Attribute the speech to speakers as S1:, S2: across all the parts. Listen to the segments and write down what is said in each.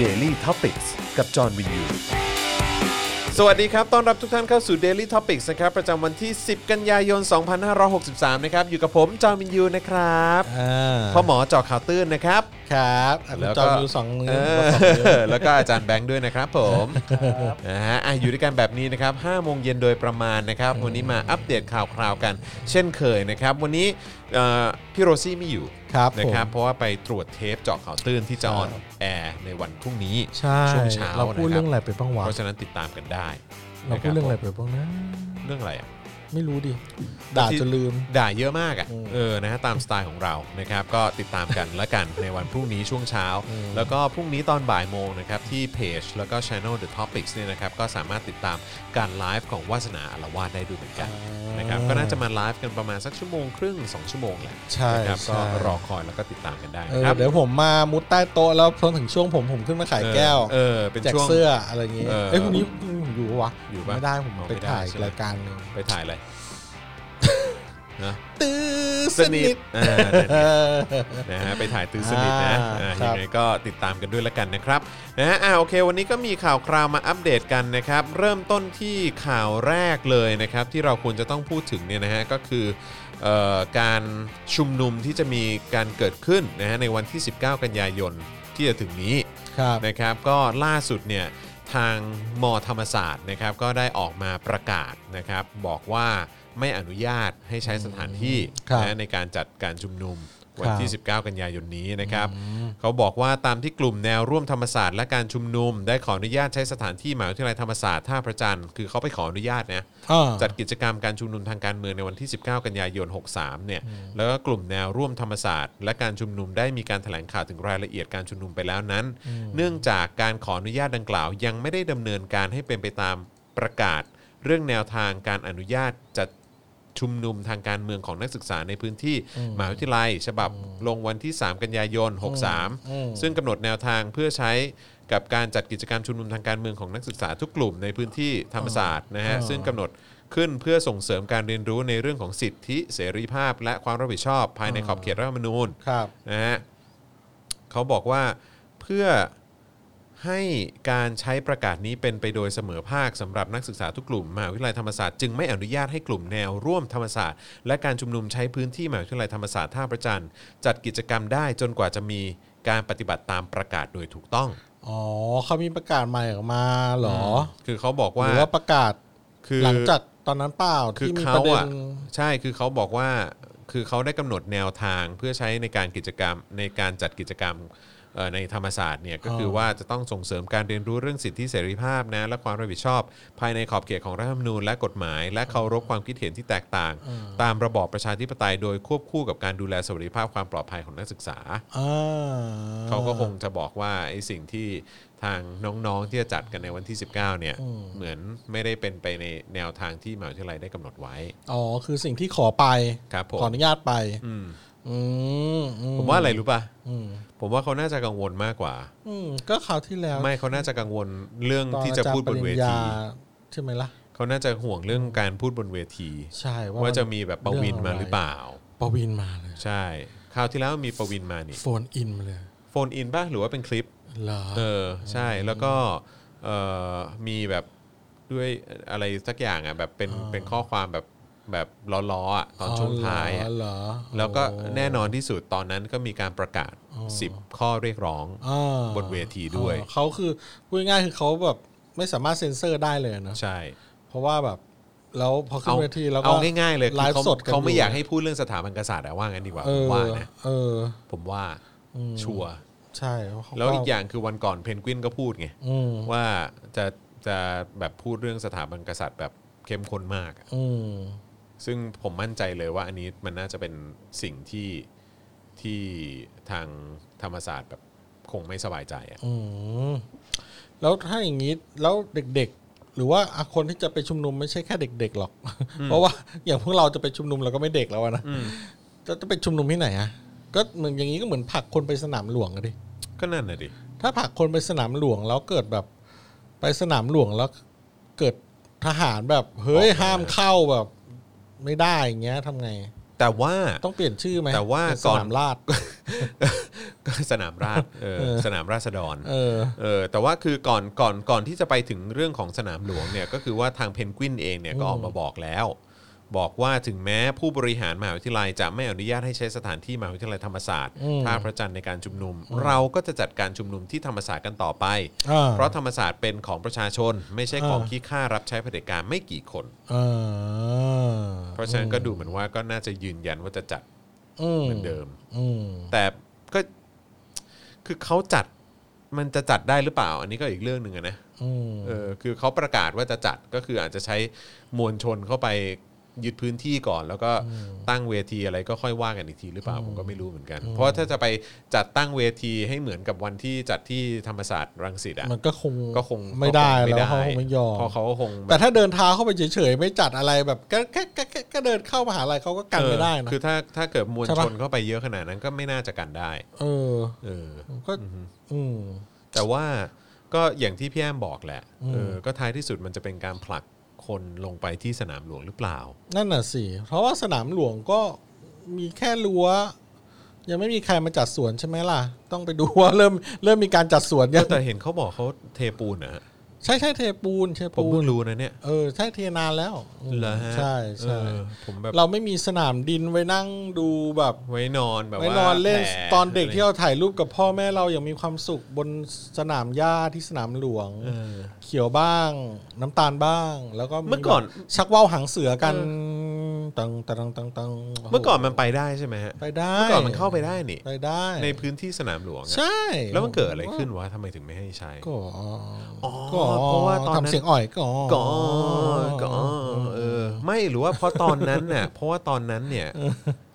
S1: Daily t o p i c กกับจอห์นวินยู
S2: สวัสดีครับ ต้อนรับทุกท่านเข้าสู่ Daily Topics นะครับ ประจำวันที่ 10 กันยายน 2563 นะครับ อยู่กับผม จอมินยูนะครับ พ่อหมอเจอข่าวตื้นนะครับ
S3: ครับอ่ะคุณ
S2: แล้ว
S3: จ
S2: ก็
S3: อมดูสองมือ
S2: เออ
S3: ประกอบด้วย
S2: แล้วก็อาจารย์แบงค์ด้วยนะครับผมนะฮะอ่ะอยู่ด้วยกันแบบนี้นะครับ5โมงเย็นโดยประมาณนะครับ วันนี้มาอัปเดตข่าวคราวกัน เช่นเคยนะครับ วันนี้เอ่อพี่โรซี่ไม่อยู่
S3: ครับ
S2: นะ
S3: ผม
S2: ครับ เพราะว่าไปตรวจเทปเจาะข่าวตื้นที่จะออนแอร์ในวันพรุ่งนี้
S3: ใช่
S2: ช่วงเช้า
S3: เราพูด
S2: นะค
S3: เรื่องอะไร
S2: รับ
S3: ไปบ้างวะ
S2: เพราะฉะนั้นติดตามกันได้
S3: เราพูดเรื่องอะไรไปบ้างนะ
S2: เรื่องอะไรอ่ะ
S3: ไม่รู้ดิด่าจนลืม
S2: ด่าเยอะมากอ่ะ
S3: อืม
S2: เออนะฮะตามสไตล์ของเรานะครับก็ติดตามกันละกัน ในวันพรุ่งนี้ช่วงเช้า
S3: อืม
S2: แล้วก็พรุ่งนี้ตอนบ่ายโมงนะครับที่เพจแล้วก็ Channel The Topics เนี่ยนะครับก็สามารถติดตามการไลฟ์ของวาสนาอารวาสได้ด้วยเหมือนกันนะครับก็น่าจะมาไลฟ์กันประมาณสักชั่วโมงครึ่ง 2 ชั่วโมงแหละ
S3: ใช่
S2: นะครับก็
S3: ใช่
S2: รอคอยแล้วก็ติดตามกันได้
S3: เอ
S2: นะ
S3: อ
S2: ครับ
S3: เดี๋ยวผมมามุดใต้โต๊ะแล้วพอถึงช่วงผมผมขึ้นมาขายแก้ว
S2: เออเออเป็น
S3: แจก
S2: ช่วง
S3: เสื้ออะไรอย่างเงี้ย
S2: เออ
S3: เอ้ยพรุ่งนี้พรุ่งนี้ผมอยู่ปะวะ
S2: อยู่ปะ
S3: ไม่ได้ผม
S2: เอา
S3: ไป
S2: ไม่ได้
S3: ถ่าย
S2: ใช่ไหม
S3: รายการหนึง
S2: ไปถ่าย เลยนะ
S3: ตื้อ
S2: ส
S3: สนิ
S2: นิ
S3: ท
S2: ทอ่านั่น
S3: เออ
S2: นะฮะไปถ่ายตื้อสนิทนะ
S3: อ่า
S2: อ่า
S3: ครั
S2: ยั
S3: บ
S2: งไงก็ติดตามกันด้วยละกันนะครับนะฮะอ่าโอเค วันนี้ก็มีข่าวคราวมาอัปเดตกันนะครับ เริ่มต้นที่ข่าวแรกเลยนะครับ ที่เราควรจะต้องพูดถึงเนี่ยนะฮะก็คือเอ่อการชุมนุมที่จะมีการเกิดขึ้นนะฮะในวันที่ 19 กันยายนที่จะถึงนี้
S3: ครับ
S2: นะครับ ก็ล่าสุดเนี่ยทางมธรรมศาสตร์นะครับก็ได้ออกมาประกาศนะครับ บอกว่าไม่อนุญาตให้ใช้สถานที่
S3: ครับ
S2: นะ ในการจัดการชุมนุมวันที่
S3: ครับ
S2: 19 กันยายนนี้นะครับ เขาบอกว่าตามที่กลุ่มแนวร่วมธรรมศาสตร์และการชุมนุม ได้ขออนุญาตใช้สถานที่หมหาวิทยาลัยธรรมศาสตร์ท่าพระจันทร์คือเขาไปขออนุญาตนะ
S3: อ่า
S2: จัดกิจกรรมการชุมนุมทางการเมืองในวันที่ 19 กันยายน 63 เนี่ย แล้วก็กลุ่มแนวร่วมธรรมศาสตร์ และการชุมนุมได้มีการแถลงข่าวถึงรายละเอียดการชุมนุมไปแล้วนั้น เนื่องจากการขออนุญาตดังกล่าว ยังไม่ได้ดำเนินการให้เป็นไปตามประกาศ เรื่องแนวทางการอนุญาตจัดชุมนุมทางการเมืองของนักศึกษาในพื้นที่มหาวิทยาลัย ฉบับลงวันที่ 3 กันยายน
S3: อืม
S2: 63 ซึ่งกำหนดแนวทางเพื่อใช้กับการจัดกิจกรรมชุมนุมทางการเมืองของนักศึกษาทุกกลุ่มในพื้นที่ธรรมศาสตร์นะฮะ
S3: อ่า
S2: ซึ่งกำหนดขึ้นเพื่อส่งเสริมการเรียนรู้ในเรื่องของสิทธิเสรีภาพ และความรับผิดชอบ ภายในขอบเขตรัฐธรรมนูญ
S3: ครับ
S2: นะฮะเขาบอกว่าเพื่อให้การใช้ประกาศนี้เป็นไปโดยเสมอภาคสำหรับนักศึกษาทุกกลุ่มมหาวิทยาลัยธรรมศาสตร์จึงไม่อนุญาตให้กลุ่มแนวร่วมธรรมศาสตร์ และการชุมนุมใช้พื้นที่มหาวิทยาลัยธรรมศาสตร์ท่าประจันทร์จัดกิจกรรมได้จนกว่าจะมีการปฏิบัติตามประกาศโดยถูกต้อง
S3: อ๋อเขามีประกาศใหม่ออกมาเหรอ
S2: คือเขาบอก
S3: ห
S2: ว่า
S3: รือว่าประกาศ
S2: คือ
S3: หลังจากตอนนั้นเปล่า
S2: คือ
S3: ที่มี
S2: เขา
S3: ประเด็น
S2: อ่ะใช่คือเขาบอกว่าคือเขาได้กำหนดแนวทางเพื่อใช้ในการกิจกรรมในการจัดกิจกรรมเอ่อในธรรมศาสตร์เนี่ยก็คือว่าจะต้องส่งเสริมการเรียนรู้เรื่องสิทธิเสรีภาพนะและความรับผิดชอบ ภายในขอบเขตของรัฐธรรมนูญและกฎหมาย และเคารพความคิดเห็นที่แตกต่าง ตามระบอบประชาธิปไตยโดยควบคู่กับการดูแลสวัสดิภาพความปลอดภัยของนักศึกษา
S3: อ่
S2: เขาก็คงจะบอกว่าไอ้สิ่งที่ทางน้องๆที่จะจัดกันในวันที่ 19เนี่ยเหมือนไม่ได้เป็นไปในแนวทางที่มหาวิทยาลัยได้กำหนดไว้
S3: อ๋อคือสิ่งที่ขอไป
S2: ครับผม
S3: ขออนุญาตไป
S2: อืม
S3: อืมอื
S2: ผมว่าอะไรรู้ป่ะ
S3: อืม
S2: ผมว่าเขาน่าจะกังวลมากกว่า
S3: อืมก็คราวที่แล้ว
S2: ไม่เขาน่าจะกังวลเรื่อง
S3: ตอน
S2: ที่จะพูดบนเว
S3: อาจาร
S2: ที
S3: ย์ปริญญาใช่ไหมล่ะ
S2: เขาน่าจะห่วงเรื่องการพูดบนเวที
S3: ใช่ว่า
S2: ว่าจะมีแบบประวินมาหรือเปล่า
S3: ปวินมาเลย
S2: ใช่คราวที่แล้วมีประวินมานี่
S3: โฟนอินมาเลย
S2: โฟนอินป่ะหรือว่าเป็นคลิป
S3: เหรอ
S2: เออใช่แล้วก็เอ่อมีแบบด้วยอะไรสักอย่างอ่ะแบบเป็นเป็นข้อความแบบแบบล้อๆอ่ะตอนช่วงท้ายอ่ะ
S3: เหรอ
S2: แล้วก็
S3: โอ้
S2: แน่นอนที่สุดตอนนั้นก็มีการประกาศ
S3: อ๋อ
S2: 10 ข้อเรียกร้อง
S3: อ่า
S2: บนเวทีด้วย
S3: อ่าเขาคือพูดง่ายๆคือเขาแบบไม่สามารถเซ็นเซอร์ได้เลยนะ
S2: ใช่
S3: เพราะว่าแบบแล้วพอขึ้นเวทีแล้วก็
S2: เอาง่ายๆเลยคือ
S3: ไลฟ์
S2: เขา
S3: สดกัน
S2: เขาไม่
S3: อยู่
S2: อยากให้พูดเรื่องสถาบันกษัตริย์อะว่างั้นดีกว่า
S3: เอ
S2: ผม
S3: อ
S2: ว่านะ
S3: เออ
S2: ผมว่า
S3: อืม
S2: ชัวร์
S3: ใช่เพราะเขา
S2: แล้วอีกอย่างคือวันก่อนเพนกวินก็พูดไง
S3: อืม
S2: ว่าจะจะแบบพูดเรื่องสถาบันกษัตริย์แบบเข้มข้นมากอะ
S3: อืม
S2: ซึ่งผมมั่นใจเลยว่าอันนี้มันน่าจะเป็นสิ่งที่ที่ทางธรรมศาสตร์แบบคงไม่สบายใจอะ
S3: อืมแล้วถ้าอย่างนี้แล้วเด็กๆ หรือว่าอ่ะคนที่จะไปชุมนุมไม่ใช่แค่เด็ก ๆ หรอก เพราะว่าอย่างพวกเราจะไปชุมนุมเราก็ไม่เด็กแล้วอะนะ
S2: อืม
S3: จะจะไปชุมนุมที่ไหนอะก็เหมือนอย่างนี้ก็เหมือนผลักคนไปสนามหลวงอะดิ
S2: ก็นั่นน่ะดิ
S3: ถ้าผลักคนไปสนามหลวงแล้วเกิดแบบ ไปสนามหลวงแล้วเกิดทหารแบบ เฮ้ย
S2: ออกมา
S3: ห้ามเข้าแบบ ไม่ได้อย่างเงี้ยทำไง
S2: แต่ว่า
S3: ต้องเปลี่ยนชื่อไหม
S2: แต่ว่า
S3: เป็นส
S2: ก่อน
S3: นามราช
S2: สนามราชเออ
S3: เออ
S2: สนามราษฎร
S3: เออ
S2: เออแต่ว่าคือก่อนก่อนก่อนที่จะไปถึงเรื่องของสนามหลวงเนี่ย ก็คือว่าทางเพนกวินเองเนี่ยก็ออกมาบอกแล้ว บอกว่าถึงแม้ผู้บริหารมหาวิทยาลัยจะไม่อนุญาตให้ใช้สถานที่มหาวิทยาลัยธรรมศาสตร์
S3: อืม
S2: ท่าพระจันทร์ในการชุมนุม เราก็จะจัดการชุมนุมที่ธรรมศาสตร์กันต่อไป
S3: อ่า
S2: เพราะธรรมศาสตร์เป็นของประชาชน ไม่ใช่ของ
S3: อ่า
S2: ขี้ข้ารับใช้เผด็จการไม่กี่คน
S3: อ่า
S2: เพราะฉะนั้นก็ดูเหมือนว่าก็น่าจะยืนยันว่าจะจัด
S3: ม
S2: เหมือนเดิม
S3: อืม
S2: แต่ก็คือเขาจัดมันจะจัดได้หรือเปล่า อันนี้ก็อีกเรื่องหนึ่งอะนะ
S3: อืม
S2: เออคือเขาประกาศว่าจะจัดก็คืออาจจะใช้มวลชนเข้าไปยึดพื้นที่ก่อน แล้วก็ตั้งเวทีอะไรก็ค่อยว่ากันอีกทีหรือเปล่าผมก็ไม่รู้เหมือนกัน เพราะถ้าจะไปจัดตั้งเวทีให้เหมือนกับวันที่จัดที่ธรรมศาสตร์รังสิตอ่ะ
S3: มันก็คง
S2: ก็คง
S3: ไม่ได้
S2: ก็คง
S3: แล้วเขาคงไม่ยอม
S2: เพราะเขาก็คงบบ
S3: แต่ถ้าเดินเท้าเข้าไปเฉยๆ ไม่จัดอะไรแบบแค่แค่แค่แค่แค่เดินเข้ามหาลัยเขาก็กันไม่ได้นะ
S2: เออคือถ้าถ้าเกิดมวล
S3: ใช่
S2: ช
S3: ปะ
S2: นเข้าไปเยอะขนาดนั้นก็ไม่น่าจะกันได้
S3: เออ
S2: เออ
S3: ก็อืม
S2: แต่ว่าก็อย่างที่พี่แอมบอกแหละเออก็ท้ายที่สุดมันจะเป็นการผลักคนลงไปที่สนามหลวงหรือเปล่า
S3: นั่นน่ะสิ เพราะว่าสนามหลวงก็มีแค่รั้ว ยังไม่มีใครมาจัดสวนใช่ไหมล่ะ ต้องไปดูว่า เริ่มเริ่มมีการจัดสวนยัง
S2: แต่เห็นเขาบอกเขาเทปูนนะฮะ
S3: ใช่ใช่เทปูนเท
S2: ผม
S3: ปู
S2: เพิ่
S3: น
S2: งรู้นะเนี่ย
S3: เออใช่เทนานแล้ว
S2: เหรอฮะ
S3: ใช่ใช่
S2: เออผมแบบ
S3: เราไม่มีสนามดินไว้นั่งดูแบบ
S2: ไว้นอนแบบว่า
S3: ไว้นอนเล่น
S2: แผ
S3: ตอนเด็กที่เราถ่ายรูปกับพ่อแม่เราอย่างมีความสุขบนสนามหญ้าที่สนามหลวง
S2: เออ
S3: เขียวบ้าง น้ำตาลบ้าง แล้วก็
S2: เมื่อก่อน
S3: แบบชักว่าวหางเสือกันตังตังตังตังโโห
S2: เมื่อก่อนมันไปได้ใช่ไหมฮะ
S3: ไปได้
S2: เมื่อก่อนมันเข้าไปได้นี่
S3: ไปได้
S2: ในพื้นที่สนามหลวงอะ
S3: ใช่
S2: แล้วมันเกิดอะไรขึ้นวะทำไมถึงไม่ให้ใช้
S3: ก็
S2: อ๋อเพราะว่าตอนนั้น
S3: ทำเสียงอ่อยก็
S2: ก็ก็เออไม่หรือว่าเพราะตอนนั้นน่ะ เพราะว่าตอนนั้นเนี่ย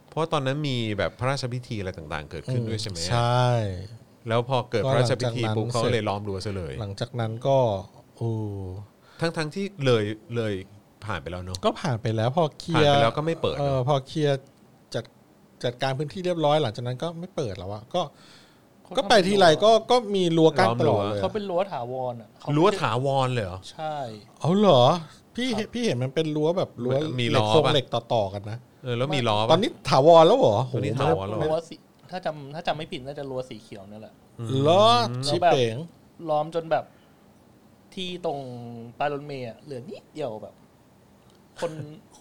S2: เพราะว่าตอนนั้นมีแบบพระราชพิธีอะไรต่างๆ เกิดขึ้นด้วยใช่ไหม
S3: ใช่
S2: แล้วพอเกิดพระราชพิธี
S3: ก็หลังจากนั้น
S2: ปุ๊บเขาเลยล้อมรั้วซะเลย
S3: หลังจากนั้นก็โอ้
S2: ทั้งๆที่เลยเลยผ่านไปแล้วเนอะ
S3: ก็ผ่านไปแล้วพอเคลียร์
S2: ผ่านไปแล้วก็ไม่เปิด
S3: ออพอเคลียร์จัดจัดการพื้นที่เรียบร้อยหลังจากนั้นก็ไม่เปิดแล้วอะก็ ก็ไปทีไรก็ก็มีรั้วกั้นตลอดเลย
S4: เขาเป็นรั้วถาวรอ่ะเข
S2: รั้วถาวรเลยเหรอ
S4: ใช่
S3: เอาเหรอ พี่เห็นพี่เห็นมันเป็นรั้วแบบรั้ว
S2: มี
S3: เห
S2: ล้
S3: ล็
S2: อก
S3: โครง
S2: ปะ
S3: เหล็กต่อๆกันนะ
S2: เออแล้วมีล้อ
S3: ตอ
S2: ปะ
S3: นนี้ถาวรแล้วเหรอโห
S2: ตอนนี้
S3: ไม่
S2: ถาวร
S3: ได้
S4: รั้วสีถ้าจำถ้าจำไม่ผิดน่าจะรั้วสีเขียวเนี่ยแหละ
S3: เหรอชิบเป๋ง
S4: ล้อมจนแบบที่ตรงป้ายรถเมล์อะเหลือนิดเดียวแบบ คน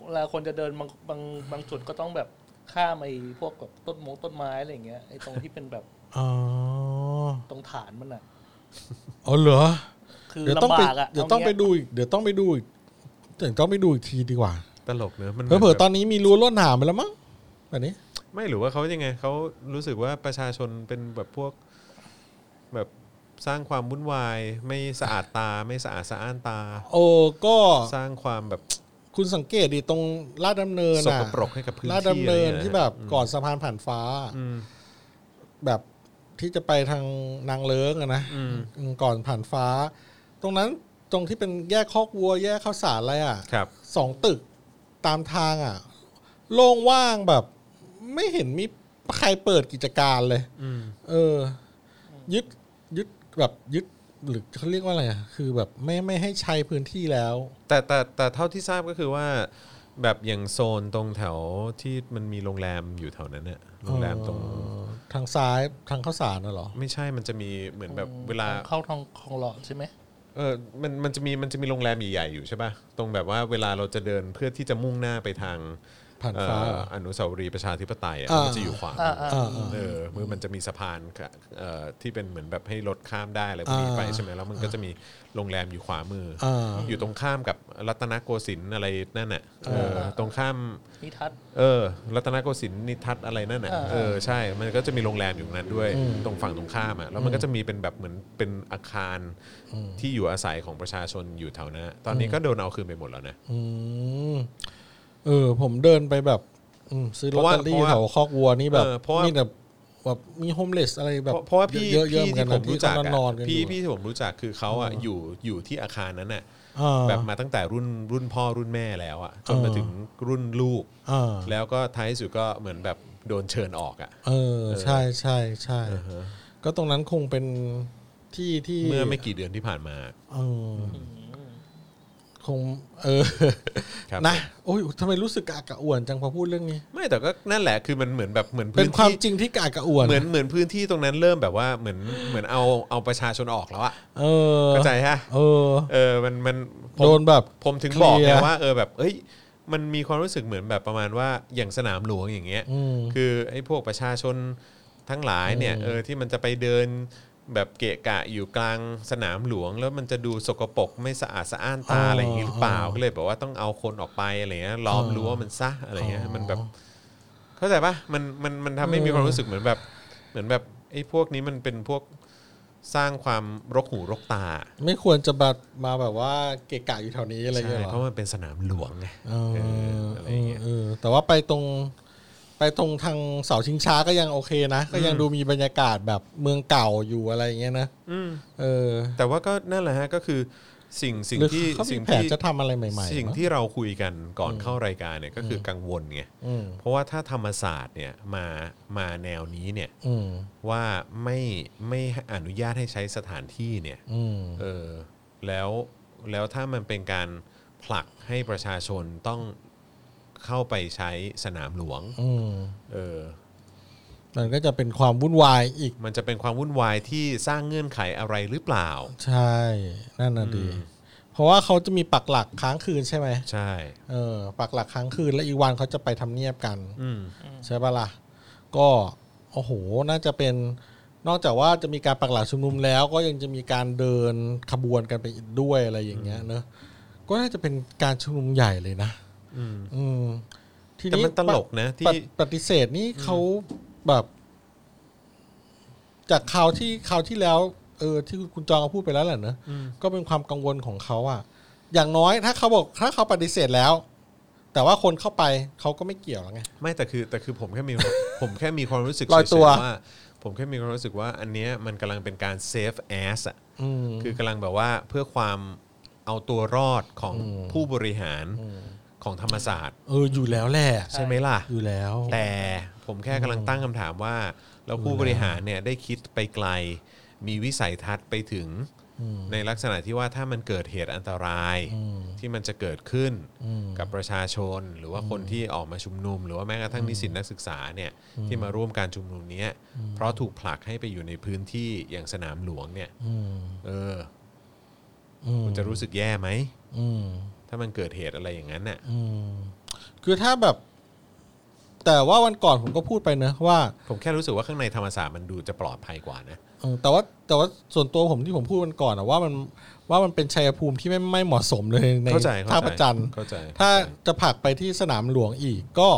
S4: เวลาคนจะเดินบางบางบางจุดก็ต้องแบบข้ามไอ้พวกแบบต้นมงต้นไม้อะไรอย่างเงี้ยไอ้ตรงที่เป็นแบบ
S3: อ๋อ
S4: ตรงฐานมันอ่ะ
S3: อ๋อเหรอ
S4: คือ
S3: เดี๋ยวต้อง
S4: ลำ
S3: ไป
S4: บากอ่ะ
S3: เดี๋ยวต้องไป
S4: างี้
S3: ดูอีกเดี๋ยวต้องไปดูอีกเดี๋ยวต้องไปดูอีกทีดีกว่า
S2: ตลกเนอะมันหมืน
S3: เผื่อ
S2: แบบ
S3: ๆตอนนี้มีรั้วลวดหนามไปแล้วมั้งแบบนี้
S2: ไม่หรือว่าเขายังไงเขารู้สึกว่าประชาชนเป็นแบบพวกแบบสร้างความวุ่นวาย ไม่สะอาดตาไม่สะอาดสะอ้านตา
S3: โอ้ก็
S2: สร้างความแบบ
S3: คุณสังเกตดิตรงลาดดำเนิน
S2: ส
S3: อะ
S2: กปรกให้กับพื้น
S3: ลาด
S2: ที่
S3: ดำ
S2: อะไร
S3: เนิ
S2: อน ย่างเงี้ย
S3: ที่แบบก่อนสะพานผ่านฟ้า
S2: อืม
S3: แบบที่จะไปทางนางเลิ้งอะนะ
S2: อืม
S3: อืมก่อนผ่านฟ้า ตรงนั้นตรงที่เป็นแยกคอกวัว แยกข้าวสารอะไรอ่ะ
S2: ครับ
S3: สองตึกตามทางอ่ะโล่งว่างแบบ ไม่เห็นมีใครเปิดกิจการเลย
S2: อืม
S3: เออ ยึดยึดแบบยึดหรือเขาเรียกว่าอะไรอ่ะคือแบบไม่ไม่ให้ใช้พื้นที่แล้ว
S2: แต่แต่แต่เท่าที่ทราบก็คือว่า แบบอย่างโซนตรงแถวที่มันมีโรงแรมอยู่แถวนั้นเนี่ยโรงแรมตรง
S3: เออทางซ้ายทางเข้าวสารน่ะเหรอ
S2: ไม่ใช่มันจะมีเหมือนแบบเวลา
S4: เข้าทองคลองหลอดใช่ไหม
S2: เออมันมันจะมีมันจะมีโรงแรมใหญ่ๆอยู่ใช่ป่ะตรงแบบว่าเวลาเราจะเดินเพื่อที่จะมุ่งหน้าไปทาง
S3: ผ่าน
S2: เอ่อ
S3: ฟ้าเหรอ
S2: อนุสาวรีย์ประชาธิปไตยอ่ะ
S3: อ่ามั
S2: มันจะอยู่ขวา
S4: อ่าอ่า
S3: อ่า
S2: เออมือมันจะมีสะพานค่ะเอ่อที่เป็นเหมือนแบบให้รถข้ามได้อะไรพวกนี้
S3: อ่า
S2: ไปใช่ไหมแล้วมันก็จะมีโรงแรมอยู่ขวามืออ
S3: อ่า
S2: อยู่ตรงข้ามกับรัตนโกสินทร์อะไรนั่นน่ะเออตรงข้าม
S4: นิทัศน์
S2: เออรัตนโกสินทร์นิทัศน์อะไรนั่นน่ะ
S4: อ่า
S2: เออใช่ มันก็จะมีโรงแรมอยู่ตรงนั้นด้วย ตรงฝั่งตรงข้ามอ่ะแล้วมันก็จะมีเป็นแบบเหมือนเป็นอาคารที่อยู่อาศัยของประชาชนอยู่แถวนั้นตอนนี้ก็โดนเอาคืนไปหมดแล้วนะ
S3: อืมเออ ผมเดินไปแบบอืมซื้อล
S2: เพ
S3: อต
S2: ราะว่า
S3: เตอรี่แถวคอกวัวนี่แบบ
S2: เออเพราะว่ามี
S3: มีแบบแบบมีโฮมเลสอะไรแบ
S2: เพ
S3: บ
S2: ราะเพราะว่าพี่
S3: เยอะเยอะ
S2: พี่
S3: เหมือนกั
S2: ที่ผม
S3: นนะที่
S2: รู้จัก
S3: กำลัง
S2: อะ
S3: นอนกัน
S2: พี่พี่ที่ผมรู้จักคือเขาอ่ะอยู่อยู่ที่อาคารนั้นน่ะ
S3: แบ
S2: แบบ บมาตั้งแต่รุ่นรุ่นพ่อรุ่นแม่แล้วอ่ะจนมา
S3: อ่า
S2: ถึงรุ่นลูก
S3: อ่า
S2: แล้วก็ท้ายที่สุดก็เหมือนแบบโดนเชิญออกอ่ะ
S3: เออ ใช่ใช่ใช่ก็ตรงนั้นคงเป็นที่ที่
S2: เมื่อไม่กี่เดือนที่ผ่านมา
S3: เออ คงเออ
S2: ครับ
S3: นะโอ้ยทำไมรู้สึกกระอักกระอ่วนจังพอพูดเรื่องนี้
S2: ไม่แต่ก็นั่นแหละคือมันเหมือนแบบเหมือน
S3: เป็น
S2: พื้น
S3: ความ
S2: ที่
S3: จริงที่กระอักกระอ่วน
S2: เหมือนเหมือนพื้นที่ตรงนั้นเริ่มแบบว่าเหมือนเหมือนเอาเอาประชาชนออกแล้วอะ
S3: เออ
S2: เข้าใจฮะ
S3: เออ
S2: เออมันมันผม
S3: โดนแบบ
S2: ผมถึงบอก
S3: เคลี
S2: ไง
S3: ยร์
S2: ว่าเออแบบเอ้ยมันมีความรู้สึกเหมือนแบบประมาณว่าอย่างสนามหลวงอย่างเงี้ย
S3: อืม
S2: คือไอ้พวกประชาชนทั้งหลายเนี่ย
S3: อืม
S2: เออที่มันจะไปเดินแบบเกะกะอยู่กลางสนามหลวง แล้วมันจะดูสกปรกไม่สะอาดสะอ้านตาอะไรอย่างงี้หรือเปล่าก็เลยแบบว่าต้องเอาคนออกไปอะไรเงี้ยล้อมรั้วมันซะอะไรเงี้ยมันแบบ เข้าใจปะมันมันมันทำให้มีความรู้สึกเหมือนแบบ เหมือนแบบไอ้พวกนี้มันเป็นพวกสร้างความรกหูรกตา
S3: ไม่ควรจะแบบมาแบบว่าเกะกะอยู่แถวนี้อะไรอย่าง
S2: ใช่
S3: เงี้ยเหรอ
S2: เพราะมันเป็นสนามหลวงไง
S3: เออ
S2: เอออะไรอย่างเงี้ย
S3: เออแต่ว่าไปตรงไปตรงทางเสาชิงช้าก็ยังโอเคนะ ก็ยังดูมีบรรยากาศแบบเมืองเก่าอยู่อะไรอย่างเงี้ยนะเออ
S2: แต่ว่าก็นั่นแหละฮะก็คือสิ่งสิ่ง
S3: หรือ
S2: ที่
S3: เขามี
S2: สิ่ง
S3: แผน
S2: ที่
S3: จะทำอะไรใหม่ๆเนอะ
S2: สิ่งที่เราคุยกันก่อนเข้ารายการเนี่ยก็คืออกังวลไง
S3: อืม
S2: เพราะว่าถ้าธรรมศาสตร์เนี่ยมามาแนวนี้เนี่ย
S3: อืม
S2: ว่าไม่ไม่อนุญาตให้ใช้สถานที่เนี่ย
S3: อืม
S2: เออแล้วแล้วถ้ามันเป็นการผลักให้ประชาชนต้องเข้าไปใช้สนามหลวง
S3: อืม
S2: เออ
S3: มันก็จะเป็นความวุ่นวายอีก
S2: มันจะเป็นความวุ่นวายที่สร้างเงื่อนไขอะไรหรือเปล่า
S3: ใช่นั่นน่ะดี เพราะว่าเขาจะมีปักหลักค้างคืนใช่ไหม
S2: ใช่
S3: เออปักหลักค้างคืนแล้วอีกวันเขาจะไปทำเนียบกัน
S2: อืม
S3: ใช่ปะล่ะ ก็โอ้โห น่าจะเป็น นอกจากว่าจะมีการปักหลักชุมนุมแล้ว ก็ยังจะมีการเดินขบวนกันไปอีกด้วยอะไรอย่างเงี้ยเนอะก็น่าจะเป็นการชุมนุมใหญ่เลยนะ
S2: อืม
S3: อืม ที
S2: แต่
S3: นี้
S2: มันตลกนะ
S3: ป
S2: ที่
S3: ฏิปฏิเสธนี่เขาแบบ จากข่าวที่ข่าวที่แล้ว เออ ที่คุณจองเอาพูดไปแล้วแหละเนอะ
S2: อืม
S3: ก็เป็นความกังวลของเขาอะอย่างน้อยถ้าเขาบอกถ้าเขาปฏิเสธแล้ว แต่ว่าคนเข้าไปเขาก็ไม่เกี่ยวแล้วไง
S2: ไม่แต่คือแต่คือผมแค่มี ผมแค่มีความรู้สึก
S3: ลอยตัว
S2: เฉๆว่า ผมแค่มีความรู้สึกว่า อันเนี้ยมันกำลังเป็นการเซฟแอสอ่ะ
S3: อืม
S2: คือกำลังแบบว่าเพื่อความเอาตัวรอดของ
S3: อืม
S2: ผู้บริหารของธรรมศาสตร์
S3: เอออยู่แล้วแหละ
S2: ใช่ไหมล่ะ
S3: อยู่แล้ว
S2: แต่ผมแค่กำลังตั้งคำถามว่า แล้วผู้บริหารเนี่ยได้คิดไปไกล มีวิสัยทัศน์ไปถึง
S3: อืม
S2: ในลักษณะที่ว่าถ้ามันเกิดเหตุอันตราย
S3: อืม
S2: ที่มันจะเกิดขึ้น
S3: อืม
S2: กับประชาชนหรือว่าคนที่ออกมาชุมนุม หรือว่าแม้กระทั่งนิสิตนักศึกษาเนี่ยที่มาร่วมการชุมนุมเนี้ยเพราะถูกผลักให้ไปอยู่ในพื้นที่อย่างสนามหลวงเนี่ย
S3: อืม
S2: เออ
S3: อืม
S2: คุณจะรู้สึกแย่ไหม
S3: อืม
S2: ถ้ามันเกิดเหตุอะไรอย่างนั้นน่ะ
S3: อืมคือถ้าแบบ แต่ว่าวันก่อนผมก็พูดไปเนอะว่า
S2: ผมแค่รู้สึกว่าข้างในธรรมศาสตร์มันดูจะปลอดภัยกว่านะ
S3: เออแต่ว่าแต่ว่าส่วนตัวผมที่ผมพูดวันก่อนอะว่ามันว่ามันเป็นชัยภูมิที่ไม่ไม่เหมาะสมเลยใน
S2: เข้าใจเข้า
S3: ท่า
S2: ใจ
S3: ประจันทร์
S2: เข้าใจ
S3: ถ้า
S2: เข้ใจ
S3: จะผลักไปที่สนามหลวงอีกก็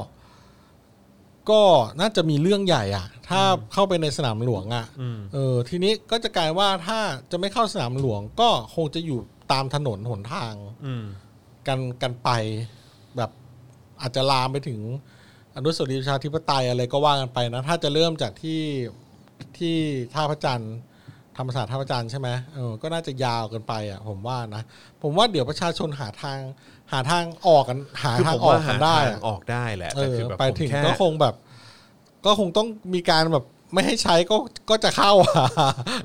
S3: ก็น่าจะมีเรื่องใหญ่อ่ะ ถ้าเข้าไปในสนามหลวงอ่ะ
S2: อืม
S3: เออทีนี้ก็จะกลายว่าถ้าจะไม่เข้าสนามหลวงก็คงจะอยู่ตามถนนหนทาง
S2: อืม
S3: กันกันไป แบบอาจจะลามไปถึงอนุสาวรีย์ประชาธิปไตยอะไรก็ว่ากันไปนะ ถ้าจะเริ่มจากที่ที่ท่าพระจันทร์ธรรมศาสตร์ท่าพระจันทร์ใช่ไหมเออก็น่าจะยาวเกินไปอ่ะ ผมว่านะ ผมว่าเดี๋ยวประชาชนหาทาง หาทางออกกันหา
S2: คือ
S3: ทา
S2: ผ
S3: ง
S2: ม
S3: ออก
S2: ว่า
S3: กั
S2: หาน
S3: ได้
S2: ทา
S3: อะ
S2: งออกได้แหละ
S3: เอ
S2: แต่
S3: อ
S2: คือแบบ
S3: ไป
S2: ผม
S3: ถึง
S2: แค่
S3: ก็คงแบบ ก็คงต้องมีการแบบไม่ให้ใช้ก็ก็จะเข้า อ่ะ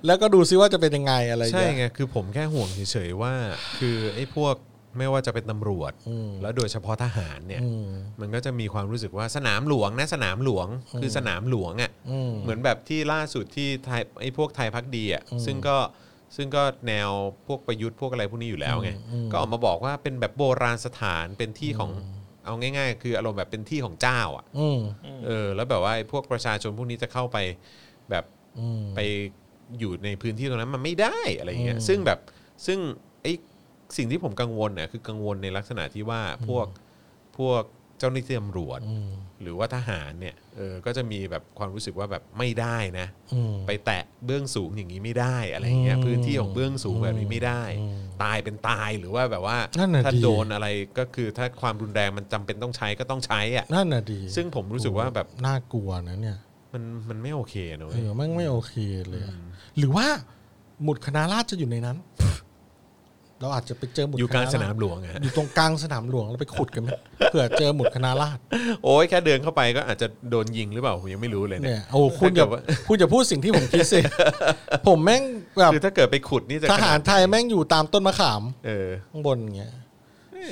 S3: แล้วก็ดูซิว่าจะเป็นยังไงอะไรอย่าง
S2: ใช่
S3: เงี้ย
S2: ไงคือผมแค่ห่วงเฉยๆว่า คือไอ้พวกไม่ว่าจะเป็นตำรวจ
S3: อืม
S2: แล้วโดยเฉพาะทหารเนี่ย
S3: อืม
S2: มันก็จะมีความรู้สึกว่าสนามหลวงนะสนามหลวงคือสนามหลวงอะ่ะ
S3: อืม
S2: เหมือนแบบที่ล่าสุดที่ไทยไอ้พวกไทยพักดีอะ่ะ
S3: อืม
S2: ซึ่งก็ซึ่งก็แนวพวกประยุทธ์พวกอะไรพวกนี้อยู่แล้วไง
S3: อืม
S2: ก็ออกมาบอกว่าเป็นแบบโบราณสถานเป็นที่ของเอาง่าย ๆ คืออารมณ์แบบเป็นที่ของเจ้าอะ่ะ
S3: อืม
S2: เออแล้วแบบว่าไอ้พวกประชาชนพวกนี้จะเข้าไปแบบ
S3: อืม
S2: ไปอยู่ในพื้นที่ตรงนั้นมันไม่ได้อะไรอย่างเงี้ย
S3: อืม
S2: ซึ่งแบบซึ่งไอ้สิ่งที่ผมกังวลเนี่ยคือกังวลในลักษณะที่ว่าพวกพวกเจ้าหน้าที่ตำรวจ
S3: อืม
S2: หรือว่าทหารเนี่ยเออก็จะมีแบบความรู้สึกว่าแบบไม่ได้นะ
S3: อืม
S2: ไปแตะเบื้องสูงอย่างนี้ไม่ได้อะไรอย่างเงี้ย
S3: อืม
S2: พื้นที่ของเบื้องสูงแบบนี้ไม่ได้
S3: อืม
S2: ตายเป็นตายหรือว่าแบบว่า
S3: นั่นน่ะ
S2: ถ้า
S3: ดิ
S2: โดนอะไรก็คือถ้าความรุนแรงมันจำเป็นต้องใช้ก็ต้องใช้อ่ะ
S3: นั่นน่ะดี
S2: ซึ่งผมรู้สึกว่าแบบ
S3: น่ากลัวนะเนี่ย
S2: มันมันไม่โอเคนะ
S3: เอ
S2: เว้ย
S3: อแม่งไม่โอเคเลยอะหรือว่าหมุดคณะราษฎรจะอยู่ในนั้น เราอาจจะไปเจอหมุด
S2: อยู่กลางสนาม
S3: คณะร
S2: หลวงอะ
S3: ษฎรอยู่ตรงกลางสนามหลวงเราไปขุดกันไหมเผื่อเจอหมุดคณะราษฎร
S2: โอ้ยแค่เดินเข้าไปก็อาจจะโดนยิงหรือเปล่าผมยังไม่รู้เลยเนี่
S3: เนี่ย ยโอ้คุณอ
S2: ถ้าเกิ
S3: ย่า
S2: ดว่า
S3: คุณอย่าพูดสิ่งที่ผมคิดสิ ผมแม่งแบบ
S2: คือถ้าเกิดไปขุดนี่จะ
S3: ทหารไทยแม่งอยู่ตามต้นมะขาม
S2: เออ
S3: ข้างบนอย่างเงี้ย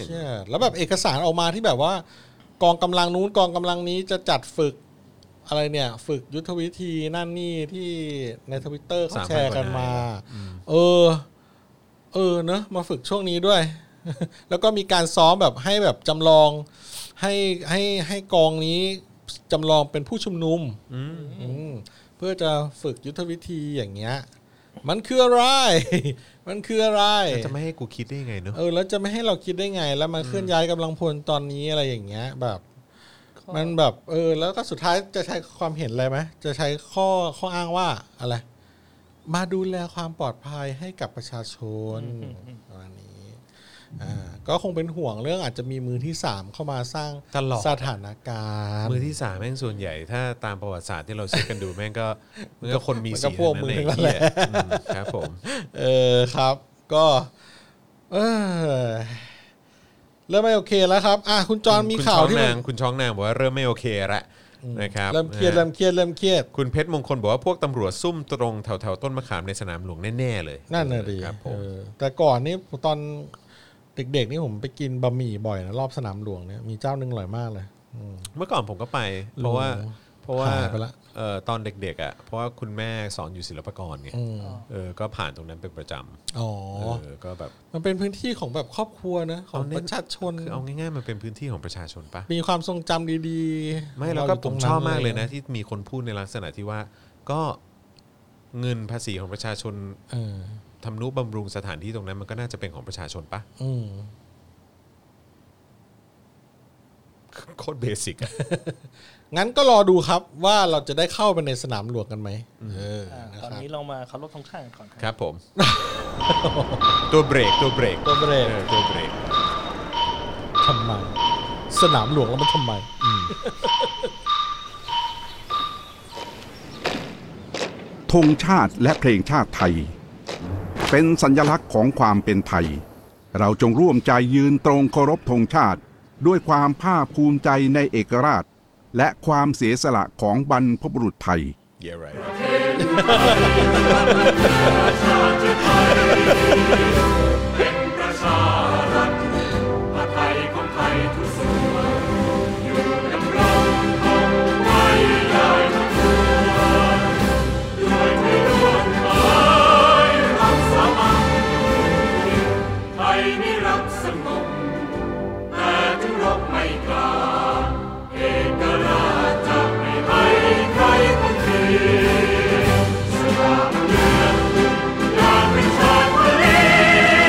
S3: เชี่ยแล้วแบบเอกสารออกมาที่แบบว่า กองกำลังนู้นกองกำลังนี้จะจัดฝึกอะไรเนี่ย ฝึกยุทธวิธีนั่นนี่ที่ในทวิตเตอร์เขาแชร์กันมา เออ เออเนอะมาฝึกช่วงนี้ด้วย แล้วก็มีการซ้อมแบบให้แบบจำลองให้ให้ให้กองนี้จำลองเป็นผู้ชุมนุมอืมเพื่อจะฝึกยุทธวิธีอย่างเงี้ย มันคืออะไร มันคืออะไร
S2: แล้วจะไม่ให้กูคิดได้ยังไงเนอะ
S3: เออแล้วจะไม่ให้เราคิดได้ไง แล้วมาเคลื่อนย้ายกำลังพลตอนนี้อะไรอย่างเงี้ย แบบ มันแบบ เออ แล้วก็สุดท้ายจะใช้ความเห็นอะไรไหมจะใช้ข้อข้ออ้างว่าอะไร มาดูแลความปลอดภัยให้กับประชาชนประมาณนี้อ่าก็คงเป็นห่วงเรื่องอาจจะมีมือที่สามเข้ามาสร้าง
S2: ตลอด
S3: สถานการณ์
S2: มือที่สามแม่งส่วนใหญ่ ถ้าตามประวัติศาสตร์ที่เราเช็คกันดูแม่ งก็แมันก็คนมีสีทั้งนั้นเองเนี่ยอืมครับผม
S3: เออครับ ก็ เออเริ่มไม่โอเคแล้วครับ อ่ะคุณจอห์นมี
S2: คุณ
S3: ข่าว
S2: ช้
S3: ที่
S2: อง
S3: มัน
S2: นางคุณช้องนางบอกว่าเริ่มไม่โอเคละนะครับ
S3: เริ่มเครียดเริ่มเครียดเริ่มเครียด
S2: คุณเพชรมงคลบอกว่าพวกตำรวจซุ่มตรงแถวๆต้นมะขามในสนามหลวงแน่ๆเลย
S3: นั่นน่ะดิ
S2: ครับผ
S3: เอ
S2: ม
S3: อแต่ก่อนนี่ตอนเด็กๆนี่ผมไปกินบะหมี่บ่อยนะรอบสนามหลวงเนี่ยมีเจ้าหนึ่งอร่อยมากเลย
S2: เมื่อก่อนผมก็ไป เพราะว่าเพ
S3: โอ้โห
S2: ราะว่า
S3: หายไปละ
S2: เอ่อตอนเด็กๆอ่ะเพราะว่าคุณแม่สอนอยู่ศิลปากรไงเออก็ผ่านตรงนั้นเป็นประจ
S3: อ๋อ
S2: ำเออก็แบบ
S3: มันเป็นพื้นที่ของแบบครอบครัวนะของประชาชน
S2: คือเอาง่ายๆมันเป็นพื้นที่ของประชาชนปะ
S3: มีความทรงจำดีๆ
S2: ไม่แล้วก็
S3: ยู่
S2: ผ
S3: ตร
S2: ม
S3: ง
S2: ช
S3: นั้น
S2: อบมากเลยนะ ที่มีคนพูดในลักษณะที่ว่า ก็เงินภาษีของประชาชน
S3: เออ
S2: ทำนุบำรุงสถานที่ตรงนั้นมันก็น่าจะเป็นของประชาชนปะ
S3: อืม
S2: โคตรเบสิกอะ
S3: งั้นก็รอดูครับว่าเราจะได้เข้าไปในสนามหลวงกันไหมเออ
S4: อ่า
S3: นะ
S4: ตอน
S3: ครับ
S4: นี้เรามาเคารพธงชาติกันก่อนครับ
S2: ครับผม ตัวเบรกตัวเบรก
S3: ตัวเบร
S2: เอก อตัวเบรก
S3: ทำไมสนามหลวงแล้วมันทำไม
S5: ธงชาติและเพลงชาติไทย เป็นสัญลักษณ์ของความเป็นไทย เราจงร่วมใจยืนตรงเคารพธงชาติ ด้วยความภาคภูมิใจในเอกราช และความเสียสละของบรรพบุรุษไทย
S2: Yeah right
S6: ประชารัฐประไทยของไทยทุกส่วนอยู่ดำรงคงไว้ใหญ่ทุกตัวด้วยไม่ร่วมหมายรักสามัคคีไทยนิรักสงบแต่ทุรบไม่กล้าเอกราชจะไม่ให้ใครคนดีสถาบันเดือนอยากเป็นชาติ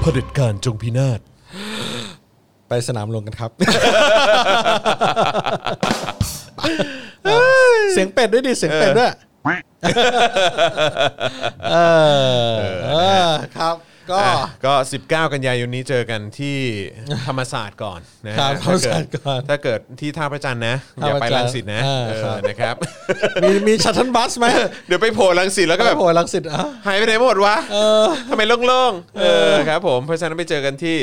S1: เผด็จการจงพินาศ
S3: ไปสนามหลวงกันครับ เสียงเป็ดด้วยดิเสียงเป็ดด้วยเออเออครับ ก็
S2: อ่ะก็ 19 กันยายนนี้เจอกันที่ธรรมศาสตร์ก่อนนะฮะ
S3: ครับธรรมศาสตร์ก่อน
S2: ถ้าเกิดที่ท่าพระจันทร์นะ อย่าไป
S3: ท่าพระจันทร์
S2: รังสิตนะ
S3: อ่า
S2: เออ
S3: ครับ
S2: นะครับ
S3: มีมีชัตเทิลบัสไหม
S2: เดี๋ยวไปโผล่รังสิตแล้วก็
S3: แบ
S2: แบบ บ
S3: โหลังสิตอ่ะ
S2: หายไปไหนหมดวะ
S3: เออ
S2: ทำไมโล่งๆเออครับผมเพราะฉะนั้นไปเจอกันที่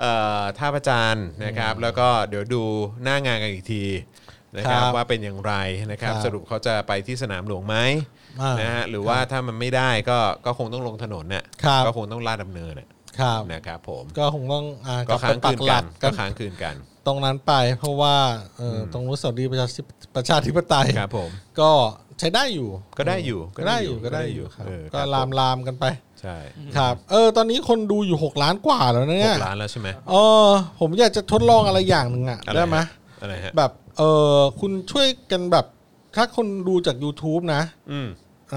S2: เอ่อท่าพระจันทร์นะครับ แล้วก็เดี๋ยวดูหน้างานกันอีกทีนะครับ
S3: ครับ
S2: ว่าเป็นอย่างไรนะครับ
S3: ครับ
S2: สรุปเขาจะไปที่สนามหลวงไหม
S3: อ่าน
S2: นะฮะหรือว่าถ้ามันไม่ได้ก็ก็คงต้องลงถนนน่ะ
S3: ครับ
S2: ก็คงต้องลาดดำเนินน่ะ
S3: ครับ
S2: นะครับผม
S3: ก็คงต้องอ่าก
S2: ก็
S3: ลับไป
S2: ค้าง
S3: ปั
S2: คื
S3: ก
S2: น
S3: ห
S2: กั
S3: ลั
S2: น
S3: กกั
S2: ก็
S3: น
S2: ค้างคืนกัน
S3: ตรงนั้นไป เพราะว่าเอออตรงรู้สาวดีประชาธิปประชาธิปไตย
S2: ครับผม
S3: ก็ใช้ได้อยู่
S2: ก็ได้อยู่
S3: ก็ได้อยู่ก็ได้อยู่ครับ
S2: เออ
S3: ก็
S2: ครับ
S3: ลาม
S2: ผม
S3: ลามๆกันไป
S2: ใช่
S3: ครับ เออ ตอนนี้คนดูอยู่ 6 ล้านกว่าแล้วนะ
S2: ห
S3: เนี่ย
S2: กล้านแล้วใช่ไหม
S3: เออ ผมอยากจะทดลองอะไรอย่างหนึ่งอะ
S2: อะร
S3: ได้ไหม
S2: ฮะอะไรฮะ
S3: แบบ เออคุณช่วยกันแบบ ถ้าคนดูจาก YouTube นะ
S2: อืม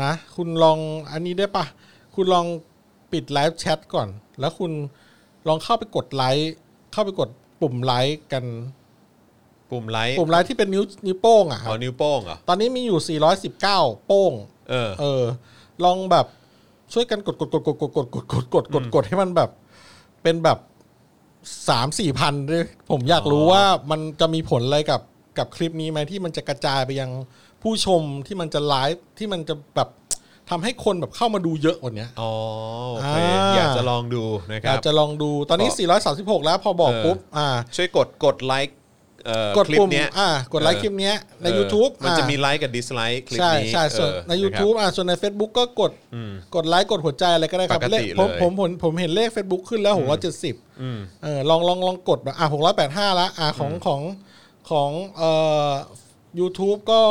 S3: นะ คุณลองอันนี้ได้ปะ คุณลองปิดไลฟ์แชทก่อน แล้วคุณลองเข้าไปกดไลค์ เข้าไปกดปุ่มไลค์กัน
S2: ปุ่มไลค์
S3: ปุ่มไลค์ที่เป็นนิ้วนิ้วโป้งอะค
S2: อ๋
S3: รับ
S2: อนิ้วโป้งเหรอ
S3: ตอนนี้มีอยู่ 419 โป้ง
S2: เออ
S3: เออ ลองแบบช่วยกันกดกดกดกดกดกดกดกดกดกดกดให้มันแบบ เป็นแบบสามสี่พันด้วยผมอยากรู้
S2: อ๋อ
S3: ว่ามันจะมีผลอะไรกับกับคลิปนี้ไหมที่มันจะกระจายไปยังผู้ชมที่มันจะไลฟ์ที่มันจะแบบทำให้คนแบบเข้ามาดูเยอะกว่าเนี้ย
S2: อ๋อโอเค
S3: อ่า
S2: อยากจะลองดูนะค
S3: อ
S2: รั
S3: ยา
S2: บ
S3: กจะลองดูตอนนี้ 436 แล้วพอบอก
S2: เออ
S3: ปุ๊บ อ่า
S2: ช่วยกดกดไลค์ เอ่อก
S3: ด
S2: คลิป
S3: ปุ่ม
S2: เนี้ย
S3: อ่ากดไลค์คลิปเนี้ยใน YouTube
S2: มันจะ
S3: อ่า
S2: มีไลค์กับดิสไลค์คลิป
S3: ใช่
S2: นี้
S3: ใช่ส่วน
S2: เอ
S3: ใน
S2: อะครับ
S3: YouTube อ่ะส่วนใน Facebook ก็กดกดไลค์กดหัวใจอะไรก็ได้ครับ
S2: ปก
S3: เล
S2: ติ
S3: ขผม
S2: เลย
S3: ผมผมผมเห็นเลข Facebook ขึ้นแล้วหกร้อยเจ็ดสิบเออลองลองลองกดแบบอ่ะหกร้อยแปดห้าละอ่ะของของของเอ่อ YouTube ก็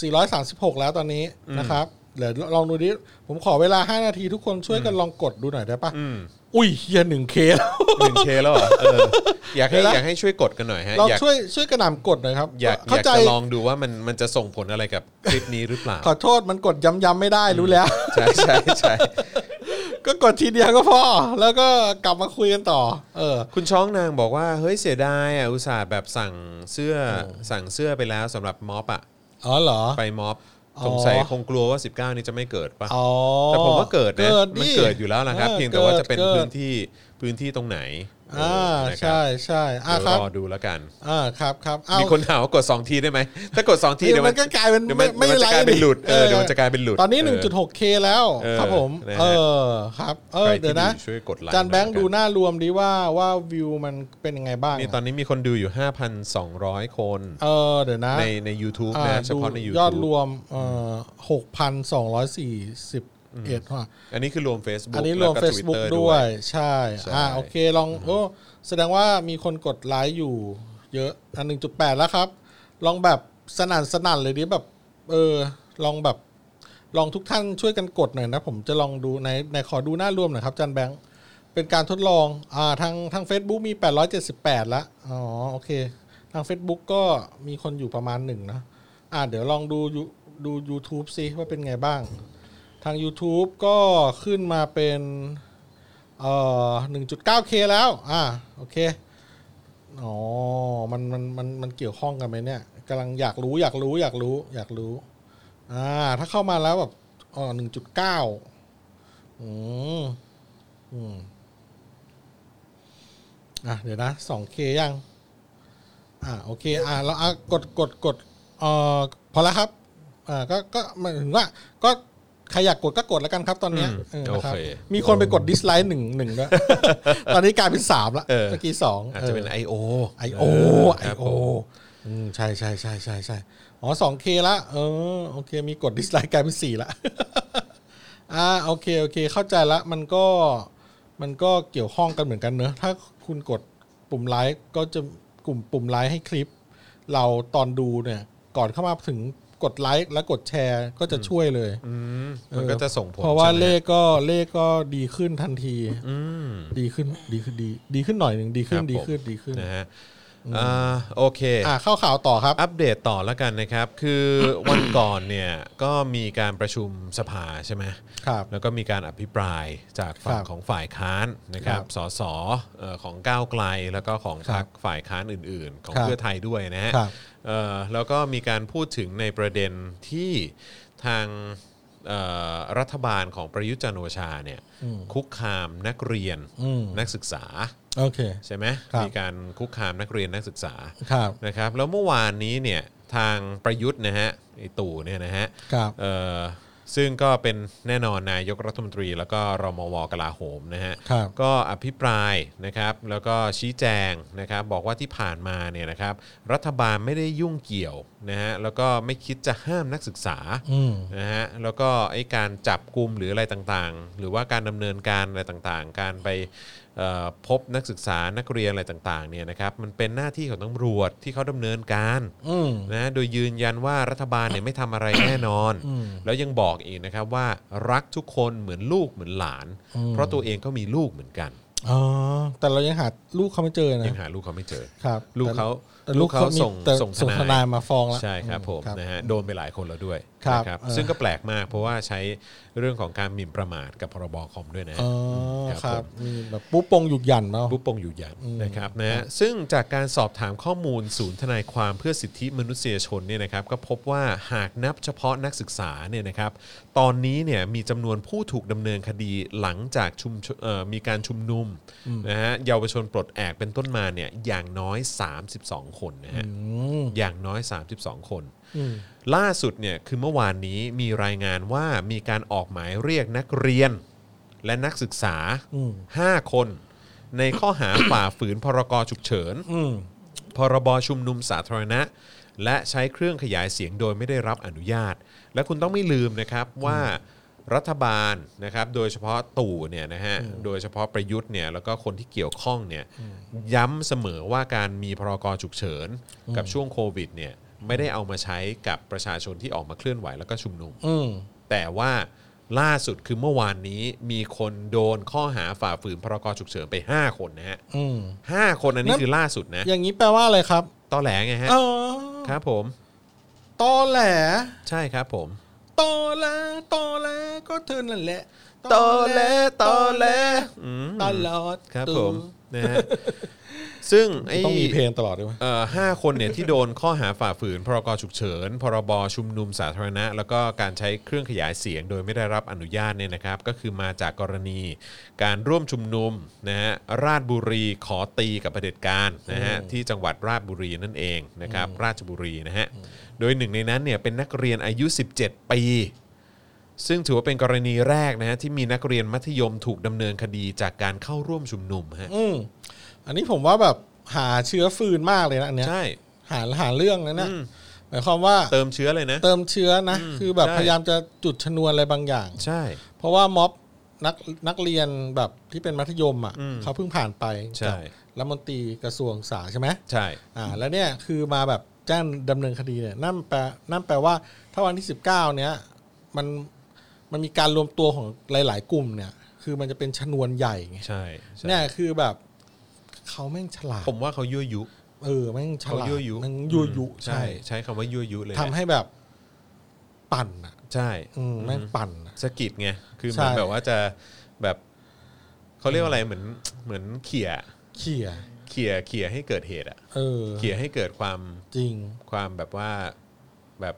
S3: 436 แล้วตอนนี้นะครับเดี๋ยวลองดูดิ ผมขอเวลา 5 นาทีทุกคนช่วยกันลองกดดูหน่อยได้ปะอุ้ยเฮียหนึ่งเคแล้ว
S2: หนึ่งเคแล้วเหรอเอออยากให้
S3: เห็นแล้ว
S2: อยากให้ช่วยกดกันหน่อยฮะ
S3: เรา
S2: อยาก
S3: ช่วยช่วยกระหน่ำกดหน่อยครับ
S2: อยากอยา
S3: เข้าก ใจ
S2: จะลองดูว่ามันมันจะส่งผลอะไรกับคลิปนี้หรือเปล่า
S3: ขอโทษมันกดย้ำๆไม่ได้รู้แล้ว
S2: ใช่ใช่ใช่
S3: ก็กดทีเดียวก็พอ แล้วก็กลับมาคุยกันต่อ เออ
S2: คุณช้องนางบอกว่าเฮ้ยเสียดายอ่ะอุตส่าห์แบบสั่งเสื้อสั่งเสื้อไปแล้วสำหรับม็อบอ่ะ
S3: อ๋อเหรอ
S2: ไปม็อบ
S3: อ๋อ
S2: สงสัยคงกลัวว่า 19 นี้จะไม่เกิดปะ
S3: อ๋อ
S2: แต่ผมว่าเกิดนะ
S3: เกิด
S2: มันเกิดอยู่แล้วล่ะครับ เพียงแต่ว่าจะเป็นพื้นที่พื้นที่ตรงไหน
S3: อ่า
S2: เนะครั
S3: ใช่
S2: บ
S3: ใช่อ่า
S2: เดี๋ยว
S3: ครับ
S2: รอดูแล้วกัน
S3: อ่าครับครับเอ้า
S2: มีคนถามว่ากด 2 ทีได้ไหม ถ้ากด 2 ที
S3: เดี๋ยวมันก็กลายเป็น
S2: เดี๋ยวมัน
S3: ไม่
S2: เดี๋ยวมันจะกลาย
S3: ไลฟ์
S2: เป็นหลุดเออ
S3: เออ
S2: เดี๋ยวมันจะกลายเป็นหลุด
S3: ตอนนี้
S2: เ
S3: 1.6K แล้ว
S2: เออ
S3: ครับผม
S2: นะฮะ
S3: เออครับ เออ
S2: ใครที่
S3: เดี๋ยวนะ
S2: ช่วยกดไลค์
S3: จานแบงค์ดูหน้ารวมดีว่าว่าวิวมันเป็นยังไงบ้าง
S2: นี่ตอนนี้มีคนดูอยู่ 5,200 คน
S3: เออเดี๋ยวนะ
S2: ในใน u t u b e
S3: อ่า
S2: นะเฉพาะใน
S3: ดู
S2: YouTube
S3: ยอดรวมเอ่อ6,241ว่ะ
S2: อันนี้คือรวม Facebook
S3: อันนี้รวม
S2: แล้ก็
S3: Facebook
S2: Twitter
S3: ด้วย ใช่
S2: ใช่
S3: อ่าโอเคลองโอ้แสดงว่ามีคนกดไลค์อยู่ เยอะอันหนึ่งจุดแปดแล้วครับ ลองแบบสนั่นสนั่นเลยดิแบบ เออ ลองแบบ ลองทุกท่านช่วยกันกดหน่อยนะ ผมจะลองดูในในขอดูหน้ารวมหน่อยครับจันแบงค์เป็นการทดลอง อ่าทางทาง Facebook มี 878ละอ๋อโอเค ทาง Facebook ก็มีคนอยู่ประมาณหนึ่งนะ อ่าเดี๋ยวลองดูยูดู YouTube ซิว่าเป็นไงบ้าง ทาง YouTube ก็ขึ้นมาเป็น เอ่อ 1.9K แล้ว อ่า โอเค อ๋อ มัน มัน มัน มันเกี่ยวข้องกันไหมเนี่ยกำลังอยากรู้ อยากรู้ อยากรู้ อยากรู้ อ่า ถ้าเข้ามาแล้วแบบอ๋อ1.9 อืม อืม อ่ะ เดี๋ยวนะ 2K ยัง อ่า โอเค อ่าเราอ่ะกด กด กด เอ่อ พอแล้วครับ อ่า ก็ ก็หมายถึงว่า ก็ ใครอยากกดก็กดแล้วกันครับตอนเนี้ย
S2: อืม
S3: เออนะครับ
S2: โอเค
S3: มีคนไปกดดิสไลค์หนึ่งหนึ่ง ด้วย ตอนนี้กลายเป็นสามละ
S2: เออ
S3: เมื่อกี้สอง
S2: อาจจะเป็น IO
S3: ไอโอไอ
S2: ครับผ
S3: โอ
S2: ม
S3: อืมใช่ใช่ใช่ใช่ใช่อ๋อสองเคละเออโอเค มีกดดิสไลค์กลายเป็นสี่ละ อ่าโอเคโอเค เข้าใจละ มันก็มันก็เกี่ยวข้องกันเหมือนกันเนอะถ้าคุณกดปุ่มไลค์ก็จะกลุ่มปุ่มไลค์ให้คลิป เราตอนดูเนี่ย ก่อนเข้ามาถึงกดไลค์และกดแชร์ก็จะช่วยเลย
S2: อืมมันก็จะส่งผล
S3: เพราะว่า
S2: ใช่ไหม
S3: เลขก็เลขก็ดีขึ้นทันที
S2: อืม
S3: ดีขึ้นดีขึ้นดีดีขึ้นหน่อยหนึ่งดีขึ้
S2: คน รับ
S3: ดี
S2: ผม
S3: ขึ้นดีขึ้น
S2: นะฮะอ่าโอเค
S3: อ่าเข้าข่าวต่อครับ
S2: อัปเดตต่อแล้วกันนะครับ คือ วันก่อนเนี่ยก็มีการประชุมสภาใช่ไหม
S3: ครับ
S2: แล้วก็มีการอภิปรายจากฝั่ง
S3: ครับ
S2: ของฝ่ายค้านนะครับ
S3: ครับ
S2: สสเอ่อของก้าวไกลแล้วก็ของพรรคฝ่ายค้านอื่น ๆ ของ
S3: ครับ
S2: เพื่อไทยด้วยนะฮะ
S3: ครับ
S2: เอ่อแล้วก็มีการพูดถึงในประเด็นที่ทางเอ่อรัฐบาลของประยุทธ์จันทร์โอชาเนี่ยคุกคามนักเรียน
S3: อืม
S2: นักศึกษา
S3: โอเค
S2: ใช่ไหม
S3: ครับ
S2: มีการคุกคามนักเรียนนักศึกษา
S3: ครับ
S2: นะครับแล้วเมื่อวานนี้เนี่ยทางประยุทธ์นะฮะไอตู่เนี่ยนะฮะ
S3: ครับ
S2: เอ่อซึ่งก็เป็นแน่นอนนายกรัฐมนตรี แล้วก็รมวกลาโหมนะฮะ
S3: ครับ
S2: ก็อภิปรายนะครับแล้วก็ชี้แจงนะครับบอกว่าที่ผ่านมาเนี่ยนะครับรัฐบาลไม่ได้ยุ่งเกี่ยวนะฮะแล้วก็ไม่คิดจะห้ามนักศึกษา
S3: อืม
S2: นะฮะแล้วก็ไอการจับกลุ่มหรืออะไรต่างๆ หรือว่าการดำเนินการอะไรต่างๆ การไป เอ่อพบนักศึกษานักเรียนอะไรต่างๆเนี่ยนะครับมันเป็นหน้าที่ของตำรวจที่เขาดำเนินการ
S3: อืม
S2: นะโดยยืนยันว่ารัฐบาลเนี่ยไม่ทำอะไรแน่นอน แล้วยังบอกอีกนะครับว่ารักทุกคนเหมือนลูกเหมือนหลาน เพราะตัวเองก็มีลูกเหมือนกัน
S3: อ๋อแต่เรายังหาลูกเขาไม่เจอนะ
S2: ยังหาลูกเขาไม่เจอ
S3: ครับ
S2: ลูกเขา
S3: แต่
S2: ลูกเขา
S3: มี
S2: ส่ง
S3: แต่
S2: ส่งทนาย
S3: ทนายมาฟ้องแล้ว
S2: ใช่ครับผมนะฮะโดนไปหลายคนแล้วด้วย
S3: ครับ
S2: นะครับ
S3: เออ
S2: ซึ่งก็แปลกมากเพราะว่าใช้เรื่องของการหมิ่นประมาทกับพรบคอมด้วยนะฮะ
S3: อ๋อ
S2: ค
S3: ค
S2: รั
S3: รับ บมีแบบปุ๊บปงหยุดหยันเนาะ
S2: ผู้ปงอยู่ยันนะครับนะฮะซึ่งจากการสอบถามข้อมูลศูนย์ทนายความเพื่อสิทธิมนุษยชนเนี่ยนะครับก็พบว่าหากนับเฉพาะนักศึกษาเนี่ยนะครับตอนนี้เนี่ยมีจำนวนผู้ถูกดำเนินคดีหลังจากชุมชนเอ่อมีการชุมนุมนะฮะเยาวชนปลดแอกเป็นต้นมาเนี่ยอย่างน้อย 32 คนนะฮะอย่างน้อย 32 คน ล่าสุดเนี่ยคือเมื่อวานนี้มีรายงานว่ามีการออกหมายเรียกนักเรียน และนักศึกษา
S3: อืม
S2: 5 คน ในข้อหา ฝ่าฝืนพรกฉุกเฉิน พรบชุมนุมสาธารณะ และใช้เครื่องขยายเสียงโดยไม่ได้รับอนุญาต และคุณต้องไม่ลืมนะครับว่ารัฐบาลนะครับโดยเฉพาะตู่เนี่ยนะฮะโดยเฉพาะประยุทธ์เนี่ยแล้วก็คนที่เกี่ยวข้องเนี่ยย้ำเสมอว่าการมีพรกฉุกเฉินกับช่วงโควิดเนี่ยไม่ได้เอามาใช้กับประชาชนที่ออกมาเคลื่อนไหวแล้วก็ชุมนุม
S3: อืม
S2: แต่ว่าล่าสุดคือเมื่อวานนี้มีคนโดนข้อหาฝ่าฝืนพรกฉุกเฉินไป 5 คนนะฮะ
S3: อืม
S2: ห้าคนอันนี้
S3: นั่น
S2: คือล่าสุดนะ
S3: อย่างนี้แปลว่าอะไรครับ
S2: ตอแหลไงฮะ
S3: เออ
S2: ครับผม
S3: ตอแหล
S2: ใช่ครับผม
S3: ตอแหลตอแหลก็เธอนั่นแหละ
S2: อืม
S3: ตลอด
S2: ครับ
S3: ตัว
S2: ผมนะฮะซึ่งไอ้
S3: ต้องมีเพลงตลอดด้วยไหม
S2: เอ่อห้าคนเนี่ยที่โดนข้อหาฝ่าฝืน พรกฉุกเฉิน พรบชุมนุมสาธารณะ แล้วก็การใช้เครื่องขยายเสียงโดยไม่ได้รับอนุญาตเนี่ยนะครับ ก็คือมาจากกรณี การร่วมชุมนุมนะฮะราชบุรีขอตีกับเผด็จการนะฮะที่จังหวัดราชบุรีนั่นเองนะครับ ราชบุรีนะฮะโดยหนึ่งในนั้นเนี่ยเป็นนักเรียนอายุ 17 ปี ซึ่งถือว่าเป็นกรณีแรกนะฮะที่มีนักเรียนมัธยมถูกดำเนินคดีจากการเข้าร่วมชุมนุมฮะ
S3: อืมอันนี้ผมว่าแบบหาเชื้อฟืนมากเลยนะอันเนี้ย
S2: ใช่
S3: หาหาเรื่องนะเนี่ยหมายความว่า
S2: เติมเชื้อเลยนะ
S3: เติมเชื้อนะ
S2: อืม
S3: คือแบบ
S2: ใช่
S3: พยายามจะจุดชนวนอะไรบางอย่าง
S2: ใช่
S3: เพราะว่าม็อบนักนักเรียนแบบที่เป็นมัธยมอ่ะ
S2: อืม
S3: เขาเพิ่งผ่านไป
S2: ใช่
S3: กับรัฐมนตรีกระทรวงศึกษาใช่ไหม
S2: ใช่
S3: อ่า แล้วเนี่ยคือมาแบบแจ้งดำเนินคดีเนี่ยนั่นแปลนั่นแปลว่าถ้าวันที่สิบเก้าเนี้ยมันมันมีการรวมตัวของหลาย ๆ กลุ่มเนี่ย คือมันจะเป็นชนวนใหญ่ไง
S2: ใช่ใช่
S3: เนี่ยคือแบบเขาแม่งฉลาด
S2: ผมว่าเขายั่วยุ
S3: เออแม่งฉ
S2: เขา
S3: ลาด
S2: ยั่วยุ
S3: แม่งยั่วยุ
S2: อืม
S3: ใช่
S2: ใช่ ใช้คำว่ายั่วยุเลยนะ
S3: ทำให้แบบปั่นอ่ะ
S2: ใช่
S3: อืมแม่งปั่นอ่ะ
S2: สะกิดไงคือ
S3: ใช่
S2: มันแบบว่าจะแบบเขาเรียกว่าอะไรเหมือนเหมือนเขี่ย
S3: เขี่ย
S2: เขี่ยเขี่ยให้เกิดเหตุอะ
S3: เออ
S2: เขี่ยให้เกิดความ
S3: จริง
S2: ความแบบว่าแบบ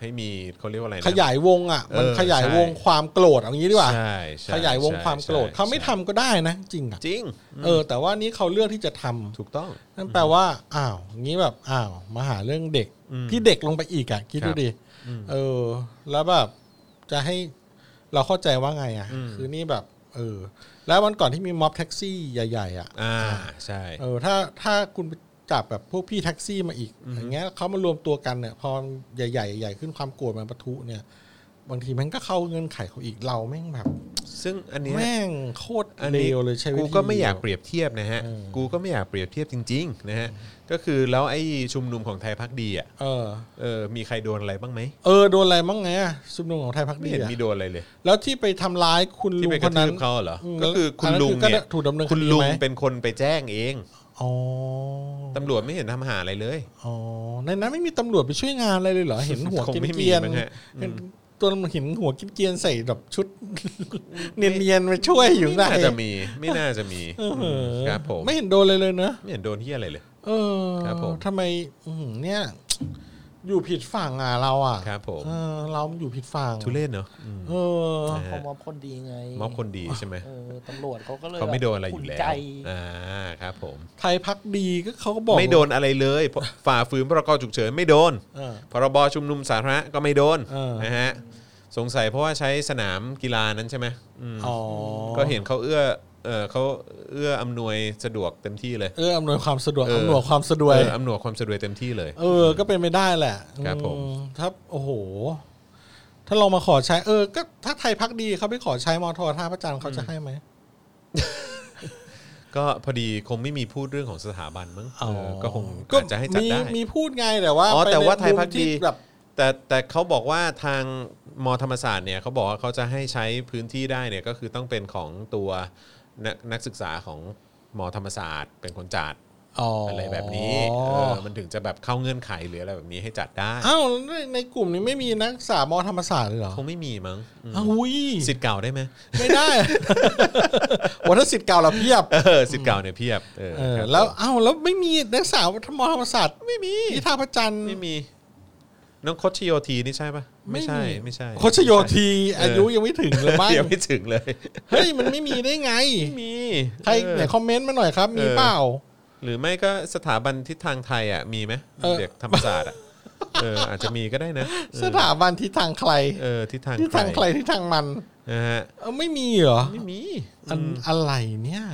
S2: ให้มีเขาเรียกว่าอะไรนะ
S3: ขยายวงอ่ะ มัน
S2: เออ
S3: ขยาย
S2: ใช่
S3: วงความโกรธเอางี้ดีกว่า
S2: ใช่ใช่
S3: ขยายวงความโกรธ
S2: ใช่
S3: เขาไม่ทำก็ได้นะจริงอ่ะ
S2: จริง
S3: เออ แต่ว่านี่เขาเลือกที่จะทำ
S2: ถูกต้อง
S3: นั่นแปลว่าอ้าวอย่างนี้แบบอ้าวมาหาเรื่องเด็ก
S2: อืม
S3: ที่เด็กลงไปอีกอ่ะคิด
S2: ครับ
S3: ดูดิเออ แล้วแบบจะให้เราเข้าใจว่าไงอ่ะ
S2: อืม
S3: คือนี่แบบ เออ แล้ววันก่อนที่มีม็อบแท็กซี่ใหญ่ๆอ่ะ
S2: อ่าใช่
S3: เออถ้าถ้าคุณไปจับแบบพวกพี่แท็กซี่มาอีกอย่างเงี้ยเขามารวมตัวกันเนี่ยพอใหญ่ๆใหญ่ขึ้นความโกรธมันปะทุเนี่ย บางทีมันก็เข้าเงื่อนไขเขาอีกเราแม่งแบบ
S2: ซึ่งอันเนี้ย
S3: แม่งโคตร
S2: อัน
S3: เล
S2: นี้
S3: วเลยใช่
S2: กูก็ไม่อยากเปรียบเทียบนะฮะ กูก็ไม่อยากเปรียบเทียบจริงๆนะฮะ ก็คือแล้วไอ้ชุมนุมของไทยพักดีอ่ะ
S3: เออ
S2: เออ มีใครโดนอะไรบ้างไหม
S3: เออโดนอะไรมั้งไงอะชุมนุมของไทยพัก
S2: ไม่
S3: ดี
S2: เห็น
S3: อะ
S2: มีโดนอะไรเลย
S3: แล้วที่ไปทำร้ายคุณ
S2: ที่
S3: ลุง
S2: ไปก
S3: ค
S2: ระ
S3: น
S2: ทื
S3: นั้น
S2: บเขาเหรอ
S3: ม
S2: ก็คือคุณลุง
S3: ก็
S2: เนี่ย
S3: ถูกดำเนิน
S2: คุณ
S3: ดี
S2: ลุง
S3: ไหม
S2: เป็นคนไปแจ้งเอง
S3: อ๋อ
S2: ตำรวจไม่เห็นทำหาอะไรเลย
S3: อ๋อในนั้นไม่มีตำรวจไปช่วยงานอะไรเลยเหรอเห็นหัว
S2: คง
S3: เก
S2: ไม่มี
S3: รียน
S2: มั้งฮะ
S3: ๆเห็นตัวมันเห็นหัวเกรียนๆใส่แบบ ชุด เนียนๆมาช่วยอยู่
S2: ไม่
S3: ไหน
S2: น่าจะมี ไม่น่าจะมี
S3: เออเหอะ
S2: ครับผม
S3: ไม่เห็นโดนเลยเลยเนอะ
S2: ไม่เห็นโดนที่อะไรเลย
S3: เออ
S2: ครับผม
S3: ทำไมอื้อหือเนี่ย อยู่ผิดฝั่งอ่ะเราอ่ะ
S2: ครับผม
S3: เออเราอยู่ผิดฝั่ง
S2: ทุเรศเนอะอืม
S3: เออ
S2: นะฮะ
S4: เขามอบคนดีไง
S2: ม็อบคนดีใช่ไหม
S4: เออตำรวจเขาก็เลย
S2: เขาไม่โดนอะไรอยู่แล้ว
S4: ใจ
S2: อ่า ครับผม
S3: ไทยพักดีก็เขาก็บอก
S2: ไม่โดนอะไรเลยเพราะฝ่าฝืนพรกฉุกเฉินไม่โดน
S3: เออ
S2: พรบชุมนุมสาธารณะก็ไม่โดน
S3: เออ
S2: นะฮะสงสัยเพราะว่าใช้สนามกีฬานั้นใช่ไหมอืม
S3: อ๋อ
S2: ก็เห็นเขาเอื้อเออเขาเอื้ออำนวยสะดวกเต็มที่เลย
S3: เอออำนวยความสะดวก
S2: เออ
S3: อำนวยความสะดวก
S2: เอออำนวยความสะดวกเต็มที่เลย
S3: เออ ก็เป็นไม่ได้แหละ
S2: ครับผม
S3: อืถ้าโอ้โห ถ้าเรามาขอใช้ เออ ก็ถ้าไทยพักดีเขาไปขอใช้มอทอท่าพระจันทร์เขาจะให้ไหม
S2: ก็พอดีคงไม่มีพูดเรื่องของสถาบันมั้ง
S3: อ๋อ
S2: เออก็คงอาจจะให้จัดได้
S3: มีมีพูดไงแต่ว่า
S2: อ๋อแต่ว่าไทยพักดี
S3: ไปในมุมที่แบบ
S2: แต่แต่เขาบอกว่าทางมธรรมศาสตร์เนี่ยเขาบอกว่าเขาจะให้ใช้พื้นที่ได้เนี่ยก็คือต้องเป็นของตัวนักนักศึกษาของมธรรมศาสตร์ เป็นคนจัด อะไรแบบนี้เออมันถึงจะแบบเข้าเงื่อนไขหรืออะไรแบบนี้ให้จัดได้
S3: อ้าวในในกลุ่มนี้ไม่มีนักศึกษามอธรรมศาสตร์เลยเหรอ
S2: คงไม่มีมั้งอืม
S3: อ้าวอุ้ย
S2: สิทธิ์เก่าได้ไหม
S3: ไม่ ได้ วันถ้าสิทธิ์เก่าเราเพียบ
S2: เออสิทธิ์เก่าเนี่ยเพียบเออ
S3: เออ
S2: ครับ
S3: แล้ว
S2: ผม
S3: อ้าวแล้วไม่มีนักศึกษามอธรรมศาสตร์
S2: ไม่มี
S3: ที่ท่าพระจันทร์
S2: ไม่มีน้องโคชโยทีนี่ใช่ปะไม่ใช่ไม่ใช่
S3: โคชโยทีอายุยังไม่ถึงเลยมั้ง
S2: เดี๋ยวไม่ถึงเลย
S3: เฮ้ยมันไม่มีได้ไง
S2: ไม่มี
S3: ใคร
S2: เออ
S3: ไหนคอมเมนต์มาหน่อยครับ มี
S2: เออ
S3: เปล่า
S2: หรือไม่ก็สถาบันทิศทางไทยอ่ะมีไหม
S3: เออ
S2: เด็กธรรมศาสตร์อ่ะเอออาจจะมีก็ได้นะเออ
S3: สถาบันที่ทางใคร
S2: เออทิศทาง
S3: ที่ทางใค
S2: ใค
S3: ร
S2: ร
S3: ที่ทางมัน
S2: นะฮะ
S3: เออไม่มีเหรอ
S2: ไม่มี
S3: อันอะไรเนี่ย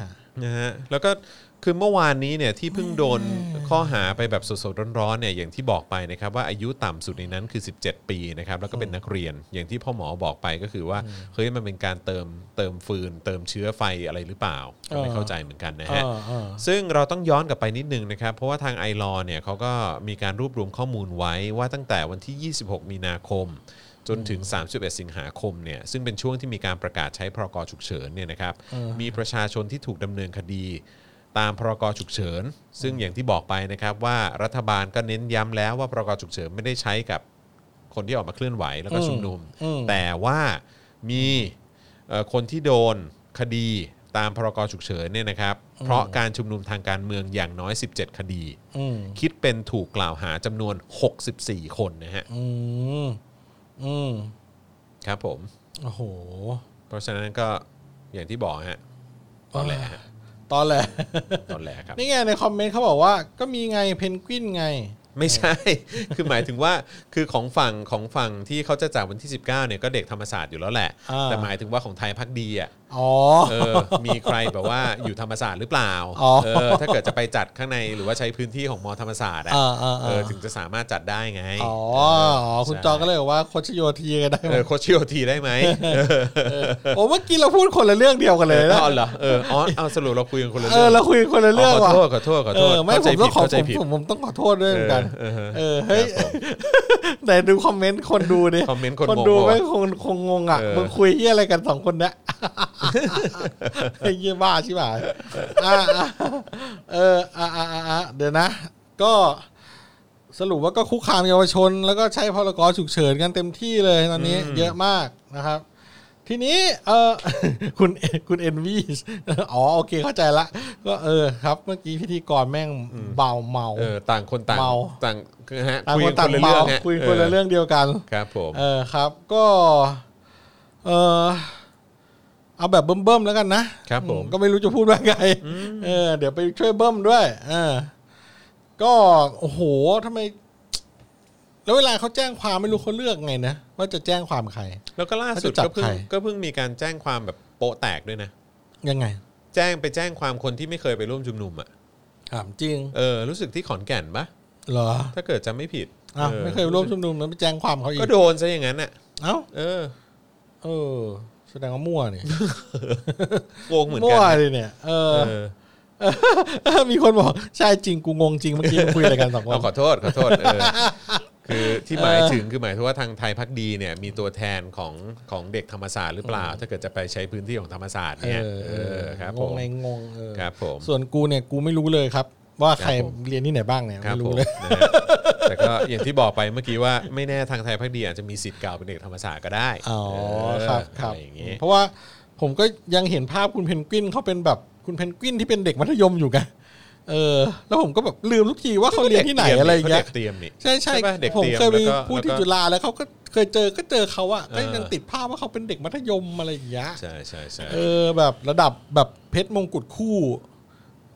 S2: นะฮะแล้วก็ คือเมื่อวานนี้เนี่ยที่เพิ่งโดนข้อหาไปแบบสดๆร้อนๆเนี่ยอย่างที่บอกไปนะครับว่าอายุต่ำสุดในนั้นคือ 17 ปีนะครับแล้วก็เป็นนักเรียนอย่างที่พ่อหมอบอกไปก็คือว่าเฮ้ยมันเป็นการเติมเติมฟืน เติมเชื้อไฟอะไรหรือเปล่าก็ไม่เข้าใจเหมือนกันนะฮะ
S3: อ่าอ่า
S2: ซึ่งเราต้องย้อนกลับไปนิดนึงนะครับ เพราะว่าทางไอรอเนี่ยเขาก็มีการรวบรวมข้อมูลไว้ว่าตั้งแต่วันที่ 26 มีนาคม จนถึง 31 สิงหาคมเนี่ยซึ่งเป็นช่วงที่มีการประกาศใช้พรกฉุกเฉินเนี่ยนะครับมีประชาชนที่ถูกดำเนินคดี ตามพรกฉุกเฉิน ซึ่งอย่างที่บอกไปนะครับว่ารัฐบาลก็เน้นย้ำแล้วว่าพรกฉุกเฉินไม่ได้ใช้กับคนที่ออกมาเคลื่อนไหวแล้วก็ชุมนุม
S3: อืม
S2: แต่ว่ามีเอ่อคนที่โดนคดีตามพรกฉุกเฉินเนี่ยนะครับ เพราะการชุมนุมทางการเมืองอย่างน้อย 17 คดี
S3: อืม
S2: คิดเป็นถูกกล่าวหาจำนวน 64 คนนะฮะ
S3: อืมอืม
S2: ครับผม
S3: โอ้โห
S2: เพราะฉะนั้นก็อย่างที่บอกฮะตอนแหลฮะ
S3: ตอนแหละ
S2: ตอนแหลครับ
S3: นี่ไงในคอมเมนต์เขาบอกว่า ก็มีไงเพนกวินไง
S2: ไม่ใช่ คือหมายถึงว่า คือของฝั่งของฝั่งที่เขาจะจัดวันที่ 19เนี่ยก็เด็กธรรมศาสตร์อยู่แล้วแหละ
S3: อ่า
S2: แต่หมายถึงว่าของไทยพักดีอ่ะ
S3: อ๋อ
S2: เออ มีใครแบบว่าอยู่ธรรมศาสตร์หรือเปล่า
S3: อ๋อ
S2: เออ ถ้าเกิดจะไปจัดข้างในหรือว่าใช้พื้นที่ของมอธรรมศาสตร์อ่ะ
S3: อ่าอ่าอ่า
S2: เออ ถึงจะสามารถจัดได้ไง
S3: อ๋อ
S2: เ
S3: อ๋อ คุณจอก็เลยบอกว่าโคชโยทีก็ได้
S2: เออโคชโยทีได้ไหม
S3: โอ้เมื่อกี้เราพูดคนละเรื่องเดียวกันเลย
S2: เอ
S3: นะ
S2: อเหรอ เออ อ๋อ เอาสรุปเราคุยกันคนละ
S3: เอ
S2: เรื่
S3: อ
S2: อง
S3: เราคุยคนละเรื่อง
S2: ขอ
S3: ว่ะ
S2: โทษขอโทษขอ
S3: เอ
S2: โทษ
S3: อไม่ผ
S2: เข้าม ใจผิด
S3: ต้องขอ
S2: เข้าใจ
S3: ผม
S2: ผิด
S3: ผมผมต้องขอโทษด้วยเหมือนกัน
S2: เออเออ
S3: เออเฮ้ยแต่ดูคอมเมนต์คนดูดิ
S2: คอมเมนต์คน
S3: ดู
S2: งง
S3: ไม่งคงคงงงอ่ะ
S2: เออ
S3: มึงคุยเฮียอะไรกันสองคน เนี้ยไอ้เฮียบ้าชิบหายอ่ะอ่ะเอออ่ะอ่ะอ่ะอ่ะเดี๋ยวนะ ก็สรุปว่าก็คุกคามเยาวชน แล้วก็ใช้พรกฉุกเฉินกันเต็มที่เลยตอนนี้ เยอะมากนะครับ ทีนี้เออ คุณคุณเอ็นวีอ๋อโอเคเข้าใจละ ก็เออครับ เมื่อกี้พิธีกรแม่งเบาเมา
S2: เออ ต่างคนต่าง
S3: เมา
S2: ต่างคือฮะ
S3: ต่าง
S2: คุย
S3: คน
S2: กัน
S3: ต่า
S2: คน
S3: ง
S2: ละ
S3: เมา
S2: เรื่องฮะ
S3: คุยคนละเรื่องเดียวกัน
S2: ครับผม
S3: เออครับ ก็ เออเอาแบบเบิ่มๆแล้วกันนะครับ
S2: ผม
S3: ก็ไม่รู้จะพูดว่าไงเออ เดี๋ยวไปช่วยเบิ่มด้วยเออก็โอ้โหทำไม แล้วเวลาเขาแจ้งความไม่รู้เขาเลือกไงนะว่าจะแจ้งความใคร
S2: แล้วก็ล่าสุด
S3: เขาจะจับ
S2: ก็เพิ่ง
S3: ใคร
S2: ก็เพิ่งมีการแจ้งความแบบโปะแตกด้วยนะ
S3: ยังไง
S2: แจ้งไปแจ้งความคนที่ไม่เคยไปร่วมชุมนุมอ่ะ
S3: ถามจริง
S2: เออ รู้สึกที่ขอนแก่นปะ
S3: เหรอ
S2: ถ้าเกิดจำไม่ผิด
S3: อ้าว
S2: ออ
S3: ไม่เคยร่วมชุมนุมแล้วไปแจ้งความเขาอีก
S2: ก็โดนซะอย่างนั้นอ่ะ
S3: เอ้า
S2: เออ
S3: เออ แสดงว่ามั่วนี่
S2: โกงเหมือน
S3: มั่
S2: กั
S3: วน เลยเนี่ยเออ
S2: เออ
S3: มีคนบอกใช่จริงกูงงจริงเมื่อกี้ มึงคุยอะไรกันสองคน
S2: เอาขอโทษขอโทษเออคือที่หมายถึงคือหมายถึงว่าทางไทยพักดีเนี่ยมีตัวแทนของของเด็กธรรมศาสตร์หรือเปล่า ถ้าเกิดจะไปใช้พื้นที่ของธรรมศาสตร์เนี่ยเออครับ
S3: ง
S2: ผ
S3: ง
S2: ม
S3: ไงงงเออ
S2: ครับผม
S3: ส่วนกูเนี่ยกูไม่รู้เลยครับ ว่าใคร
S2: ครับผม
S3: เรียนที่ไหนบ้างเนี่ย
S2: ครับผ
S3: ไม่รู้
S2: ม
S3: เลย
S2: นะฮะแต่ก็อย่างที่บอกไปเมื่อกี้ว่าไม่แน่ทางไทยพักดีอาจจะมีสิทธิ์เก่าเป็นเด็กธรรมศาสตร์ก็ได้
S3: อ๋อ
S2: เออ
S3: ครับครับ
S2: อะไรอย่างเงี้ย
S3: เพราะว่าผมก็ยังเห็นภาพคุณเพนกวินเขาเป็นแบบคุณเพนกวินที่เป็นเด็กมัธยมอยู่ไงเออ แล้วผมก็แบบลืมทุกทีว่าเขาเรียนที่ไหนอะไรอย่างเงี้ย
S2: ขาด็กเตรียมนี่
S3: ใช่ใช่
S2: ใช่ปะเด็ก
S3: ผม
S2: เตรียม
S3: เคยไป
S2: แล้วก็
S3: พูดที่
S2: แล้วก็
S3: จุฬาแล้วเขาก็เคยเจอก็เจอเขาอะก็
S2: เออ
S3: ยังติดภาพว่าเขาเป็นเด็กมัธยมอะไรอย่างเงี้ย
S2: ใช่ใช่ใช่
S3: เออแบบระดับแบบเพชรมงกุฎคู่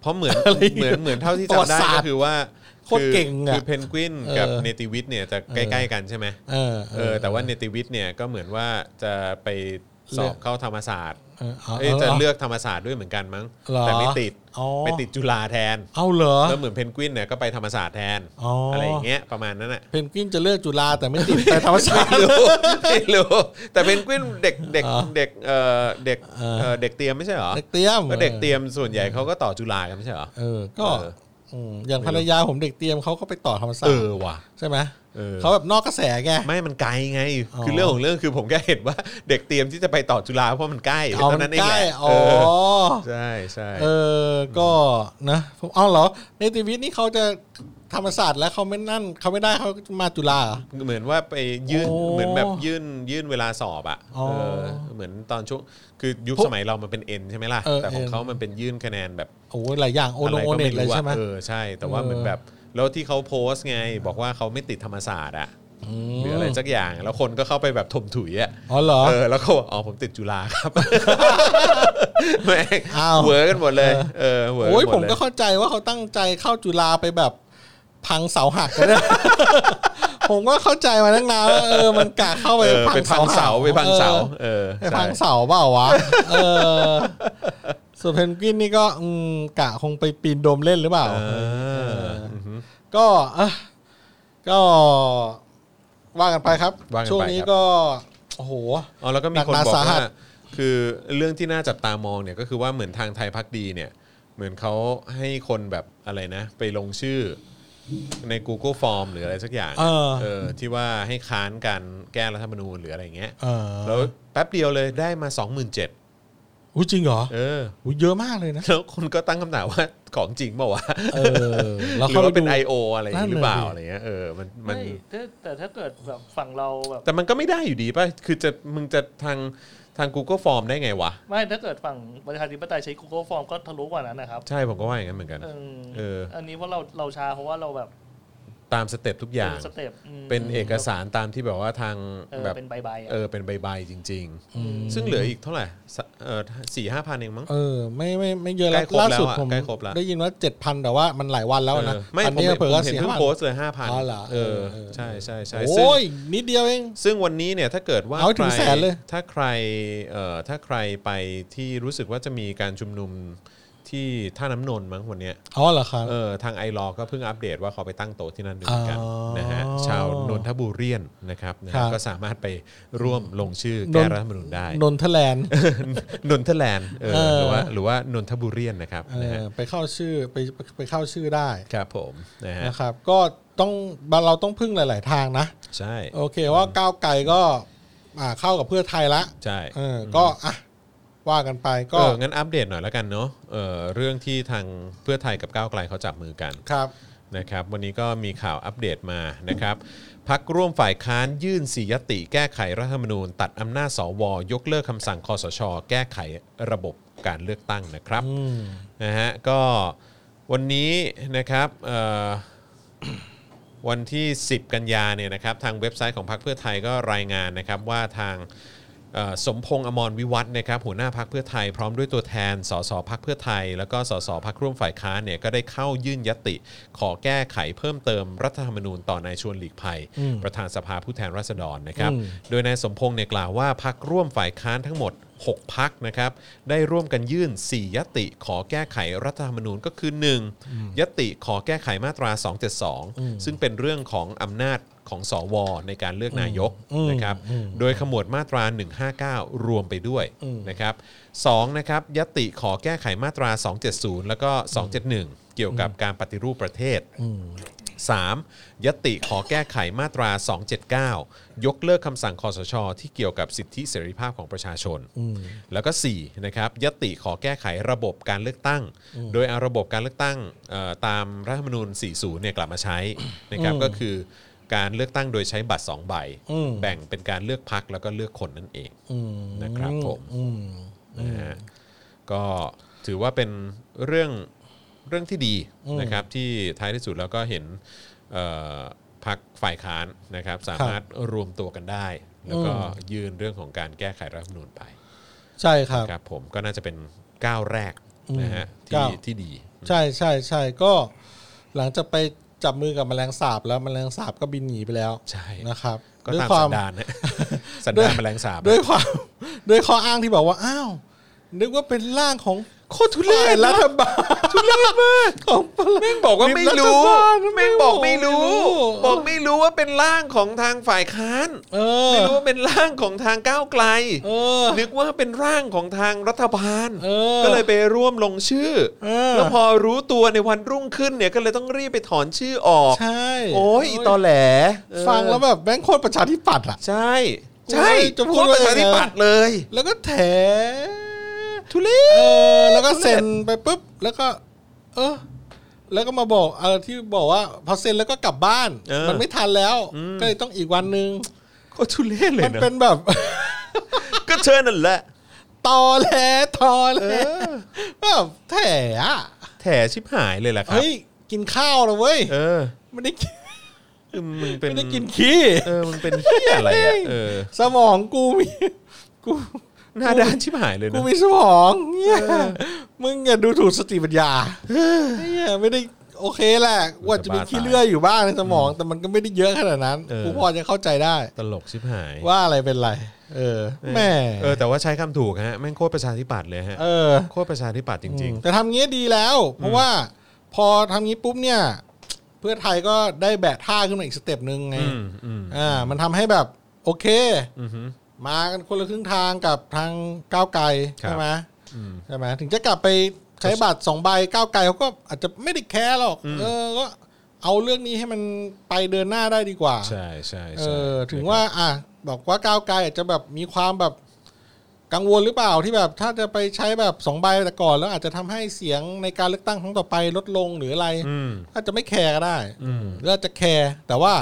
S2: เพราะเหมือน
S3: อะไร
S2: เหมือนเหมือนเท่าที่
S3: ประวั
S2: จำ
S3: ติ
S2: ได้
S3: ศาสตร์
S2: ก็คือว่า
S3: โคตรเก่งอะ
S2: คือเพนกวินกับ
S3: เออ
S2: เนติวิทย์เนี่ยจะใกล้ ๆ กันใช่ไหม
S3: เออ
S2: เออแต่ว่าเนติวิทย์เนี่ยก็เหมือนว่าจะไปสอบเข้าธรรมศาสตร์
S3: เออเอา
S2: เอ้ย
S3: เอา
S2: จะเลือกธรรมศาสตร์ด้วยเหมือนกันมั้ง
S3: เหรอ
S2: แต่ไม่ติด
S3: อ๋อ
S2: ไปติดจุฬาแทน
S3: เอาเหรอ
S2: แล้วเหมือนเพนกวินเนี่ยก็ไปธรรมศาสตร์แทน
S3: อ๋ออ
S2: ไรอย่างเงี้ยประมาณนั้นอ่ะ
S3: เพนกวินจะเลือกจุฬาแต่ไม่ติดไปธรรมศาสตร์
S2: ไม่รู้ไม่รู้แต่เพนกวินเด็กเด็ก
S3: อ๋อ
S2: เด็กเอ่อเด็ก
S3: เออ
S2: เอ่อเด็กเตรียมไม่ใช่เหรอ
S3: เด็กเตรียม
S2: ก็เด็กเตรียมส่วนใหญ่เขาก็ต่อจุฬากันไม่ใช่เหรอ
S3: เออก็
S2: เออ
S3: มอย่างภรรยาผมเด็กเตรียมเขาก็ไปต่อธรรมศาส
S2: เอ
S3: ต
S2: อ
S3: ร์
S2: ว่ะ
S3: ใช่ไหม
S2: เออ
S3: เขาแบบนอกกระแสไง
S2: ไม่มันไกลไง
S3: อ๋อ
S2: คือเรื่องของเรื่องคือผมแค่เห็นว่าเด็กเตรียมที่จะไปต่อจุฬาเพราะมันใกล้
S3: เอา
S2: เท่า
S3: มั
S2: นั้น นเอง
S3: ใก
S2: แห
S3: ล้
S2: ละ
S3: อ๋
S2: เอ
S3: อ
S2: อใช่ใช่
S3: เออก็นะผมเอาเหรอในติวิทย์นี่เขาจะธรรมศาสตร์แล้วเขาไม่นั่นเขาไม่ได้เขามาจุฬาเหรอ
S2: เหมือนว่าไปยื่น
S3: โอ้
S2: เหมือนแบบยื่นยื่นเวลาสอบอ่ะ
S3: อ๋อ
S2: เออเหมือนตอนช่วงคือยุคสมัยเรามันเป็นเอ็นใช่ไหมล่ะ
S3: เออ
S2: แต่ของ
S3: เอ็น
S2: เขามันเป็นยื่นคะแนนแบบ
S3: โอ้ยหลายอย่างโอ
S2: อะ
S3: โน
S2: ไร
S3: โอ
S2: ก็
S3: เน็
S2: ไม่
S3: ตเลย
S2: รู้
S3: ใช่
S2: อะ
S3: ไหม
S2: เออใช่ แต่ว่า
S3: เออ
S2: เหมือนแบบแล้วที่เขาโพสต์ไง บอกว่าเขาไม่ติดธรรมศาสตร์อ่ะหรืออะไรสักอย่าง แล้วคนก็เข้าไปแบบถมถุยอ่ะ
S3: อ๋อเหรอ
S2: เออแล้วเขาบอกอ๋อผมติดจุฬา ครับ แม่ง
S3: อ้าว
S2: เหวอกันหมดเลย เออเหวอกันหม
S3: โอ้ย
S2: ดเลย
S3: ผมก็เข้าใจว่าเขาตั้งใจเข้าจุฬาไปแบบพังเสาหักกันนะ ผมก็เข้าใจมาตั้งนานว่าเออมันกะเข้าไป
S2: เออไป
S3: พัง
S2: พั
S3: เสาง
S2: เสา
S3: หัก
S2: ไปพังเสา
S3: ออ
S2: เออ
S3: ไปพัง
S2: ใช่
S3: เสาเปล่าวะเออ ส่วนเพนกวินนี่ก็อืมกะคงไปปีนโดมเล่นหรือเปล่า
S2: เออ
S3: ก็เอ่อก็ว่ากันไปครับ
S2: ว่ากันไปครับ
S3: ช่วงนี้ก็ โอ้โห
S2: อ๋อแล้วก็มีคน
S3: หนักห
S2: บอ
S3: นาสาก หั
S2: ว่า
S3: ส
S2: คือเรื่องที่น่าจับตามองเนี่ยก็คือว่าเหมือนทางไทยพักดีเนี่ย เหมือนเขาให้คนแบบอะไรนะ ไปลงชื่อใน Google Form หรืออะไรสักอย่าง
S3: เออ
S2: เออที่ว่าให้ค้านการแก้รัฐธรรมนูญหรืออะไรอย่างเงี้ย
S3: เออ
S2: แล้วแป๊บเดียวเลยได้มา 27,000
S3: อุ้ยจริงเหรอ
S2: เออ
S3: อุ้ยเยอะมากเลยนะ
S2: แล้วคนก็ตั้งคำถามว่าของจริงเปล่าวะ
S3: เออ
S2: ห
S3: แล้ว
S2: รือ
S3: เข้าไป
S2: ว่าเป็น
S3: ดู
S2: I.O. อะไรอย่างงี้หรือเปล่าอะไรเงี้ยเออมันมัน
S4: ไม่แต่แต่ถ้าเกิดแบบฝั่งเราแบบ
S2: แต่มันก็ไม่ได้อยู่ดีป่ะ คือจะมึงจะทางทาง Google Form ได้ไงวะ
S4: ไม่ถ้าเกิดฝั่งประชาธิปไตยใช้ Google Form ก็ทะลุกว่านั้นนะครับ
S2: ใช่ผมก็ว่าอย่างนั้นเหมือนกัน
S4: เออ
S2: เออ
S4: อันนี้ว่าเราเราช้าเพราะว่าเราแบบ
S2: ตามสเต็ปทุกอย่าง
S4: สเต็ปอืม
S2: เป็นเอกสารตามที่แบบว่าทาง
S4: เออ
S2: แบบ
S4: เป็นใบใบๆอะ
S2: เออเป็นใบๆจริง ๆ ซึ่งเหลืออีกเท่าไหร่สะเออสี่ห้าพันเองมั้ง
S3: เออ ไม่ไม่ไม่เยอะแล้
S2: ใกล้ว ครบ
S3: ล่าสุด
S2: แล้วอะ
S3: ผม
S2: ใกล้ครบแล้ว
S3: ได้ยินว่าเจ็ดพันแต่ว่ามันหลายวันแล้วนะ
S2: เออไม่
S3: อั
S2: ผม
S3: นี้
S2: เห็น
S3: เปิดก็
S2: ผมเห็น
S3: เสีย
S2: เพิ่ง
S3: วัน
S2: โพสต์เลยห้าพัน
S3: อ๋อเหรอ
S2: เออ
S3: เออ
S2: ใช่ใช่ใช่ซึ่ง
S3: โอ้ยนิดเดียวเอง
S2: ซึ่งวันนี้เนี่ยถ้าเกิดว่า
S3: เอาให้ถึง
S2: ใคร
S3: แสนเลย
S2: ถ้าใครเอ่อถ้าใครไปที่รู้สึกว่าจะมีการชุมนุมที่ท่าน้ำนนท์มั้งวันเนี้ย
S3: อ๋อเหรอครับ
S2: เออทางไอรอก็เพิ่งอัปเดตว่าเขาไปตั้งโต๊ะที่นั่นด้วยเหมือนกัน
S3: อ๋อ
S2: นะฮะชาวนนทบุรีนนะครับนะฮะ
S3: ครับ
S2: ก็สามารถไปร่วมลงชื่อแก้
S3: นน
S2: รัฐธรรมนูญได้
S3: นนทแลนด์
S2: นนทแลนด์เออ
S3: เออ
S2: หรือว่าหรือว่านนทบุรีนนะครับ
S3: เอ
S2: นะฮะ
S3: อไปเข้าชื่อไปไปไปเข้าชื่อได้
S2: ครับผมนะฮะ
S3: นะครับ ก็ต้องเราต้องพึ่งหลาย ๆ ทางนะ
S2: ใช่
S3: โอเคว่าก้าวไกลก็อ่าเข้ากับเพื่อไทยละ
S2: ใช่
S3: เออก็อ่ะว่ากันไปก็
S2: เอองั้นอัปเดตหน่อยแล้วกันเนาะเออเรื่องที่ทางเพื่อไทยกับก้าวไกลเขาจับมือกัน
S3: ครับ
S2: นะครับวันนี้ก็มีข่าวอัปเดตมานะครับพักร่วมฝ่ายค้านยื่นสียติ แก้ไขรัฐธรรมนูญ ตัดอำนาจสว ยกเลิกคำสั่งคอสช แก้ไขระบบการเลือกตั้งนะครับนะฮะก็วันนี้นะครับเอ่อ วันที่ 10 กันยาเนี่ยนะครับทางเว็บไซต์ของพรรคเพื่อไทยก็รายงานนะครับว่าทางเอ่อสมพงษ์อมรวิวัฒน์นะครับหัวหน้าพักเพื่อไทยพร้อมด้วยตัวแทนสสพักเพื่อไทย แล้วก็สสพักร่วมฝ่ายค้านเนี่ยก็ได้เข้ายื่นยติ ขอแก้ไขเพิ่มเติมรัฐธรรมนูญต่อนายชวนหลีกภัย ประธานสภาผู้แทนราษฎรนะครับ โดยนายสมพงษ์เนี่ยกล่าวว่าพักร่วมฝ่ายค้านทั้งหมด 6 พักนะครับได้ร่วมกันยื่น 4 ยติขอแก้ไขรัฐธรรมนูญก็คือ 1. ยติขอแก้ไขมาตรา 272 ซึ่งเป็นเรื่องของอำนาจของสว ในการเลือกนายกนะครับโดยขมวดมาตรา 159 รวมไปด้วยนะครับสองนะครับยติขอแก้ไขมาตรา 270 แล้วก็ 271 เกี่ยวกับการปฏิรูปประเทศ 3. ยติขอแก้ไขมาตรา 279 ยกเลิกคำสั่งคอสช ที่เกี่ยวกับสิทธิเสรีภาพของประชาชน แล้วก็4นะครับยติขอแก้ไขระบบการเลือกตั้ง โดยเอาระบบการเลือกตั้งเอ่อตามรัฐธรรมนูญ 40 เนี่ยกลับมาใช้นะครับก็คือการเลือกตั้งโดยใช้บัตร 2 ใบ
S3: อืม
S2: แบ่งเป็นการเลือกพักแล้วก็เลือกคนนั่นเอง
S3: อืม
S2: นะครับผม
S3: อืม
S2: นะฮะก็ถือว่าเป็นเรื่องเรื่องที่ดีนะครับที่ท้ายที่สุดแล้วก็เห็นเอ่อพักฝ่ายค้านนะครับสามารถรวมตัวกันได้ แล้วก็ยื่นเรื่องของการแก้ไขรัฐธรรมนูญไป
S3: ใช่ครับ
S2: ครับผมก็น่าจะเป็นก้าวแรกนะฮะ
S3: ก้า
S2: ที่
S3: ว
S2: ที่ดี
S3: ใช่ใช่ใช่ก็หลังจากไปจับมือกับแมลงสาบแล้วแมลงสาบก็บินหนีไปแล้ว
S2: ใช่
S3: นะครับ
S2: ก็
S3: ด้วย
S2: ตาม
S3: ควา
S2: สั
S3: ม
S2: นดานนะ สัน
S3: ด้ว
S2: ดาย นแมลงสาบ
S3: ด้วยความ ด้วยข้ออ้างที่บอกว่าอ้าวนึกว่าเป็นร่างของโคตรทุเรศรัฐบาลทุเรศมากของ
S2: แม่งบอกว่าไม่รู้
S3: ฐบาล
S2: แม่งบอกไม่รู้ บอกไม่รู้ว่าเป็นร่างของทางฝ่ายค้าน
S3: เออ
S2: ไม่รู้ว่าเป็นร่างของทางก้าวไกล
S3: เออ
S2: นึกว่าเป็นร่างของทางรัฐบาล
S3: เออ
S2: ก็เลยไปร่วมลงชื่อ
S3: เออ
S2: แล้วพอรู้ตัวในวันรุ่งขึ้นเนี่ยก็เลยต้องรีบไปถอนชื่อออก
S3: ใช่
S2: โอ้ยอีตอแหลเออ
S3: ฟังแล้วแบบแม่งโคตรประชาธิปัตย์อ่ะ
S2: ใช่ ใช่
S3: โอ้ยจะพู
S2: โค
S3: ด
S2: ตรป
S3: ว่า
S2: ระชาธิปัตย์เลย
S3: แล้วก็แถ
S2: ทุเร
S3: เอ
S2: ศ
S3: อแล้วก็เซ็นไปปุ๊บแล้วก็ เออ แล้วก็มาบอกเออที่บอกว่าพอเซ็นแล้วก็กลับบ้าน
S2: เออ
S3: มันไม่ทันแล้ว ก็เลยต้องอีกวันหนึง
S2: โคตรทุเรศเลย
S3: มัน
S2: นะ
S3: เป็นแบบ
S2: ก็เชิญนั่นแหละ
S3: ตอแหลตอแหล
S2: อ
S3: แบบแถอะ
S2: แถชิบหายเลยแหละครับ
S3: เฮ้ยกินข้าวนะเว้ย
S2: เออ
S3: ไม่ได้กิน
S2: คือมึงเป็น
S3: ไม่ได้กินขี้
S2: เออมึงเป็นเฮียอะไรอะเออ
S3: สมองกูมี กู
S2: หน้าด้านชิบหายเลย
S3: กู
S2: นะ
S3: มีสมองเนี่ยมึงอย่าดูถูกสติปัญญาเนี่ยไม่ได้ โอเคแหละว่าจะมีขี้เลื่อยอยู่บ้างในสมอง แต่มันก็ไม่ได้เยอะขนาดนั้น
S2: เออ
S3: กูพอจะเข้าใจได้
S2: ตลกชิบหาย
S3: ว่าอะไรเป็นไร เออแม่
S2: เออแต่ว่าใช้คำถูกฮะแม่งโคตรประชาธิปัตย์เลยฮะ
S3: เออ
S2: โคตรประชาธิปัตย์จริง
S3: แต่ทำงี้ดีแล้ว เพราะว่าพอทำงี้ปุ๊บเนี่ย เพื่อไทยก็ได้แบะท่าขึ้นมาอีกสเต็ปหนึ่งไง
S2: ๆ อืมอืม
S3: อ่ามันทำให้แบบโอเค
S2: อือหือ
S3: มากันคนละครึ่งทางกับทางก้าวไกล
S2: ครับ
S3: ใช่ไหม
S2: อืม
S3: ใช่ไหมถึงจะกลับไปใช้บัตรสองใบก้าวไกลเขาก็อาจจะไม่ได้แคร์หรอกเออก็เอาเรื่องนี้ให้มันไปเดินหน้าได้ดีกว่า
S2: ใช่ใช่
S3: เอ
S2: ใช่
S3: อถึงว่าอ่ะบอกว่าก้าวไกลอาจจะแบบมีความแบบกังวลหรือเปล่าที่แบบถ้าจะไปใช้แบบสองใบแต่ก่อน แล้วอาจจะทำให้เสียงในการเลือกตั้งครั้งต่อไปลดลงหรืออะไร
S2: อืม
S3: อาจจะไม่แคร์ก็ได้
S2: อืม
S3: หรืออาจจะแคร์แต่ว่า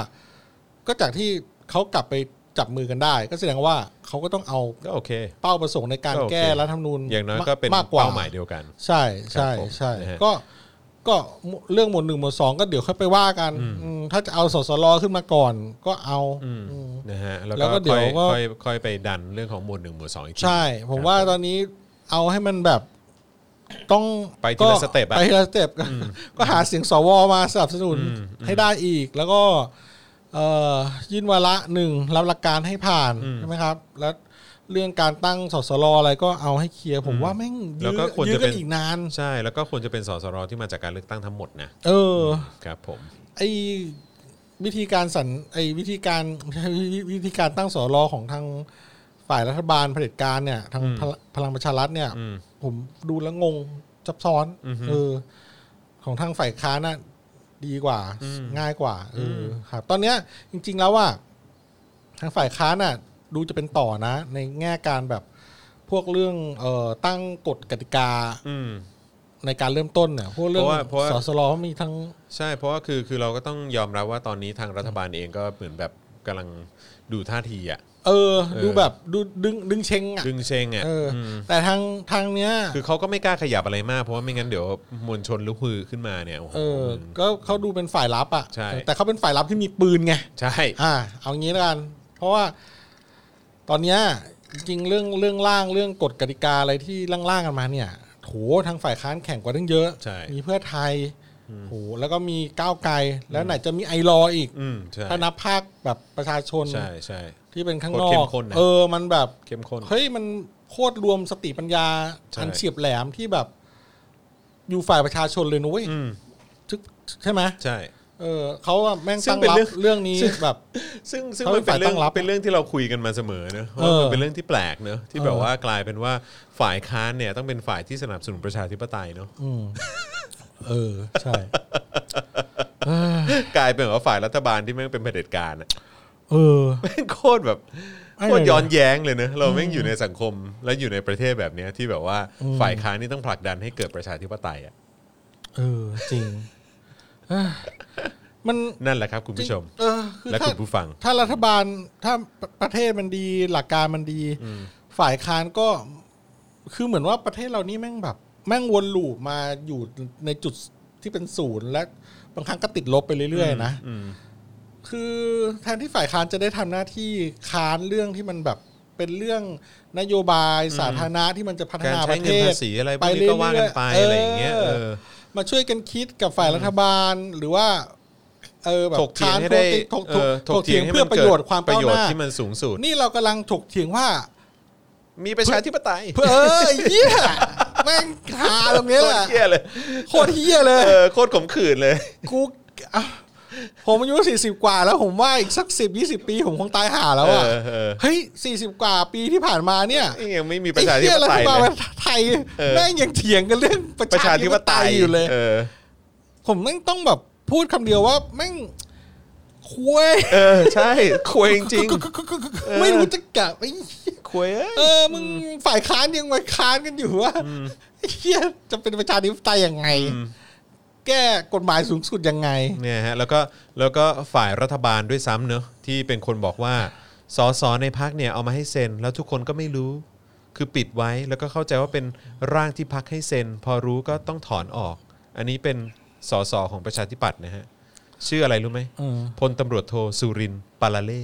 S3: ก็จากที่เขากลับไปจับมือกันได้ ก็แสดงว่าเขาก็ต้องเอา
S2: ก็โอเค
S3: เป้าประสงค์ในการ
S2: ก็โอเค
S3: แก้รัฐธรรมนูญ
S2: อย่างน้อยก็เป็น
S3: มากกว่า
S2: เป้าหมายเดียวกัน
S3: ใช่ใช่
S2: ครับผม
S3: ใช่
S2: นะฮะ
S3: ก็ก็เรื่องหมวดหนึ่งหมวดสองก็เดี๋ยวค่อยไปว่ากันอืมถ้าจะเอาสสรขึ้นมาก่อนก็เอา
S2: อืม
S3: อืม
S2: นะฮะแล้ว
S3: แล้วก็
S2: ก็
S3: เดี๋
S2: ค่อ
S3: ยวยก็
S2: ค่อยค่อยไปดันเรื่องของหมวดหนึ่งหมวดสองอีกที
S3: ใช่ ผมว่าตอนนี้เอาให้มันแบบต้อง
S2: ไปที
S3: ก็
S2: ละสเต็ปอะ
S3: ไปทีละสเต็ปก็ก็หาเสียงสวมาสนับสนุน
S2: อืมอืม
S3: ให้ได้อีก แล้วก็เอ่อยื่นวาระหนึ่งรับหลักการให้ผ่าน
S2: อืม
S3: ใช่ไหมครับ แล้วเรื่องการตั้งสสรอะไรก็เอาให้เคลียร์ผม
S2: อืม
S3: ว่าแม่ง
S2: แล้
S3: ยื้
S2: ว
S3: อ
S2: ก็ควร
S3: ยื้อ
S2: จะเป็
S3: กัน นอีกนาน
S2: ใช่แล้วก็ควรจะเป็นสสรที่มาจากการเลือกตั้งทั้งหมดนะ
S3: เออ
S2: ครับผม
S3: ไอ้วิธีการสันไอ้วิธีการ วิธีวิธีการตั้งสรของทางฝ่ายรัฐบาลเผด็จการเนี่ย ทางพลพลังประชารัฐเนี่ย
S2: อืม
S3: ผมดูแล้วงงซับซ้อน
S2: อือฮึ
S3: เออ ของทางฝ่ายค้านน่ะดีกว่า
S2: อืม
S3: ง่ายกว่าเออ
S2: ม
S3: อครับ ตอนเนี้ยจริง ๆ แล้วว่า ทางฝ่ายค้านน่ะ ดูจะเป็นต่อนะ ในแง่การแบบพวกเรื่องเอ่อตั้งกฎกติกา
S2: อืม
S3: ในการเริ่มต้นเนี่ยพวกเรื่อง
S2: เพราะว่าเพราะว่า
S3: สสลมีทั้ง
S2: ใช่เพราะว่าคือคือเราก็ต้องยอมรับว่าตอนนี้ทางรัฐบาลเองก็เหมือนแบบกำลังดูท่าทีอ่ะ
S3: เออ
S2: เออ
S3: ดูแบบดูดึงดึงเชงอ่ะ
S2: ดึงเชงอ่ะ
S3: เอออ
S2: ม
S3: แต่ทางทางเนี้ย
S2: คือเขาก็ไม่กล้าขยับอะไรมาก เพราะว่าไม่งั้นเดี๋ยวมวลชนลุกฮือขึ้นมาเนี่ยโอ้โห
S3: เออ ก็เขาดูเป็นฝ่ายลับอ่ะ
S2: ใช่
S3: แต่เขาเป็นฝ่ายลับที่มีปืนไง
S2: ใช่
S3: อ่าเอางี้แล้วกัน เพราะว่าตอนเนี้ยจริงๆเรื่องเรื่องร่างเรื่องกฎกติกาอะไรที่ล่างๆกันมาเนี่ยโหทางฝ่ายค้านแข่งกว่าตั้งเยอะ
S2: ใช่
S3: มีเพื่อไทยโหแล้วก็มีก้าวไกล แล้วไหนจะมีไอรออีก
S2: อืมใช่
S3: ถ้านับภาคแบบประชาชน
S2: ใช่ใช่
S3: ที่เป็นข้าง
S2: โคต
S3: น
S2: ร
S3: อ
S2: เข้
S3: ก
S2: มข้นนะ
S3: เออมันแบบ
S2: เข้มข้น
S3: เฮ้ยมันโคตรรวมสติปัญญา
S2: ใช่
S3: อันเฉียบแหลมที่แบบ อยู่ฝ่ายประชาชนเลยนุ้ย
S2: อืม
S3: ซึ่งใช่ไหม
S2: ใช่
S3: เออเขาอะแม่ง
S2: ซึ่ง
S3: ตั้ง
S2: เป็น
S3: รับ
S2: เรื่อง
S3: เรื่องนี้
S2: ซึ่ง
S3: แบบ
S2: ซึ่งซึ่ง
S3: เขาเป็
S2: มันเป็
S3: น
S2: นเรื่อง
S3: ฝ่ายตั้งรับ
S2: เป็นเรื่องที่เราคุยกันมาเสมอเนอะ
S3: เอ
S2: ว่า
S3: อ
S2: มันเป็นเรื่องที่แปลกเนอะที่แบบ
S3: เออ
S2: ว่ากลายเป็นว่าฝ่ายค้านเนี่ยต้องเป็นฝ่ายที่สนับสนุนประชาธิปไตยเนอะ
S3: อืม เออ ใช่
S2: กลายเป็นแบบว่าฝ่ายรัฐบาลที่แม่งเป็นเผด็จการอะ
S3: เออ
S2: แม่งโคตรแบบ
S3: ไม่เลย
S2: โคตรย้อนแย้งเลยนะเราแม่งอยู่ในสังคมและอยู่ในประเทศแบบเนี้ยที่แบบว่า
S3: อืม
S2: ฝ่ายค้านนี่ต้องผลักดันให้เกิดประชาธิปไตยอ่ะ
S3: เออ จริงเอ้ยมัน
S2: นั่นแหละครับคุณผู้ชม
S3: เออ คือ
S2: และ
S3: ถ้า
S2: คุณผู้ฟัง
S3: ถ้ารัฐบาลถ้าประประเทศมันดีหลักการมันดี ฝ่ายค้านก็ คือเหมือนว่าประเทศเรานี่แม่งแบบ แม่งวนลูปมาอยู่ในจุดที่เป็นศูนย์และบางครั้งก็ติดลบไปเรื่อยๆนะ
S2: อืม
S3: คือแทนที่ฝ่ายค้านจะได้ทำหน้าที่ค้านเรื่องที่มันแบบเป็นเรื่องนโยบายสาธารณะที่มันจะพัฒ
S2: การ
S3: นาป
S2: ใช้
S3: ระ
S2: เงิ
S3: เท
S2: น
S3: ศ
S2: ภาษีอะไรพวกนี้ก็ว่ากันไปอะไรอย่างเงี้ยเออ
S3: มาช่วยกันคิดกับฝ่ายรัฐบาลหรือว่า เออแบบ
S2: ถกเถียง
S3: ค้าน
S2: ให้ได้
S3: ถกถก
S2: เออ
S3: ถกเถียง
S2: ให้
S3: เพื่อ
S2: มัน
S3: ประ
S2: กิด
S3: โยชน์ความ
S2: ประ
S3: ก้าว
S2: โย
S3: ห
S2: ชน์
S3: น้า
S2: ที่มันสูงสุด
S3: นี่เรากำลังถกเถียงว่า
S2: มีประชาธิปไตย
S3: เพื่อเออเหี้ยแม่งหาตรงเนี้ย
S2: โค
S3: แห
S2: ตร
S3: ละ
S2: เหี้ยเลย
S3: โคตรเหี้ยเลย
S2: เออโคตรขมขื่นเลย
S3: กูอ่ะผมอายุสี่สิบกว่าแล้วผมว่าอีกสักสิบยี่สิบปี ผมคงตายห่าแล้วอ่ะ
S2: เออเออ
S3: เฮ้ยสี่สิบกว่าปีที่ผ่านมาเนี่ย
S2: นี่ยังไม่มีป
S3: ไอ้
S2: ระชาธิ
S3: เหี้
S2: ป
S3: ยรั
S2: ไต
S3: ฐ
S2: ย
S3: บาล
S2: เลย
S3: ไทย
S2: เออ
S3: แม่งยังเถียงกันเรื่อง
S2: ป
S3: ประ ระ
S2: ชา
S3: ชา
S2: ธิ
S3: ธิ
S2: ป
S3: ป
S2: ไต
S3: ไต
S2: ย
S3: ยอยู่เลย
S2: เออ
S3: ผมแม่งต้องแบบพูดคำเดียวว่าแม่งคุย
S2: เออใช่ควยจริง
S3: ไม่รู้จะกลับไอ้เหี้ย
S2: ๆควยเอ้ย
S3: เออมึงฝ่ายค้านยังมาค้านกันอยู่ว่าไอ้เหี้ยจะเป็นประชาธิปไตยยังไง แก้กฎหมายสูงสุดยังไง
S2: เนี่ยฮะแล้วก็แล้วก็ฝ่ายรัฐบาลด้วยซ้ำเนอะที่เป็นคนบอกว่าสสในพักเนี่ยเอามาให้เซ็น แล้วทุกคนก็ไม่รู้ คือปิดไว้แล้วก็เข้าใจว่าเป็นร่างที่พักให้เซ็น พอรู้ก็ต้องถอนออก อันนี้เป็นสสของประชาธิปัตย์นะฮะชื่ออะไรรู้ไหม
S3: อืม
S2: พลตำรวจโทสุรินทร์ปาลาเล่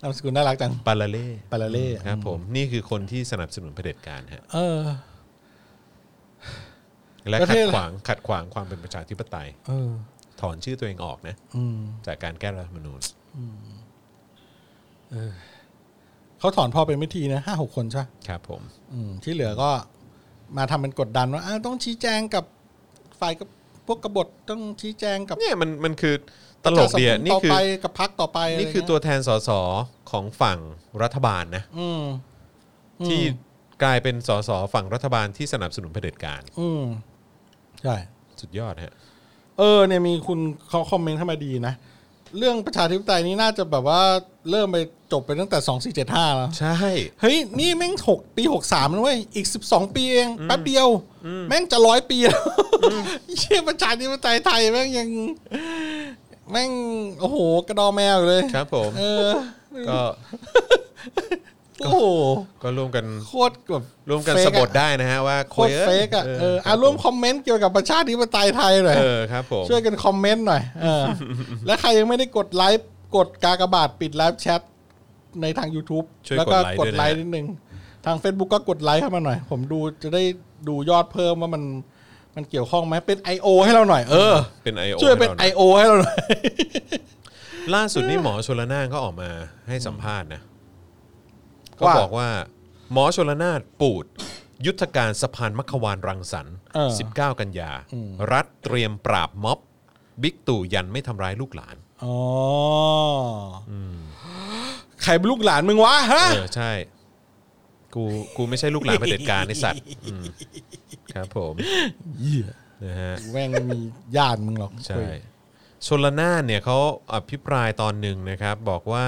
S3: นามสกุลน่ารักจัง
S2: ปาลาเล่
S3: ปาลาเล่
S2: ครับผมนี่คือคนที่สนับสนุนเผด็จการฮะ
S3: เออ
S2: และ
S3: ประ
S2: ขั
S3: เท
S2: ด
S3: ศ
S2: ขวางขัดขวางความเป็นประชาธิปไตย
S3: เออ
S2: ถอนชื่อตัวเองออกนะ
S3: อืม
S2: จากการแก้รัฐธรรมนูญ
S3: เขาถอนพอเป็นไม่ทีนะห้าหกคนใช่ปะ
S2: ครับผม
S3: อืมที่เหลือก็มาทำเป็นกดดันว่าอ้าวต้องชี้แจงกับฝ่ายกับพวกกบฏต้องชี้แจงกับ
S2: เนี่ยมันมันคือตลกเดีย
S3: ประชาสังคม
S2: นี่
S3: ต่อ
S2: คือ
S3: ไปกับพักต่อไปะไร
S2: นี่คือ
S3: เงี้ย
S2: ตัวแทนสสของฝั่งรัฐบาลนะ
S3: อืม อืม
S2: ที่กลายเป็นสสฝั่งรัฐบาลที่สนับสนุนเผด็จการ
S3: อืมใช่
S2: สุดยอดฮะ
S3: เออเนี่ยมีคุณเขาคอมเมนต์เข้ามาดีนะ เรื่องประชาธิปไตยนี่น่าจะแบบว่าเริ่มไปจบไปตั้งแต่สองสี่เจ็ดห้าแล้ว
S2: ใช่
S3: เฮ้ย นี่แม่งหกปีหกสามนะเว้ย อีกสิบสองปีเอง แป๊บเดียว แม่งจะร้อยปีแล้ว เชี่ยประชาธิปไตยไทยแม่งยัง แม่ง โอ้โห กระดอแมวอยู่เลย
S2: ครับผม
S3: เออ
S2: ก็
S3: โอ้โห
S2: ก็ร่วมกัน
S3: โคตรแบบ
S2: ร่วมกัน
S3: เฟ
S2: สะ
S3: อะ
S2: บดได้นะฮะว่า
S3: โค
S2: คุ
S3: ต
S2: ย
S3: ร
S2: อ้ย
S3: เฟกอ่ะเออ
S2: ค
S3: อ่ะ
S2: บ
S3: ร่วมคอมเมนต์เกี่ยวกับประชาธิปไตยไทยหน่อย
S2: เออครับผม
S3: ช่วยกันคอมเมนต์หน่อยเอ อ และใครยังไม่ได้กดไลค์กดกากบาทปิดไลฟ์แชทในทาง YouTube
S2: ช่วย
S3: แล้วก็
S2: ก
S3: ก
S2: ด
S3: ด
S2: ไล
S3: ไล
S2: ค์
S3: ค์
S2: ด้วยนะ
S3: นิดนึง ทาง Facebook ก็กดไลค์เข้ามาหน่อย ผมดูจะได้ดูยอดเพิ่มว่ามันมันเกี่ยวข้องไหมเป็น I.O. ให้เราหน่อย เออ
S2: เป็นไอโอ
S3: ช่วยเป็น
S2: ไอ
S3: I.O. ให้เราหน่อย
S2: ล่าสุดนี่หมอชลนานก็ออกมาให้สัมภาษณ์นะก็
S3: ว่า
S2: บอกว่า หมอชลนานปูด ยุทธการสะพานมัขวานรังสรรค์
S3: เออ
S2: 19 กันยา รัฐเตรียมปราบม็อบ บิ๊กตู่ยันไม่ทำร้ายลูกหลาน
S3: อ๋ออใครเป็นลูกหลานมึงวะฮะ
S2: เออ ใช่ กูกูไม่ใช่ลูกหลานเผด็จการในสัตว์อืมครับผมนะฮะ
S3: แม่งไม่มีญาติมึงหรอก
S2: ใช่ ชนละนานเนี่ยเขาอภิปรายตอนหนึ่งนะครับ บอกว่า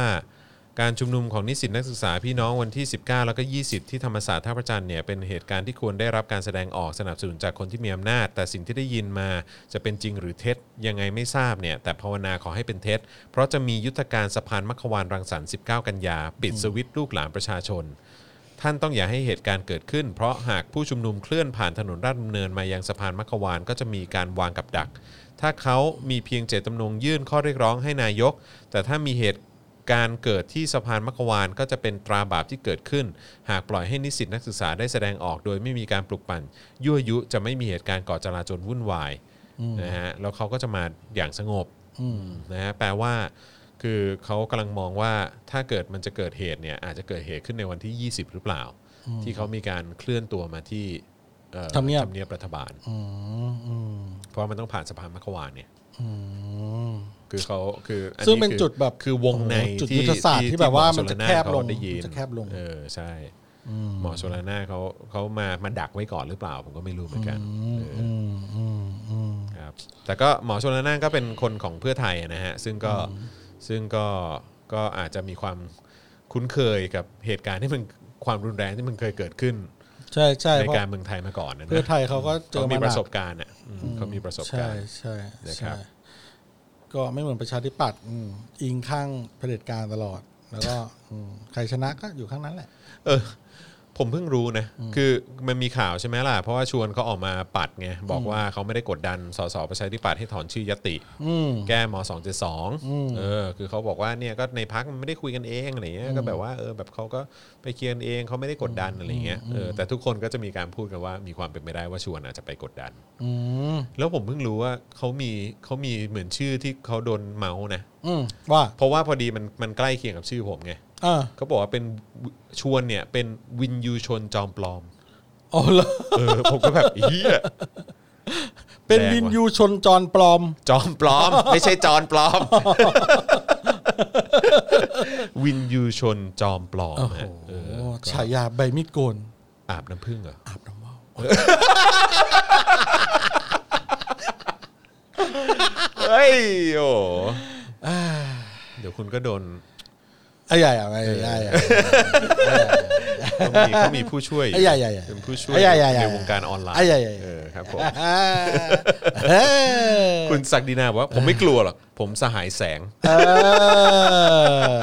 S2: การชุมนุมของนิสิตนักศึกษาพี่น้องวันที่ 19 แล้วก็ 20 ที่ธรรมศาสตร์ท่าพระจันทร์เนี่ยเป็นเหตุการณ์ที่ควรได้รับการแสดงออกสนับสนุนจากคนที่มีอำนาจ แต่สิ่งที่ได้ยินมาจะเป็นจริงหรือเท็จยังไงไม่ทราบเนี่ยแต่ภาวนาขอให้เป็นเท็จ เพราะจะมียุทธการสะพานมัขวานรังสรรค์ 19 กันยา ปิดสวิตช์ลูกหลานประชาชน ท่านต้องอย่าให้เหตุการณ์เกิดขึ้น เพราะหากผู้ชุมนุมเคลื่อนผ่านถนนราชดำเนินมายังสะพานมัควานก็จะมีการวางกับดัก ถ้าเขามีเพียงเจตจำนงยื่นข้อเรียกร้องให้นายก แต่ถ้ามีเหตุการณ์เกิดที่สะพานมัควานก็จะเป็นตราบาปที่เกิดขึ้น หากปล่อยให้นิสิตนักศึกษาได้แสดงออกโดยไม่มีการปลุกปั่น ยั่วยุจะไม่มีเหตุการณ์ก่อจลาจลวุ่นวายนะฮะแล้วเขาก็จะมาอย่างสงบ นะฮะแปลว่าคือเขากำลังมองว่าถ้าเกิดมันจะเกิดเหตุเนี่ยอาจจะเกิดเหตุขึ้นในวันที่ 20 หรือเปล่า ที่เขามีการเคลื่อนตัวมาที่เอ่อ
S3: ทำเนียบ
S2: ทำเนียบรัฐบาล
S3: อืมอืม
S2: เพราะมันต้องผ่านสะพานมัควานเนี่ย
S3: อืม
S2: คือเขาคืออั
S3: ซึ่งเป็น
S2: คือ
S3: จุดแบบ
S2: คือวงใน
S3: โอ้โหจุด
S2: ที่
S3: ยุทธศาสตร์ที่แบบว่ามันจะแคบล
S2: หม
S3: ง
S2: อชนานเขาได้ยิน
S3: จะแคบลง
S2: เออใช่หมอชลนานเขาเขามามาดักไว้ก่อนหรือเปล่า ผมก็ไม่รู้เหมือนกันเอออ
S3: อืมอืมอืม
S2: ครับแต่ก็หมอชนละนานก็เป็นคนของเพื่อไทยนะฮะซึ่งก็ซึ่งก็ก็อาจจะมีความคุ้นเคยกับเหตุการณ์ที่มันความรุนแรงที่มันเคยเกิดขึ้น
S3: ใช่ใช่
S2: ใน
S3: เพราะ
S2: การเมืองไทยมาก่อนนะนะ
S3: เพื่อไทยเขาก็เจอ
S2: เขา
S3: มา
S2: มี
S3: ห
S2: ป
S3: นั
S2: ระส
S3: ก
S2: บการณ์อ่ะอืมเขามีประสบกา
S3: ใช่
S2: รณ์
S3: ใช่
S2: นะครับ
S3: ใช่ก็ไม่เหมือนประชาธิปัตย์อืมอิงข้างเผด็จการตลอด แล้ว ก็อืมใครชนะก็อยู่ข้างนั้นแหละ
S2: เออผมเพิ่งรู้นะ คือมันมีข่าวใช่ไหมล่ะ เพราะว่าชวนเขาออกมาปัดไง บอกว่าเขาไม่ได้กดดันสสประชาธิปัตย์ให้ถอนชื่อยติ
S3: อืม
S2: แก้มสองเจ็ดสองเออ คือเขาบอกว่าเนี่ยก็ในพักมันไม่ได้คุยกันเองอะไรเงี้ย ก็แบบว่าเออแบบเขาก็ไปเคลียร์กันเองเขาไม่ได้กดดันอะไรเงี้ย เออ แต่ทุกคนก็จะมีการพูดกันว่ามีความเป็นไปได้ว่าชวนอาจจะไปกดดัน
S3: อืม
S2: แล้วผมเพิ่งรู้ว่าเขามีเขามีเหมือนชื่อที่เขาโดนเมาส์นะ
S3: อืมว่า
S2: เพราะว่าพอดีมันมันใกล้เคียงกับชื่อผมไง
S3: เออ
S2: เขาบอกว่าเป็นชวนเนี่ยเป็นวินยูชนจอมปลอม
S3: อ๋อเหรอ
S2: เออผมก็แบบเฮีย
S3: เป็น
S2: แรงว่ะ
S3: วินยูชนจรปลอม
S2: จอมปล อม ไม่ใช่จอนปลอม วินยูชนจอมปลอม
S3: โอ้โห
S2: ฮะเออ
S3: ฉายาใบมีดโกน
S2: อาบน้ำผึ้งเหรออาบน้ำว่าว เฮ้ยโอ้ โหเดี๋ยวคุณก็โดน
S3: ไอ้ใหญ่อะไอ้ใหญ่อะ
S2: ต้องมีต้องมีผู้ช่วย
S3: ไอ้ใหญ่ใหญ่ใหญ่
S2: เป็นผู้ช่วย
S3: ไอ้ใหญ่ใหญ่ใหญ่
S2: ในวงการออนไลน์
S3: ไอ้ใหญ่ใหญ่
S2: เออครับผม
S3: เออ
S2: คุณศักดินาบอกว่าผมไม่กลัวหรอกผมสหายแสง
S3: เออ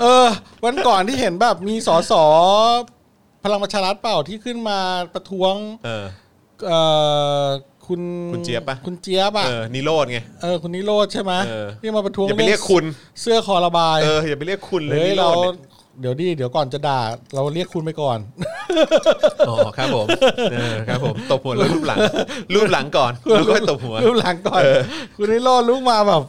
S3: เออ วันก่อนที่เห็นแบบมีสสพลังประชารัฐเปล่าที่ขึ้นมาประท้วง
S2: เออ
S3: เอ่อคุณ
S2: คุณเจี๊ยบปะ
S3: คุณเจี๊ยบอ่ะ
S2: เออนิโรธไง
S3: เออคุณนิโรธใช่ไหม
S2: เออ
S3: ที่มาประท้วง
S2: อย่าไปเรียก
S3: อง
S2: คุณ
S3: เสื้อคอระบาย
S2: เอออย่าไปเรียกคุณเลย
S3: เฮ้ย
S2: นิโร
S3: เรา
S2: ธเนี่ย
S3: เดี๋ยวดีเดี๋ยวก่อนจะด่า เราเรียกคุณไปก่อน
S2: อ๋อครับผมเออครับผมตบหัวแล้วรูป หลังรูปหลังก่อนแล้วก็ตบหัว
S3: รูปหลังก่อน คุณนิโรธลุกมาแบบ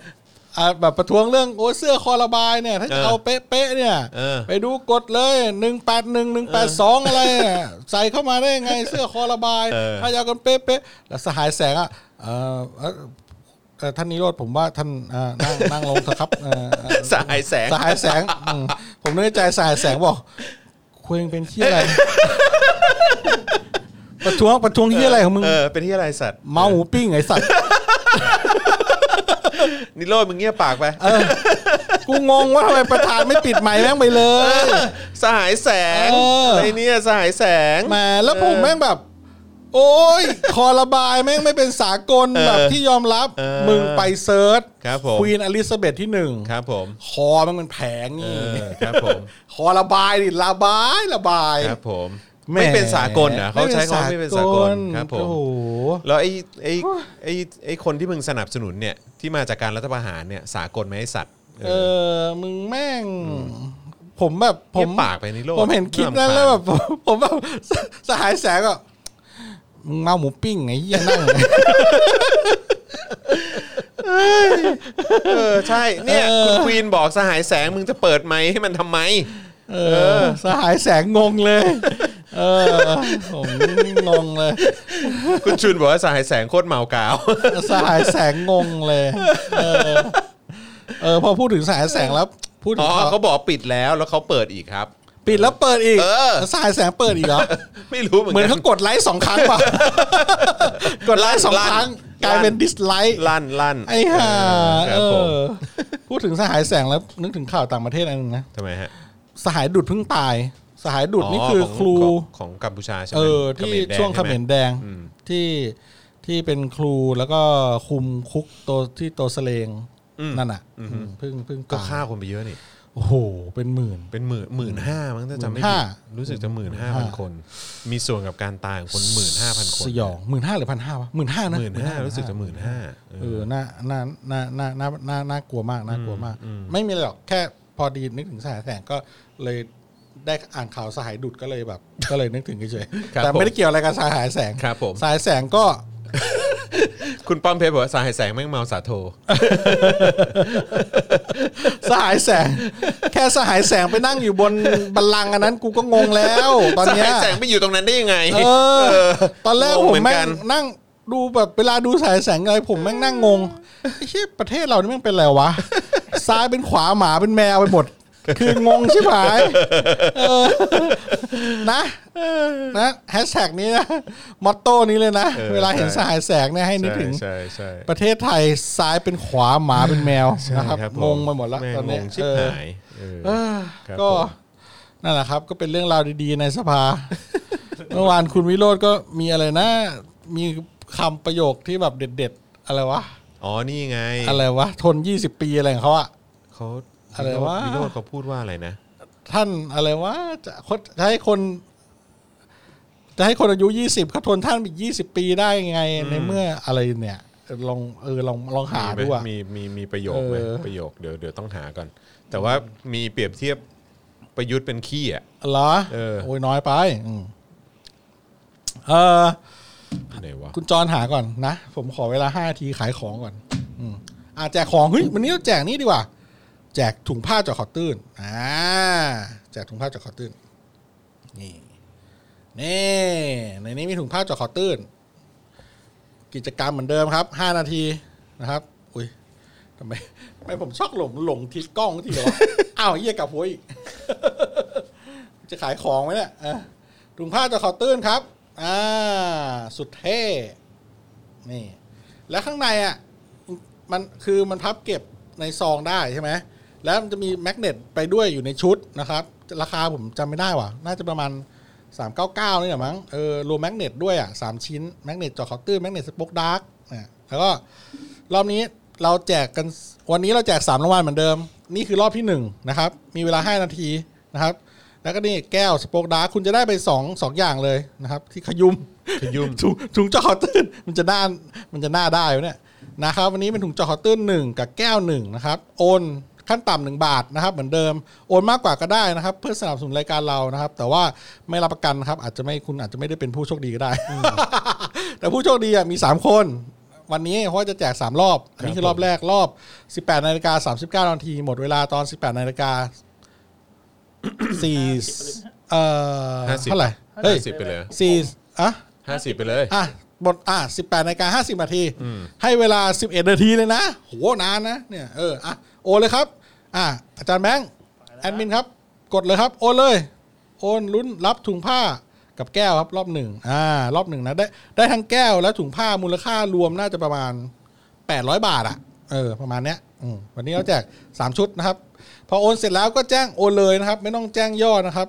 S3: อ่ะแบบประท้วงเรื่องโอ้เสื้อคอระบายเนี่ย ถ้าจะ
S2: เออ
S3: เอาเป๊ะๆเนี่ย
S2: เออ
S3: ไปดูกฎเลยหนึ่งแปดหนึ่งหนึ่งแปดสองอะไรเนี่ยใส่เข้ามาได้ยังไงเสื้อคอระบาย ถ้าจะเอากันเป๊ะๆแล้วสหายแสงอ่ะเอ่อเอ่อเอ่อท่านนิโรธผมว่าท่านอ่านั่งนั่งลงเถอะครับเอ่อเอ่อ
S2: สายแสง
S3: สหายแสงอืมผมนึกในใจสหายแสงบอกคุยเป็นที่อะไร ประท้วงประท้วงที่อะไรของมึง
S2: เออเป็นที่อะไรสัตว์
S3: เมาหมูปิ้งไอสัตว์
S2: นิโรธมึงเงียบปากไป
S3: เออกูงงว่าทำไมประธานไม่ปิดไมค์แม่งไปเลย
S2: สหายแสง
S3: เอออ
S2: อะไรเนี่ยสหายแสง
S3: แหมแล้วผมแม่งแบบ โอ้ยคอระบายแม่งไม่เป็นสากลแบบที่ยอมรับ
S2: เออ
S3: มึงไปเซิร์ช
S2: ครับผม
S3: ควีนอลิซาเบธที่หนึ่ง
S2: ครับผม
S3: คอมันเป็นแผง
S2: เอ
S3: นี่
S2: อครับผม
S3: คอระบายดิระบายระบาย
S2: ครับผม
S3: แห
S2: ไม่เป็นสากลนะเขาใช้คำว่าไม่เป็นสากลครับผม
S3: โอ้โห
S2: แล้วไอ้ไอ้ไอ้ไอ้คนที่มึงสนับสนุนเนี่ยที่มาจากการรัฐประหารเนี่ยสากลไหมไอ้สัตว์เอ
S3: เอ
S2: อ
S3: อ มึงแม่ง ผมแบบผม
S2: เงียบปากไปนิโรธ
S3: ผมเห็นคลิปนั้น
S2: น่ารำคาญ
S3: แล้วแบบ ผมผมแบบสสหายแสงก็มึงเมาหมูปิ้งไงเหี้ย นั่ง
S2: เออใช่เนี่ย
S3: เออ
S2: คุณควีนบอกสหายแสงมึงจะเปิดไมค์ให้มันทำไม
S3: เออ สหายแสงงงเลย เออ ผมงงเลย
S2: คุณชุนบอกว่าสหายแสงโคตรเมากาว
S3: สหายแสงงงเลย เออ เออ พอพูดถึงสหายแสงแล้ว พูดถึ
S2: อ๋
S3: ง
S2: อ
S3: เขา
S2: เขาบอกปิดแล้วแล้วเขาเปิดอีกครับ
S3: ปิดแล้วเปิดอีก
S2: เออ
S3: สหายแสงเปิดอีกเหร อ
S2: ไม่รู้เหมือน
S3: เหมือน
S2: กั
S3: เขา
S2: น
S3: กดไลค์สองครั้ง ป่ะ กดไลค์สอง
S2: ลั่น
S3: ครั้ง
S2: ลั่น
S3: กลายเป็นดิสไลค์
S2: ลั่นลั่น
S3: ไอ้ห่า
S2: ครั
S3: เอบ
S2: ผม
S3: อ พูดถึงสหายแสงแล้วนึกถึงข่าวต่างประเทศอันหนึงนะ
S2: ทำไมฮะ
S3: สหายดุดเพิ่งตาย สหายดุดนี่คือ
S2: ขง
S3: ครู
S2: ของของกัมพูชาใช่ไหม
S3: เออ
S2: ข
S3: ที่
S2: มรแด
S3: ช่วงเข
S2: ใช่ไห
S3: มรแดงที่ที่เป็นครูแล้วก็คุมคุกโตที่โตสเลงนั่นอ่ะอืมเพิ่งเพิ่ง
S2: ก็
S3: ตาย
S2: ฆ่าคนไปเยอะนี่
S3: โอ้โห เป็นหมื่น
S2: เป็นหมื่นหมื่นห้ามั้งถ้าจำไม่
S3: ห
S2: ผิ
S3: มื่นห้า
S2: ดรู้สึกจะหมื่นห้าพันคน มีส่วนกับการตายของคนหมื่นห้าพันคน
S3: สยองหมื่นห้าหรือพันห้าวะหมื่นห้านะ
S2: หมื่นห้ารู้สึกจะหมื่นห้า
S3: เออน่าน่าน่าน่าน่าน่าน่ากลัวมากน่ากลัวมาก ไม่มีอะไรหรอกแค่พอดีนึกถึงสหายแสงก็เลยได้อ่านข่าวสหายดุดก็เลยแบบ ก็เลยนึกถึงเฉยๆแต่ไม่ได้เกี่ยวอะไรกับสหายแสง
S2: ครับผม
S3: สหายแสงก็
S2: คุณป้อมเพชรบอกว่าสายแสงแม่งเมาสาโท
S3: สหายแสง แค่สหายแสงไปนั่งอยู่บนบัลลังก์อันนั้นกูก็งงแล้ว ตอนเนี้ย
S2: สายแสงไปอยู่ตรงนั้นได้ยังไง
S3: เอ อ ตอนแรก
S2: งง
S3: ผ
S2: เห
S3: ม
S2: มือน
S3: แม่
S2: กั
S3: ง
S2: น
S3: นั่งดูแบบเวลาดูสายแสงอะไรผมแม่งนั่งงงไอ้เชี่ยประเทศเรานี่แม่งเป็นอะไรวะ ซ้ายเป็นขวาหมาเป็นแมวไปหมด คืองงชิบหายเออนะนะแฮชแท็กนี้นะ มอตโต้นี้เลยนะ เวลาเห็นสายแสงเนี่ยให้นึกถึง
S2: ใช่ใช่
S3: ประเทศไทยซ้ายเป็นขวาหมาเป็นแมว
S2: ใช่
S3: นะครับ
S2: ผ
S3: งงไปหมดแล้ว
S2: ง
S3: ตอนนี้
S2: งชิบ
S3: เออ
S2: หายเออ ครับ
S3: ก็
S2: ผม
S3: นั่นแหละครับ ก็เป็นเรื่องราวดีๆในสภา เมื่อวานคุณวิโรธก็มีอะไรนะ มีคำประโยคที่แบบเด็ด ๆ อะไรวะ
S2: อ๋อนี่ไง
S3: อะไรวะ ทน 20 ปีอะไรของเขาอะ
S2: เขา
S3: อะไรวะ
S2: วิโรจน์เขาพูดว่าอะไรนะ
S3: ท่านอะไรวะจะคนจะให้คน จะให้คนอายุ 20เขาทนท่านอีก 20 ปีได้ยังไง ในเมื่ออะไรเนี่ยลองเออลองลองหาดูอะ
S2: มีไหมมีมีมีประโยคไหม
S3: เออ
S2: ประโยคเดี๋ยวเดี๋ยวต้องหาก่อน แต่ว่ามีเปรียบเทียบประยุทธ์เป็นขี้อ่ะ
S3: เหรอ
S2: เออ
S3: โอ้ยน้อยไปอืมเออ
S2: ไหนวะ
S3: คุณจรหาก่อนนะ ผมขอเวลาห้านาทีขายของก่อน อืมอ่าแจกของเฮ้ยวันนี้เราแจกนี่ดีกว่า แจกถุงผ้าจากขอตื้นอ่าแจกถุงผ้าจากขอตื้นนี่นี่ในนี้มีถุงผ้าจากขอตื้น กิจกรรมเหมือนเดิมครับห้านาทีนะครับ อุ้ยทำไมทำไมผมชอบหลงหลงทิศกล้องทีเหรอวะ อ้าวเหี้ยกลับหัวอีก จะขายของไหมเนี่ยอ่ะถุงผ้าจะขอตื้นครับ อ่า สุดเท่ นี่ แล้วข้างในอ่ะ มันคือมันพับเก็บในซองได้ใช่ไหม แล้วมันจะมีแมกเนตไปด้วยอยู่ในชุดนะครับ ราคาผมจำไม่ได้ว่ะ น่าจะประมาณ 399นี่แหละมั้ง เออ รวมแมกเนตด้วยอ่ะสามชิ้น แมกเนตจอเคาน์เตอร์แมกเนตสป็อกดาร์กอ่ะแล้วก็ รอบนี้เราแจกกันวันนี้เราแจก3รางวัลเหมือนเดิม นี่คือรอบที่1นะครับ มีเวลา 5 นาทีนะครับ แล้วก็นี่แก้วสป็อกดาร์กคุณจะได้ไป2งอย่างเลยนะครับ ที่ขยุม
S2: ขยุ่ม
S3: ถุงถุงเจาะขอตื้นมันจะหน้ามันจะหน้าได้ไหมเนี่ยนะครับ วันนี้เป็นถุงเจาะขอตื้นหนึ่งกับแก้วหนึ่งนะครับ โอน ขั้นต่ำหนึ่งบาทนะครับ เหมือนเดิมโอนมากกว่าก็ได้นะครับ เพื่อสนับสนุนรายการเรานะครับ แต่ว่าไม่รับประกันนะครับ อาจจะไม่คุณอาจจะไม่ได้เป็นผู้โชคดีก็ได้ แต่ผู้โชคดีอ่ะมี 3 คน วันนี้เพราะว่าจะแจก 3 รอบ อันนี้คือรอบแรกรอบ 18นาฬิกา39นาที หมดเวลาตอน 18นาฬิกาสี่เอ่อ
S2: ห้าสิบ
S3: เท่าไหร่เฮ้ย
S2: ห้าสิบไปเลย
S3: สี่อ่ะ
S2: ห้าสิบไปเลย
S3: อ่ะหมดอ่ะสิบแปดนาฬิกาห้าสิบนาที ให้เวลาสิบเอ็ดนาทีเลยนะ โห นานนะ เนี่ย เออ อ่ะ โอนเลยครับ อ่ะ อาจารย์แบงค์แอดมินครับ กดเลยครับ โอนเลย โอนลุ้นรับถุงผ้ากับแก้วครับ รอบหนึ่ง อ่า รอบหนึ่งนะ ได้ ได้ทั้งแก้วและถุงผ้ามูลค่ารวมน่าจะประมาณ 800 บาทอะเออ ประมาณเนี้ยอืมวันนี้เราแจก 3 ชุดนะครับ พอโอนเสร็จแล้วก็แจ้งโอนเลยนะครับ ไม่ต้องแจ้งยอดนะครับ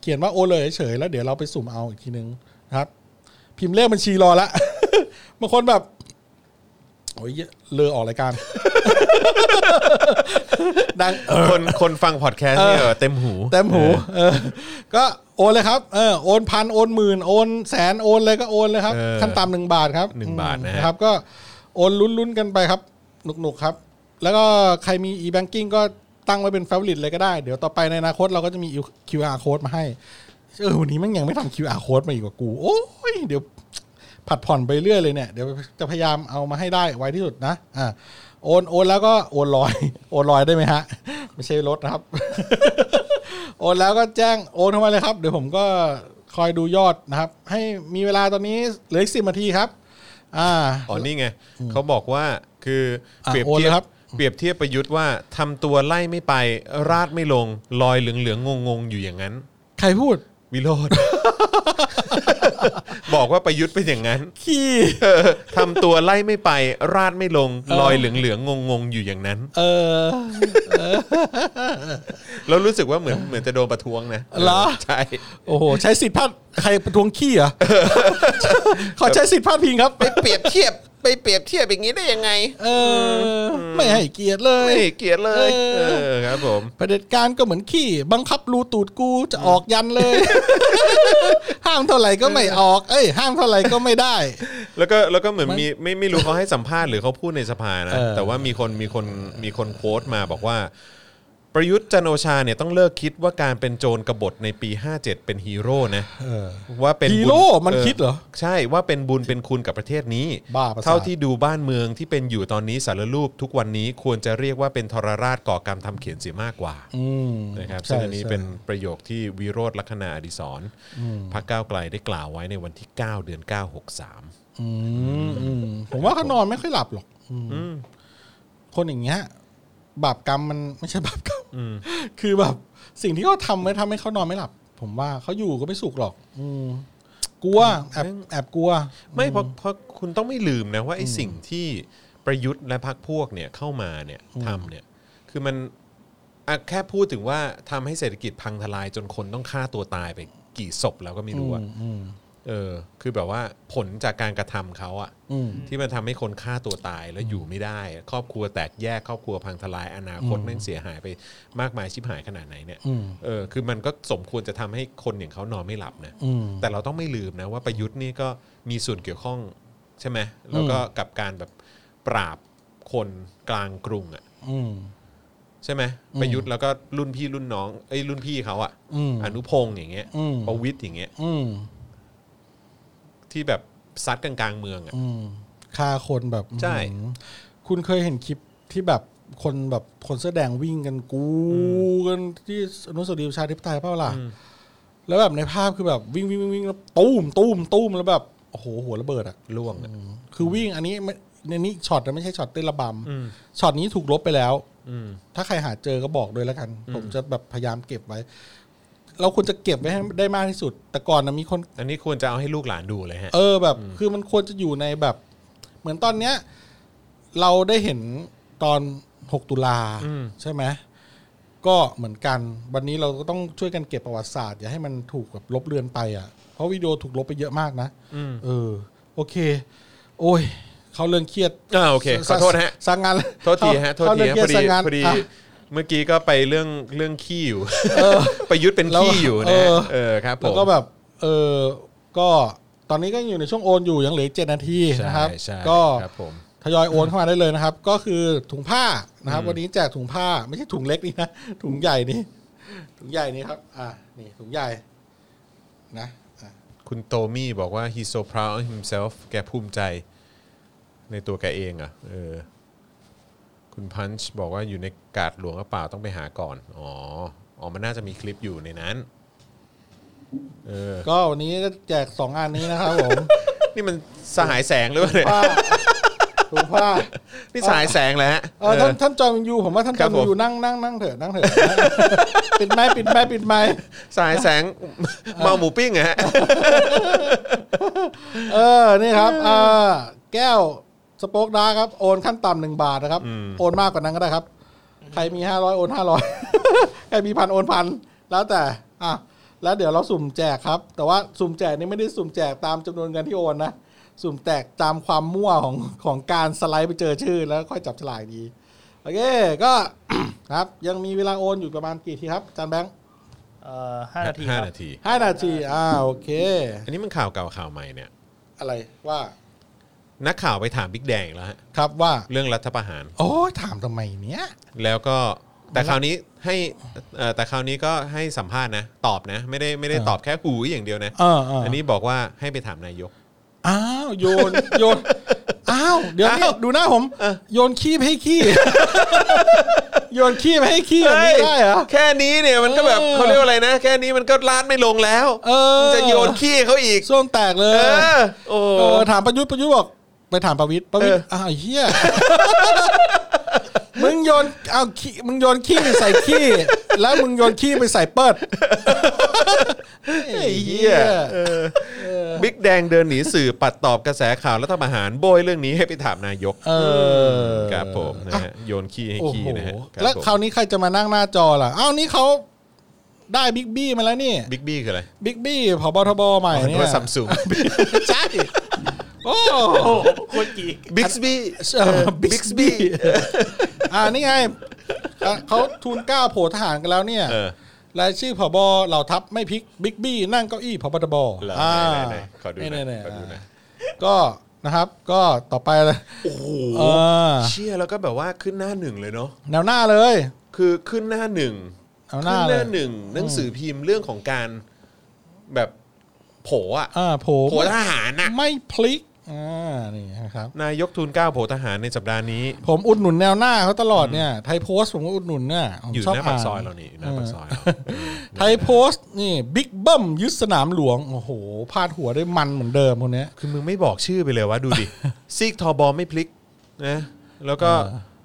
S3: เขียนว่าโอนเลยเฉยๆแล้วเดี๋ยวเราไปสุ่มเอาอีกทีนึงนะครับ พิมพ์เลขบัญชีรอละ บางคนแบบโอ้ยเลอออกราย การ ดัง
S2: คนคนฟังพอดแคสต์เนี่ยเต็มหู
S3: เต็มหูเออก็โอนเลยครับเออโอนพันโอนหมื่นโอนแสนโอนเลยก็โอนเลยครับ
S2: เออ
S3: ขั้นต่ำหนึ่งบาทครับ
S2: หนึ่งบาทนะฮะ
S3: ครับ ก็โอนลุ้นลุ้นๆกันไปครับหนุกๆครับ แล้วก็ใครมี e-banking ก็ตั้งไว้เป็น favorite เลยก็ได้ เดี๋ยวต่อไปในอนาคตเราก็จะมี QR code มาให้เออวันนี้มันยังไม่ทำ QR code มาอีกกว่ากู โอ้ยเดี๋ยว ผัดผ่อนไปเรื่อยเลยเนี่ย เดี๋ยวจะพยายามเอามาให้ได้ไวที่สุดนะอ่าโอนโอนแล้วก็โอนลอย โอนลอยได้ไหมฮะ ไม่ใช่รถนะครับ โอนแล้วก็แจ้งโอนเข้ามาเลยครับ เดี๋ยวผมก็คอยดูยอดนะครับ ให้มีเวลาตอนนี้เหลืออีกสิบนาทีครับ อ่า
S2: อ๋อนี่ไงเขาบอกว่าคือ
S3: อ่ะ
S2: เปรียบ
S3: โอน
S2: เที
S3: เลยยครับ บ
S2: เปรียบเทียบประยุทธ์ว่าทำตัวไล่ไม่ไป ราดไม่ลง ลอยเหลืองเหลืองงงๆ อยู่อย่างนั้น
S3: ใครพูด
S2: วิโร ธ บอกว่าประยุทธ์เป็นอย่างนั้น
S3: ขี้
S2: เออทำตัวไล่ไม่ไป ราดไม่ลง ลอยเหลืองเหลืองงงๆ อยู่อย่างนั้น
S3: เออ
S2: แล้วรู้สึกว่าเหมือนเหมือนจะโดนประท้วงนะ
S3: เหรอ
S2: ใช่
S3: โอ้โห ใช้สิทธิ์พลาดใครประท้วงขี้เหรอ ขอใช้สิทธิ์พลาดพิงครับ
S2: เปรียบเทียบไปเปรียบเทียบอย่างนี้ได้ยังไง
S3: เออ ไม่ให้เกียรติเลย
S2: ไม่เกลียดเลย
S3: เออ
S2: เออครับผม
S3: ประเผด็จการก็เหมือนขี้ บังคับรูตูดกูจะออกยันเลย ห้ามเท่าไหร่ก็ไม่ออก เอ้ย ห้ามเท่าไหร่ก็ไม่ได้
S2: แล้วก็แล้วก็เหมือน
S3: มัน
S2: มีไม่ไม่รู้เขาให้สัมภาษณ์หรือเขาพูดในสภานะ
S3: เออ
S2: แต่ว่ามีคนมีคนมีคนโค้ดมาบอกว่า ประยุทธ์จันทร์โอชาเนี่ยต้องเลิกคิดว่าการเป็นโจรกบฏในปี 57 เป็นฮีโร่นะ
S3: เออ
S2: ว่าเป็นบุญ
S3: ฮีโร่มันคิดเหรอ
S2: ใช่ว่าเป็นบุญเป็นคุณกับประเทศนี้
S3: บ้าประสาท
S2: เท่าที่ดูบ้านเมืองที่เป็นอยู่ตอนนี้สารรูปทุกวันนี้ควรจะเรียกว่าเป็นทรราชก่อกรรมทำเขียนเสียมากกว่า
S3: อืม
S2: นะครับ
S3: ใช่
S2: ซึ่งอันนี้
S3: ใช่
S2: เป็นประโยคที่วิโรธลักษณาอดิศรพรรคก้าวไกลได้กล่าวไว้ในวันที่ 9 เดือน 963
S3: อืมอืมผมว่าเขานอนไม่ค่อยหลับหรอกอืมคนอย่างเงี้ย บาปกรรมมันไม่ใช่บาปกรรมคือแบบ สิ่งที่เขาทำไม่ทำให้เขานอนไม่หลับ ผมว่าเขาอยู่ก็ไม่สุขหรอก อืมกลัวแอบแอบกลัว
S2: ไม่เพราะเพราะคุณต้องไม่ลืมนะว่าไอ้สิ่งที่ประยุทธ์และพรรคพวกเนี่ยเข้ามาเนี่ยทำเนี่ยคือมันอ่ะแค่พูดถึงว่าทำให้เศรษฐกิจพังทลายจนคนต้องฆ่าตัวตายไปกี่ศพแล้วก็ไม่รู้อะ
S3: อืม
S2: เออ คือแบบว่าผลจากการกระทำเขาอะ
S3: อืม
S2: ที่มันทำให้คนฆ่าตัวตายแล้วอยู่ไม่ได้ ครอบครัวแตกแยกครอบครัวพังทลายอนาคตแม่งเสียหายไปมากมายชิบหายขนาดไหนเนี่ย
S3: อืม
S2: เออคือมันก็สมควรจะทำให้คนอย่างเขานอนไม่หลับนะ
S3: อืม
S2: แต่เราต้องไม่ลืมนะว่าประยุทธ์นี่ก็มีส่วนเกี่ยวข้องใช่ไหมแล้วก็กับการแบบปราบคนกลางกรุงอ่ะ
S3: อืม
S2: ใช่ไหมประยุทธ์แล้วก็รุ่นพี่รุ่นน้องไอ้ยรุ่นพี่เขาอ่ะ
S3: อืม
S2: อนุพงศ์อย่างเงี้ย
S3: อืม
S2: ประวิทย์อย่างเงี้ย
S3: อืม
S2: ที่แบบซัดกันกลางเมืองอ่ะ
S3: อืมฆ่าคนแบบ
S2: ใช่
S3: อื้อหือคุณเคยเห็นคลิปที่แบบคนแบบคนเสื้อแดงวิ่งกันกูกันที่อนุสาวรีย์ประชาธิปไตยเปล่าล่ะ แล้วแบบในภาพคือแบบวิ่งวิ่งวิ่งวิ่งแล้วตูมตูมตูมแล้วแบบโอ้โหหัวระเบิดอะ
S2: ล่วงอะ
S3: คือวิ่งอันนี้ไม่ในนี้ช็อตนะไม่ใช่ช็อตเต้นระบำช็อตนี้ถูกลบไปแล้ว
S2: อืม
S3: ถ้าใครหาเจอก็บอกด้วยแล้วกัน ผมจะแบบพยายามเก็บไว้ เราควรจะเก็บไว้ให้ได้มากที่สุด แต่ก่อนนะมีคน
S2: อันนี้ควรจะเอาให้ลูกหลานดูเลยฮะ
S3: เออแบบคือมันควรจะอยู่ในแบบ เหมือนตอนเนี้ย เราได้เห็นตอน 6 ตุลา
S2: อืม
S3: ใช่ไหมก็เหมือนกัน วันนี้เราก็ต้องช่วยกันเก็บประวัติศาสตร์อย่าให้มันถูกแบบลบเลือนไปอ่ะเพราะวิดีโอถูกลบไปเยอะมากนะ
S2: อืม
S3: เออ โอเค โอ้ย เขาเรื่องเครียด
S2: อ่าโอเคขอโทษนะฮะ
S3: สร้างงาน
S2: โทษทีฮะโทษ
S3: เขา
S2: ที
S3: เรื่อง
S2: ฮะ
S3: เครี
S2: พอ
S3: ยด
S2: ดี
S3: สร้างงาน
S2: พอดี
S3: อ่ะ
S2: เมื่อกี้ก็ไปเรื่องเรื่องขี้อยู่ ประยุทธ์เป็นขี้อยู่นะ
S3: เออ
S2: เออครับผ
S3: แล้ว
S2: ม
S3: ก็แบบ เออก็ตอนนี้ก็ยังอยู่ในช่วงโอนอยู่ยังเหลือเจ็ดนาทีนะครับ
S2: ใช่ใช่
S3: ก็
S2: ครับผม
S3: ทยอยโอนเข้ามาได้เลยนะครับ ก็คือถุงผ้านะครับ วันนี้แจกถุงผ้าไม่ใช่ถุงเล็กนี่นะถุงใหญ่นี่ถุงใหญ่นี่ครับ อ่านี่ถุงใหญ่นะอ่ะ
S2: คุณโตมี่บอกว่า he's so proud of himself แกภูมิใจในตัวแกเองอะ่ะเออคุณพันช์บอกว่าอยู่ในกาดหลวงหรือเปล่าต้องไปหาก่อน อ๋ออ๋อมันน่าจะมีคลิปอยู่ในนั้น เออ
S3: ก็วันนี้ก็แจกสองอันนี้นะครับผม
S2: นี่มันสหายแสงหรือเปล่า เนี่ย
S3: ผ้าถุงผ้า
S2: นี่สหายแสงแล้วฮะ
S3: เออ
S2: เอ
S3: ท่าน
S2: อ
S3: ท่านจอมยูผมว่าท่าน
S2: ค
S3: จ
S2: รั
S3: อบ ม
S2: ผม
S3: ยูนั่งนั่งนั่งเถอะนั่งเถอะปิดไม้ปิดไม้ปิดไม้
S2: สหาย แสงเมาหมูปิ้งอะฮะ
S3: เออนี่ครับเออแก้วสโป๊กดาร์กครับ โอนขั้นต่ำหนึ่งบาทนะครับ โอนมากกว่านั้นก็ได้ครับ ใครมีห้าร้อยโอนห้าร้อย ใครมีพันโอนพันแล้วแต่อ่ะแล้วเดี๋ยวเราสุ่มแจกครับ แต่ว่าสุ่มแจกนี่ไม่ได้สุ่มแจกตามจำนวนเงินที่โอนนะ สุ่มแจกตามความมั่วของ ของการสไลด์ไปเจอชื่อแล้วค่อยจับฉลากดีโอเคก็ ครับยังมีเวลาโอนอยู่ประมาณกี่ทีครับอาจานแบงค์
S4: เอ่อห้านาทีค
S2: ห้า
S4: รับ
S2: นาที
S3: ห้านาทีอ่าโอเค
S2: อันนี้มันข่าวเก่าข่าวใหม่เนี่ย
S3: อะไรว่า
S2: นักข่าวไปถามบิ๊กแดงอีกแล้วฮะ
S3: ครับว่า
S2: เรื่องรัฐประหาร
S3: โอ้ยถามทำไมเนี้ย
S2: แล้วก็แต่คราวนี้ให้เอ่อแต่คราวนี้ก็ให้สัมภาษณ์นะ ตอบนะ ไม่ได้ไม่ได้ตอบแค่หูยอย่างเดียวนะ
S3: เออ
S2: อั
S3: อั
S2: นนี้บอกว่าให้ไปถามนายก
S3: อ้าวโยน โยนอ้าวเดี๋ยวนี่ดูหน้าผม โยนขี้ไปให้ขี้ โยนขี้ไปให้ขี้แบบนี้ได้เหรอ
S2: แค่นี้เนี่ยมันก็แบบ
S3: เออ
S2: เขาเรียกว่าอะไรนะ แค่นี้มันก็ลาดไม่ลงแล้ว
S3: เออ
S2: จะโยนขี้ให้เขาอีก
S3: ส้วมแตกเล
S2: เอย อโอ้
S3: เออถามประยุทธ์ประยุทธ์บอกไปถามประวิทย์ประวิทย์
S2: เอออ้
S3: อ้าวเฮีย มึงโยนเอาขี้มึงโยนขี้ไปใส่ขี้ แล้วมึงโยนขี้ไปใส่เปิด ไอ้เหี้ย
S2: บิ๊กแดงเดินหนีสื่อปัดตอบกระแสข่าวรัฐประหารโบยเรื่องนี้ให้ไปถามนายก
S3: เออ
S2: ครับผมนะฮะโยนขี้ให้
S3: โอ้
S2: ขี้
S3: โห
S2: นะฮะบ
S3: แล้ว
S2: ผม
S3: คราวนี้ใครจะมานั่งหน้าจอล่ะอ้าวนี่เขาได้บิ๊กบี้มาแล้วนี่
S2: บิ๊กบี้คืออะไร
S3: บิ๊กบี้ผบทบใหม่
S2: อ๋อนึ
S3: เนี่
S2: ก
S3: ย
S2: ว่าซัมซุง
S3: ใช่โอ้
S4: โอ้โหโคตรกีก
S2: บิ๊กบี้
S3: บิ๊กบี้อ่านี่ไงอ่ะเขาทูลเกล้าโผทหารกันแล้วเนี่ย
S2: เออ
S3: รายชื่อผบเหล่าทัพไม่พลิกบิ๊กบี้นั่งเก้าอี้ผบทบ
S2: เหรอ
S3: อ่า
S2: ไหนๆๆขอดูหน่อย
S3: ๆๆ
S2: ขอดูหน่อย
S3: ก็นะครับก็ต่อไปเลย
S2: โอ้โห
S3: เออ
S2: เชี่ยแล้วก็แบบว่าขึ้นหน้าหนึ่งเลยเนาะ
S3: แนวหน้าเลย
S2: คือขึ้นหน้าหนึ่ง
S3: เอาห
S2: ขึ้
S3: น้าน
S2: ห
S3: เล
S2: น้าย หนึ่งหนังสือพิมพ์เรื่องของการแบบโผอะ
S3: อ่าโผ
S2: โผทหารน่ะ
S3: ไม่พลิกอ่านี่นะครับ
S2: นายกทูลเกล้าโผทหารในสัปดาห์นี้
S3: ผมอุดหนุนแนวหน้าเขาตลอดเนี่ยไทยโพสต์ผมก็อุดหนุนเนี่ยผม
S2: อยู่
S3: ชอบ
S2: หน้า
S3: อ่า
S2: ปากซอย
S3: น
S2: เรานี่อยู่หน้าปากซอยเรา
S3: ไทยโพสต์นี่บิ๊กเบิ้มยึดสนามหลวง โอ้โหพาดหัวได้มันเหมือนเดิมคนเนี้ย
S2: คือมึงไม่บอกชื่อไปเลยว่าดู ดิ ซีกทอบอไม่พลิกนะแล้วก็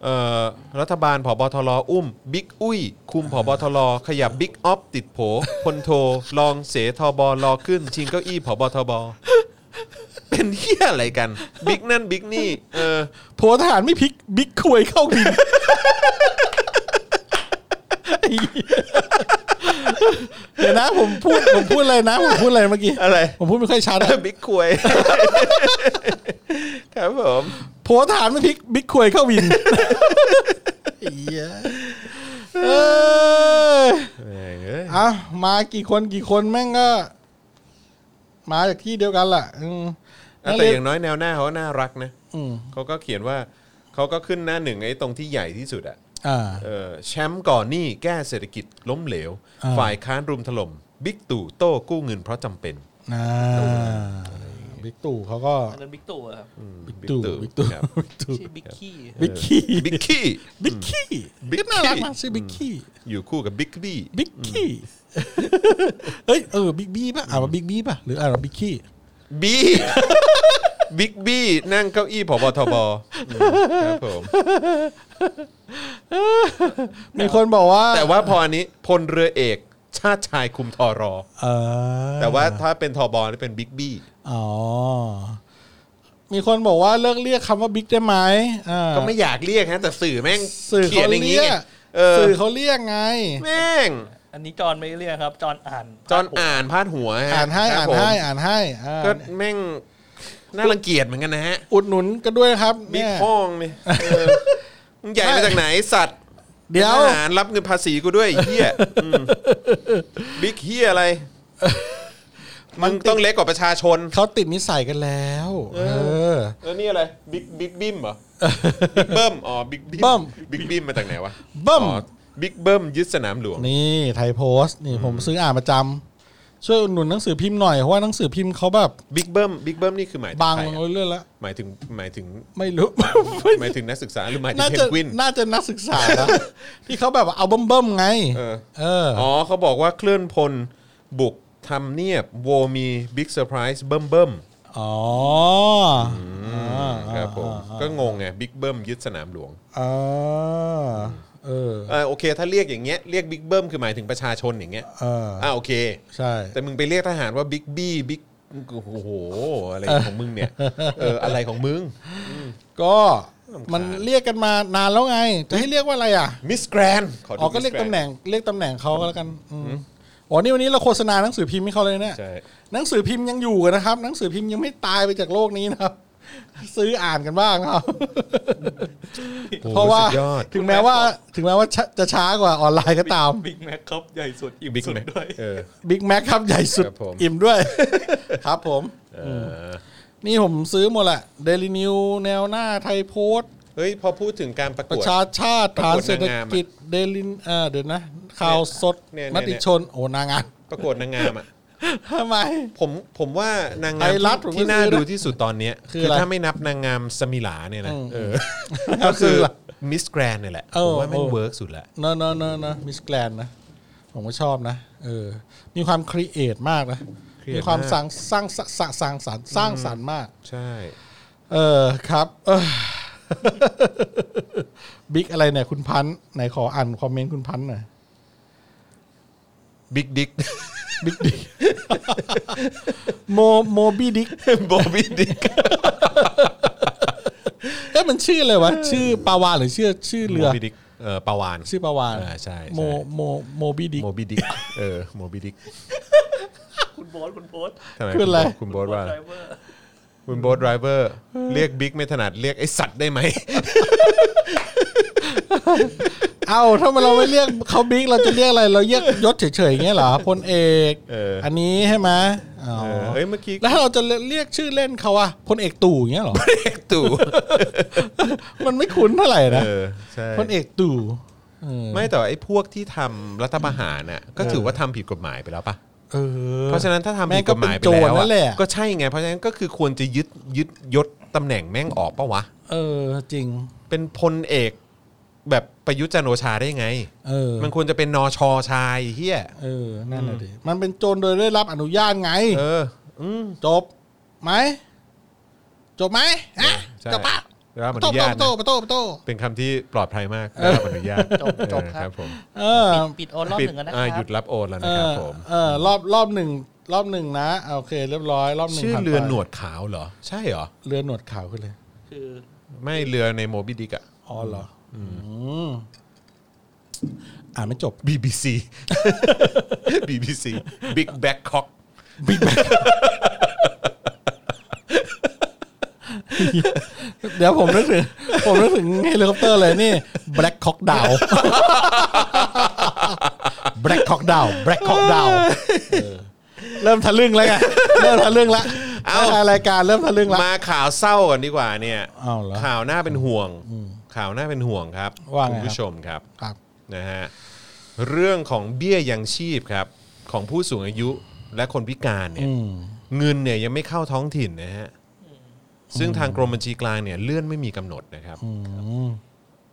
S2: เอ่อรัฐบาลผบทรอุ้มบิ๊กอุ้ย คุมผบทรขยับบิ๊กออฟติดโผพลโทรองเสทบรอขึ้น ชิงเก้าอี้ผบทบเป็นเฮียอะไรกันบิ๊กนั่นบิ๊กนี่เออ
S3: โพสต์ทหารไม่พลิกบิ๊กควยเข้าดินไอ้เหี้ยเดี๋ยวนะผมพูดผมพูดอะไรนะผมพูดอะไรเมื่อกี้
S2: อะไร
S3: ผมพูดไม่ค่อยชัดอะ
S2: บิ๊กควย ครับผม
S3: โพสต์ทหารไม่พลิกบิ๊กควยเข้าวินไอ้เหี้ยเออ
S2: แม่งเอ้ย
S3: อ่ะมากี่คนกี่คนแม่งก็ มาจากที่เดียวกันล่ะอืมนัก
S2: แต่
S3: เรีย
S2: อน ย่างน้อยแนวหน้าเขาน่ารักนะ
S3: อืม
S2: เขาก็เขียนว่าเขาก็ขึ้นหน้าหนึ่งไอ้ตรงที่ใหญ่ที่สุดอะ
S3: อ่า
S2: เออแชมป์ก่อนหนี้แก้เศรษฐกิจล้มเหลว
S3: อ่า
S2: ฝ่ายค้านรุมถล่มบิ๊กตู่โต้กู้เงินเพราะจำเป็น
S3: อ่าบิ๊กตู่เขาก็
S4: อันนั้นบิ๊กตู่อะครับ
S2: บิ๊ก
S3: ตู่บิ๊กตู่
S2: ครับ
S4: ชื่อบิ๊กขี้
S3: บิ๊กขี้
S2: บิ๊กขี้
S3: บิ๊กขี้
S2: บิ๊ก
S3: ก็น่ารัก
S2: ขี้
S3: นะชื่อบิ๊กขี้
S2: อยู่คู่กับบิ๊กบี้
S3: บิ๊กขี้เอ้ยเออบิ๊กบี้ป่ะอ่านว่าบิ๊กบี้ป่ะหรืออ่านว่าบิ๊กขี้
S2: บี้บิ๊กบี้นั่งเก้าอี้ผบทบอืมครับผม
S3: มีคนบอกว่า
S2: แต่ว่าพออันนี้พลเรือเอก ชาติชายคุมทอรอ
S3: เออ
S2: แต่ว่าถ้าเป็นทอบอนี่เป็นบิ๊กบี้
S3: อ๋อมีคนบอกว่าเลิกเรียกคำว่าบิ๊กได้ไหมอ่า
S2: ก็ไม่อยากเรียกฮะแต่สื่อแม่ง
S3: สื่อ
S2: เขีย
S3: เขา
S2: นอย่างนี้
S3: เรีย
S2: ไง
S3: ก
S2: เออ
S3: สื่อเขาเรียกไง
S2: แม่ง
S4: อันนี้จอนไม่เรียกครับ จอนอ่าน
S2: จอนอ่านพาดหัวฮะ
S3: อ่านให้
S2: ครั
S3: อ่า
S2: บ
S3: น
S2: ผม
S3: ให้อ่านให้อ่า
S2: ก็แม่งน่ารังเกียจเหมือนกันนะฮะ
S3: อุดหนุนกันด้วยครับ
S2: บิ๊
S3: เนี่
S2: ก
S3: ย
S2: พ้องนี่เออมึงใหญ่มาจากไหนสัตว์
S3: เดี๋ย
S2: ป็น
S3: ว
S2: ทหารรับเงินภาษีกูด้วยไอ้เฮียอืมบิ๊กเฮียอะไร มึงต้องเล็กกว่าประชาชน
S3: เขาติดนิสัยกันแล้ว เออ
S2: แล้วนี่อะไรบิ๊กบิ๊กบิ้มเหรอ บิ๊กเบิ้มอ๋อบิ๊ก
S3: เบิ้ม
S2: บิ๊กบิ้มมาจากไหนวะ
S3: เบิ้ม
S2: อ๋อบิ๊กเบิ้มยึดสนามหลวง
S3: นี่ไทยโพสต์นี่ผมซื้ออ่านประจำช่วยอุดหนุนหนังสือพิมพ์หน่อยเพราะว่าหนังสือพิมพ์เขาแบบ
S2: บิ๊กเบิ้มบิ๊กเบิ้มนี่คือหมายถึง
S3: บาง
S2: ใคร
S3: ลง
S2: อะ
S3: เรื่อยๆแล้ว
S2: หมายถึงหมายถึง
S3: ไม่รู้
S2: หมายถึงนักศึกษาหรือหมายถึง
S3: น่า
S2: เพ
S3: จะ
S2: นกวิน
S3: น่าจะนักศึกษานะ ที่เขาแบบว่าเอาเบิ่มๆไง
S2: เออ
S3: เออ
S2: อ๋อเขาบอกว่าเคลื่อนพลบุกทำเนียบโวมีบิ๊กเซอร์ไพรส์เบิ้มเบิ้ม
S3: อ๋อ
S2: ครับผมก็งงไงบิ๊กเบิ้มยึดสนามหลวง
S3: อ่าเออ
S2: เออโอเค ถ้าเรียกอย่างเงี้ยเรียกบิ๊กเบิ้มคือหมายถึงประชาชนอย่างเงี้ย
S3: เออ
S2: อ่าโอเค
S3: ใช่
S2: แต่มึงไปเรียกทหารว่าบิ๊กบี้บิ๊กโอ้โห อะไรของมึงเนี่ย เอออะไรของมึง
S3: ก็มันเรียกกันมานานแล้วไง จะให้เรียกว่าอะไรอ่ะ
S2: มิสแกรน
S3: อ๋อ ก็เรียกตำแหน่ง เรียกตำแหน่งเขาก็แล้วกันอืมอ๋อ นี่วันนี้เราโฆษณาหนังสือพิมพ์ให้เขาเลยเนี่ย
S2: ใช่
S3: หนังสือพิมพ์ยังอยู่กันนะครับ หนังสือพิมพ์ยังไม่ตายไปจากโลกนี้นะครับ ซื้ออ่านกันบ้าง นะครับ เพราะว่า
S2: สุดยอด
S3: ถึงแม้ว่าถึงแม้ว่าชะจะช้ากว่าออนไลน์ก็ ตาม
S7: บิ๊กแม็กครับใหญ่สุดอิ่ม
S2: บิ๊ก
S7: สุด
S2: แม็ก
S7: ด้วย
S2: เออ
S3: บิ๊กแม็กครับใหญ่สุด
S2: ครับผม
S3: อิ่มด้วย ครับผม
S2: เออ
S3: นี่ผมซื้อหมดแหละเดลินิวแนวหน้าไทยโพสต์
S2: เฮ้ย พอพูดถึงการประ
S3: ป
S2: ก
S3: ระ
S2: วด
S3: ชาชาติ
S2: ประ
S3: ฐาน
S2: กวด
S3: เศรษฐ
S2: นางงามอะ
S3: กิจเดลินเอ่อเดี๋ยวนะ ข่าวสด
S2: เนี่ยเนี่ย
S3: มติ
S2: เนี่ย
S3: ชน โอ้นางาน
S2: ประกวดนางงามอ่ะ
S3: ทำไม
S2: ผมผมว่านางงา
S3: ไท
S2: ม
S3: ยรัฐ
S2: ที่
S3: ผมก็
S2: ที่น่า
S3: ซื้อนะ
S2: ดูที่สุดตอนเนี้ย
S3: คืออะไร
S2: ถ้าไม่นับนางงามสมิหลาเนี่ยนะ
S3: อืม
S2: เออก็คือ
S3: คืออะไร
S2: มิสแกรนเนี่ยแหละผ
S3: เอ
S2: ม
S3: อ
S2: ว่าแม่ง
S3: เออ
S2: เวิร์กสุดละ
S3: เนอะเนอะเนอะเนอะมิสแกรนนะ ผมก็ชอบนะ เออ มีความครีเอทมากนะ มีความสร้างสร้างสร้างสร้างสร้างสรรค์สร้างสรรค์มาก
S2: ใช่
S3: เออ ครับเออ บิ๊กอะไรเนี่ยคุณพันธ์ไหนขออ่านคอมเมนต์คุณพันธ์หน่อย
S2: บิ๊ก ดิ๊ก
S3: บิ๊ก ดิกโมโมบี้ ดิก
S2: โบบี้ดิ๊ก
S3: เอ๊ะมันชื่ออะไรวะ ชื่อปลาวานหรือชื่อชื่อ
S2: โบ
S3: เรือ
S2: บี้ดิ๊กเออปาวาน
S3: ชื่อปลาวาน
S2: อ่าใช่ใช่
S3: โมโมโมบี้ดิก
S2: โมบิดิกเออโมบิดิก
S4: คุณโบอสคุณโบอส
S2: ทำไม
S3: คืออะไร
S2: คุณโบ๊ทว่า
S4: ไดรเวอร์
S2: คุณโบ๊ทไดรเวอร์ เรียกบิ๊กไม่ถนัดเรียกไอสัตว์ได้ไหม
S3: เอ้าถ้ามันเราไม่เรียกเขาบิ๊กเราจะเรียกอะไร เราเรียกยศเฉยๆอย่างเงี้ยเหรอพลเอก
S2: เอออั
S3: นนี้ใช่ไหมอ๋อ
S2: เออเอ้ยเมื่อกี้
S3: แล้วถ้าเราจะเรียกชื่อเล่นเขาอะพลเอกตู่อย่างเงี้ยเหรอ
S2: ตู่
S3: มันไม่คุ้นเท่าไหร่นะ
S2: เออใช่
S3: พลเอกตู่เออ
S2: ไม่แต่ว่าไอ้พวกที่ทำรัฐประหารน่ะก็ถือว่าทำผิดกฎหมายไปแล้วปะ
S3: เออ
S2: เพราะฉะนั้นถ้าทำ
S3: แม่
S2: ผิด
S3: งก็
S2: กฎห
S3: เป็น
S2: มายไป
S3: โจร
S2: แล้ว
S3: นั่
S2: อะ
S3: นแหละ
S2: ก็ใช่ไง เพราะฉะนั้นก็คือควรจะยึดยึดยศตำแหน่งแม่งออกปะวะ
S3: เออจริง
S2: เป็นพลเอกแบบประยุทธ์จันทร์โอชาได้ไง
S3: เออ
S2: มันควรจะเป็นนอชอชายเฮีย
S3: เออ นั่นแหละดิ มันเป็นโจรโดยได้รับอนุญาตไง
S2: เออ อืม
S3: จบไหม จบไหมฮะ
S2: ใช่
S3: จบปะ
S2: ได้รับอ
S3: โต้
S2: นุญาต
S3: โต้
S2: นะ
S3: โต้โต้
S2: เป็นคำที่ปลอดภัยมากได้รับอนุญาต
S4: จบจบครับ
S2: เออผม
S3: เออ
S4: ปิดโอนรอบ
S2: ปิด
S4: หนึ่งกันนะค
S2: อ่าห
S4: รั
S2: ยุ
S4: บ
S2: ดรับโอนแล้วนะค
S3: เอ
S2: รับ
S3: อ
S2: ผม
S3: เออรอบรอบหนึ่งรอบหนึ่งนะอ่ะโอเค เรียบร้อย รอบหนึ่ง
S2: ชื่อ
S3: ผ่าไป
S2: เรือหนวดขาวเหรอ ใช่เหรอ
S3: เรือหนวดขาวขึ้นเลย
S4: คือ
S2: ไม่เรือในโมบิดิกอะ
S3: อ๋อเหรอ อืมอ่านไม่จบ
S2: BBC BBC Big Black Cock
S3: เดี๋ยวผมนึกถึง ผมนึกถึงเฮลิคอปเตอร์เลยนี่ Black Hawk Down Black Hawk Down Black Hawk Down เออเริ่มทะลึ่งแล้วไง เริ่มทะลึ่งแล้ว
S2: เอ้า
S3: รายการเริ่มทะลึ่งแล้ว
S2: มาข่าวเศร้าก่อนดีกว่าเนี่ย
S3: อ้าวเหรอ
S2: ข่าวหน้าเป็นห่วง ข่าวหน้าเป็นห่วงครับ
S3: ว่าไง
S2: คุณ
S3: ครั
S2: ผู้
S3: บ
S2: ชมครับ
S3: ครับ
S2: นะฮะเรื่องของเบี้ยยังชีพครับ ของผู้สูงอายุและคนพิการเนี่ย
S3: อืม
S2: เงินเนี่ยยังไม่เข้าท้องถิ่นนะฮะซึ่งทางกรมบัญชีกลางเนี่ยเลื่อนไม่มีกำหนดนะครับ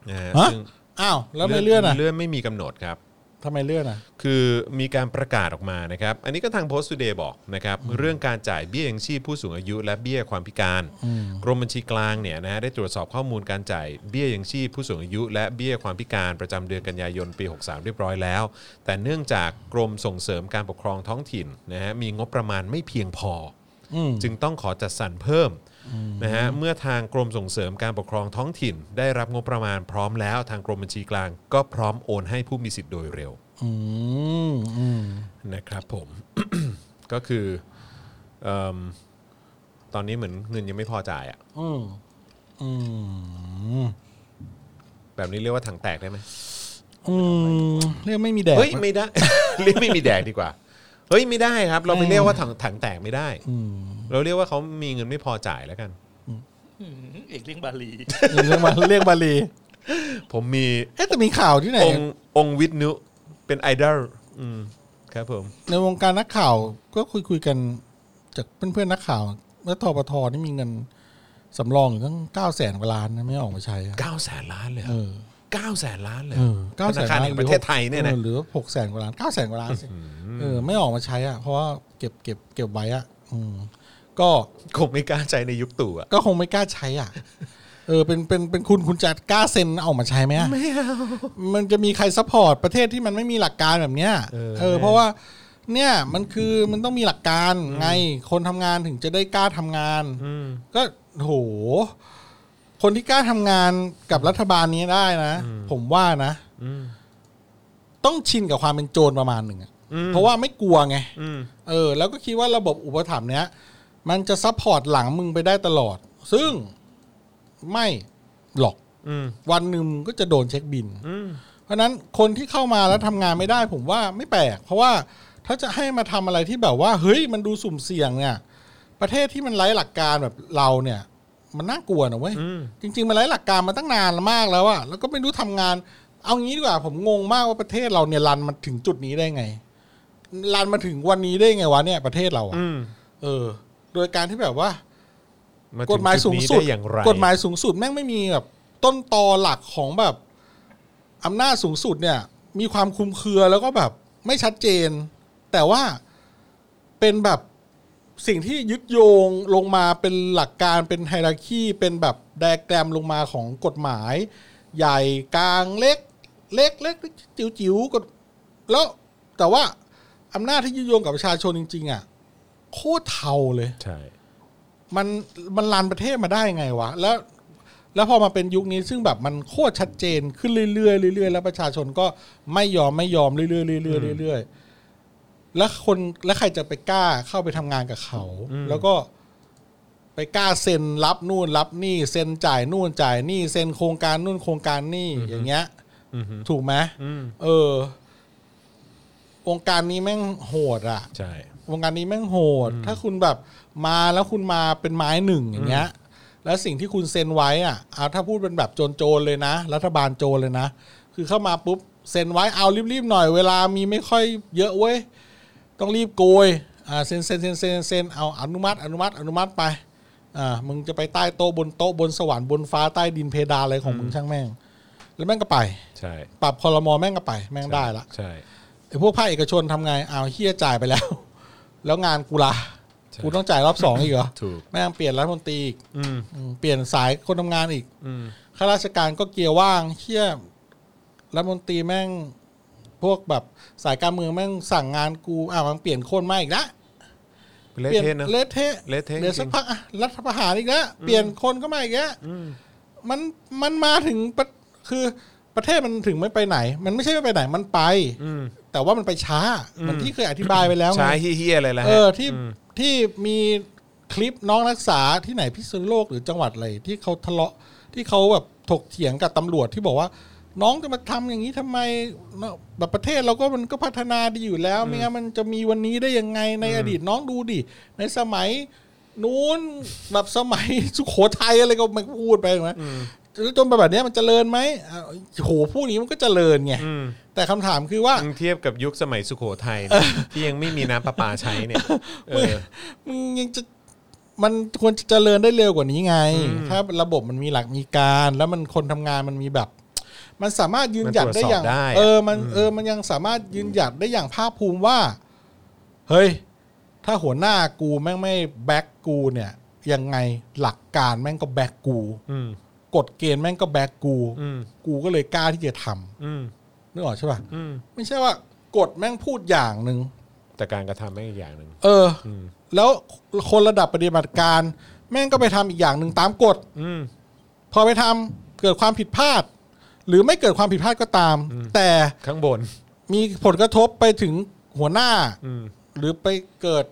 S2: นะฮะ
S3: ฮะ
S2: ซึ่ง
S3: อ้าว แล้วไม่เลื่อนอ่ะ
S2: เลื่อนไม่มีกำหนดครับ
S3: ทำไมเลื่อนอ่ะ
S2: คือมีการประกาศออกมานะครับ อันนี้ก็ทาง Post Today บอกนะครับ เรื่องการจ่ายเบี้ยยังชีพผู้สูงอายุ และเบี้ยความพิการ กรมบัญชีกลางเนี่ยนะฮะได้ตรวจสอบข้อมูลการจ่ายเบี้ยยังชีพผู้สูงอายุ และเบี้ยความพิการประจำเดือนกันยายนปี 63 เรียบร้อยแล้ว แต่เนื่องจากกรมส่งเสริมการปกครองท้องถิ่นนะฮะมีงบประมาณไม่เพียงพออ
S3: ม
S2: จึงต้องขอจัดสรรเพิ่มนะฮะเมื่อทางกรมส่งเสริมการปกครองท้องถิ่น ได้รับงบประมาณพร้อมแล้ว ทางกรมบัญชีกลาง ก็พร้อมโอนให้ผู้มีสิทธิ์โดยเร็ว
S3: อืมอืม
S2: นะครับผม ก็คือเอมตอนนี้เหมือนเงินยังไม่พอจ่ายอะ
S3: อืมอืม
S2: แบบนี้เรียกว่าถังแตกได้ไหม
S3: อืมเรียกไม่มีแด ด
S2: เฮ้ยไม่ได้ เรียกไม่มีแดกดีกว่า เฮ้ยไม่ได้ครับ เราไปเรียกว่าถังถังแตกไม่ได้ เราเรียกว่าเขามีเงินไม่พอจ่ายแล้วกัน
S4: อืมเอกเรื่องบาลี
S3: เรียกมาเรียกบาลี
S2: ผมมี
S3: เอ๊ะแต่มีข่าวที่ไหน
S2: องค์องค์วิทนุเป็นไอดอลอืมครับผม
S3: ในวงการนักข่าวก็คุยคุยๆกันจากเพื่อนๆนักข่าวว่าทปทนี่มีเงินสำรองอยู่ตั้งเก้าแสนกว่าล้านนะไม่ออกมาใช้อะ
S2: 9 แสนล้านเลย
S3: เออ
S2: เก้าแสนล้านเลย
S3: เอ
S2: เหรอ
S3: อเก้า
S2: ธ
S3: แส
S2: นาน คาร
S3: ล้าน
S2: แห่งประเทศไทยเนี่ยนะ
S3: ออหรือหกแสนกว่าล้านเก้าแสนกว่าล้านสิเออไม่ออกมาใช้อ่ะเพราะว่าเก็บเก็บเก็บไว้อ่ะอืมก็
S2: คงไม่กล้าใจในยุคตู่อะ
S3: ก็คงไม่กล้าใช้อ่ะ เออเป็นเป็นเป็นคุณคุณจะกล้าเซ็นเอาออกมาใช้ไหมอะ
S2: ไม่เอา
S3: มันจะมีใครซัพพอร์ตประเทศที่มันไม่มีหลักการแบบเนี้ย
S2: เออ
S3: เออเพราะว่าเนี่ยมันคือมันต้องมีหลักการไง คนทำงานถึงจะได้กล้าทำงาน
S2: อืม
S3: ก็โห คนที่กล้าทำงานกับรัฐบาลนี้ได้นะ ผมว่านะ
S2: อืม
S3: ต้องชินกับความเป็นโจรประมาณหนึ่งอะ
S2: อืม
S3: เพราะว่าไม่กลัวไง
S2: อืม
S3: เออแล้วก็คิดว่าระบบอุปถัมภ์เนี้ยมันจะซัพพอร์ตหลังมึงไปได้ตลอด ซึ่งไม่หรอก
S2: อืม
S3: วันหนึ่งมึงก็จะโดนเช็คบิน
S2: อืม
S3: เพราะฉะนั้นคนที่เข้ามาแล้วทำงานไม่ได้ผมว่าไม่แปลก เพราะว่าถ้าจะให้มาทำอะไรที่แบบว่า เฮ้ยมันดูสุ่มเสี่ยงเนี่ย ประเทศที่มันไร้หลักการแบบเราเนี่ย มันน่ากลัวนะเว้ย
S2: อืม
S3: จริง ๆ มันไร้หลักการมาตั้งนานมากแล้วอะแล้วก็ไม่รู้ทำงาน เอางี้ดีกว่าผมงงมากว่าประเทศเราเนี่ยรันมาถึงจุดนี้ได้ไงรันมาถึงวันนี้ได้ไงวะเนี่ยประเทศเราอะ
S2: อืม
S3: เออ โดยการที่แบบว่า
S2: มถึ
S3: กฎหมายสูงสุ
S2: จุ
S3: ด
S2: ดนี้ไอย่างไร
S3: กฎหมายสูงสุดแม่งไม่มีแบบต้นตอหลักของแบบอำนาจสูงสุดเนี่ย มีความคลุมเครือแล้วก็แบบไม่ชัดเจน แต่ว่าเป็นแบบสิ่งที่ยึดโยงลงมาเป็นหลักการเป็นไฮรักีเป็นแบบไดอะแกรมลงมาของกฎหมาย ใหญ่กลางเล็ก เล็กเล็กจิ๋วจิ๋วกฎแล้วแต่ว่าอำนาจที่ยึดโยงกับประชาชนจริงๆอ่ะโคตรเทาเลย
S2: ใช่
S3: มันมันรันประเทศมาได้ไงวะ แล้ว แล้วพอมาเป็นยุคนี้ซึ่งแบบมันโคตรชัดเจนขึ้นเรื่อยๆเรื่อยๆแล้วประชาชนก็ไม่ยอมไม่ยอมเรื่อยๆเรื่อยๆเรื่อยๆแล้วคนแล้วใครจะไปกล้าเข้าไปทำงานกับเขา แล้วก็ไปกล้าเซ็นรับนู่นรับนี่เซ็นจ่ายนู่นจ่ายนี่เซ็นโครงการนู่นโครงการนี่อย่างเงี้ย
S2: อืม
S3: ถูกไหม
S2: อืม
S3: เออองค์การนี้แม่งโหดอ่ะ
S2: ใช่
S3: วงการนี้แม่งโหด ถ้าคุณแบบมาแล้วคุณมาเป็นไม้หนึ่งอย่างเงี้ย แล้วสิ่งที่คุณเซ็นไว้อ่ะเอาถ้าพูดเป็นแบบโจรๆเลยนะ รัฐบาลโจรเลยนะ คือเข้ามาปุ๊บเซ็นไว้เอารีบๆหน่อยเวลามีไม่ค่อยเยอะเว้ย ต้องรีบโกย อ่าเซ็นเซ็นเซ็นเซ็นเซ็นเอาอนุมัติ อนุมัติ อนุมัติไป อ่า มึงจะไปใต้โต๊ะบนโต๊ะบนสวรรค์บนฟ้าใต้ดินเพดานอะไรของมึงช่างแม่ง แล้วแม่งก็ไป
S2: ใช่
S3: ปรับคอรมอแม่งก็ไป แม่งได้ละ
S2: ใช่
S3: ไอ้พวกภาคเอกชนทำไงเอาวเฮียจ่ายไปแล้ว แล้วงานกูละ
S2: ใช่
S3: กูต้องจ่ายรอบสองอีกเหรอ
S2: ถูก
S3: แม่งเปลี่ยนรัฐมนตรีอีก
S2: อืม
S3: อืมเปลี่ยนสายคนทำงานอีก
S2: อืม
S3: ข้าราชการก็เกียร์ว่างเฮียรัฐมนตรีแม่ง พวกแบบสายการเมืองแม่งสั่งงานกูอ่ะมันเปลี่ยนคนมาอีกละ
S2: เละ
S3: เปลี่ยน
S2: เทะนะ
S3: เละเทะ
S2: เละเทะ
S3: เดี๋ยวสั
S2: จ
S3: ก
S2: ริง
S3: พักอ่ะรัฐประหารอีกแล้วเปลี่ยนคนก็มาอีกแล้วมันมันมาถึงประคือประเทศมันถึงไม่ไปไหน มันไม่ใช่ไม่ไปไหนมันไป
S2: อืม
S3: แต่ว่ามันไปช้าเหมือนที่เคยอธิบายไปแล้วไง
S2: ใช้เฮี้ยๆอะไรล่ะ
S3: เอ
S2: ฮะ
S3: อที่ที่มีคลิปน้องนักศึกษาที่ไหนพิษณุโลกหรือจังหวัดอะไรที่เขาทะเลาะที่เขาแบบถกเถียงกับตำรวจที่บอกว่า น้องจะมาทำอย่างนี้ทำไมเนอะแบบประเทศเราก็มันก็พัฒนาดีอยู่แล้วไม่งั้นมันจะมีวันนี้ได้ยังไงในอดีตน้องดูดิ ในสมัยนู้นแบบสมัย สุโขทัยอะไรก็ไม่พูดไปไหมแล้วจนไปแบบเนี้ยมันเจริญไหมอ่ะโหพูดอย่างนี้มันก็เจริญไง
S2: ม
S3: แต่คำถามคือว่า
S2: มึงเทียบกับยุคสมัยสุโขทัยนะที่ยังไม่มีน้ำประปาใช้เนี่ยเออ
S3: มึงยังจะมันควรจะเจริญได้เร็วกว่านี้ไง ถ้าระบบมันมีหลักมีการ แล้วมันคนทำงานมันมีแบบ มันสามารถยืนหยัดได้อย่าง
S2: มันตรวจสอบได้อะ
S3: เออมันเออมันยังสามารถยืนหยัดได้อย่างภาคภูมิว่า เฮ้ย ถ้าหัวหน้ากูแม่งไม่แบ็กกูเนี่ย ยังไงหลักการแม่งก็แบ็กกู
S2: อืม
S3: กฎเกณฑ์แม่งก็แบ็กกู
S2: อืม
S3: กูก็เลยกล้าที่จะทำ
S2: อืม
S3: นึกออกใช่ป่ะ
S2: อืม
S3: ไม่ใช่ว่ากฎแม่งพูดอย่างหนึ่ง
S2: แต่การกระทำไม่งอีกอย่างหนึ่ง
S3: เอออ
S2: ม
S3: แล้วคนระดับปฏิบัติการ แม่งก็ไปทำอีกอย่างหนึ่งตามกฎ
S2: อืม
S3: พอไปทำเกิดความผิดพลาด หรือไม่เกิดความผิดพลาดก็ตาม แต่
S2: ข้างบน
S3: มีผลกระทบไปถึงหัวหน้า
S2: อืม
S3: หรือไปเกิด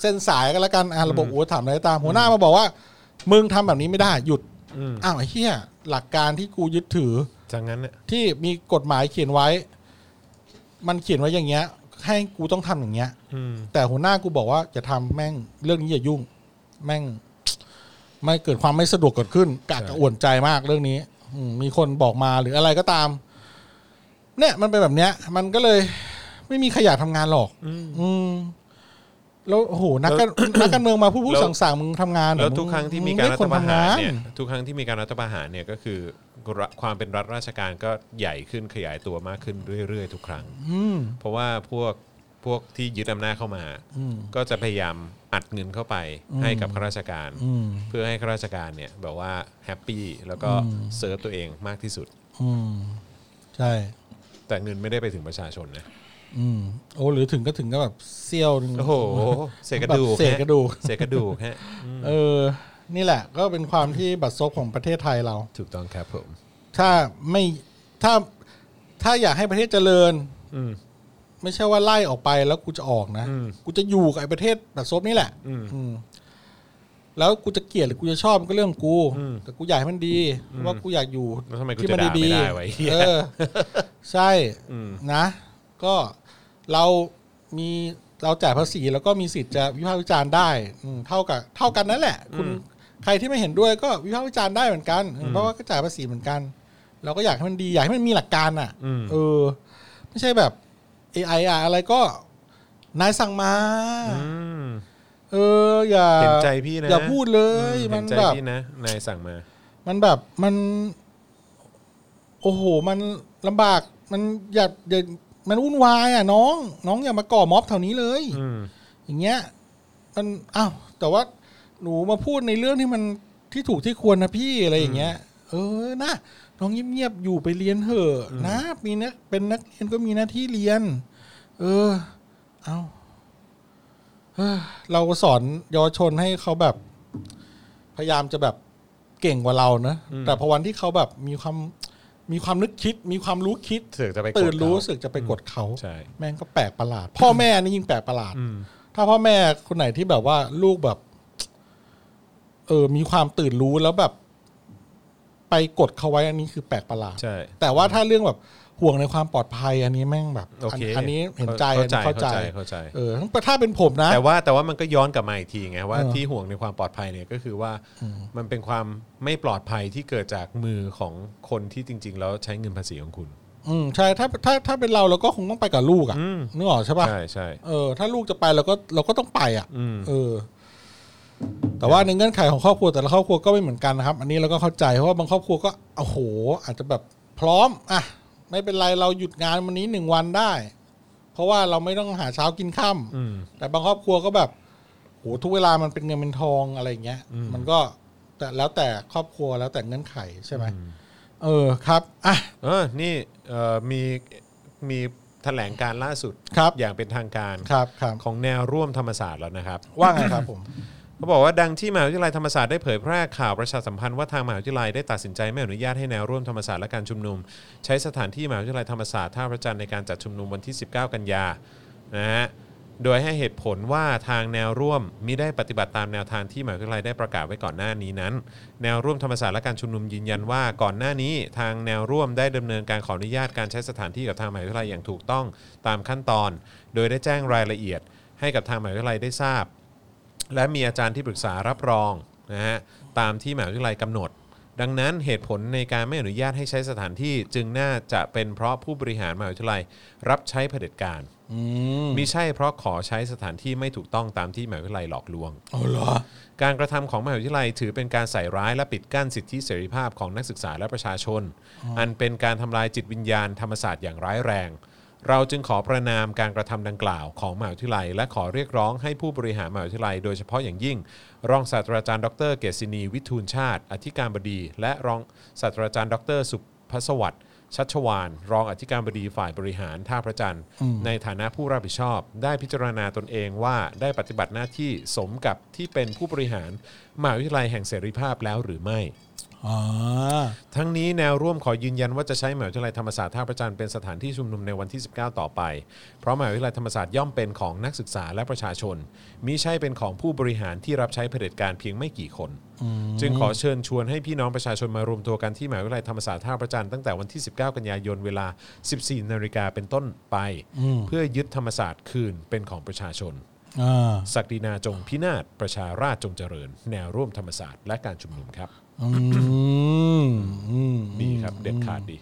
S3: เส้นสายกันแล้วกันอ่ะระบบอุปถัมภ์อะไรก็ตาม หัวหน้ามาบอกว่า มึงทำแบบนี้ไม่ได้หยุด
S2: อืม
S3: อ้าวไอ้เหี้ยหลักการที่กูยึดถือ
S2: จากนั้นเนี่ย
S3: ที่มีกฎหมายเขียนไว้ มันเขียนไว้อย่างเงี้ย ให้กูต้องทำอย่างเงี้ย
S2: อืม
S3: แต่หัวหน้ากูบอกว่าอย่าทำแม่งเรื่องนี้อย่ายุ่ง แม่ง ไม่เกิดความไม่สะดวกเกิดขึ้นกากระอ่วนใจมากเรื่องนี้ อืมมีคนบอกมาหรืออะไรก็ตาม เนี่ยมันเป็นแบบเนี้ย มันก็เลย ไม่มีใครอยากทำงานหรอก อืมแล้วโอ้โหนักการ นักการเมืองมาพูดพูดสั่งๆมึงทำงานเหอ
S2: แล้ว
S3: มึ
S2: ทุกครั้งที่มีการ
S3: ไ
S2: รัฐประ
S3: คว
S2: หาร
S3: ทำง
S2: เนี่ยทุกครั้งที่มีการรัฐประหารเนี่ยก็คือรัฐความเป็นรัฐราชการก็ใหญ่ขึ้นขยายตัวมากขึ้นเรื่อยๆ ทุกครั้ง
S3: อืม
S2: เพราะว่าพวกพวกที่ยึดอำนาจเข้ามา ก็จะพยายามอัดเงินเข้าไปให้กับข้าราชการ
S3: อืม
S2: เพื่อให้ข้าราชการเนี่ยแบบว่าแฮปปี้แล้วก็เซิร์ฟตัวเองมากที่สุด
S3: อืม ใช่
S2: แต่เงินไม่ได้ไปถึงประชาชนนะ
S3: อืม โอ้หรือถึงก็ถึงก็แบบเซี่ยวหนึ่ง
S2: โอ้โหเศษกระดูก
S3: แบบเศษกระดูก
S2: ฮเศษกระดูกฮะอืม
S3: เออ นี่แหละ ก็เป็นความที่บัตรซบของประเทศไทยเรา
S2: ถูกต้องครับผม
S3: ถ้าไม่ถ้าถ้าอยากให้ประเทศเจริญ
S2: อืม
S3: ไม่ใช่ว่าไล่ออกไปแล้วกูจะออกนะ
S2: อืม
S3: กูจะอยู่กับไอ้ประเทศบัตรซบนี่แหละ
S2: อืม
S3: อืม แล้วกูจะเกลียดหรือกูจะชอบมันก็เรื่องของกู
S2: อืม
S3: แต่กูอยากให้มันดีเพราะว่ากูอยากอยู่
S2: แล้วทำไมกูจะด่าไม่ได้วะไอ้เหี้ย
S3: เออ ใช่
S2: อืม
S3: นะ ก็เรามีเราจ่ายภาษีแล้วก็มีสิทธิ์จะวิพากษ์วิจารณ์ได้อืมเท่ากับเท่ากันนั่นแหละ คุณใครที่ไม่เห็นด้วยก็วิพากษ์วิจารณ์ได้เหมือนกันอืมเพราะว่าก็จ่ายภาษีเหมือนกัน เราก็อยากให้มันดีอยากให้มันมีหลักการอ่ะ
S2: อืม
S3: เออ ไม่ใช่แบบ AI อะอะไรก็นายสั่งมา
S2: ม
S3: เออ อย่า
S2: เห็นใจพี่นะ
S3: อย่าพูดเลย
S2: อืม
S3: มั
S2: เห็น
S3: น
S2: ใจ
S3: แบบ
S2: พี่นะนายสั่งมา
S3: มันแบบมัน โอ้โห มันลำบาก มันอย่าอย่ามันวุ่นวายอ่ะ น้อง น้องอย่ามาก่อม็อบแถวนี้เลย
S2: อืม
S3: อย่างเงี้ย มันอ้าวแต่ว่าหนูมาพูดในเรื่องที่มันที่ถูกที่ควรนะพี่อะไรอย่างเงี้ย เออนะน้องเงียบๆอยู่ไปเรียนเถอะนะมีนักเป็นนักเรียนก็มีหน้าที่เรียน เออ เอาเฮ้ยเราก็สอนเยาวชนให้เขาแบบ พยายามจะแบบเก่งกว่าเราเนอะแต่พอวันที่เขาแบบมีความมีความนึกคิด มีความรู้คิด
S2: เสือกจะไปกด
S3: ตื่นรู้
S2: เขา
S3: สึกจะไปกดเขา
S2: ใช่
S3: แม่งก็แปลกประหลาด พ่อแม่นี่ยิ่งแปลกประหลาด
S2: อืม
S3: ถ้าพ่อแม่คนไหนที่แบบว่าลูกแบบ เออ มีความตื่นรู้แล้วแบบ ไปกดเขาไว้อันนี้คือแปลกประหลาด
S2: ใช่
S3: แต่ว่าถ้าเรื่องแบบห่วงในความปลอดภัย อันนี้แม่งแบบ
S2: โอเค
S3: อันนี้เห็นใจ
S2: เข้าใจ
S3: อันนี้
S2: เข้าใจเข้าใจ
S3: เออถ้าเป็นผมนะ
S2: แต่ว่าแต่ว่ามันก็ย้อนกลับมาอีกทีไงว่า
S3: เออ
S2: ที่ห่วงในความปลอดภัยเนี่ยก็คือว่ามันเป็นความไม่ปลอดภัยที่เกิดจากมือของคนที่จริง ๆ แล้วใช้เงินภาษีของคุณ
S3: ืมใช่ถ้าถ้าถ้าเป็นเราเราก็คงต้องไปกับลูกอะ
S2: อืม
S3: นึกออกใช่ปะ
S2: ใช่ใช่
S3: เออถ้าลูกจะไปเราก็เราก็ต้องไปอ่ะ
S2: อืม
S3: เออ แต่ว่าในเงื่อนไขของครอบครัวแต่ละครอบครัวก็ไม่เหมือนกันนะครับ อันนี้เราก็เข้าใจเพราะว่าบางครอบครัวก็โอ้โห อาจจะแบบพร้อม อ่ะ ไม่เป็นไรเราหยุดงานวันนี้หนึ่งวันได้ เพราะว่าเราไม่ต้องหาเช้ากินข้า
S2: อืม
S3: แต่บางครอบครัวก็แบบโหทุกเวลามันเป็นเงินเป็นทองอะไรอย่างเงี้ย มันก็แต่แล้วแต่ครอบครัวแล้วแต่เงื่อนไขใช่ไหมเออครับอ่ะ
S2: เออนี่เอ่อมีมีแถลงการล่าสุด
S3: ครับ
S2: อย่างเป็นทางการ
S3: ครับ ครับ
S2: ของแนวร่วมธรรมศาสตร์แล้วนะครับ
S3: ว่าไงครับผม
S2: เขาบอกว่าดังที่มหาวิทยาลัยธรรมศาสตร์ได้เผยแพร่ข่าวประชาสัมพันธ์ว่าทางมหาวิทยาลัยได้ตัดสินใจไม่อนุญาตให้แนวร่วมธรรมศาสตร์และการชุมนุม ใช้สถานที่มหาวิทยาลัยธรรมศาสตร์ท่าพระจันทร์ในการจัดชุมนุมวันที่ 19 กันยานะฮะโดยให้เหตุผลว่าทางแนวร่วมมิได้ปฏิบัติตามแนวทางที่มหาวิทยาลัยได้ประกาศไว้ก่อนหน้านี้นั้น แนวร่วมธรรมศาสตร์และการชุมนุมยืนยันว่าก่อนหน้านี้ทางแนวร่วมได้ดำเนินการขออนุญาตการใช้สถานที่กับทางมหาวิทยาลัยอย่างถูกต้องตามขั้นตอน โดยได้แจ้งรายละเอียด ให้กับทางมหาวิทยาลัยได้ทราบ และมีอาจารย์ที่ปรึกษารับรองนะฮะตามที่มหาวิทยาลัยกำหนด ดังนั้นเหตุผลในการไม่อนุญาตให้ใช้สถานที่จึงน่าจะเป็นเพราะผู้บริหารมหาวิทยาลัย รับใช้เผด็จการมิใช่เพราะขอใช้สถานที่ไม่ถูกต้องตามที่มหาวิทยาลัยหลอกลวง
S3: อ๋อเหรอ
S2: การกระทำของมหาวิทยาลัยถือเป็นการใส่ร้ายและปิดกั้นสิทธิเสรีภาพของนักศึกษาและประชาชน อันเป็นการทำลายจิตวิญญาณธรรมศาสตร์อย่างร้ายแรง เราจึงขอประนามการกระทำดังกล่าวของมหาวิทยาลัย และขอเรียกร้องให้ผู้บริหารมหาวิทยาลัย โดยเฉพาะอย่างยิ่ง รองศาสตราจารย์ดรเกษินีวิทูลชาติ อธิการบดี และรองศาสตราจารย์ดรสุภสวัสดิ์ชัชวานรองอธิการบดีฝ่ายบริหารท่าพระจันทร์ในฐานะผู้รับผิดชอบ ได้พิจารณาตนเองว่าได้ปฏิบัติหน้าที่สมกับที่เป็นผู้บริหารมหาวิทยาลัยแห่งเสรีภาพแล้วหรือไม่
S3: อ๋อ
S2: ทั้งนี้แนวร่วมขอยืนยันว่าจะใช้หมหาวิทยาลัยธรรมศาสตร์ท่าพระจันทร์เป็นสถานที่ชุมนุมในวันที่ 19 ต่อไป เพราะหมหาวิทยาลัยธรรมศาสตร์ย่อมเป็นของนักศึกษาและประชาชนมิใช่เป็นของผู้บริหารที่รับใช้เผด็จการเพียงไม่กี่คน จึงขอเชิญชวนให้พี่น้องประชาชนมารวมตัวกันที่หมหาวิทยาลัยธรรมศาสตร์ท่าพระจันทร์ตั้งแต่วันที่ 19 กันยายนเวลา 14 นาฬิกาเป็นต้นไป เพื่อยึดธรรมศาสตร์คืนเป็นของประชาชน
S3: อ่า
S2: ศักดินาจงพินาศประชาราชจงเจริญ แนวร่วมธรรมศาสตร์และการชุมนุมครับ
S3: อืมอืม
S2: ดีครับเด็ดขาดดี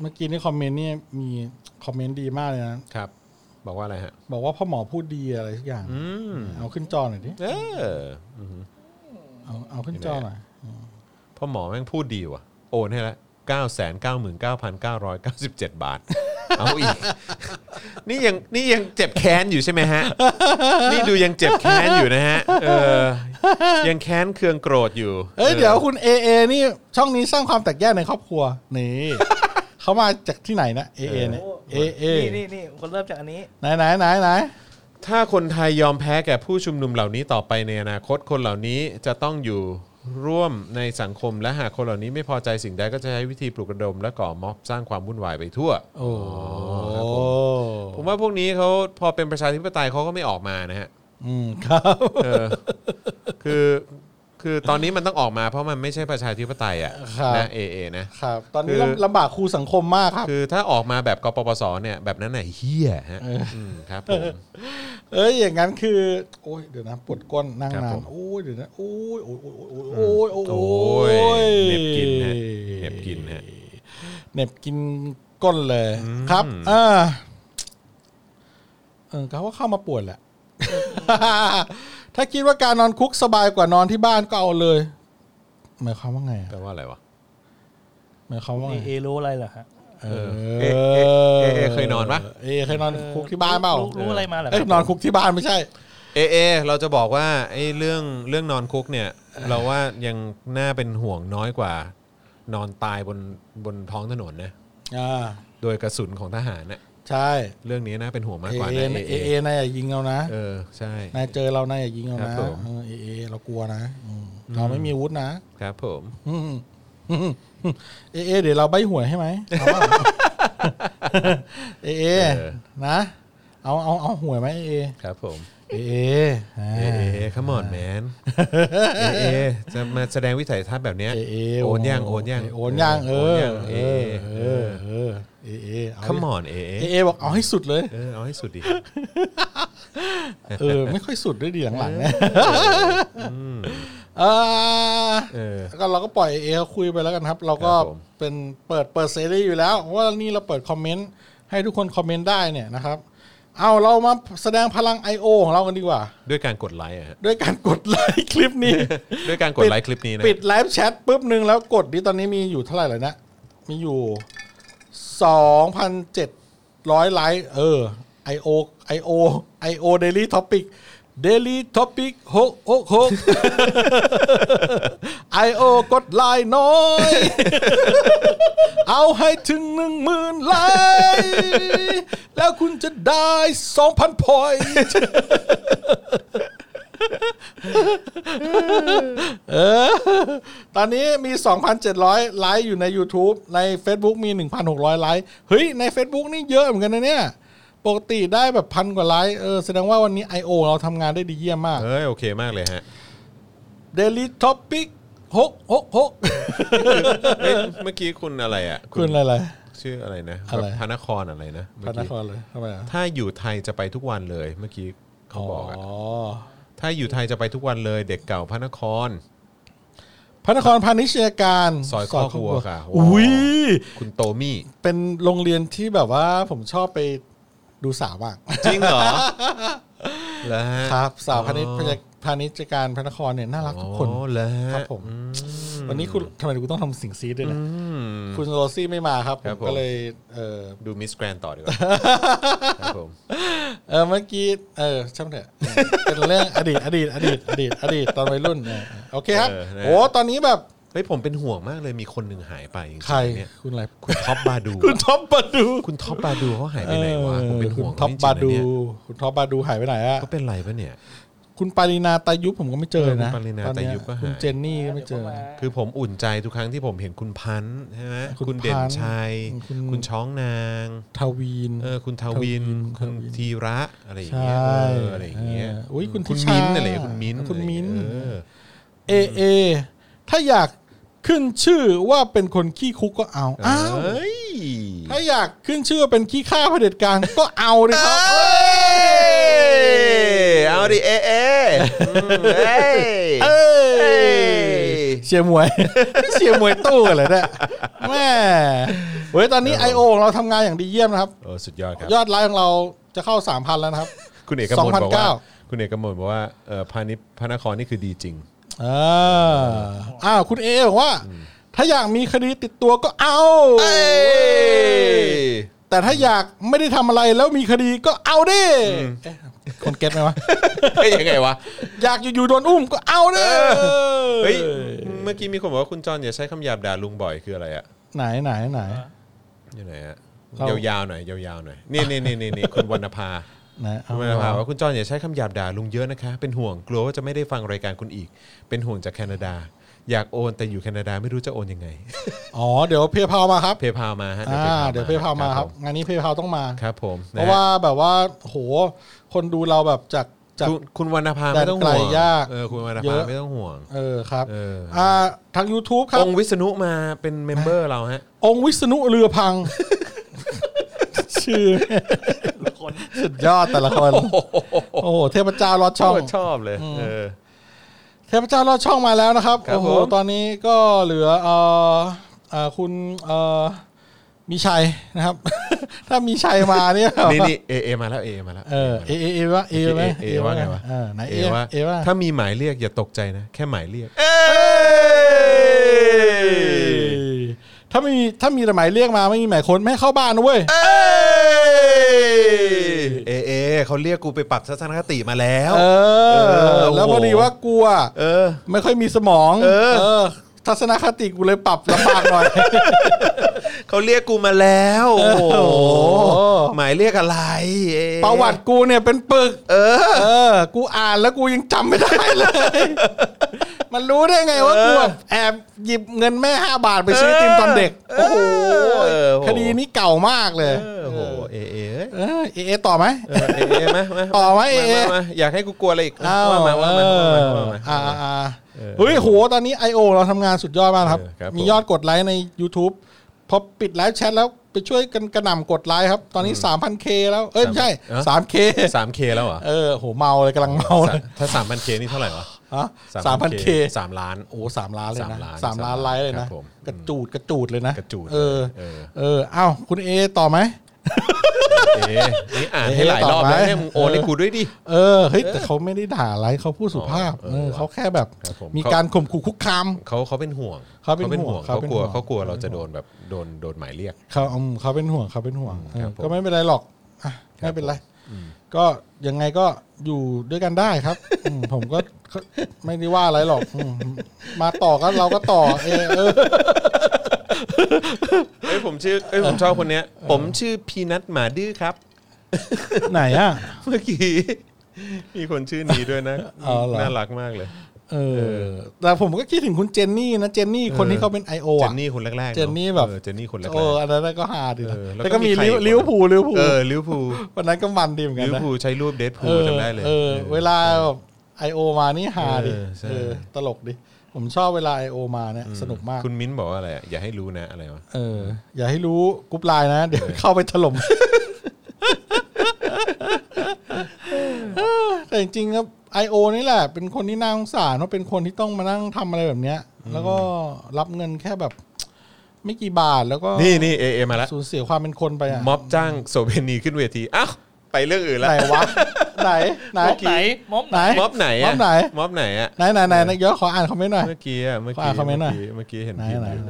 S3: เมื่อกี้ในคอมเมนต์เนี่ยมีคอมเมนต์ดีมากเลยนะ
S2: ครับ บอกว่าอะไรฮะ
S3: บอกว่าพ่อหมอพูดดีอะไรสักอย่าง
S2: อืม
S3: เอาขึ้นจอหน่อยดิ
S2: เอออือหือ
S3: เอาเอาขึ้นจอหน่อย
S2: พ่อหมอแม่งพูดดีว่ะ โอนให้ละ 9 9 9 9 9 7 บาท เอาอีก นี่ยังนี่ยังเจ็บแค้นอยู่ใช่ไหมฮะ นี่ดูยังเจ็บแค้นอยู่นะฮะ เออ ยังแค้นเคืองโกรธอยู่
S3: เอ้ยเดี๋ยวคุณเอเอนี่ช่องนี้สร้างความแตกแยกในครอบครัว นี่ เขามาจากที่ไหนนะเอเอเนี่ยเอเอ
S4: นี่นี่นี่คนเริ่มจากอันนี้
S3: ไหนไหนไหนไหน
S2: ถ้าคนไทยยอมแพ้แก่ผู้ชุมนุมเหล่านี้ต่อไปในอนาคตคนเหล่านี้จะต้องอยู่ร่วมในสังคมและหากคนเหล่านี้ไม่พอใจสิ่งใดก็จะใช้วิธีปลุกระดม และก่อม็อบสร้างความวุ่นวายไปทั่ว
S3: โอ้
S2: ผมว่าพวกนี้เขาพอเป็นประชาธิปไตยเขาก็ไม่ออกมานะฮะ
S3: อืมครับ
S2: เออ คือคือตอนนี้มันต้องออกมาเพราะมันไม่ใช่ประชาธิปไตยอ่ะนะเอเอนะ
S3: ครับ ตอนนี้
S2: คือ
S3: ลำลำบากครูสังคมมากครับ
S2: คือถ้าออกมาแบบกปปสเนี่ยแบบนั้นน่ะเฮียฮะมครับผม
S3: เอ้ยอย่างนั้นคือโอ้ยเดี๋ยวนะปวดก้นนั่ง
S2: ครับ
S3: นาน
S2: ผม
S3: โอ้ยเดี๋ยวนะโอ้ยโอ้ยโอ้ยโอ้ยโอ้ยโอ้
S2: โอ้
S3: ย
S2: ยเหน็บกินฮะเหน็บกินฮะ
S3: เหน็บกินก้นเลยครับเออเออเขาว่าเข้ามาปวดแหละ ถ้าคิดว่าการนอนคุกสบายกว่านอนที่บ้านก็เอาเลย หมายความว่าไงอะ
S2: แปลว่าอะไรวะ
S3: หมายความว่าไง
S4: นี่เอรู้อะไรเหรอฮะ
S3: เอ
S2: เอเอเอเอเคยนอนปะ
S3: เอเคยนอนคุกที่บ้านเปล่า
S4: รู้อะไรมาเหรอค
S3: เอ้
S4: รั
S3: ย
S4: บ
S3: นอนคุกที่บ้านไม่ใช่
S2: เอเอ เราจะบอกว่าไอ้เรื่องเรื่องนอนคุกเนี่ย เราว่ายังน่าเป็นห่วงน้อยกว่า นอนตายบนบนท้องถนนนะ
S3: อ่า
S2: โดยกระสุนของทหารน่ะ
S3: ใช่
S2: เรื่องนี้น่าเป็นห่วงมาก
S3: เอก
S2: ว่า
S3: เอ
S2: นะ
S3: นเอ
S2: เอ
S3: เอนายอย่ายิงเรานะ
S2: เออ ใช่
S3: นายเจอเรานายอย่ายิงเรา
S2: ครั
S3: นะ
S2: บผม
S3: เออเอเอเรากลัวนะอืมเราไม่มีอาวุธนะครับ
S2: ผม
S3: อืมอืมเอเอเดี๋ยวเราใบหวยให้ไหมเอาเปล่า เอเอนะเอาเอาเอาหวยไหมเอ
S2: ครับผม
S3: เอเออ่า
S2: เอเอขมอนแมนเอเอจะมาแสดงวิสัยทัศน์แบบเนี้ย
S3: เอเอ
S2: โอนย่างโอนย่าง
S3: โอนย่างเออ
S2: เอ
S3: เอ
S2: อ
S3: อเออเออเอเอเอา
S2: ขมอนเอ
S3: เอเอบอกเอาให้สุดเลย
S2: เออเอาให้สุดดิ
S3: เออ ไม่ค่อยสุดด้วยดีหลังๆเนี่ยเออ
S2: เออ
S3: ก็เราก็ปล่อยเอเขาคุยไปแล้วกันครับ เราก็
S2: ครับผม
S3: เป็นเปิดเปิดเสรีอยู่แล้วเพราะว่านี่เราเปิดคอมเมนต์ให้ทุกคนคอมเมนต์ได้เนี่ยนะครับ เอาเรามาแสดงพลัง I.O. ของเรากันดีกว่า
S2: ด้วยการกดไลค์อะฮะ
S3: ด้วยการกดไลค์คลิปนี้
S2: ด้วยการกดไลค์คลิปนี้นะ
S3: ปิดไลฟ์แชทปุ๊บหนึ่งแล้วกดนี่ตอนนี้มีอยู่เท่าไหร่แล้วนะ มีอยู่ 2,700 ไลค์เออ I.O. I.O. I.O. Daily Topic Daily Topic หกหกหก I.O. กดไลน์น้อย เอาให้ถึงหนึ่งหมื่นไลค์แล้วคุณจะได้ 2,000 พอย เออ ตอนนี้มี 2,700 ไลค์อยู่ใน YouTube ใน Facebook มี 1,600 ไลค์ เฮ้ย ใน Facebook นี่เยอะเหมือนกันนะเนี่ย ปกติได้แบบพันกว่าไลค์ เออ แสดงว่าวันนี้ I.O. เราทำงานได้ดีเยี่ยมมาก
S2: เอ้ยโอเคมากเลยฮะ
S3: Daily Topic หกหกหก
S2: เอ้ยเมื่อกี้คุณอะไรอ่ะ
S3: คุณอะไร
S2: ชื่ออะไรนะ
S3: อะไร
S2: พระนครอะไรนะ
S3: ๆ
S2: เมื่
S3: พ
S2: อ
S3: ระน
S2: กี้
S3: ครเลยทำไมอ่ะ
S2: ถ้าอยู่ไทยจะไปทุกวันเลย เมื่อกี้เขาบอกอะ
S3: อ๋อ
S2: ถ้าอยู่ไทยจะไปทุกวันเลย เด็กเก่าพระนคร
S3: พระนครพาณิชยการ
S2: ซอยคอกวัวค่ะว้าว
S3: อุ้ย
S2: คุณโตมี่
S3: เป็นโรงเรียนที่แบบว่าผมชอบไปดูสาวอ่ะ
S2: จริงเหรอแล้วฮะ
S3: ครับสาวพาณิชย์พาณิชยการพระนครเนี่ยน่ารักทุกคน
S2: อ๋อแล้วฮะ
S3: ครับผม
S2: อื
S3: วันนี้คุณทำไมกูต้องทำสิ่งซีดด้วยนะ
S2: อืม
S3: คุณโรซี่ไม่มาครับ ผ
S2: ครับ
S3: ม
S2: ผม
S3: ก็เลยเออ
S2: ดูมิสแกรนต่อ ดีกว่าครับผม
S3: เออเมื่อกี้เออช่างเถอะเออเป็นเรื่องอดีตอดีตอดีตอดีตอดีตตอนวัยรุ่นเนี่ยโอเคครับโอ้ตอนนี้แบบ
S2: เฮ้ยผมเป็นห่วงมากเลยมีคนหนึ่งหายไปจริง
S3: ใคร
S2: ๆเนี่ย
S3: คุณอะไร
S2: คุณท็อปบาดู
S3: คุณท็อปบาดู
S2: คุณท็อปบาดูเขาหายไปไหนวะผมเป็นห่วง
S3: คุณท็อปบา
S2: จริ
S3: ดู
S2: งๆนะเนี่ย
S3: คุณท็อปบาดูหายไปไหนอะ
S2: เขาเป็นไรปะเนี่ย
S3: คุณปารีนาตายุบผมก็ไม่เจอ
S2: เออคุณ
S3: นะ
S2: ปารีนา
S3: อนเนี้
S2: ตายุบก็หาย
S3: คุณเจนนี่ก็ไม่เจอ
S2: คือผมอุ่นใจทุกครั้งที่ผมเห็นคุณพันธ์ใช่ไหม
S3: คุณ
S2: คุณเด่นชัย
S3: พันธุ์คุณ
S2: คุณช้องนาง
S3: ทวีน
S2: เออคุณทวิน
S3: ทวิน
S2: คุณธีระอะไรอย่าง
S3: ใช
S2: เงี้ย่ เอออะไรอย่างเงี้ย
S3: ออุ้ยคุณ
S2: คุณ
S3: ทิชา
S2: มิ้นท์อะไรอย่างเงี้ยคุณมิ้นท์
S3: คุณมิ้นท์
S2: อะไรอย่างเงี้ยเออ
S3: เอเอถ้าอยากขึ้นชื่อว่าเป็นคนขี้คุกก็เอาอ้าว
S2: เอ้ย
S3: ถ้าอยากขึ้นชื่อว่าเป็นขี้ข้าเผด็จการก็เอาเลยครับ
S2: เอ้ยเอาดิเอะเอะอืมเอ้ย
S3: เอ้ยเชียร์มวย เชียร์มวยตู้กันเลยเนี่ยแม่เว้ยตอนนี้ I.O. ของเราทำงานอย่างดีเยี่ยมนะครับ
S2: โอ้สุดยอดครับ
S3: ยอดไลค์ของเราจะเข้า 3,000 แล้วนะครับ
S2: คุณเอกมลบอกว่า
S3: 2009
S2: คุณเอกมลบอกว่าเออพาณิชย์พระนครนี่คือดีจริง
S3: อ่าอ้าวคุณเอบอกว่า ถ้าอยากมีคดีติดตัวก็เอา แต่ถ้าอยากไม่ได้ทำอะไรแล้วมีคดีก็เอาดิเอ๊ะคนเก็ต ไหมวะ
S2: เฮ้ยยังไงวะ
S3: อยากอยู่ๆโดนอุ้มก็เอาดิ
S2: เฮ้ย เมื่อกี้มีคนบอกว่าคุณจอนอย่าใช้คำหยาบด่าลุงบ่อยคืออะไรอะ
S3: ไหนไหนไหน
S2: อยู่ไหนอะ
S3: เราย
S2: ยาวๆหน่อยยาวๆหน่อย นี่นี่นี่นี่นี่คุณวรรณภา
S3: ไหนเอา
S2: ทำไมล่ะครับว่าคุณจอนอย่าใช้คำหยาบด่าลุงเยอะนะคะ เป็นห่วงกลัวว่าจะไม่ได้ฟังรายการคุณอีก เป็นห่วงจากแคนาดา อยากโอนแต่อยู่แคนาดาไม่รู้จะโอนยังไง
S3: อ๋อเดี๋ยวเพย์พามาครับ
S2: เพย์พามาฮะ
S3: อ่าเดี๋ยวเพย์พามาครับงานนี้เพย์พาต้องมา
S2: ครับผม
S3: เพราะว่าแบบว่าโหคนดูเราแบบจาก
S2: ค
S3: จา
S2: รับผ
S3: ก
S2: มนะฮะคุณคุณวรรณภาไม่ต้องห่วง
S3: แดนไกลยาก
S2: เออคุณวรรณ
S3: เย
S2: ภา
S3: อะ
S2: ไม่ต้องห่วง
S3: เออครับ
S2: เออ
S3: อ่าทาง YouTube ครับ
S2: องค์วิษณุมาเป็นเมมเบอร์เราฮะ
S3: องค์วิษณุเรือพัง ชื่อ
S4: คน
S3: สุดยอดแต่ละคน โอ้โหเทพเจ้ารอดช่อง
S2: ชอบเลยเออ
S3: เทพเจ้ารอดช่องมาแล้วนะครับ
S2: ครับ
S3: โอ้โห
S2: ผม
S3: ตอนนี้ก็เหลือเอ่อเอ่อคุณเอ่อมีชัยนะครับ ถ้ามีชัยมาเนี่ย
S2: นี่นี่เอเอมาแล้วเอมาแล้ว
S3: เออเอเอเอว่าเอไหม
S2: เอเอว่าไงวะ
S3: เออไหนเอ
S2: เอว่า
S3: เอว่า
S2: ถ้ามีหมายเรียกอย่าตกใจนะ แค่หมายเรียก
S3: ถ้าไม่มีถ้ามีแต่หมายเรียกมาไม่มีหมายค้นไม่ให้เข้าบ้านนะเว้ย
S2: เอเอเขาเรียกกูไปปรับทัศนคติมาแล้ว
S3: เออ
S2: เออ
S3: แล้วพอดี
S2: โอ้โห
S3: ว่ากลัว
S2: เออ
S3: ไม่ค่อยมีสมอง
S2: เออ
S3: ทัศนคติกูเลยปรับ ลำบากหน่อย
S2: เขาเรียกกูมาแล้วโอ้โห
S3: โอ้โห
S2: หมายเรียกอะไรเอ
S3: ประวัติกูเนี่ยเป็นปึก เออ เออ กูอ่านแล้วกูยังจำไม่ได้เลย มันรู้ได้ไงว่ากูแบบแอบหยิบเงินแม่ห้าบาทไปซื้อไอติมตอนเด็ก โอ้โห
S2: เออโอ้โห
S3: คดีนี้เก่ามากเลย
S2: เออโอ้โหเอเอเอ้ย
S3: เออเอะต่อไหม
S2: เออเอเอมามา
S3: ต่อไหมเอเอ
S2: ามาอยากให้กูกลัวอะไรอีก
S3: อ้าว
S2: ว่ามาว่ามาว่ามาว่ามา
S3: อ่าอ่าเฮ้ยโห ตอนนี้ I.O. เราทำงานสุดยอดมากครับ
S2: เออครับผม
S3: มียอดกดไลค์ใน YouTube พอปิดไลฟ์แชทแล้วไปช่วยกันกระหน่ำกดไลค์ครับ ตอนนี้ 3,000K แล้ว เอ้ยไม่ใช่ 3K
S2: สามเคแล้วเหรอ
S3: เออโหเมาเลยกำลังเมาเลย
S2: ถ้าสามพันเคนี่เท่าไหร่วะ
S3: อะสามพันเค
S2: สามล้าน
S3: โอ้สามล้านเลยนะ
S2: สามล้าน
S3: สามล้านไลค์เลย
S2: ครั
S3: นะ
S2: บผม
S3: กระจูดกระจูดเลยนะ
S2: กระจูด
S3: เออ
S2: เออ
S3: เออเอ้าคุณเอต่อไหม
S2: เอนี่อ่านให้หลายรอบแล้วเนี่ยมึงโอนให้กูด้วยดิ
S3: เออเฮ้ยแต่เขาไม่ได้ด่าอะไรเขาพูดสุภาพ
S2: อ๋อเออ
S3: เออเขาแค่แบบ
S2: ครับผม
S3: มีการข่มขู่คุกคาม
S2: เขาเขาเป็นห่วง
S3: เขาเป็นห่วง
S2: เขากลัว
S3: เขาเป็นห่วง
S2: เขากลัวเราจะโดนแบบโดนโดนหมายเรียก
S3: เขาอืมเขาเป็นห่วงเขาเป็นห่วงเออ
S2: ครับผม
S3: ก็ไม่เป็นไรหรอกอ่ะไม่เป็นไรก็ยังไงก็อยู่ด้วยกันได้ครับ อืมผมก็ก็ไม่ได้ว่าอะไรหรอกอืมมาต่อก็เราก็ต่อ เออเออ
S2: เอ้ยผมชื่อเอ้ยผมชอบคนเนี้ย ผมชื่อพีนัทหมาดื้อครับ
S3: ไหนอ่ะ
S2: เมื่อกี้มีคนชื่อนี้ด้วยนะ
S3: เอาเหรอ
S2: น่ารักมากเลย
S3: เออแต่ผมก็คิดถึงคุณเจนนี่นะเจนนี่คนที่เขาเป็น I.O.
S2: เจ
S3: อ่ะ
S2: นนี่คนแรกๆอะ
S3: เจนนี่แบบ
S2: ออเจนนี่คนแรกๆ
S3: เอออันนั้นก็ฮาดีนะ
S2: เออแล้
S3: แล้ว
S2: ก็
S3: วก็มี
S2: มีใคร
S3: ลิเวอ
S2: อีก
S3: ลิเวอร์พูลลิเวอร์พูล
S2: เออลิเวอร์พูล
S3: วันนั้นก็มันดีเหมือนกัน
S2: ลิเวอร์
S3: นะ
S2: พูลใช้รูปเดดพู
S3: เอ
S2: ล
S3: อ
S2: จำได้เลย
S3: เออ เวลาไอโอมานี่ฮาดิ
S2: เออใช่
S3: เออตลกดิ ผมชอบเวลาไอโอมาเนี่ยสนุกมาก
S2: คุณมิ้นท์บอกว่าอะไรอะอย่าให้รู้นะอะไรวะ
S3: เออ อย่าให้รู้กรุ๊ปไลน์นะ เดี๋ยวเข้าไปถล่มเออแต่จริงๆครับไอโอนี่แหละ เป็นคนที่น่าสงสารเพราะเป็นคนที่ต้องมานั่งทำอะไรแบบเนี้ย แล้วก็รับเงินแค่แบบ ไม่กี่บาทแล้วก็
S2: นี่นี่เอเอมาแล้ว
S3: สูญเสียความเป็นคนไปอ่ะ
S2: ม็อบจ้างโสเภณีขึ้นเวทีอ้าวไปเรื่องอื่นละ
S3: ไหนวะ ไหนไหน
S4: ม็อบไหนม็อบไหน
S2: ม็อบไหน
S3: ม็
S2: อะ
S3: อบไหน
S2: ม็อบไหนอะ
S3: ไหนไหนไหนไหนเดี๋ยวขออ่านคอมเมนต์หน่อย
S2: เมื่อกี้อะเมื่อ
S3: ขอ
S2: กี้
S3: อ่านคอมเมนต์หน่อย
S2: เมื่อกี้เห็น
S3: ไหน
S2: พิมพ์
S3: ไหน
S2: อยู่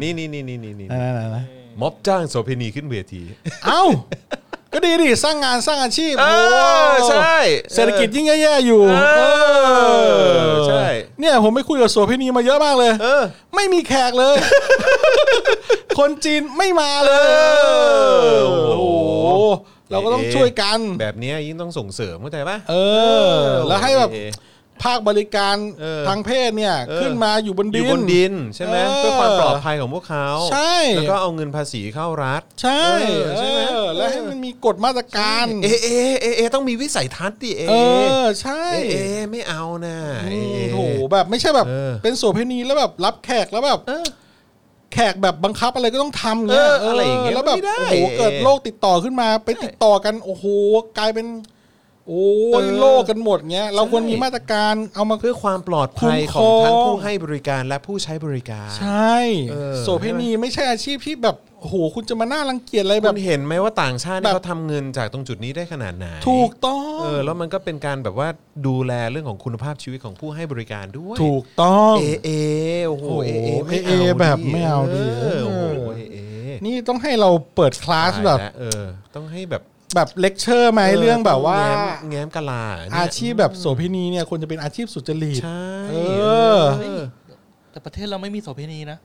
S2: นี่นี่นี่นี่นี่นี่
S3: ไหนไหนไหนไหน
S2: ม็อบจ้างโสเภณีขึ้นเวที
S3: เอ้า ก็ดีดิสร้างงานสร้างอาชีพ
S2: เออ
S3: โอ้
S2: ใช่
S3: เศรษฐกิจยิ่งแย่ๆอยู่
S2: เออใช่
S3: เนี่ยผมไปคุยกับโสวพินีมาเยอะมากเลย
S2: เออ
S3: ไม่มีแขกเลย คนจีนไม่มาเลย
S2: อ
S3: โอ้โห เราก็ต้องช่วยกัน
S2: แบบเนี้ยยิ่งต้องส่งเสริมเข้าใจปะ
S3: เออ แล้วให้แบบ
S2: เออ
S3: ภาคบริการ
S2: เออ
S3: ทางเพศเนี่ย
S2: เออ
S3: ขึ้นมาอยู่บน
S2: อ
S3: ดิ
S2: ยู่
S3: น
S2: บนดินใช่ไหม
S3: เออ
S2: เพื่อความปลอดภัยของพวกเขา
S3: ใช่
S2: แล้วก็เอาเงินภาษีเข้ารัฐ
S3: ใช่
S2: เออใช่
S3: ใช่
S2: ไหม
S3: แล้วให้มันมีกฎมาตรการ
S2: เอเอเอเอต้องมีวิสัยทัศน์ดิเอ
S3: เออ ใช่
S2: เอเอไม่เอานะ
S3: อื
S2: เอ
S3: ม
S2: เอ
S3: โหแบบไม่ใช่แบบ
S2: เออ
S3: เป็นโสเภณีแล้วแบบรับแขกแล้วแบบ
S2: เออ
S3: แขกแบบบังคับอะไรก็ต้องทำเนี่ย
S2: เอออะไรอย่างเงี้ย
S3: แล้วแบบ
S2: ไม่ได้
S3: โอ้โหเกิดโรคติดต่อขึ้นมาไปติดต่อกันโอ้โหกลายเป็น โอ้
S2: เอย อ
S3: โรคกันหมดเงี้ย เราควรมี
S2: ใช่
S3: มาตรการเอามา
S2: เพื่อความปลอดภัย
S3: คุ้
S2: ของ
S3: มครอง
S2: ทั้งผู้ให้บริการและผู้ใช้บริการ
S3: ใช่
S2: เออ
S3: โสเภณีไม่ใช่อาชีพที่แบบโอ้โหคุณจะมาน่ารังเกียจอะไรแบบ
S2: คุณเห็นไหมว่าต่างชาติ
S3: แบ
S2: นี่
S3: บ
S2: เขาทำเงินจากตรงจุดนี้ได้ขนาดไหน
S3: ถูกต้อง
S2: เออแล้วมันก็เป็นการแบบว่าดูแลเรื่องของคุณภาพชีวิตของผู้ให้บริการด้วย
S3: ถูกต้อง
S2: เอเอโอ้โหเอเอ
S3: โอ้โห
S2: ไม่
S3: เอ
S2: เอา
S3: เอแบบไม่เอาดิ
S2: เออโอ้โห
S3: เออ
S2: เอเอ
S3: นี่ต้องให้เราเปิดคลาสแบบ
S2: ตยล้วเออ ต้องให้แบบ
S3: แบบเลคเชอร์ไหมเรื่องแบบว่า
S2: แง้มแง้มกะลาเนี่ย
S3: อาชีพแบบโสเภณีเนี่ยควรจะเป็นอาชีพสุจริต
S2: ใช่
S3: เออ
S2: เออ
S4: แต่ประเทศเราไม่มีโสเภณีนะ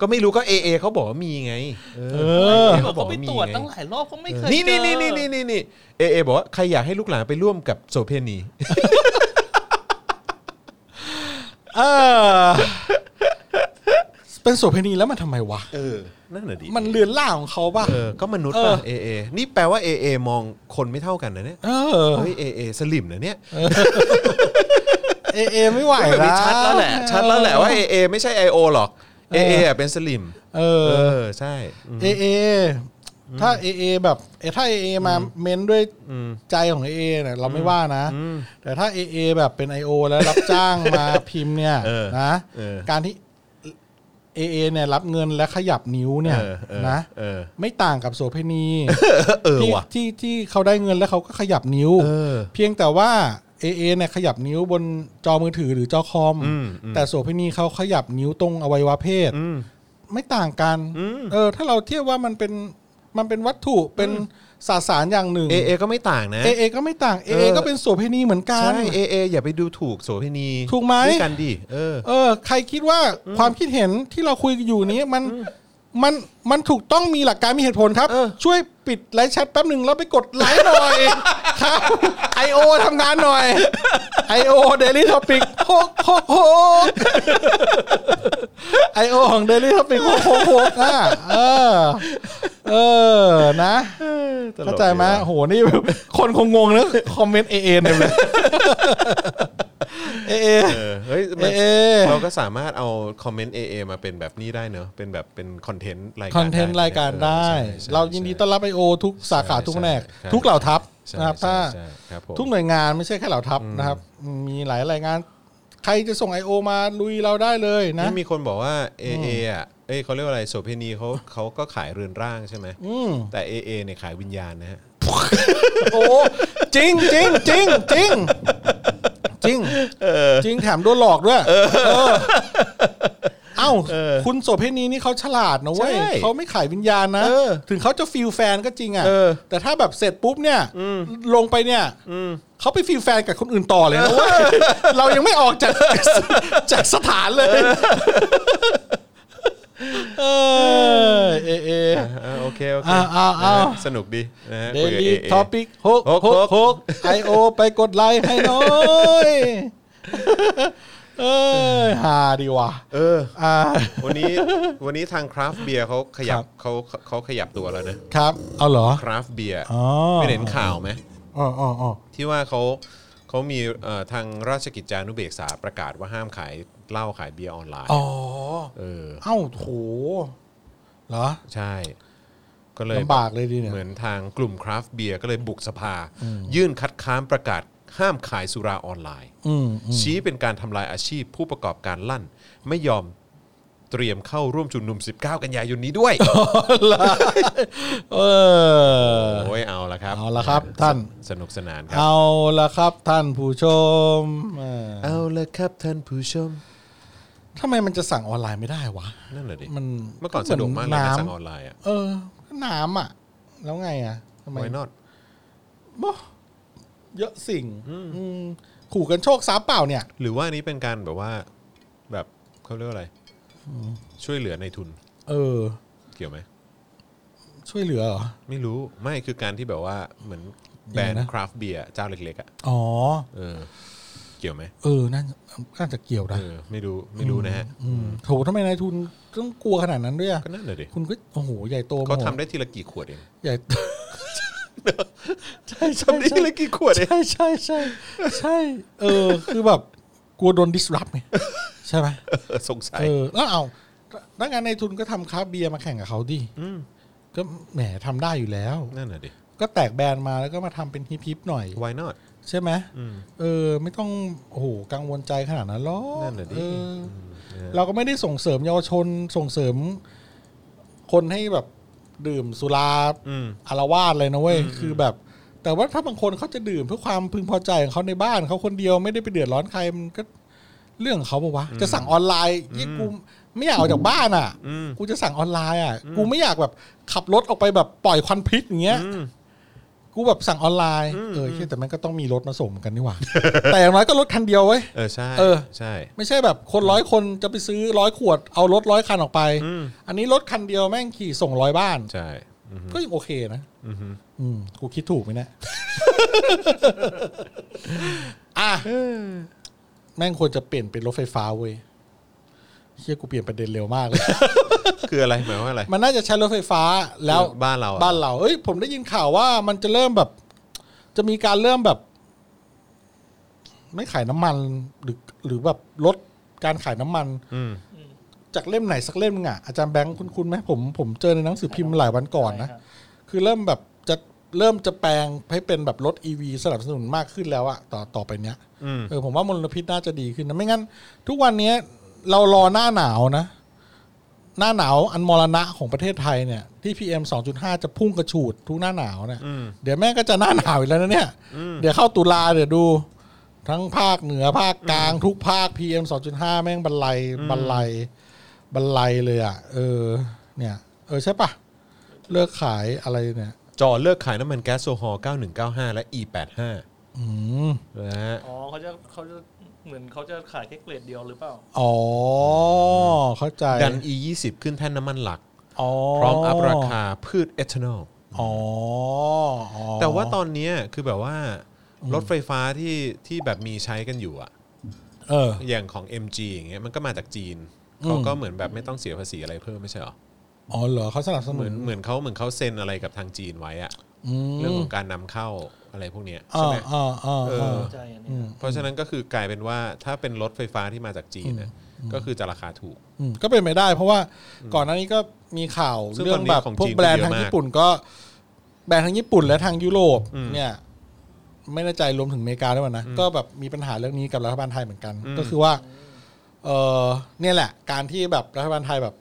S2: ก็ไม่รู้ก็เอเอเขาบอกว่ามีไง เออ
S3: เออ
S4: เขาไปตรวจ
S2: เออ
S4: ตั้งหลายรอบก็ไม่เคย
S2: นี่
S4: เจ
S2: นี่
S4: อ
S2: นี่นี่นี่นี่นี่เอเอบอกว่าใครอยากให้ลูกหลานไปร่วมกับโสเพณี
S3: เออ เป็นโสเภณีแล้วมันทำไมวะ
S2: เออนั่นแหละดิ
S3: มันเลือนล่างของเขาป่ะ
S2: เออก็มนุษย์ป่ะเอเอนี่แปลว่าเอเอมองคนไม่เท่ากันนะเนี่ย
S3: เออ
S2: เฮ้ยเอเอสลิมนะเนี่ย
S3: เอเอไม่ไหว
S2: แบบ
S3: แล้
S2: นี้
S3: ว
S2: ชัดแล้วแหละชัดแล้วแหละว่า AA ไม่ใช่ IO หรอก AA อ่ะเป็นสลิม
S3: เอ
S2: เอ
S3: อ
S2: อใช่อืม
S3: เอเอ ถ้าเอเอแบบเอ่อถ้าเอเอมาเม้นด้วยใจของเอเอเนี่ยเราไม่ว่านะ แต่ถ้าเอเอแบบเป็น I.O. แล้วรับจ้างมาพิมพ์เนี่ยนะ การที่เอเอเนี่ยรับเงินและขยับนิ้วเนี่ย
S2: เออเออ
S3: นะ
S2: เออ
S3: ไม่ต่างกับโสเภณี
S2: เออ
S3: ที่
S2: ว่ะ
S3: ที่ที่เขาได้เงินแล้วเขาก็ขยับนิ้ว
S2: เออ
S3: เพียงแต่ว่า AA เนี่ยขยับนิ้วบนจอมือถือหรือจอคอม
S2: อืมอืม
S3: แต่โสเภณีเขาขยับนิ้วตรงอวัยวะเพศ
S2: อืม
S3: ไม่ต่างกัน
S2: อืม
S3: เออ ถ้าเราเทียบว่ามันเป็นมันเป็นวัตถุเป็นสสารอย่างหนึ่ง
S2: AA ก็ไม่ต่างนะ
S3: AA ก็ไม่ต่าง AA ก็เป็นโสเภณีเหมือนกัน
S2: ใช่ AA อย่าไปดูถูกโสเภณี
S3: ถูกไหม
S2: ด้วยกันดิเออ
S3: เออ ใครคิดว่าความคิดเห็นที่เราคุยอยู่นี้มันมันมันถูกต้องมีหลักการมีเหตุผลครับ
S2: เออ
S3: ช่วยปิดไลฟ์แชทแป๊บหนึ่งแล้วไปกดไลค์หน่อย ครับไอโอทำงานหน่อยไอโอเดลี่ท็อปิกโกโฮกโฮกไอโอของเดลี่ท็อปิกโฮกโฮกโฮกอ่ะเออ เออนะเข้าใจไหมโหนี่แบบคนคงงงนะคอมเมนต์เอเอเต็มเลยเอเอ
S2: เออเฮ้ยมัน
S3: AA
S2: เราก็สามารถเอาคอมเมนต์ AA มาเป็นแบบนี้ได้เนอะเป็นแบบเป็นคอนเทนต์รายการ
S3: คอนเทนต์รายการได้
S2: ออใช่ใช่
S3: เรายินดีต้อนรับไอโอทุกสาขา
S2: ใช่
S3: ทุกแผนก
S2: ใช่
S3: ทุกเหล่าทัพ
S2: ใช่
S3: นะครับ
S2: ใช่
S3: ถ้า
S2: ใช่ครับผม
S3: ทุกหน่วยงานไม่ใช่แค่เหล่าทัพนะครับ มีหลายรายงาน ใครจะส่ง I.O. มาลุยเราได้เลยนะ
S2: นี่มีคนบอกว่า AA อ่ะเอ้ยเขาเรียกว่าอะไรโสเภณีเขาเขาก็ขายเรือนร่างใช่ไหมแต่ AA เนี่ยขายวิญญาณนะฮะ
S3: โอ้จริงจริงจริงจริงจริงจริงแถมโดนหลอกด้วยเออเอ้าคุณโสเพณีนี่เขาฉลาดนะเว้ย
S2: ใช่
S3: เขาไม่ขายวิญญาณนะ
S2: เออ
S3: ถึงเขาจะฟิลแฟนก็จริงอ่ะ
S2: เออ
S3: แต่ถ้าแบบเสร็จปุ๊บเนี่ยลงไปเนี่ยเขาไปฟิลแฟนกับคนอื่นต่อเลยนะเว้ยเรายังไม่ออก จากจากสถานเลย เออเอเอ
S2: อ่าโอเค โอเค
S3: อ่าอ่าอ่า
S2: นะฮะสนุกดีนะฮะ
S3: เด
S2: คุยกับ
S3: ลี่
S2: AA
S3: ท็อปิกหก
S2: หกห
S3: หก
S2: ก
S3: หกไอโอไปกดไลค์ให้หน้อย เอ้ยฮาดีว่ะ
S2: เออ
S3: อ่า
S2: วันนี้วันนี้ทางคราฟเบียร์เขาขยั
S3: ครับ บ
S2: เขาเขาขยับตัวแล้วนะครับ
S3: เอาเหรอ
S2: คราฟเบียร์
S3: อ๋อ
S2: ไม่เห็นข่าวไหม
S3: อ๋ออ๋ออ๋อ
S2: ที่ว่าเขาเขามีเอ่อทางราชกิจจานุเบกษาประกาศว่าห้ามขายเหล้าขายเบียร์ออนไลน์
S3: อ๋อ
S2: เออ
S3: เอ้าโหเหรอ
S2: ใช่ ก็เลย
S3: ลำบากเลยดิเนี่ย
S2: เหมือนทางกลุ่มคราฟเบียร์ก็เลยบุกสภา ยื่นคัดค้านประกาศห้ามขายสุราออนไลน์
S3: อืม
S2: ชี้เป็นการทำลายอาชีพผู้ประกอบการลั่น ไม่ยอมเตรียมเข้าร่วมชุมนุม 19 กันยายนนี้ด้วย
S3: เออ
S2: โอ้ยเอาละครับ
S3: เอาละครับท่าน
S2: สนุกสนานครั
S3: เอาละครับท่านผู้ชมอ่า
S2: เอาละครับท่านผู้ชม
S3: ทำไมมันจะสั่งออนไลน์ไม่ได้วะ
S2: นั่นแหละดิ
S3: มัน
S2: เมื่อก่อนสะดวกมากเลยนะ
S3: น้ำ
S2: สั่งออนไลน์อ่ะ
S3: เออ น้ำอ่ะ แล้วไงอ่ะ ทำไม
S2: why not
S3: บ่เยอะสิ่งอืมขู่กันโชคทรัพย์เปล่าเนี่ย
S2: หรือว่าอันนี้เป็นการแบบว่าแบบเขาเรียกว่าอะไร ช่วยเหลือในทุน
S3: เออ
S2: เกี่ยวไหม
S3: ช่วยเหลือเหรอ
S2: ไม่รู้ไม่คือการที่แบบว่าเหมือนแบรน
S3: ยั
S2: ด์
S3: งไงนะ
S2: คราฟเบียร์เจ้าเล็กๆอ่ะ
S3: อ๋อ
S2: เออ เกี่ยวไหม
S3: เออน่าน่าจะเกี่ยวนะ
S2: เออไม่รู้ไม่รู้นะฮะ
S3: อืมโถทำไมนายทุนต้องกลัวขนาดนั้นด้วยอะ
S2: ก็นั่นเลยดิ
S3: คุณก็โอ้โหใหญ่โตมโห
S2: เขาทำได้ทีละกี่ขวดเอง
S3: ใหญ่ใช่ใช่
S2: ทำได้ทีละกี่ขวดเอง
S3: ใช่ใช่ใช่ใช่ เออ คือแบบกลัวโดน disrupt ไงใช่ไหม
S2: เออสงสัย
S3: เออแล้วเอาถ้างั้นในทุนก็ทำคราฟเบียร์มาแข่งกับเขาดิก็แหมทำได้อยู่แล้ว
S2: นั่นน่ะดิ
S3: ก็แตกแบรนด์มาแล้วก็มาทำเป็นฮิปฮิปๆหน่อย
S2: why not
S3: ใช่ไหม
S2: อืม
S3: เออ ไม่ต้องโอ้โหกังวลใจขนาดนั้นหรอก
S2: นั่นน่ะดิ
S3: เอออ
S2: นะฮะ
S3: เราก็ไม่ได้ส่งเสริมเยาวชนส่งเสริม คนให้แบบดื่มสุรา
S2: อืม
S3: อารวาสเลยนะเว้ยคือแบบ แต่ว่าถ้าบางคนเขาจะดื่มเพื่อความพึงพอใจของเขาในบ้านเขาคนเดียวไม่ได้ไปเดือดร้อนใครมันก็เรื่องของเขาปะวะจะสั่งออนไลน์ยี่กูไม่อยากออกจากบ้านอ่ะ
S2: อืม
S3: กูจะสั่งออนไลน์อ่ะกูไม่อยากแบบขับรถออกไปแบบปล่อยควันพิษอย่างเงี้ย
S2: อืม
S3: กูแบบสั่งออนไลน์ เออเหี้ยแต่มันก็ต้องมีรถมาส่งเหมือนกันนี่หว่า แต่อย่างน้อยก็รถคันเดียวเว้ย
S2: เออใช่
S3: เออ
S2: ใช่
S3: ไม่ใช่แบบคนร้อยคนจะไปซื้อร้อยขวดเอารถร้อยคันออกไป อันนี้รถคันเดียวแม่งขี่ส่งร้อยบ้าน
S2: ใช่อืม
S3: ก็ยังโอเคนะอืมกูคิดถูกไหมเนี่ย อ่ะแม่งควรจะเปลี่ยนเป็นรถไฟฟ้าเว้ยเชี่ยกูเปลี่ยนประเด็นเร็วมากเลย
S2: คืออะไรหมายความว่าอะไร
S3: มันน่าจะใช้รถไฟฟ้าแล้ว
S2: คือบ้านเราอะ
S3: บ้านเราเอ้ยผมได้ยินข่าวว่ามันจะเริ่มแบบ จะมีการเริ่มแบบ ไม่ขายน้ำมันหรือ หรือแบบลดการขายน้ำมัน
S2: อืม
S3: จากเล่มไหนสักเล่มหนึ่งอ่ะอาจารย์แบงค์คุ้นๆไหมผมผมเจอในหนังสือพิมพ์หลายวันก่อนนะ
S4: ใช่ครับ
S3: คือเริ่มแบบจะเริ่มจะแปลงให้เป็นแบบรถ E ีวีสนับสนุนมากขึ้นแล้วอะต่อต่อไปเนี้ย
S2: อืม
S3: เออผมว่ามลพิษน่าจะดีขึ้นนะไม่งั้น ทุกวันเนี้ยเรารอหน้าหนาวนะ หน้าหนาวอันมรณะของประเทศไทยเนี่ยที่ PM 2.5 จะพุ่งกระฉูดทุกหน้าหนาวเนี่ย
S2: อืม
S3: เดี๋ยวแม่งก็จะหน้าหนาวอีกแล้วนะเนี่ย เดี๋ยวเข้าตุลาเดี๋ยวดู ทั้งภาคเหนือภาคกลางทุกภาค PM 2.5 แม่งบรรลัยบรรลัยบรรลัยเลยอะเออ เนี่ย เออใช่ปะเลิกขายอะไรเนี่ย
S2: จอเลิกขายน้ำมันแก๊สโซฮอล์9195 และ E85
S3: อืม
S2: นะฮะ
S4: อ๋อเขาจะเขาจะเหมือนเขาจะขายแค่เกรดเดียวหรือเปล่า
S3: อ๋อ เข้าใจ
S2: ดัน E20 ขึ้นแท่นน้ำมันหลัก
S3: อ๋อ
S2: พร้อมอัพราคาพืชเอทานอล
S3: อ๋ออ๋อ
S2: แต่ว่าตอนเนี้ยคือแบบว่ารถไฟฟ้าที่ที่แบบมีใช้กันอยู่อะ
S3: เออ
S2: อย่างของ MG อย่างเงี้ยมันก็มาจากจีน
S3: อืม
S2: เขาก็เหมือนแบบไม่ต้องเสียภาษีอะไรเพิ่มไม่ใช่หรอ
S3: อ๋อเหรอเขาสนับส
S2: เห
S3: นุ
S2: มือน นเหมือนเขาเหมือนเขาเซ็นอะไรกับทางจีนไว้อะ
S3: ม
S2: เรื่องของการนำเข้าอะไรพวกเนี้ย
S3: อ่า
S2: ใช่ไหม
S3: อ่าอ่า
S2: เอ
S3: อ่า
S2: อ
S4: ใจอัน
S3: อืม
S4: เนี้ย
S2: เพราะฉะนั้นก็คือกลายเป็นว่าถ้าเป็นรถไฟฟ้าที่มาจากจีนนะก็คือจะราคาถูก
S3: อืมก็เป็นไปได้ เพราะว่าก่อนหน้านี้ก็มีข่าว
S2: ซึ่ง
S3: เรื่องแบบ
S2: ตอนนี้ของ
S3: พวก
S2: จีนก็
S3: แบรนด์ทาง
S2: เยอะมาก
S3: ญี่ปุ่นก็ แบรนด์ทางญี่ปุ่นและทางยุโรปเนี่ย ไม่แน่ใจรวมถึงอเมริกาด้วยมั้ยนะก็แบบมีปัญหาเรื่องนี้กับรัฐบาลไทยเหมือนกัน ก็คือว่าเออเนี่ยแหละ การที่แบบรัฐบาลไทยแบบ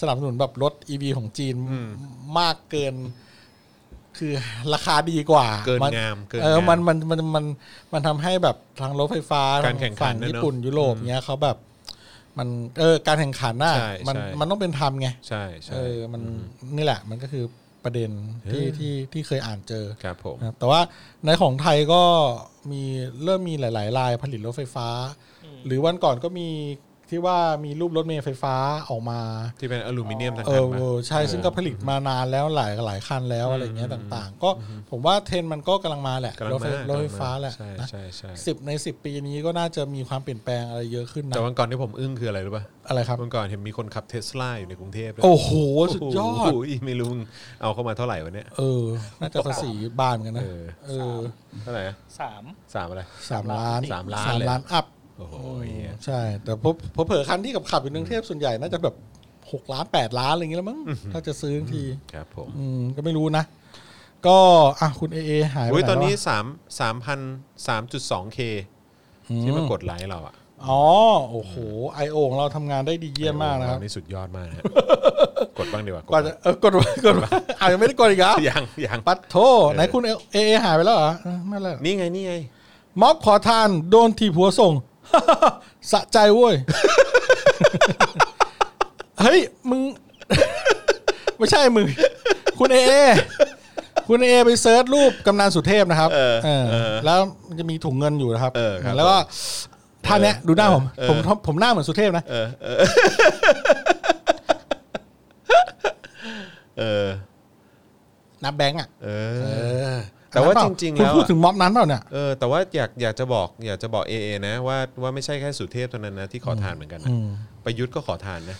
S3: สนับสนุนแบบรถ E ีวีของจีนมากเกิน คือราคาดีกว่า
S2: เกิน
S3: มั
S2: งามเกิ
S3: เออง
S2: นาม
S3: มันมันมันมันมันทำให้แบบทางรถไฟฟ้า
S2: การแข่งขัน
S3: ฝั่
S2: เนี่ยเนอะ
S3: ญี่ปุ่นยุโรปเนี้ยเขาแบบ มันเออการแข่งขันน่ะ
S2: ใช่
S3: มัน
S2: ใช่
S3: มันต้องเป็นธรรมไง
S2: ใช่
S3: เอ
S2: ใช่
S3: อ มันนี่แหละ มันก็คือประเด็นที่
S2: เออ
S3: ที่ที่เคยอ่านเจอ
S2: ครับผม
S3: นะครับแต่ว่าในของไทยก็มีเริ่มมีหลายๆรายผลิตรถไฟฟ้า หรือวันก่อนก็มีที่ว่ามีรูปรถเมล์ไฟฟ้าออกมา
S2: ที่เป็นอลูมิเนียมทาง
S3: เอ
S2: การ
S3: อ
S2: มา
S3: เออใช่ซึ่งก็ผลิตมานานแล้วหลายหลายคันแล้วอะไรเงี้ยต่าง ๆ ก็ผมว่าเทรนด์มันก็กำลังมาแหละ
S2: กำลัง
S3: รถไฟ
S2: มาก
S3: รถไฟ
S2: กำงม
S3: ฟ้าแหละ
S2: ใช่
S3: นะ
S2: ใช่ใช่
S3: สิบในสิบปีนี้ก็น่าจะมีความเปลี่ยนแปลงอะไรเยอะขึ้นนะ
S2: แต่วันก่อนที่ผมอึ้งคืออะไรรู้ป่ะ
S3: อะไรครับ
S2: เมื่อก่อนเห็นมีคนขับเทสลาอยู่ในกรุงเทพด้วย
S3: โอ้โหสุดยอด
S2: โโหไม่รู้มึงเอาเข้ามาเท่าไหร่วะเนี่ย
S3: เออ น่าจะภาษีบ้านเหมือนกันนะ
S2: เออ
S3: เออ
S2: เท่าไหร่อะ
S4: สาม
S2: สามอะไร
S3: สามล้าน
S2: สามล้าน
S3: สาม
S2: เลย
S3: ล้านอัพ
S2: โอ้โหเหี้ย
S3: ใช่ แต่พบพบเผลอคันที่กับขับอยู่ในกรุงเทพส่วนใหญ่น่าจะแบบหกล้านแปดล้านอะไรอย่างเงี้ยแล้วมั้งถ้าจะซื้อที
S2: ครับผม
S3: อืมก็ไม่รู้นะ ก็อ่ะคุณเอเอหายไป
S2: อุ้ย
S3: ไห
S2: ตอนนี้
S3: แล้วะ
S2: สามสามพันสามจุดสองเคที่มากดไลค์เราอ่ะ
S3: อ๋อโอ้โหไอโอของเราทำงานได้ดีเยี่ยมมากนะครับ
S2: เออนี่สุดยอดมากนะฮะกดบ้างดีกว่าก
S3: กว่าจะเออกดไว้กดไว้ อ่ะยังไม่ได้กดอีกแล้ว
S2: ยังยัง
S3: ปัดโทไหนคุณเอเอหายไปแล้วเหรอเออไม่แล้ว
S2: นี่ไง นี่ไง
S3: ม็อบขอทานโดนทีบหัวส่ง สะใจเว้ย เฮ้ย มึง ไม่ใช่มึง คุณเอ คุณเอไปเซิร์ชรูปกำนันสุเทพนะครับ
S2: เออ
S3: เออ
S2: เออ
S3: แล้วมันจะมีถุงเงินอยู่นะครับ
S2: เออครับ
S3: แล้วก็ท่านเนี้ยดูหน้าผม
S2: เออ
S3: ผมผมผมหน้าเหมือนสุเทพนะ
S2: เออเออเออ
S3: นับแบงค์อ่ะ
S2: เอ
S3: เอ
S2: อ
S3: อ
S2: แต่ว่า
S3: อันนั้น
S2: จริงๆ
S3: เปล่
S2: แล้วอะ
S3: คุณพูดถึงม็อบนั้นเปล่าเนี่ย
S2: เออแต่ว่าอยากอยากจะบอกอยากจะบอก AA นะว่าว่าไม่ใช่แค่สุเทพเท่านั้นนะที่ขอทานเหมือนกันนะ
S3: อืม
S2: ประยุทธ์ก็ขอทานนะ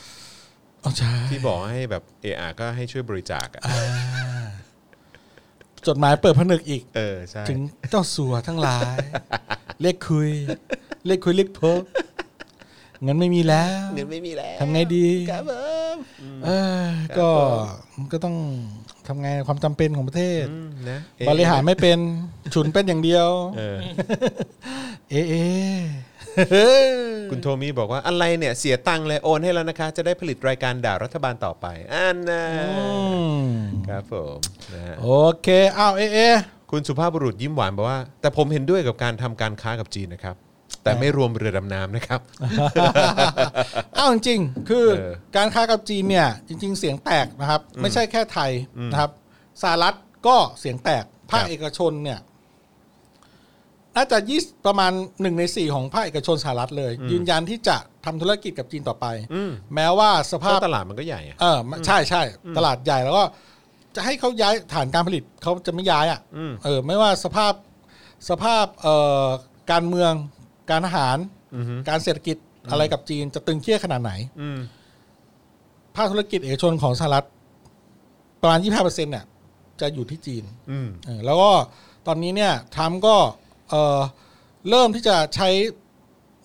S3: อ๋อใช่
S2: ที่บอกให้แบบเออาก็ให้ช่วยบริจาคอ่ะ
S3: จดหมายเปิดผนึกอีก
S2: เออใช่
S3: ถึงเจ้าสัวทั้งหลาย เรียกคุย เรียกคุยเรียกเพิกเงินไม่มีแล้ว
S2: เงินไม่มีแล้ว
S3: ทำไงดี
S2: ครับผม
S3: เออก็มันก็ต้องทำไงความจำเป็นของประเทศ
S2: อืมนะ AA
S3: บริหารไม่เป็นฉุนเป็นอย่างเดียว
S2: เออ
S3: เอะเอะ
S2: คุณโทมี่บอกว่าอะไรเนี่ยเสียตังค์เลยโอนให้แล้วนะคะ จะได้ผลิตรายการด่ารัฐบาลต่อไปอันนะ
S3: อืม
S2: ครับผมนะฮะ
S3: โอเคอ้าวเอะเอะ
S2: คุณสุภาพบุรุษยิ้มหวานบอกว่า แต่ผมเห็นด้วยกับการทำการค้ากับจีนนะครับ แต่ไม่รวมเรือดำน้ำนะครับ
S3: อ้าวจริงๆคือ
S2: เออ
S3: การค้ากับจีนเนี่ย จริง ๆ เสียงแตกนะครับ ไม่ใช่แค่ไทยนะครับสหรัฐก็เสียงแตกภาคเอกชนเนี่ยน่าจะยี่ประมาณหนึ่งในสี่ของภาคเอกชนสหรัฐเลย ยืนยันที่จะทำธุรกิจกับจีนต่อไป แม้ว่าส
S2: เพราะ
S3: ภาพ
S2: ตลาดมันก็ใหญ่อะ
S3: เออมใช่ใช่ตลาดใหญ่แล้วก็จะให้เขาย้ายฐานการผลิตเขาจะไม่ย้ายอ่ะ
S2: อืม
S3: เออไม่ว่าสภาพสภาพเอ่อการเมืองการทหาร การเศรษฐกิจอะไรกับจีนจะตึงเครียดขนาดไหน
S2: อืม
S3: ภาคธุรกิจเอกชนของสหรัฐประมาณ 25%เนี่ยจะอยู่ที่จีน
S2: อืม
S3: เออแล้วก็ตอนนี้เนี่ยทรัมป์ก็เออเริ่มที่จะใช้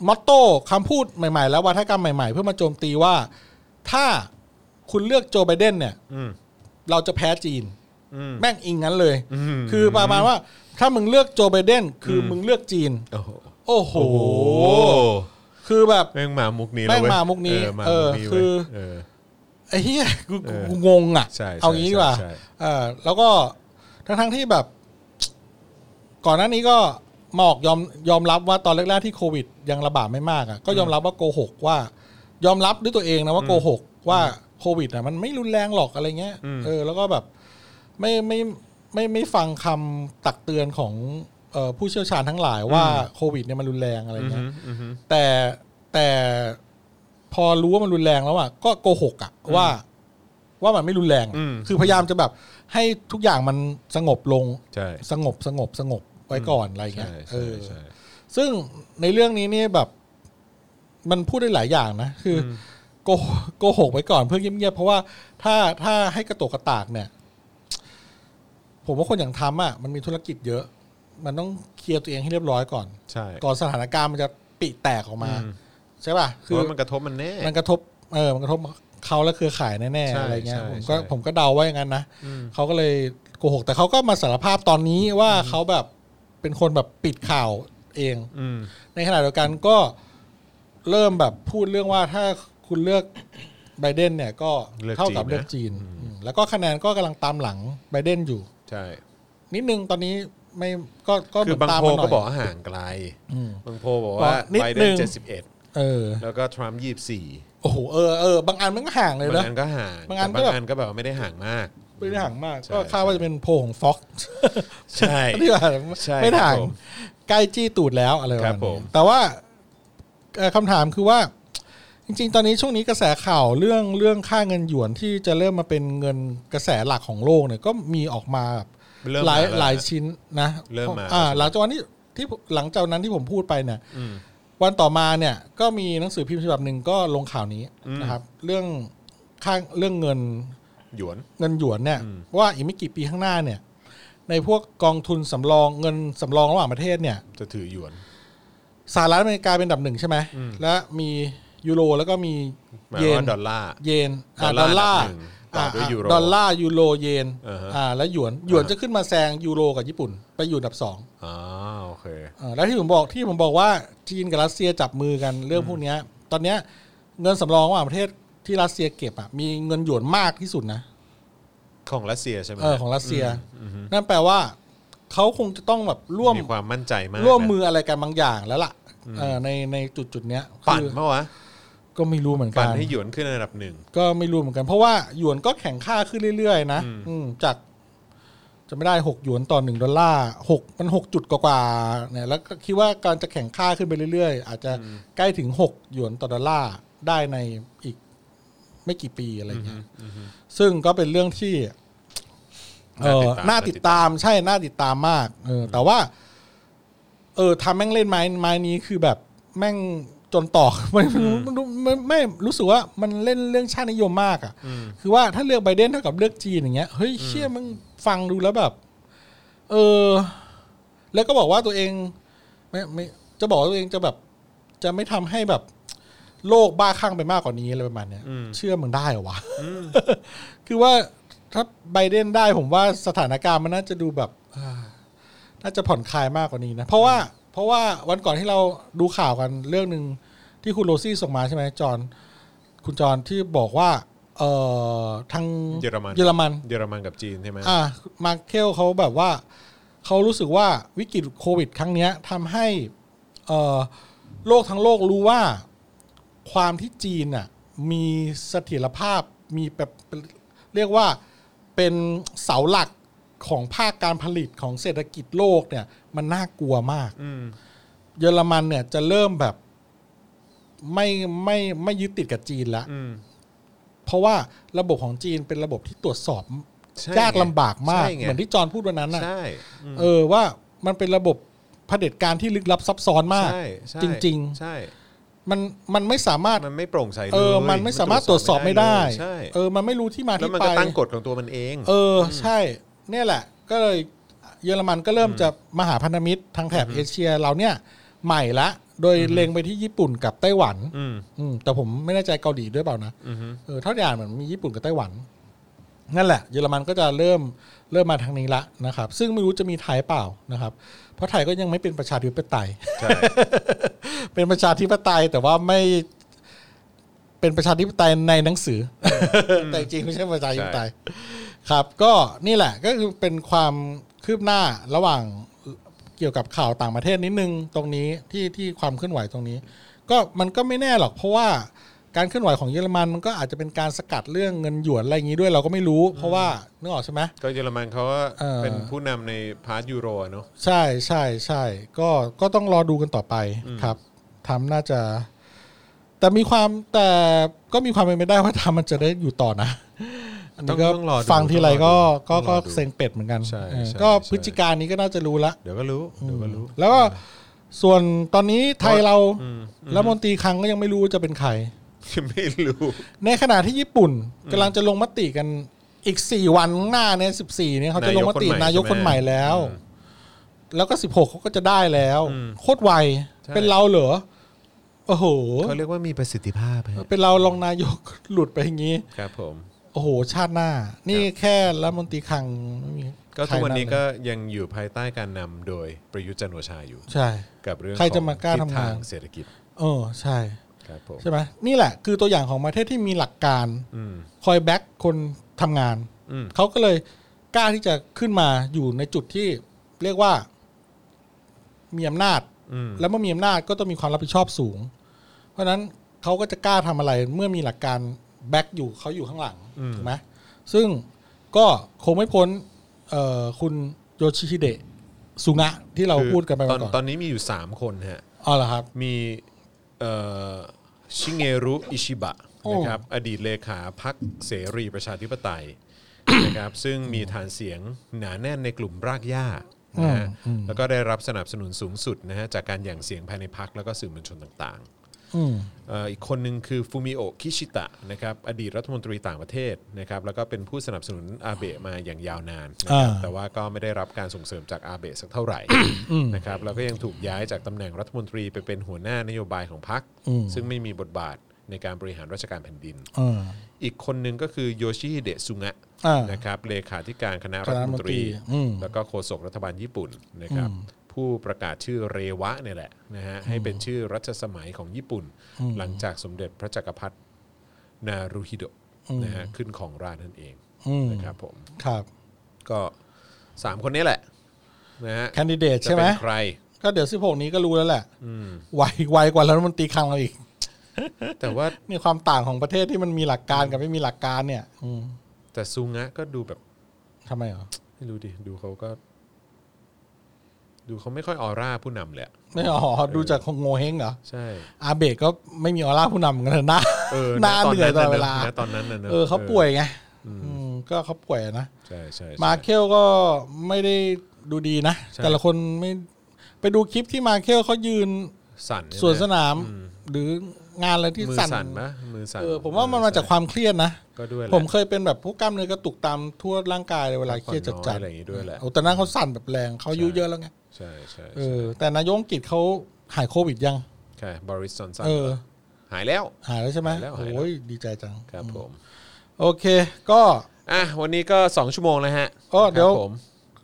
S3: มอตโต้คำพูดใหม่ๆ และวัฒกรรมใหม่ๆ เพื่อมาโจมตีว่าถ้าคุณเลือกโจไบเดนเนี่ย
S2: อืม
S3: เราจะแพ้จีน
S2: อืม
S3: แม่งอิงงั้นเลย
S2: อืม
S3: คือประมาณว่าถ้ามึงเลือกโจไบเดนคือมึงเลือกจีน
S2: โอ้โห
S3: โอ้โห
S2: โอ้โห
S3: คือแบบ
S2: แม่งมามุกนี้แล้
S3: แม่
S2: ว
S3: ง
S2: เว้ย
S3: มามุกนี้
S2: เออมา
S3: เอ
S2: มุก
S3: อ
S2: นี้
S3: คื
S2: เว้ย
S3: อ
S2: เออ
S3: ไอ้เหี้ยกู
S2: เออ
S3: กูงงอ่ะ
S2: ใช่ใช่
S3: เอางี้ดีกว่า
S2: ใช่ใช่
S3: เออแล้วก็ทั้งทั้งๆที่แบบ ก่อนหน้านี้ก็หมอกยอมยอมรับว่าตอนแรกๆที่โควิด ยังระบาดไม่มากอ่ะก็ยอมรับว่าโกหกว่า ยอมรับด้วยตัวเองนะว่าโกหกว่าโควิดอ่ะมันไม่รุนแรงหรอกอะไรเงี้ยเออ แล้วก็แบบ ไม่ไม่ไม่ไม่ฟังคำตักเตือนของเอ่อผู้เชี่ยวชาญทั้งหลายว่าโควิดเนี่ยมันรุนแรงอะไรเงี้ย
S2: อืมอืม
S3: แต่แต่พอรู้ว่ามันรุนแรงแล้วอ่ะก็โกหกอ่ะว่า ว่ามันไม่รุนแรงอะ
S2: อืม
S3: คือพยายามจะแบบ ให้ทุกอย่างมันสงบลง
S2: ใช่
S3: สงบสงบสงบไว้ก่อนอะไรเงี้
S2: ใช่
S3: ยเอ
S2: ใช่
S3: อ
S2: ใช่
S3: ซึ่งในเรื่องนี้นี่แบบ มันพูดได้หลายอย่างนะคืออโกโกหกไว้ก่อนเพื่อเงียบๆเพราะว่าถ้าถ้าให้กระโตกกระตากเนี่ย ผมว่าคนอย่างทำอ่ะมันมีธุรกิจเยอะ มันต้องเคลียร์ตัวเองให้เรียบร้อยก่อน
S2: ใช่
S3: ก่อนสถานการณ์มันจะปีแตกออกมา ใช่ป่ะ
S2: เพ
S3: คือ
S2: ราะว่ามันกระทบมันแน่
S3: มันกระทบเออมันกระทบเขาและเครือข่ายแน่
S2: ใช่
S3: ๆอะไรเงี้ย
S2: ใช่
S3: ผมก็
S2: ใช่
S3: ผมก็เดาว่าอย่างนั้นนะเขาก็เลยโกหก แต่เขาก็มาสารภาพตอนนี้ว่าเขาแบบเป็นคนแบบปิดข่าวเอง
S2: อืม
S3: ในขณะเดียวกันก็เริ่มแบบพูดเรื่องว่าถ้าคุณเลือกไบเดนเนี่ยก็
S2: เลือก
S3: เท่ากับ
S2: จีนนะ
S3: เลือกจีนอืมแล้วก็คะแนนก็กำลังตามหลังไบเดนอยู่
S2: ใช่
S3: นิดนึงตอนนี้ไม่ก็ก็เห
S2: คื
S3: มื
S2: อ
S3: อน
S2: บาง
S3: ตาม
S2: โพล
S3: มาหน่
S2: ก็
S3: ย
S2: บอกว่าห่างไกล
S3: อืม
S2: บางโพลบอกว่า
S3: บอกนิด
S2: ไบเด
S3: นึ
S2: น
S3: ง
S2: เจ็ดสิบเอ็ด
S3: เออ
S2: แล้วก็ทรัมป์ยี่สิบสี่
S3: โอ้โหเออเออบางอันมันก็ห่างเลย
S2: บาง
S3: นะ
S2: อันก็ห่าง
S3: บางอันก็
S2: แต่บางอันก็แบบว่าไม่ได้ห่างมาก
S3: ไม่ได้ห่างมาก
S2: ใช่
S3: ก็คาดว่าจะเป็นโพลของ Fox
S2: ใช่
S3: ที่ว่า
S2: ใช่
S3: ไม่ได้ห่า
S2: ค
S3: ง
S2: รับผม
S3: ใกล้จี้ตูดแล้วอะไรประ
S2: ครั
S3: มาณ
S2: บผ
S3: นี้
S2: ม
S3: แต่ว่าเอ่อคำถามคือว่า จริง ๆ ตอนนี้ช่วงนี้กระแสข่าวเรื่องเรื่องค่าเงินหยวนที่จะเริ่มมาเป็นเงินกระแสหลักของโลกเนี่ยก็มีออกมาแบบ
S2: เริ่ม
S3: หลาย
S2: มแว
S3: หลายชิ้นนะ
S2: เริ่มมา
S3: อ่หลังจากวันที่ที่หลังจากนั้นที่ผมพูดไปเนี่ย
S2: อืม
S3: วันต่อมาเนี่ยก็มีหนังสือพิมพ์ฉบับหนึ่งก็ลงข่าวนี้
S2: อืม
S3: นะครับ เรื่องค่าเรื่องเงิน
S2: หยวน
S3: เงินหยวนเนี่ย
S2: อืม
S3: ว่าอีกไม่กี่ปีข้างหน้าเนี่ย ในพวกกองทุนสำรองเงินสำรองระหว่างประเทศเนี่ย
S2: จะถือหยวน
S3: สหรัฐอเมริกาเป็นอันดับหนึ่งใช่ไหม
S2: อืม
S3: และมียูโรแล้วก็มี
S2: หมาย
S3: เย
S2: ความ
S3: น
S2: ว่าดอลลาร์
S3: เยนอ่า
S2: ด
S3: ด
S2: อ
S3: อ
S2: ล
S3: ล
S2: ลา
S3: ลา
S2: ร์
S3: ร์
S2: อันดับหนึ่งต่อด้วยยูโร
S3: ดอลลาร์ยูโรเยน
S2: อ่าฮะ
S3: อ่าและหยวนหยวนจะขึ้นมาแซงยูโรกับญี่ปุ่น ไปอยู่อันดับสอง
S2: อ๋อโอเค
S3: อ่าแล้วที่ผมบอกที่ผมบอกว่าจีนกับรัสเซียจับมือกันเรื่องพวกเนี้ยตอนเนี้ยเงินสำรองระหว่างประเทศที่รัสเซียเก็บอ่ะมีเงินหยวนมากที่สุดนะ
S2: ของรัสเซียใช่ไหม
S3: เออของรัสเซีย นั่นแปลว่าเขาคงจะต้องแบบร่วม
S2: มีความมั่นใจมาก
S3: ร่วม
S2: นะ
S3: มืออะไรกันบางอย่างแล้วล่ะเออในในจุดจุดๆเนี้ย
S2: ปั่น
S3: คือ
S2: เมื่อวะ
S3: ก็ไม่รู้เหมือนกั
S2: ปั่
S3: น
S2: นให้หยวนขึ้นอันดับหนึ่ง
S3: ก็ไม่รู้เหมือนกัน เพราะว่าหยวนก็แข่งค่าขึ้นเรื่อยๆ นะอืมจาก จะไม่ได้ 6 หยวนต่อ 1 ดอลลาร์หกมัน 6 จุดกว่าๆเนี่ยแล้วก็คิดว่าการจะแข่งค่าขึ้นไปเรื่อยๆ อาจจะใกล้ถึง 6 หยวนต่อดอลลาร์ได้ในอีกไม่กี่ปีอะไรเงี้ยซึ่งก็เป็นเรื่องที่ เออน่า
S2: น่าติ
S3: ติด
S2: ด
S3: ตา
S2: ตามม
S3: ใช่น่าติดตามมากเออแต่ว่า เออทำแม่งเล่นไม้ไม้นี้คือแบบแม่งจนตอก ไม่รู้ไม่รู้ไม่ไม่รู้สึกว่ามันเล่นเรื่องชาตินิยมมากอ่ะ คือว่าถ้าเลือกไบเดนเท่ากับเลือกจีนอย่างเงี้ยเฮ้ยเชี่ยมึงฟังดูแล้วแบบ เออ แล้วก็บอกว่าตัวเองไม่ไม่จะบอกว่าตัวเองจะแบบ จะไม่ทำให้แบบ โลกบ้าคลั่งไปมากกว่านี้อะไรประมาณเนี้ยเชื่อมึงได้เหรอวะ คือว่าถ้าไบเดนได้ผมว่าสถานการณ์มันน่าจะดูแบบเอ่อน่าจะผ่อนคลายมากกว่านี้นะ เพราะว่าเพราะว่าวันก่อนที่เราดูข่าวกันเรื่องหนึ่งที่คุณโรซี่ส่งมาใช่ไหมจอนคุณจอนที่บอกว่า เอ่อทาง
S2: เยอรมัน
S3: เยอรมัน
S2: เยอรมันกับจีนใช่ไหม
S3: อ่ามาร์เคลเขาแบบว่าเขารู้สึกว่าวิกฤตโควิด ครั้งเนี้ยทำให้เอ่อโลกทั้งโลกรู้ว่าความที่จีนน่ะมีเสถียรภาพมีแบบเรียกว่าเป็นเสาหลักของภาคการผลิตของเศรษฐกิจโลกเนี่ยมันน่ากลัวมาก
S2: อืม
S3: เยอรมันเนี่ยจะเริ่มแบบไม่ไม่ไม่ยึดติดกับจีนละ
S2: อืม
S3: เพราะว่าระบบของจีนเป็นระบบที่ตรวจสอบ
S2: ใช่
S3: ยากลำบากมาก
S2: ใช่ไง
S3: เหมือนที่จอห์นพูดวันนั้นน่ะ
S2: ใช่อืม
S3: เออว่ามันเป็นระบบเผด็จการที่ลึกลับซับซ้อนมาก
S2: ใช่ใช่
S3: จริง
S2: ใช่
S3: ๆ มันมันไม่สามารถ
S2: มันไม่โปร่งใสลย
S3: เออมันไม่สามารถตรวจสอบไม่ได้
S2: เลยใช่
S3: เออมันไม่รู้ที่มา
S2: แล้ว
S3: ที่
S2: มัน
S3: ไป
S2: ก็ตั้งกฎของตัวมันเอง
S3: เออใช่ เนี่ยแหละ ก็เลยเยอรมันก็เริ่มจะมาหาพันธมิตรทางแถบเอเชียเราเนี่ยใหม่ละ โดยเล็งไปที่ญี่ปุ่นกับไต้หวัน
S2: อืม
S3: อืมแต่ผมไม่แน่ใจเกาหลีด้วยเปล่านะ
S2: อือฮึ
S3: เออเท่าที่อ่านเหมือนมีญี่ปุ่นกับไต้หวัน นั่นแหละ เยอรมันก็จะเริ่มเริ่มมาทางนี้ละนะครับ ซึ่งไม่รู้จะมีไทยเปล่านะครับ เพราะไทยก็ยังไม่เป็นประชาธิปไตย
S2: ใช่
S3: เป็นประชาธิปไตยแต่ว่าไม่เป็นประชาธิปไตยในหนังสืออ แต่จริงไม่ใช่ประชาธิปไตย ครับ ก็นี่แหละก็คือเป็นความคืบหน้าระหว่างเกี่ยวกับข่าวต่างประเทศนิดนึงตรงนี้ที่ที่ความเคลื่อนไหวตรงนี้ ก็มันก็ไม่แน่หรอก เพราะว่าการเคลื่อนไหวของเยอรมันมันก็อาจจะเป็นการสกัดเรื่องเงินหยวนอะไรอย่างนี้ด้วยเราก็ไม่รู้ เพราะว่านึกออกใช่ไหม
S2: ก็เยอรมันเขาก็
S3: เออ
S2: เป็นผู้นำในพาร์ทยูโรอะเนาะ
S3: ใช่ใช่ใช่ก็ก็ต้องรอดูกันต่อไปครับทำน่าจะ แต่มีความแต่ก็มีความเป็นไปได้ว่าทำมันจะได้อยู่ต่อนะ อันนี้ก็
S2: ต้องรอดู
S3: ฟังทีไรก็ก็
S2: ต้องร
S3: ก็
S2: อดู
S3: เซ็งเป็ดเหมือนกัน
S2: ใช่
S3: เออ
S2: ใช่
S3: ก็
S2: ใช่
S3: พฤศจิการนี้ก็น่าจะรู้ละ
S2: เดี๋ยวก็รู้เดี๋ยวก็รู้
S3: แล้วก็ส่วนตอนนี้ไทยเรา
S2: อืม
S3: รัฐมนตรีคลังก็ยังไม่รู้จะเป็นใคร
S2: ไม่รู้
S3: ในขณะที่ญี่ปุ่นกำลังจะลงมติกันอีกสี่วันข้างหน้าเนี่ยสิบสี่เนี่ยเขาจะลงมตินาน
S2: าย ย
S3: ก
S2: ก
S3: ค
S2: คน น
S3: ให
S2: ใหม่
S3: ม่แล้ว
S2: อืม
S3: แล้วก็สิบหกเขาก็จะได้แล้ว
S2: อืม
S3: โคตรไว
S2: ใช่
S3: เป็นเราเหรอโอ้โห
S2: เขาเรียกว่ามีประสิทธิภาพครับ
S3: เป็นเรารองนายก หลุดไปอย่างนี้
S2: ครับผม
S3: โอ้โห ชาติหน้า นี่แค่รัฐมนตรีคลังไม่มี
S2: ก็ทุกวันนี้
S3: ใคร
S2: ก็ยังอยู่ภายใต้การนำโดยประยุทธ์จันทร์โอชาอยู่
S3: ใช่
S2: กับเรื่อง
S3: ใครจะมา
S2: ของ
S3: กล้า
S2: ทิศ
S3: ทำงาน
S2: เศรษฐกิจ
S3: เออใช่
S2: ครับผม
S3: ใช่ไหมนี่แหละ คือตัวอย่างของประเทศที่มีหลักการ
S2: อืม
S3: คอยแบ็กคนทำงาน
S2: อืม
S3: เขาก็เลยกล้าที่จะขึ้นมาอยู่ในจุดที่เรียกว่ามีอำนาจ
S2: อืม
S3: แล้วเมื่อมีอำนาจก็ต้องมีความรับผิดชอบสูง เพราะฉะนั้นเขาก็จะกล้าทำอะไร เมื่อมีหลักการแบ็กอยู่เขาอยู่ข้างหลังถูกไหมซึ่งก็คงไม่พ้นเอ่อคุณโยชิฮิเดะสุงะที่เราพูดกันไป
S2: ตอ
S3: วัน นก่อน
S2: ตอนนี้มีอยู่ 3 คนฮะ
S3: อ๋อเหรอครับ
S2: มีเอ่อชิเงรุอิชิบะ
S3: โอ้
S2: นะครับอดีตเลขาพักเสรีประชาธิปไตยนะครับซึ่งมีฐานเสียงหนาแน่นในกลุ่มรากหญ้านะฮะแล้วก็ได้รับสนับสนุนสูงสุดนะฮะจากการหยั่งเสียงภายในพักแล้วก็สื่อมวลชนต่างๆ
S3: อืม
S2: เอ่ออีกคนหนึ่งคือฟูมิโอะคิชิตะนะครับอดีตรัฐมนตรีต่างประเทศนะครับแล้วก็เป็นผู้สนับสนุนอาเบะมาอย่างยาวนานนะครับ
S3: อ่า
S2: แต่ว่าก็ไม่ได้รับการส่งเสริมจากอาเบะสักเท่าไหร่ นะครับแล้วก็ยังถูกย้ายจากตำแหน่งรัฐมนตรีไปเป็นหัวหน้านโยบายของพรรคซึ่งไม่มีบทบาทในการบริหารราชการแผ่นดิน
S3: อ่า
S2: อีกคนหนึ่งก็คือโยชิฮิเดะซุงะ
S3: อ่า
S2: นะครับเลขาธิการคณะรัฐมนตรี
S3: คณะรัฐมนตรีอืม
S2: แล้วก็โฆษกรัฐบาลญี่ปุ่นนะครับผู้ประกาศชื่อเรวะเนี่ยแหละนะฮะให้เป็นชื่อรัชสมัยของญี่ปุ่น หลังจากสมเด็จพระจักรพรรดินารูฮิโดะนะฮะขึ้นของราชนั่นเอง
S3: อืม
S2: นะครับผม
S3: ครับ
S2: ก็สามคนนี้แหละนะฮะ
S3: แคนดิเดต
S2: จะ
S3: ใช่ไหม
S2: เป็นใคร
S3: ก็เดี๋ยวสิบหกนี้ก็รู้แล้วแหละไวไวกว่ารัฐมนตรีคลังเราอีก
S2: แต่ว่า
S3: นี่ความต่างของประเทศที่มันมีหลักการกับไม่มีหลักการเนี่ย อืม
S2: แต่ซุงะก็ดูแบบ
S3: ทำไมเหรอ
S2: ไม่รู้ดิดูเขาก็ ดูเขาไม่ค่อยออร่าผู้นำเลยอะ
S3: ไม่อ๋อดูจากโงเฮงเหรอ
S2: ใช่
S3: อาเบะก็ไม่มีออร่าผู้นำเหมือนกันนะหน้า
S2: เอ อ
S3: หน้าเหนื่อยตลอดเวลา
S2: ณตอนนั้นน่ะนะณตนนั้นน่ะนะ
S3: เออเขาป่วยไงอืมก็เขาป่วยนะ
S2: ใช่ใช่ใช่
S3: มาเคิลก็ไม่ได้ดูดีนะ
S2: ใช่
S3: แต่ละคนไม่ไปดูคลิปที่มาเคิลเขายืน
S2: สั่นใช่ไห
S3: สวนสนาม หรืองานอะไรที่
S2: มือ
S3: สั่น
S2: สั่นปะมือสั่น
S3: เออผมว่ามันมาจากความเครียดนะ
S2: ก็ด้วยแหละ
S3: ผมเคยเป็นแบบพวกกล้ามเนื้อกระตุกตามทั่วร่างกายเลยเวลาเครียดจัด
S2: พักผ่อนน้อยอะ
S3: จัด
S2: ไรอย่างงี้ด้วยแหละ
S3: โอ้แต่นั้นเขาสั่นแบบแรงเขาอายุเยอะแล้วไง
S2: ใช่ใช่
S3: เออแต่นายกอังกฤษเขาหายโควิดยัง
S2: ใช่บริสจอนสัน
S3: เออ
S2: หายแล้ว
S3: หายแล้วใช่ไหม
S2: หายแล้วหายแล้ว
S3: โอ้ยดีใจจัง
S2: ครับผม
S3: โอเค ก็
S2: อ่ะวันนี้ก็ 2 ชั่วโมงแล้วฮะ
S3: ก็เดี๋ยว
S2: ครับผม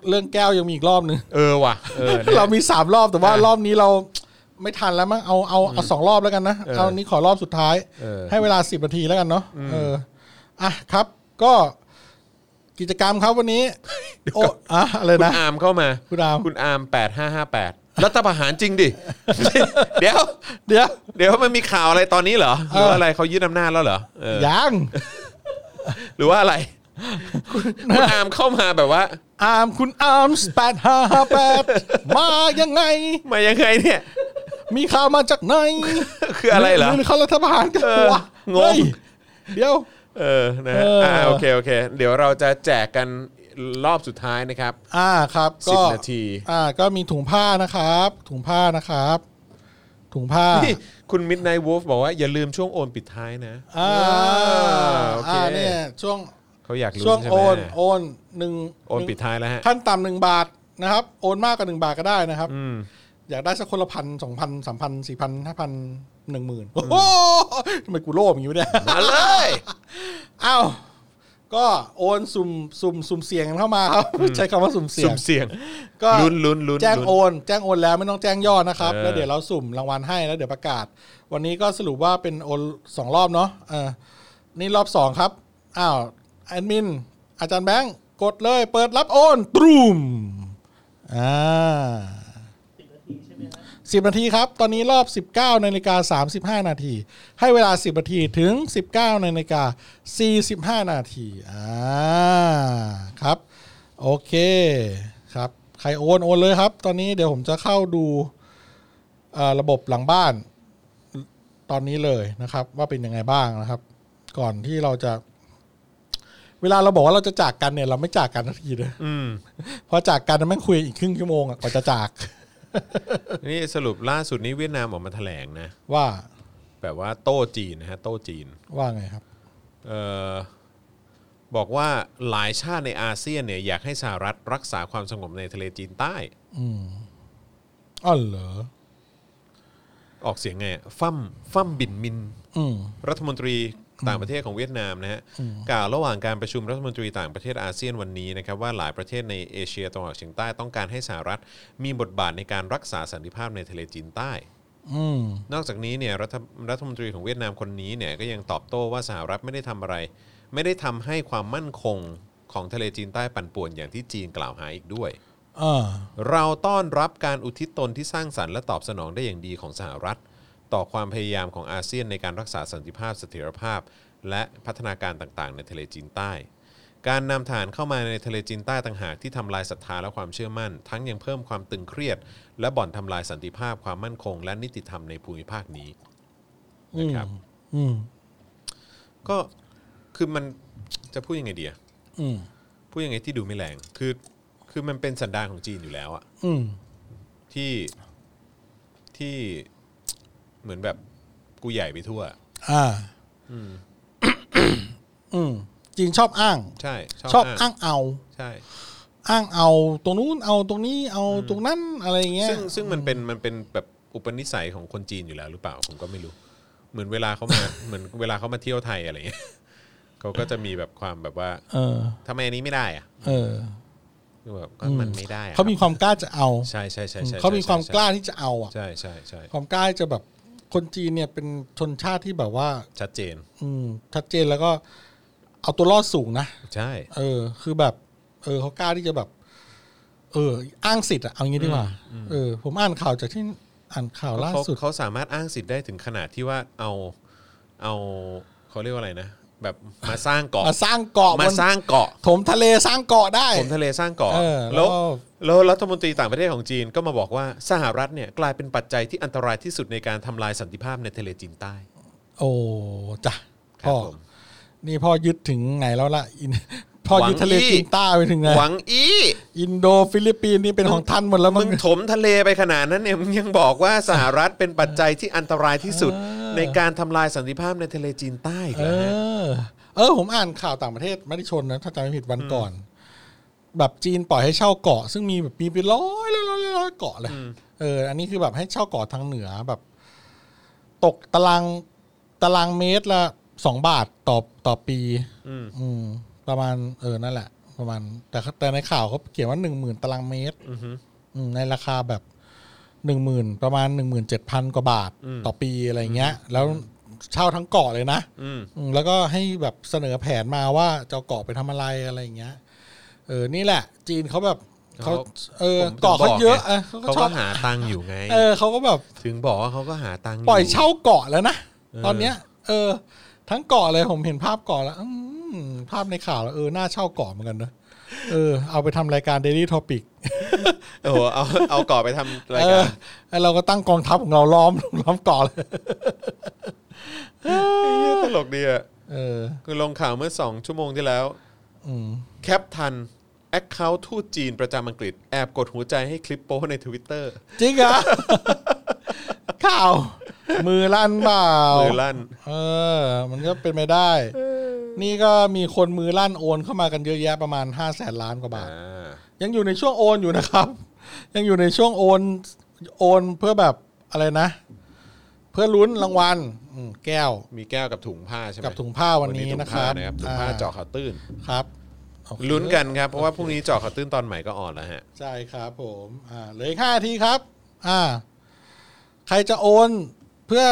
S3: เรื่องแก้วยังมีอีกรอบนึง
S2: เออว่ะเออนะ
S3: เรามีสามรอบแต่ว่า
S2: อ่ะ
S3: รอบนี้เราไม่ทันแล้วมั้งเอาเอาเอาสองรอบแล้วกันนะเอานี้ขอรอบสุดท้าย
S2: เออ
S3: ให้เวลาสิบนาทีแล้วกันเนาะเอออ่ะครับ ก็กิจกรรมครับวันนี้ โอ้อะอะไร
S2: คุณ
S3: นะ
S2: อาร์มเข้ามา
S3: คุณอาร์ม
S2: คุณอาร์มแปดห้าห้าแปดรัฐประหารจริง ดิ เดี๋ยว
S3: เดี๋ยว
S2: เดี๋ยวมันมีข่าวอะไรตอนนี้เหรอห
S3: เออ
S2: รือว่าอะไรเขายึดอำนาจแล้วเหรอเออ
S3: ยัง
S2: หรือว่าอะไร คุณอาร์มเข้ามาแบบว่า
S3: อาร์มคุณอาร์มแปดห้าแปดมายังไง
S2: มายังไงเนี่ย
S3: มีข่าวมาจากไหน
S2: คืออะไรเหรอ
S3: หรือเขารัฐบาลกัน
S2: เออ
S3: วะ
S2: งง
S3: เฮ้ยเดี๋ยว
S2: เออนะฮะ
S3: เอออ่
S2: ่าโอเคโอเค เดี๋ยวเราจะแจกกันรอบสุดท้ายนะครับ
S3: อ่าครับก็
S2: 10นาที
S3: อ่า ก็มีถุงผ้านะครับ ถุงผ้านะครับ ถุงผ้า
S2: นี่คุณมิดไนท์วูฟบอกว่าอย่าลืมช่วงโอนปิดท้ายนะ
S3: อ่า
S2: โอเค
S3: อ่าเนี่ยช่วง
S2: เขาอยากรู้
S3: ช่วง
S2: ใช่ไห
S3: โอ
S2: ม
S3: นโอนหนึ่ง
S2: โอนปิด
S3: ห
S2: ท้ายแล้วฮะ
S3: นึ่งขั้นต่ำหนึ่งบาทนะครับ โอนมากกว่าหนึ่งบาทก็ได้นะครับอยากได้สักคนละพันสองพันสามพันสี่พันห้าพันหนึ่งหมื่นโอ้โหทำไมกูโลภอย่างนี้วะเนี่ย
S2: มาเลย
S3: อ้าวก็โอนสุ่มสุ่มสุ่มเสี่ยงกันเข้ามาครับ ใช้คำว่าสุ่มเสี่ย
S2: สุ่
S3: ง
S2: มเสี่ยง
S3: ก็
S2: ลุ้นลุ้นลุ้น
S3: แจ้ง
S2: ลุ้น
S3: โอนแจ้งโอนแล้วไม่ต้องแจ้งยอดนะครับ
S2: เออ
S3: แล้วเดี๋ยวเราสุ่มรางวัลให้แล้วเดี๋ยวประกาศ วันนี้ก็สรุปว่าเป็นโอนสองรอบเนาะเออนี่รอบสองครับอ้าวแอดมิน อาจารย์แบงค์กดเลย เปิดรับโอนตรูมอ่าสิบนาทีครับ ตอนนี้รอบ 19นาฬิกา35 นาที ให้เวลา 10 นาทีถึง 19นาฬิกา45 นาทีอ่าครับ โอเคครับ ใครโอนโอนเลยครับ ตอนนี้เดี๋ยวผมจะเข้าดูเอ่อระบบหลังบ้าน ตอนนี้เลยนะครับ ว่าเป็นยังไงบ้างนะครับ ก่อนที่เราจะ เวลาเราบอกว่าเราจะจากกันเนี่ย เราไม่จากกันทันทีเลย
S2: อืม
S3: เพอจากกันแม่งคุยอีกครึ่งชั่วโมงอะกว่าจะจาก
S2: นี่สรุปล่าสุดนี้เวียดนามออกมาแถลงนะ
S3: ว่า
S2: แบบว่าโต้จีนนะฮะ โต้จีน
S3: ว่าไงครับ
S2: เอ่อบอกว่าหลายชาติในอาเซียนเนี่ยอยากให้สหรัฐรักษาความสงบในทะเลจีนใต้
S3: อืมอ๋อเหรอ
S2: ออกเสียงไงอะฟั่มฟั่มบินมิน
S3: อืม
S2: รัฐมนตรีต่างประเทศของเวียดนามนะฮะกล่าวระหว่างการประชุมรัฐมนตรีต่างประเทศอาเซียนวันนี้นะครับว่าหลายประเทศในเอเชียตะวันออกเฉียงใต้ต้องการให้สหรัฐมีบทบาทในการรักษาสันติภาพในทะเลจีนใต้
S3: อืม
S2: นอกจากนี้เนี่ยรัฐรัฐมนตรีของเวียดนามคนนี้เนี่ยก็ยังตอบโต้ว่าสหรัฐไม่ได้ทำอะไร ไม่ได้ทำให้ความมั่นคงของทะเลจีนใต้ปั่นป่วนอย่างที่จีนกล่าวหาอีกด้วย
S3: อ่า
S2: เราต้อนรับการอุทิศตนที่สร้างสรรค์และตอบสนองได้อย่างดีของสหรัฐ ต่อความพยายามของอาเซียนในการรักษาสันติภาพเสถียรภาพ และพัฒนาการต่างๆ ในทะเลจีนใต้ การนำฐานเข้ามาในทะเลจีนใต้ต่างหากที่ทำลายศรัทธาและความเชื่อมั่น ทั้งยังเพิ่มความตึงเครียด และบ่อนทำลายสันติภาพความมั่นคง และนิติธรรมในภูมิภาคนี้นะครับ
S3: อืม
S2: ก็คือมันจะพูดยังไงเดีย
S3: อืม
S2: พูดยังไงที่ดูไม่แรงคือคือมันเป็นสันดานของจีนอยู่แล้วอะ
S3: อืม
S2: ที่ที่เหมือนแบบกูใหญ่ไปทั่ว
S3: อ่า อืม จริงชอบอ้าง
S2: ใช่
S3: ชอบอ้าง
S2: มาก
S3: เอา
S2: ใช่
S3: อ้างเอาตรงนู้นเอาตรงนี้เอาตรงนั้นอะไรอย่างเงี้ย
S2: ซึ่งซึ่งมันเป็นมันเป็นแบบอุปนิสัยของคนจีนอยู่แล้วหรือเปล่าผมก็ไม่รู้ เหมือนเวลาเขามา เหมือนเวลาเขามาเที่ยวไทยอะไรเงี้ย เขาก็จะมีแบบความแบบว่า
S3: เออ
S2: ทำไมอันนี้ไม่ได้อะ
S3: เออ
S2: คือแบบก็มันไม่ได้อะ
S3: เขามีความกล้าจะเอา
S2: ใช่ใช่ใช่ใช่
S3: เขามีความกล้าที่จะเอาอ่ะ
S2: ใช่ใช่ใช่
S3: ความกล้าจะแบบคนจีนเนี่ยเป็นชนชาติที่แบบว่า
S2: ชัดเจน
S3: อืมชัดเจนแล้วก็ เอาตัวรอดสูงนะ
S2: ใช่
S3: เออ คือแบบ เออเขากล้าที่จะแบบ เออ อ้างสิทธิ์อะเอางี้ดีกว่าเออ ผมอ่านข่าวจากที่อ่านข่าวล่า
S2: เขา
S3: สุด
S2: เขาสามารถอ้างสิทธิ์ได้ถึงขนาดที่ว่าเอาเอาเขาเรียกว่าอะไรนะ แบบมาสร้างเกาะ
S3: มาสร้างเกาะ
S2: มา
S3: บน
S2: สร้างเกาะ
S3: ถมทะเลสร้างเกาะได้
S2: ผมทะเลสร้างเกาะ
S3: เออแล้
S2: แล้ว
S3: ว
S2: แล้วรัฐมนตรีต่างประเทศของจีนก็มาบอกว่าสหรัฐเนี่ยกลายเป็นปัจจัยที่อันตรายที่สุดในการทำลายสันติภาพในทะเลจีนใต้
S3: โอ้จ้ะ
S2: ครับ
S3: พ่อ
S2: ผม
S3: นี่พ่อยึดถึงไหนแล้วล่ะอิน พ่อยึดทะเลจีนใต้ไปถึงไหน
S2: หวังอี
S3: อินโดฟิลิปปินส์นี่เป็นของท่านหมดแล้ว
S2: มึ
S3: มั้ง
S2: งถมทะเลไปขนาดนั้นเนี่ยมึงยังบอกว่าสหรัฐเป็นปัจจัยที่อันตรายที่สุด
S3: เออ
S2: ในการทำลายสันติภาพในทะเลจีนใต้อีก
S3: เอ
S2: แล้วฮะ
S3: อ เออ ผมอ่านข่าวต่างประเทศไม่ได้ชนนะ ถ้าจำไม่ผิดวันก่อน แบบจีนปล่อยให้เช่าเกาะ ซึ่งมีแบบมีเป็นร้อยร้อยร้อยร้อยเกาะเลย เออ อันนี้คือแบบให้เช่าเกาะทางเหนือแบบ ตกตารางตารางเมตรละสองบาทต่อต่อปี
S2: อืม
S3: อืม ประมาณ เออนั่นแหละ ประมาณ แต่เขาแต่ในข่าวเขาเขียนว่าหนึ่งหมื่นตารางเมตร
S2: อือฮึ
S3: อืมในราคาแบบหนึ่งหมื่นประมาณหนึ่งหมื่นเจ็ดพันกว่าบาท
S2: อืม
S3: ต่อปีอะไรเงี้ย แล้วเช่าทั้งเกาะเลยนะ
S2: อืม
S3: อืมแล้วก็ให้แบบเสนอแผนมาว่าจะเอาเกาะไปทำอะไรอะไรอย่างเงี้ย เออ นี่แหละ จีนเขาแบบเขาเออ
S2: ผมถึง
S3: เกาะเขา
S2: บไง
S3: เยอะอะเขาก็
S2: เขา
S3: ชอ
S2: ก็
S3: บ
S2: หาตังค์อยู่ไง
S3: เออเขาก็แบบ
S2: ถึงบอกว่าเขาก็หาตังค์
S3: ปล่อย
S2: ยู่
S3: เช่าเกาะแล้วนะ
S2: เออ
S3: ตอนเนี้ย เออ ทั้งเกาะเลยผมเห็นภาพเกาะแล้วอืมภาพในข่าวแล้วเออน่าเช่าเกาะเหมือนกันเนอะเออ เอาไปทำรายการ Daily Topic
S2: โอ้โหเอาเอาก่อไปทำราย
S3: เอ
S2: การ
S3: อแล้วเราก็ตั้งกองทัพของเราล้อม ล้อมเกาะเลย
S2: เหี้ยตลกดีอ่ะ
S3: เออ
S2: คือลงข่าวเมื่อ 2 ชั่วโมงที่แล้ว
S3: อืม
S2: แคปทัน แอคเคาท์ทูตจีนประจำอังกฤษ แอบกดหัวใจให้คลิปโป้ในทวิตเตอร์
S3: จริงเหรอ ข่าว มือลั่นเปล่า
S2: มือลั่น
S3: เออ มันก็เป็นไม่ได้ นี่ก็มีคนมือลั่นโอนเข้ามากันเยอะแยะประมาณ5้าแสนล้านกว่าบาท
S2: อ่า
S3: ยังอยู่ในช่วงโอนอยู่นะครับ ยังอยู่ในช่วงโอนโอนเพื่อแบบอะไรนะ เพื่อลุ้นรางวัลอืมแก้ว
S2: มีแก้วกับถุงผ้าใช่ไหม
S3: กับถุงผ้าวันนี้
S2: ถุง
S3: นะค
S2: ผ้า
S3: รับ
S2: ถุงผ้า
S3: อ่า
S2: เจาะข่าวตื้น
S3: ครับโอเค
S2: ลุ้นกันครับ เพราะว่าพรุ่งนี้เจาะข่าวตื้นตอนใหม่ก็ออนแล้วฮะ
S3: ใช่ครับผม อ่าเหลืออีกห้านาทีครับ อ่า ใครจะโอนเพื่อ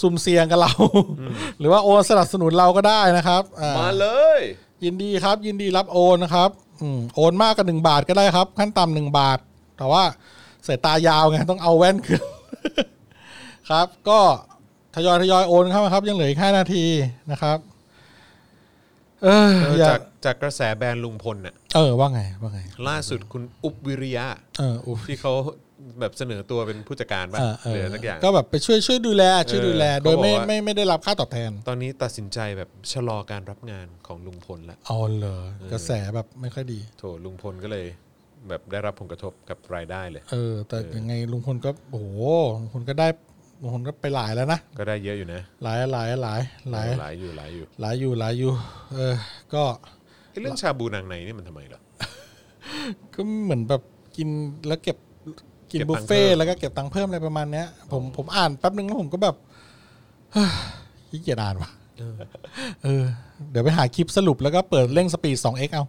S3: สุ่มเสี่ยงกับเรา หรือว่าโอนสนับสนุนเราก็ได้นะครับอ่าม
S2: มาเลย
S3: ยินดีครับ ยินดีรับโอนนะครับอืมโอนมากกว่าหนึ่งบาทก็ได้ครับ ขั้นต่ำหนึ่งบาท แต่ว่าสายตายาวไงต้องเอาแว่นขึ้น ครับ ก็ทยอยทยอยโอนเข้ามาครับ ยังเหลืออีกห้านาทีนะครับ เอออยา
S2: จาก กจากกระแสแบรนด์ลุงพลน่ะ
S3: เออว่าไงว่าไง
S2: ล่าสุดคุณอุบวิริยะ
S3: เอออุ๊ย
S2: ที่เขาแบบเสนอตัวเป็นผู้จัดการป่ะ
S3: เออเอ
S2: หรือ อสักอย่าง
S3: ก็แบบไปช่วยช่วยดูแล ช่วยดูแล
S2: เออ
S3: โดยไม่
S2: เขาบอกว่า
S3: ไม่ไม่ได้รับค่าตอบแทน
S2: ตอนนี้ตัดสินใจแบบชะลอการรับงานของลุงพลละ
S3: เอาเลยกระแสแบบไม่ค่อยดี
S2: โถลุงพลก็เลยแบบได้รับผลกระทบกับรายได้เลย
S3: เออ แต่ยังไงลุงพลก็โอ้โหลุงพลก็ได้ลุงพลก็ไปหลายแล้วนะ
S2: ก็ได้เยอะอยู่นะ
S3: หลายหลายหลายหลาย
S2: หลายอยู่หลายอยู่
S3: หลายอยู่หลายอยู่ เออ ก็
S2: ไอ้เรื่องชาบูนางในนี่มันทำไมเหรอ
S3: ก็เหมือนแบบกินแล้วเก็บกิน
S2: เก็บตังค์
S3: บุฟเฟ่
S2: เพิ่
S3: ต์
S2: ม
S3: แล้วก็เก็บตังค์เพิ่มอะไรประมาณเนี้ย ผมผมอ่านแป๊บนึงแล้วผมก็แบบ เฮ้ยขี้เกียจอ่านว่ะเออ เดี๋ยวไปหาคลิปสรุปแล้วก็เปิดเร่งสปีด 2x เอา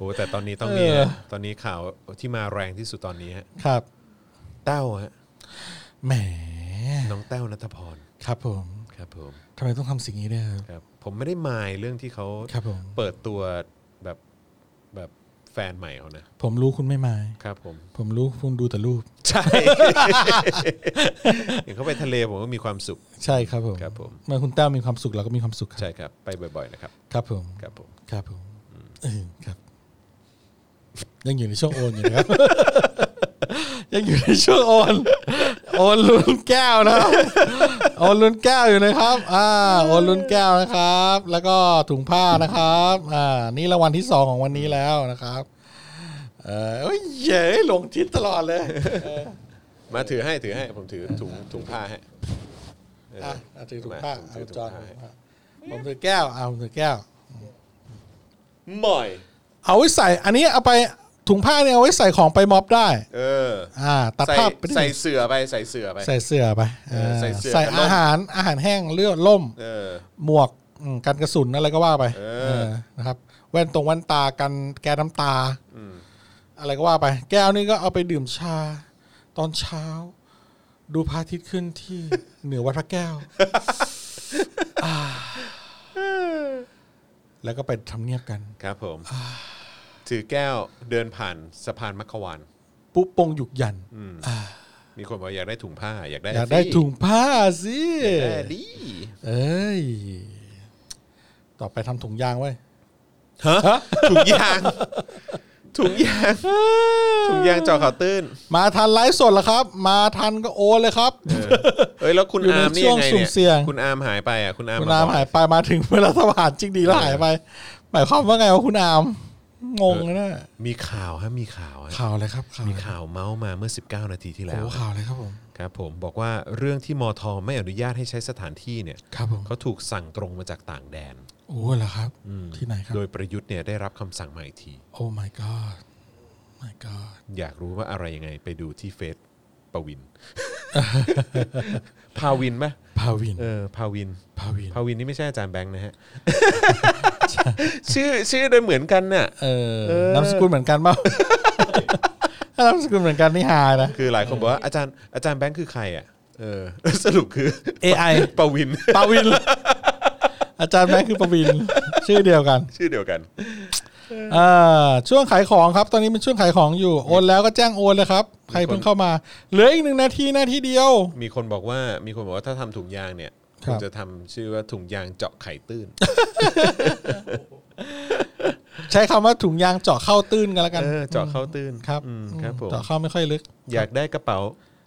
S2: โอ้แต่ตอนนี้ต้องมี
S3: เออ
S2: ฮะตอนนี้ข่าวที่มาแรงที่สุดตอนนี้ฮะ
S3: ครับ
S2: เต้าฮะ
S3: แหม
S2: น้องเต้านัทพร
S3: ครับผม
S2: ครับผม
S3: ทำไมต้องทำสิ่งนี้ด้วยครับ
S2: ครับผมไม่ได้มายเรื่องที่เขา
S3: ครับผม
S2: เปิดตัวแบบแบบแฟนใหม่เขานะ
S3: ผมรู้คุณไม่มาย
S2: ครับผม
S3: ผมรู้คุณดูแต่รูป
S2: ใช่ เห็นเขาไปทะเลผมก็มีความสุข
S3: ใช่ครับผม
S2: ครับผม
S3: เมื่อคุณแต้วมีความสุขเราก็มีความสุขครับ
S2: ใช่ครับ ไปบ่อยๆนะครับ
S3: ครับผม
S2: ครับผม
S3: ครับผมเออครับ ยังอยู่ในช่วงโอนอยู่นะครับ ยังอยู่ในช่วงโอน โอนลุ้นแก้ว นะครับโอนลุ้นแก้วอยู่นะครับ อ่า โอนลุ้นแก้วนะครับ แล้วก็ถุงผ้านะครับ อ่า นี่รางวัลที่สองของวันนี้แล้วนะครับ เออเอ้ยเย้ยหลงทิศตลอดเลยเออ
S2: มาถือให้ถือให้ผมถือถุงถุงผ้าให้เอออ
S3: อ่ะอ่ะถือถุงผ้า
S2: ผมถื
S3: เอา
S2: อถุ
S3: จ
S2: ง
S3: อน
S2: ผ้า
S3: ผมถือแก้วเอาผมถือแก้ว
S2: หม่อย
S3: เอาไว้ใส่ อันนี้เอาไปถุงผ้าเนี่ยเอาไว้ใส่ของไปม็อบได้
S2: เออ
S3: อ่าตัด
S2: ใส่
S3: ภาพไปที่
S2: ใส่เสือไปใส่เสือไป
S3: ใส่เสื้อไป
S2: เออใส่เสื้อ
S3: ใส่
S2: กับร่ม
S3: อาหารอาหารแห้งเลือดล่ม
S2: เออ
S3: หมวกอืมกันกระสุนอะไรก็ว่าไป
S2: เออ
S3: เออนะครับ แว่นตรงแว่นตากันแก้น้ำตาอะไรก็ว่าไป แก้วนี่ก็เอาไปดื่มชา ตอนเช้า ดูพระอาทิตย์ขึ้น ที่ เหนือวัดพระแก้วอ่าแล้วก็ไปทำเนียบกัน
S2: ครับผม ถือแก้วเดินผ่านสะพานมัคควาน
S3: ปุ๊บปงหยุกยัน
S2: อืม มีคนบอกอยากได้ถุงผ้าอยากได้
S3: อยากได้
S2: สิ
S3: ถุงผ้าสิ
S2: อยากได้ดิ
S3: เอ้ย ต่อไปทำถุงยางไว้ย
S2: ฮะถุงยาง ถุงยางถุงยางเจอข่าวตื้น
S3: มาทันไลฟ์สดเหรอครับ มาทันก็โอนเลยครับ
S2: เอ้ยแล้วคุณ
S3: อยู่ใน
S2: อาร์มนี่ยังไง
S3: ช่วงสุ่
S2: เนี่
S3: มเสี่ยง
S2: คุณอาร์มหายไปอ่ะคุณอาร์ม
S3: คุณ
S2: ม
S3: อาม
S2: บอก
S3: หายไปมาถึงเวลาสว่านจริงดีแล้วหายไปหมายความว่าไงวะคุณอามงงนะเนี่ย
S2: มีข่าวฮะมีข่าวฮะ
S3: ข่าวอะไรครับข่าว
S2: มีข่าวเมาส์มาเมื่อ 19 นาทีที่
S3: โอ้
S2: แล้ว
S3: โหข่าวอะไรครับผม
S2: ครับผมบอกว่าเรื่องที่มอทอไม่อนุญาตให้ใช้สถานที่เนี่ย
S3: ครับผม
S2: เขาถูกสั่งตรงมาจากต่างแดน
S3: โอ้เหรอครับที่ไหนครับ
S2: โดยประยุทธ์เนี่ยได้รับคำสั่งมาอีกที
S3: โอ้ my god my god
S2: อยากรู้ว่าอะไรยังไงไปดูที่เฟซปวิน พาวินปะ
S3: พาวิน
S2: เออพาวิน
S3: พาวิน
S2: พาวินนี่ไม่ใช่อาจารย์แบงค์นะฮะ ชื่อชื่อได้เหมือนกันน่ะ
S3: เออนามสกุลเหมือนกันเปล่า ถ้ านามสกุลเหมือนกันนี่ฮานะ
S2: คือหลายคนบอกว่าอาจารย์อาจารย์แบงค์คือใครอ่ะเออ สรุปคือ
S3: AI
S2: ปวิน
S3: ปาวิน อาจารย์แม่คือปาวิน ชื่อเดียวกัน
S2: ชื่อเดียวกัน
S3: อ่าช่วงขายของครับ ตอนนี้เป็นช่วงขายของอยู่โอนแล้วก็แจ้งโอนเลยครับ ใครเพิ่งเข้ามา เหลืออีกหนึ่งนาทีนาทีเดียว
S2: มีคนบอกว่ามีคนบอกว่าถ้าทำถุงยางเนี่ย
S3: ครั
S2: คุ
S3: บ
S2: ณจะทำชื่อว่าถุงยางเจาะไข่ตื้น
S3: ใช้คำว่าถุงยางเจาะเข้าตื้นกันแล้วกัน
S2: เออเจาะเข้าตื้น
S3: ครับ
S2: อืมครับผม
S3: เจาะเข้าไม่ค่อยลึก
S2: อยากได้กระเป๋า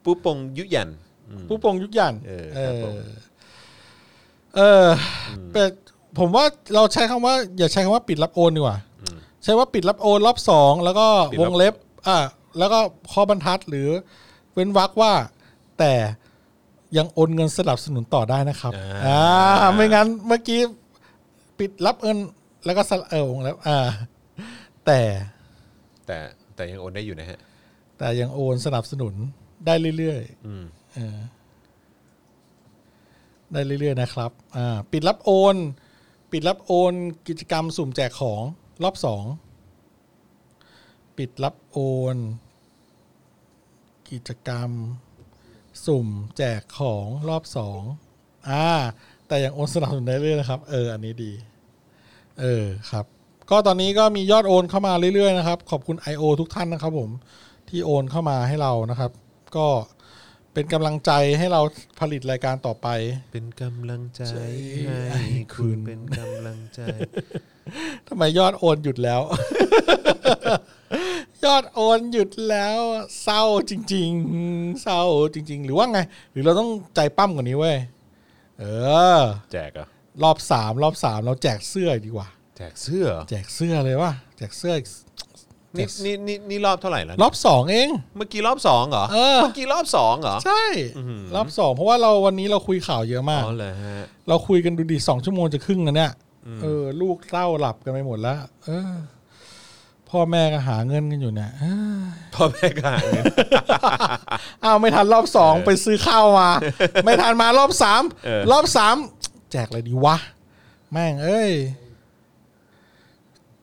S2: ปูปงยุหยันอืม
S3: ผู้ปงยุกยัน
S2: เออ
S3: เอ
S2: ครับ
S3: อ
S2: ผม
S3: เออแต่ผมว่าเราใช้คำว่า อย่าใช้คำว่าปิดรับโอนดีกว่าใช้ว่าปิดรับโอนรอบสองแล้วก็วงเล็บ อ่าแล้วก็ข้อบรรทัดหรือ เว้นวรรคว่า แต่ยังโอนเงินสนับสนุนต่อได้นะครับ
S2: อ่า
S3: อ่าไม่งั้นเมื่อกี้ปิดรับเงินแล้วก็สละเออวงเล็บอ่า แต่
S2: แต่แต่ยังโอนได้อยู่นะฮะ
S3: แต่ยังโอนสนับสนุนได้เรื่อยๆ
S2: อืม
S3: ได้เรื่อยๆนะครับ อ่า ปิดรับโอน ปิดรับโอน กิจกรรมสุ่มแจกของรอบสอง ปิดรับโอน กิจกรรม สุ่มแจกของรอบสองอ่า แต่ยังโอนสนับสนุนได้เรื่อยๆนะครับ เออ อันนี้ดี เออ ครับ ก็ตอนนี้ก็มียอดโอนเข้ามาเรื่อยๆนะครับ ขอบคุณ IO ทุกท่านนะครับผม ที่โอนเข้ามาให้เรานะครับ ก็เป็นกำลังใจให้เราผลิตรายการต่อไป
S2: เป็นกำลังใจให้คุณเป็นกำลังใจ
S3: ทำไมยอดโอนหยุดแล้ว ยอดโอนหยุดแล้วเศร้าจริง ๆ เศร้าจริง ๆ หรือว่าไง หรือเราต้องใจปั้มกว่านี้เว้ยเออ
S2: แจกเหรอ่ะ
S3: รอบสามรอบสามเราแจกเสื้อดีกว่า
S2: แจกเสื้อเหรอ
S3: แจกเสื้อเลยว่ะแจกเสื้ออีก
S2: นี่นี่นี่นี่รอบเท่าไหร่แล้ว
S3: ร
S2: เนี่ย
S3: อบสองเอง
S2: เมื่อกี้รอบสองเหรอ
S3: เออ
S2: เมื่อกี้รอบสองเหรอ
S3: ใช่ รอบสองเพราะว่าเราวันนี้เราคุยข่าวเยอะมาก
S2: อ๋อเหรอฮะ
S3: เราคุยกันดูดีสองชั่วโมงจะครึ่งแล้วเนี่ยเออ ลูกเต้าหลับกันไปหมดแล้วเออ พ่อแม่ก็หาเงินกันอยู่เนี่ย
S2: พ่อแม่ก็หาเงิน
S3: อ้าวไม่ทันรอบสองไปซื้อข้าว มา ไม่ทันมารอบสามรอบสามแจกอะไรดีวะ แม่งเอ้ย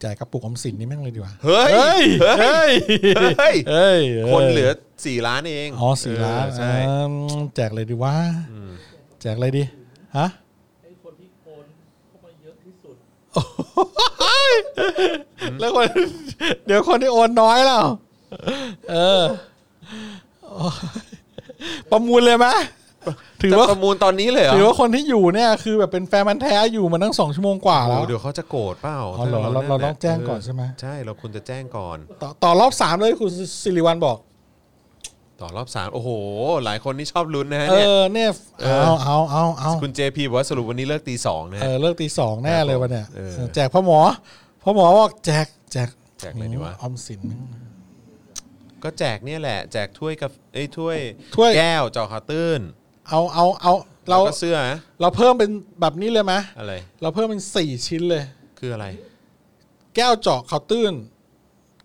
S3: แจกกระปุกออมสินนี่แม่งเลยดีกว่า
S2: เฮ้ย
S3: เฮ้ย
S2: เฮ้ย
S3: เฮ้ย
S2: เฮ้ย
S3: เฮ้ย
S2: คนเหลือสี่ล้านเอง
S3: อ๋อสี่ล้าน
S2: เออใช่
S3: อืมแจกอะไรดีวะแจกอะไรดีฮะ
S4: ไอ้คนที่โอนเข้ามาเยอะที่สุด
S3: แล้วคน เดี๋ยวคนที่โอนน้อยแล้วเออโอ้ยประมูลเลยไหมถือ
S2: จะ
S3: ว่า
S2: ประมูลตอนนี้เลยเหรอ
S3: ถือว่าคนที่อยู่เนี่ยคือแบบเป็นแฟนมันธุ์แท้อยู่มาตั้งสองชั่วโมงกว่า
S2: โอ้
S3: แล้ว
S2: เดี๋ยวเขาจะโกรธเปล่า
S3: อ๋อเหรอเราเราต้องแจ้งก่อนใช่ไหม
S2: ใช่เราควรจะแจ้งก่อน
S3: ต่อต่อรอบสามเลยคุณสิริวัลบอก
S2: ต่อรอบสามโอ้โห หลายคนนี่ชอบลุ้นนะฮะ
S3: เอ
S2: เนี่ย
S3: อเนี่ยเอาเอาเอาเอา
S2: คุณเจพีบอกว่าสรุปวันนี้เลิกตีสองนะ
S3: เอ
S2: ฮะ
S3: อเลิกตีสองแน่เลยวันเนี้ย
S2: เออ
S3: เออแจกพ่อหมอพ่อหมอบอกแจกแจก
S2: แจกอะไรดีวะ
S3: ออมสิน
S2: ก็แจกเนี่ยแหละ แจกถ้วยกับไอ้ยถ้วย
S3: ถ้วย
S2: แก้วจอคาตื้น
S3: เอาเอาเอาเรา
S2: แล้วก็เสื้อนะ
S3: เราเพิ่มเป็นแบบนี้เลยไหม
S2: อะไร
S3: เราเพิ่มเป็นสี่ชิ้นเลย
S2: คืออะไร
S3: แก้วเจาะเขาน์ตื้น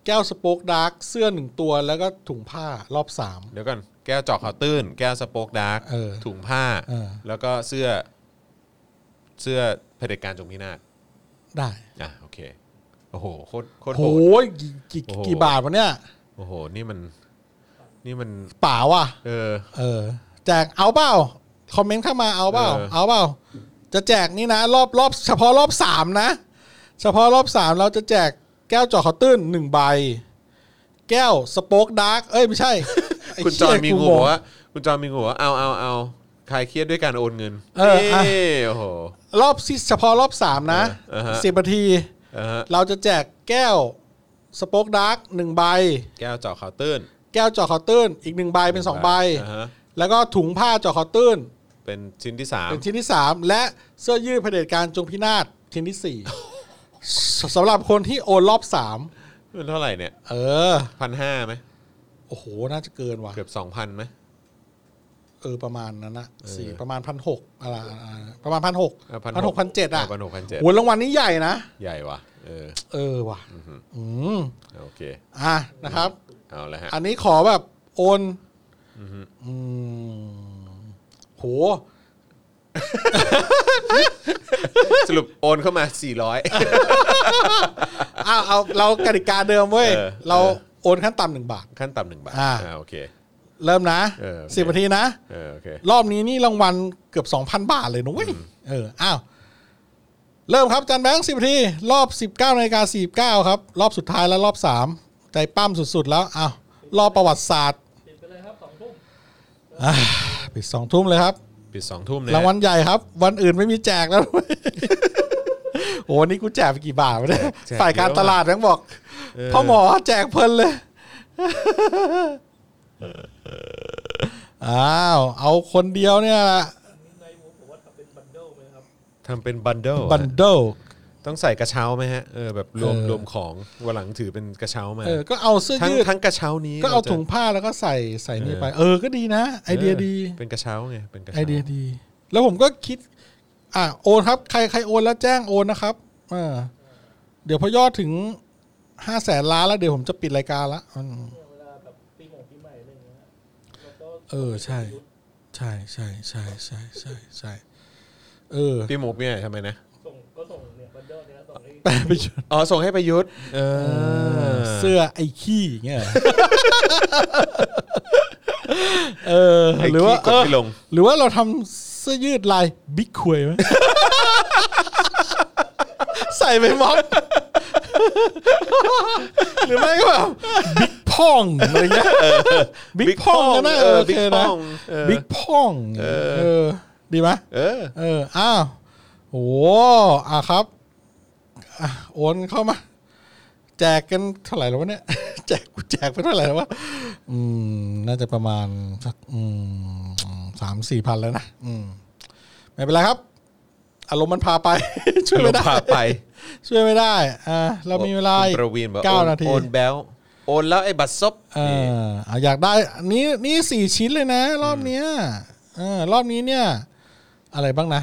S3: แก้วสโป๊กดาร์กเสื้อหนึ่งตัวแล้วก็ถุงผ้ารอบสาม
S2: เดี๋ยวก่อนแก้วเจอกขาวตื้น แก้วสโป๊กดาร์ก
S3: เออ
S2: ถุงผ้า
S3: เออ
S2: แล้วก็เสื้อ เสื้อเผด็จการจงพินาศ
S3: ได้
S2: อ่ะโอเค โอ้โหโคตรโคตร
S3: โห
S2: โหด
S3: ยกี่กี่
S2: โอ้โห
S3: กี่บาทวะเนี่ย
S2: โอ้โห นี่มัน นี่มัน
S3: เปล่าว่ะ
S2: เออ
S3: เออแจกเอาเปล่าคอมเมนต์เข้ามาเอาเปล่า
S2: เออ
S3: เอาเปล่าจะแจกนี่นะ รอบรอบเฉพาะรอบสามนะ เฉพาะรอบสามเราจะแจกแก้วเจอเขาวตื้นหนึ่งใบ แก้วสโป๊กดาร์กเอ้ยไม่ใช่ ไอ อ้
S2: คุณจ
S3: เหี้
S2: อย ห์นมีงู
S3: ง
S2: บ
S3: ง
S2: อกว่าคุณจอห์นมีงูบอกว่าเอาเอาเอาคลายเครียดด้วยการโอนเงิน
S3: เอออ่ะ
S2: นี่โอ้โห
S3: รอบซิเฉพาะรอบสามนะ
S2: เออเออฮะ
S3: สิบนาที
S2: อ่าฮะ
S3: เราจะแจกแก้วสป็อกดาร์กหนึ่งใบ
S2: แก้วเจาะข่าวตื้น
S3: แก้วเจอคอเตื้นอีกหนึ่งใบเป็นสองใบ
S2: อ่าฮะ
S3: แล้วก็ถุงผ้าเจอคอเตื้น
S2: เป็นชิ้นที่สาม
S3: เป็นชิ้นที่สามและเสื้อยืดเผด็จการจงพินาศชิ้นที่สี่สำหรับคนที่โอนรอบสาม
S2: มันเท่าไหร่เนี่ย
S3: เออ
S2: พันห้าไหม
S3: โอ้โห น่าจะเกินว่ะ
S2: เกือบสองพันไหม
S3: เออ ประมาณนั้นนะสี่ประมาณพันหกอะไรอ่าประมาณพันหกพันหกพันเจ็ดอ่ะ
S2: พันหกพันเจ็ด
S3: โหรางวัลนี้ใหญ่นะ
S2: ใหญ่ว่ะเออ
S3: เออว่ะ อืม
S2: โอเค
S3: อ่ะนะครับ
S2: เอาละฮะ
S3: อันนี้ขอแบบโอนอืมโห
S2: สรุปโอนเข้ามา 400
S3: อ้าวเอาเรากติกาเดิมเว้ย
S2: เออ
S3: เราโอนขั้นต่ำหนึ่งบาท
S2: ขั้นต่ำหนึ่งบาท
S3: อ่า
S2: โอเค
S3: เริ่มนะ
S2: เออโอเค
S3: สิบนาทีนะ
S2: เออโอเค
S3: รอบนี้นี่รางวัลเกือบ 2,000 บาทเลยนะเว้ยเอออ้าว เริ่มครับอาจันแบงค์สิบนาที รอบ 19นาฬิกาสี่เก้าครับ รอบสุดท้ายแล้วรอบ 3 ใจปั้มสุด ๆ แล้วอ้าวรอบประวัติศาสตร์
S4: ปิดไปเลยครับสองทุ่ม
S3: ปิดสองทุ่มเลยครับ
S2: ปิดสองทุ่มเนี่ย
S3: รางวัลใหญ่ครับ วันอื่นไม่มีแจกแล้วเว้ย โอ้โหนี่กูแจกไปกี่บาทวะเนี่ยฝ่ายการตลาดแม่งบอกพ่อหมอแจกเพลินเลย อ้าว เอาคนเดียวเนี่ยละ
S2: ทำเป็นบันเดิล
S3: บันเดิล
S2: ต้องใส่กระเช้าไหมฮะเออแบบรวม
S3: เออ
S2: รวมของวันหลังถือเป็นกระเช้ามา
S3: เออ ก็เอาเสื้อ
S2: ทั้ง
S3: ยืด
S2: ทั้งกระเช้านี้
S3: ก็เอา
S2: รจะ
S3: ถุงผ้าแล้วก็ใส่ใส่นี่ไป เออ ก็ดีนะ ไอเดียดี
S2: เป็นกระเช้าไงเป็นกระ
S3: ไอ
S2: เช้า
S3: เดียดี แล้วผมก็คิด อ่ะโอนครับ ใครใครโอนแล้วแจ้งโอนนะครับอ่าเดี๋ยวพอยอดถึงห้าแสนล้านแล้วเดี๋ยวผมจะปิดรายการละอืม
S4: เวลาแบบปีใหม่ปีใหม่อะไรอย่างเงี้ยแล้วก็
S3: เออ ใช่ ใช่ใช่ใช่ใช่ใช่ใช่เออ
S2: พี่หมูเนี่ยทำไมนะ
S4: ส่งก็ส่งเนี่ยบันเดิลเนี่ยส่งให้
S3: แปลไปจน
S2: อ๋อส่งให้ประยุทธ์เออ
S3: เสื้อไอ้ขี้อย่างเงี้ยเหร อ เออ
S2: ไอ้
S3: หรือว่า
S2: ขี้กด
S3: เออ
S2: ไม่ลง
S3: หรือว่าเราทำเสื้อยืดลายบิ๊กควยไหม ใส่ไปม็อบ หรือไม่ก็แบบบิ๊กพ่องอะไรเงี้ยบิ๊กพ่องก็น่า
S2: เอ
S3: เอ
S2: อ
S3: อโอเคนะ
S2: บิ๊กพ่องเออ
S3: บิ๊กพ่องเออ ดีไหม
S2: เออ
S3: เออ อ้าวโอ้อ่ะครับอ่ะโอนเข้ามา แจกกันเท่าไหร่แล้ววะเนี่ย แจกกูแจกไปเท่าไหร่แล้ววะอืม น่าจะประมาณสักอืมสามสี่พันแล้วนะอืมไม่เป็นไรครับ อารมณ์มันพาไป ช่วยไม่ได้
S2: พาไป
S3: ช่วยไม่ได้อ่าเรามีเวลาอี
S2: คุณ
S3: ก
S2: ประวีนบอก
S3: เก้า
S2: โอ
S3: นาที
S2: โอนแบลโอนแล้วไอ้บัตรซบ
S3: เอออ่ะอยากได้อันนี้นี่สี่ชิ้นเลยนะ รอบเนี้ยเออรอบนี้เนี่ย อะไรบ้างนะ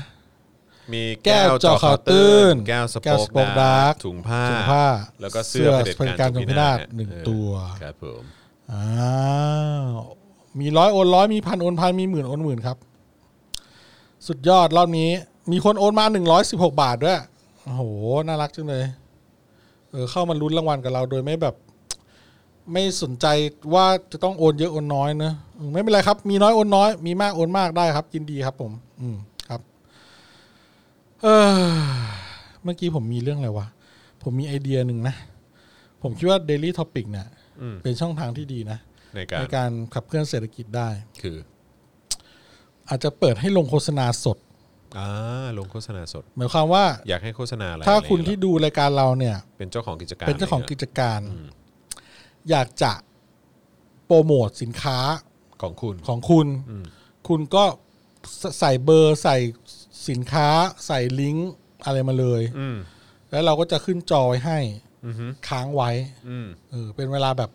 S2: มี
S3: แก้วเจาะข่าวตื้น
S2: แก้วส
S3: แก้
S2: ป
S3: วส
S2: อ
S3: ปอก ค
S2: ดา
S3: ดาร์
S2: ร์ก
S3: ก
S2: ถุงผ้า
S3: ถุงผ้า
S2: แล้วก็เสื้อ
S3: เสื้อ
S2: เผด็จการจงพินาศ
S3: จงพินาศหนึ่ง
S2: เออ
S3: ตัว
S2: ครับผม
S3: อ้าวมีร้อยโอนร้อยมีพันโอนพันมีหมื่นโอนหมื่นครับ สุดยอดรอบนี้ มีคนโอนมาหนึ่งร้อยสิบหกบาทด้วยโอ้โหน่ารักจังเลยเออเข้ามาลุ้นรางวัลกับเราโดยไม่แบบ ไม่สนใจว่าจะต้องโอนเยอะโอนน้อยนะอืมไม่เป็นไรครับ มีน้อยโอนน้อย มีมากโอนมากได้ครับ ยินดีครับ ผม อืมครับ เออเมื่อกี้ผมมีเรื่องอะไรวะผมมีไอเดียหนึ่งนะ ผมคิดว่า Daily Topic เนี่ยเป็นช่องทางที่ดีนะ
S2: ในการ
S3: ในการขับเคลื่อนเศรษฐกิจได้
S2: คือ
S3: อาจจะเปิดให้ลงโฆษณาสด
S2: อ่าลงโฆษณาสด
S3: หมายความว่า
S2: อยากให้โฆษณาอะไร
S3: ถ้า
S2: อะไร
S3: คุณ
S2: เหรอ
S3: ที่ดูรายการเราเนี่ย
S2: เป็นเจ้าของกิจการ
S3: เป็นเจ้าของกิ
S2: ะไร
S3: จการ อยากจะโปรโมทสินค้า
S2: งี้ยของคุณ
S3: ของคุณ คุณก็ใสใส่เบอร์ใส่สินค้า ใส่ลิงก์อะไรมาเลย
S2: อืม
S3: แล้วเราก็จะขึ้นจอไว้ให้
S2: อือฮึ
S3: ค้างไว้
S2: อืม
S3: เออเป็นเวลาแบบ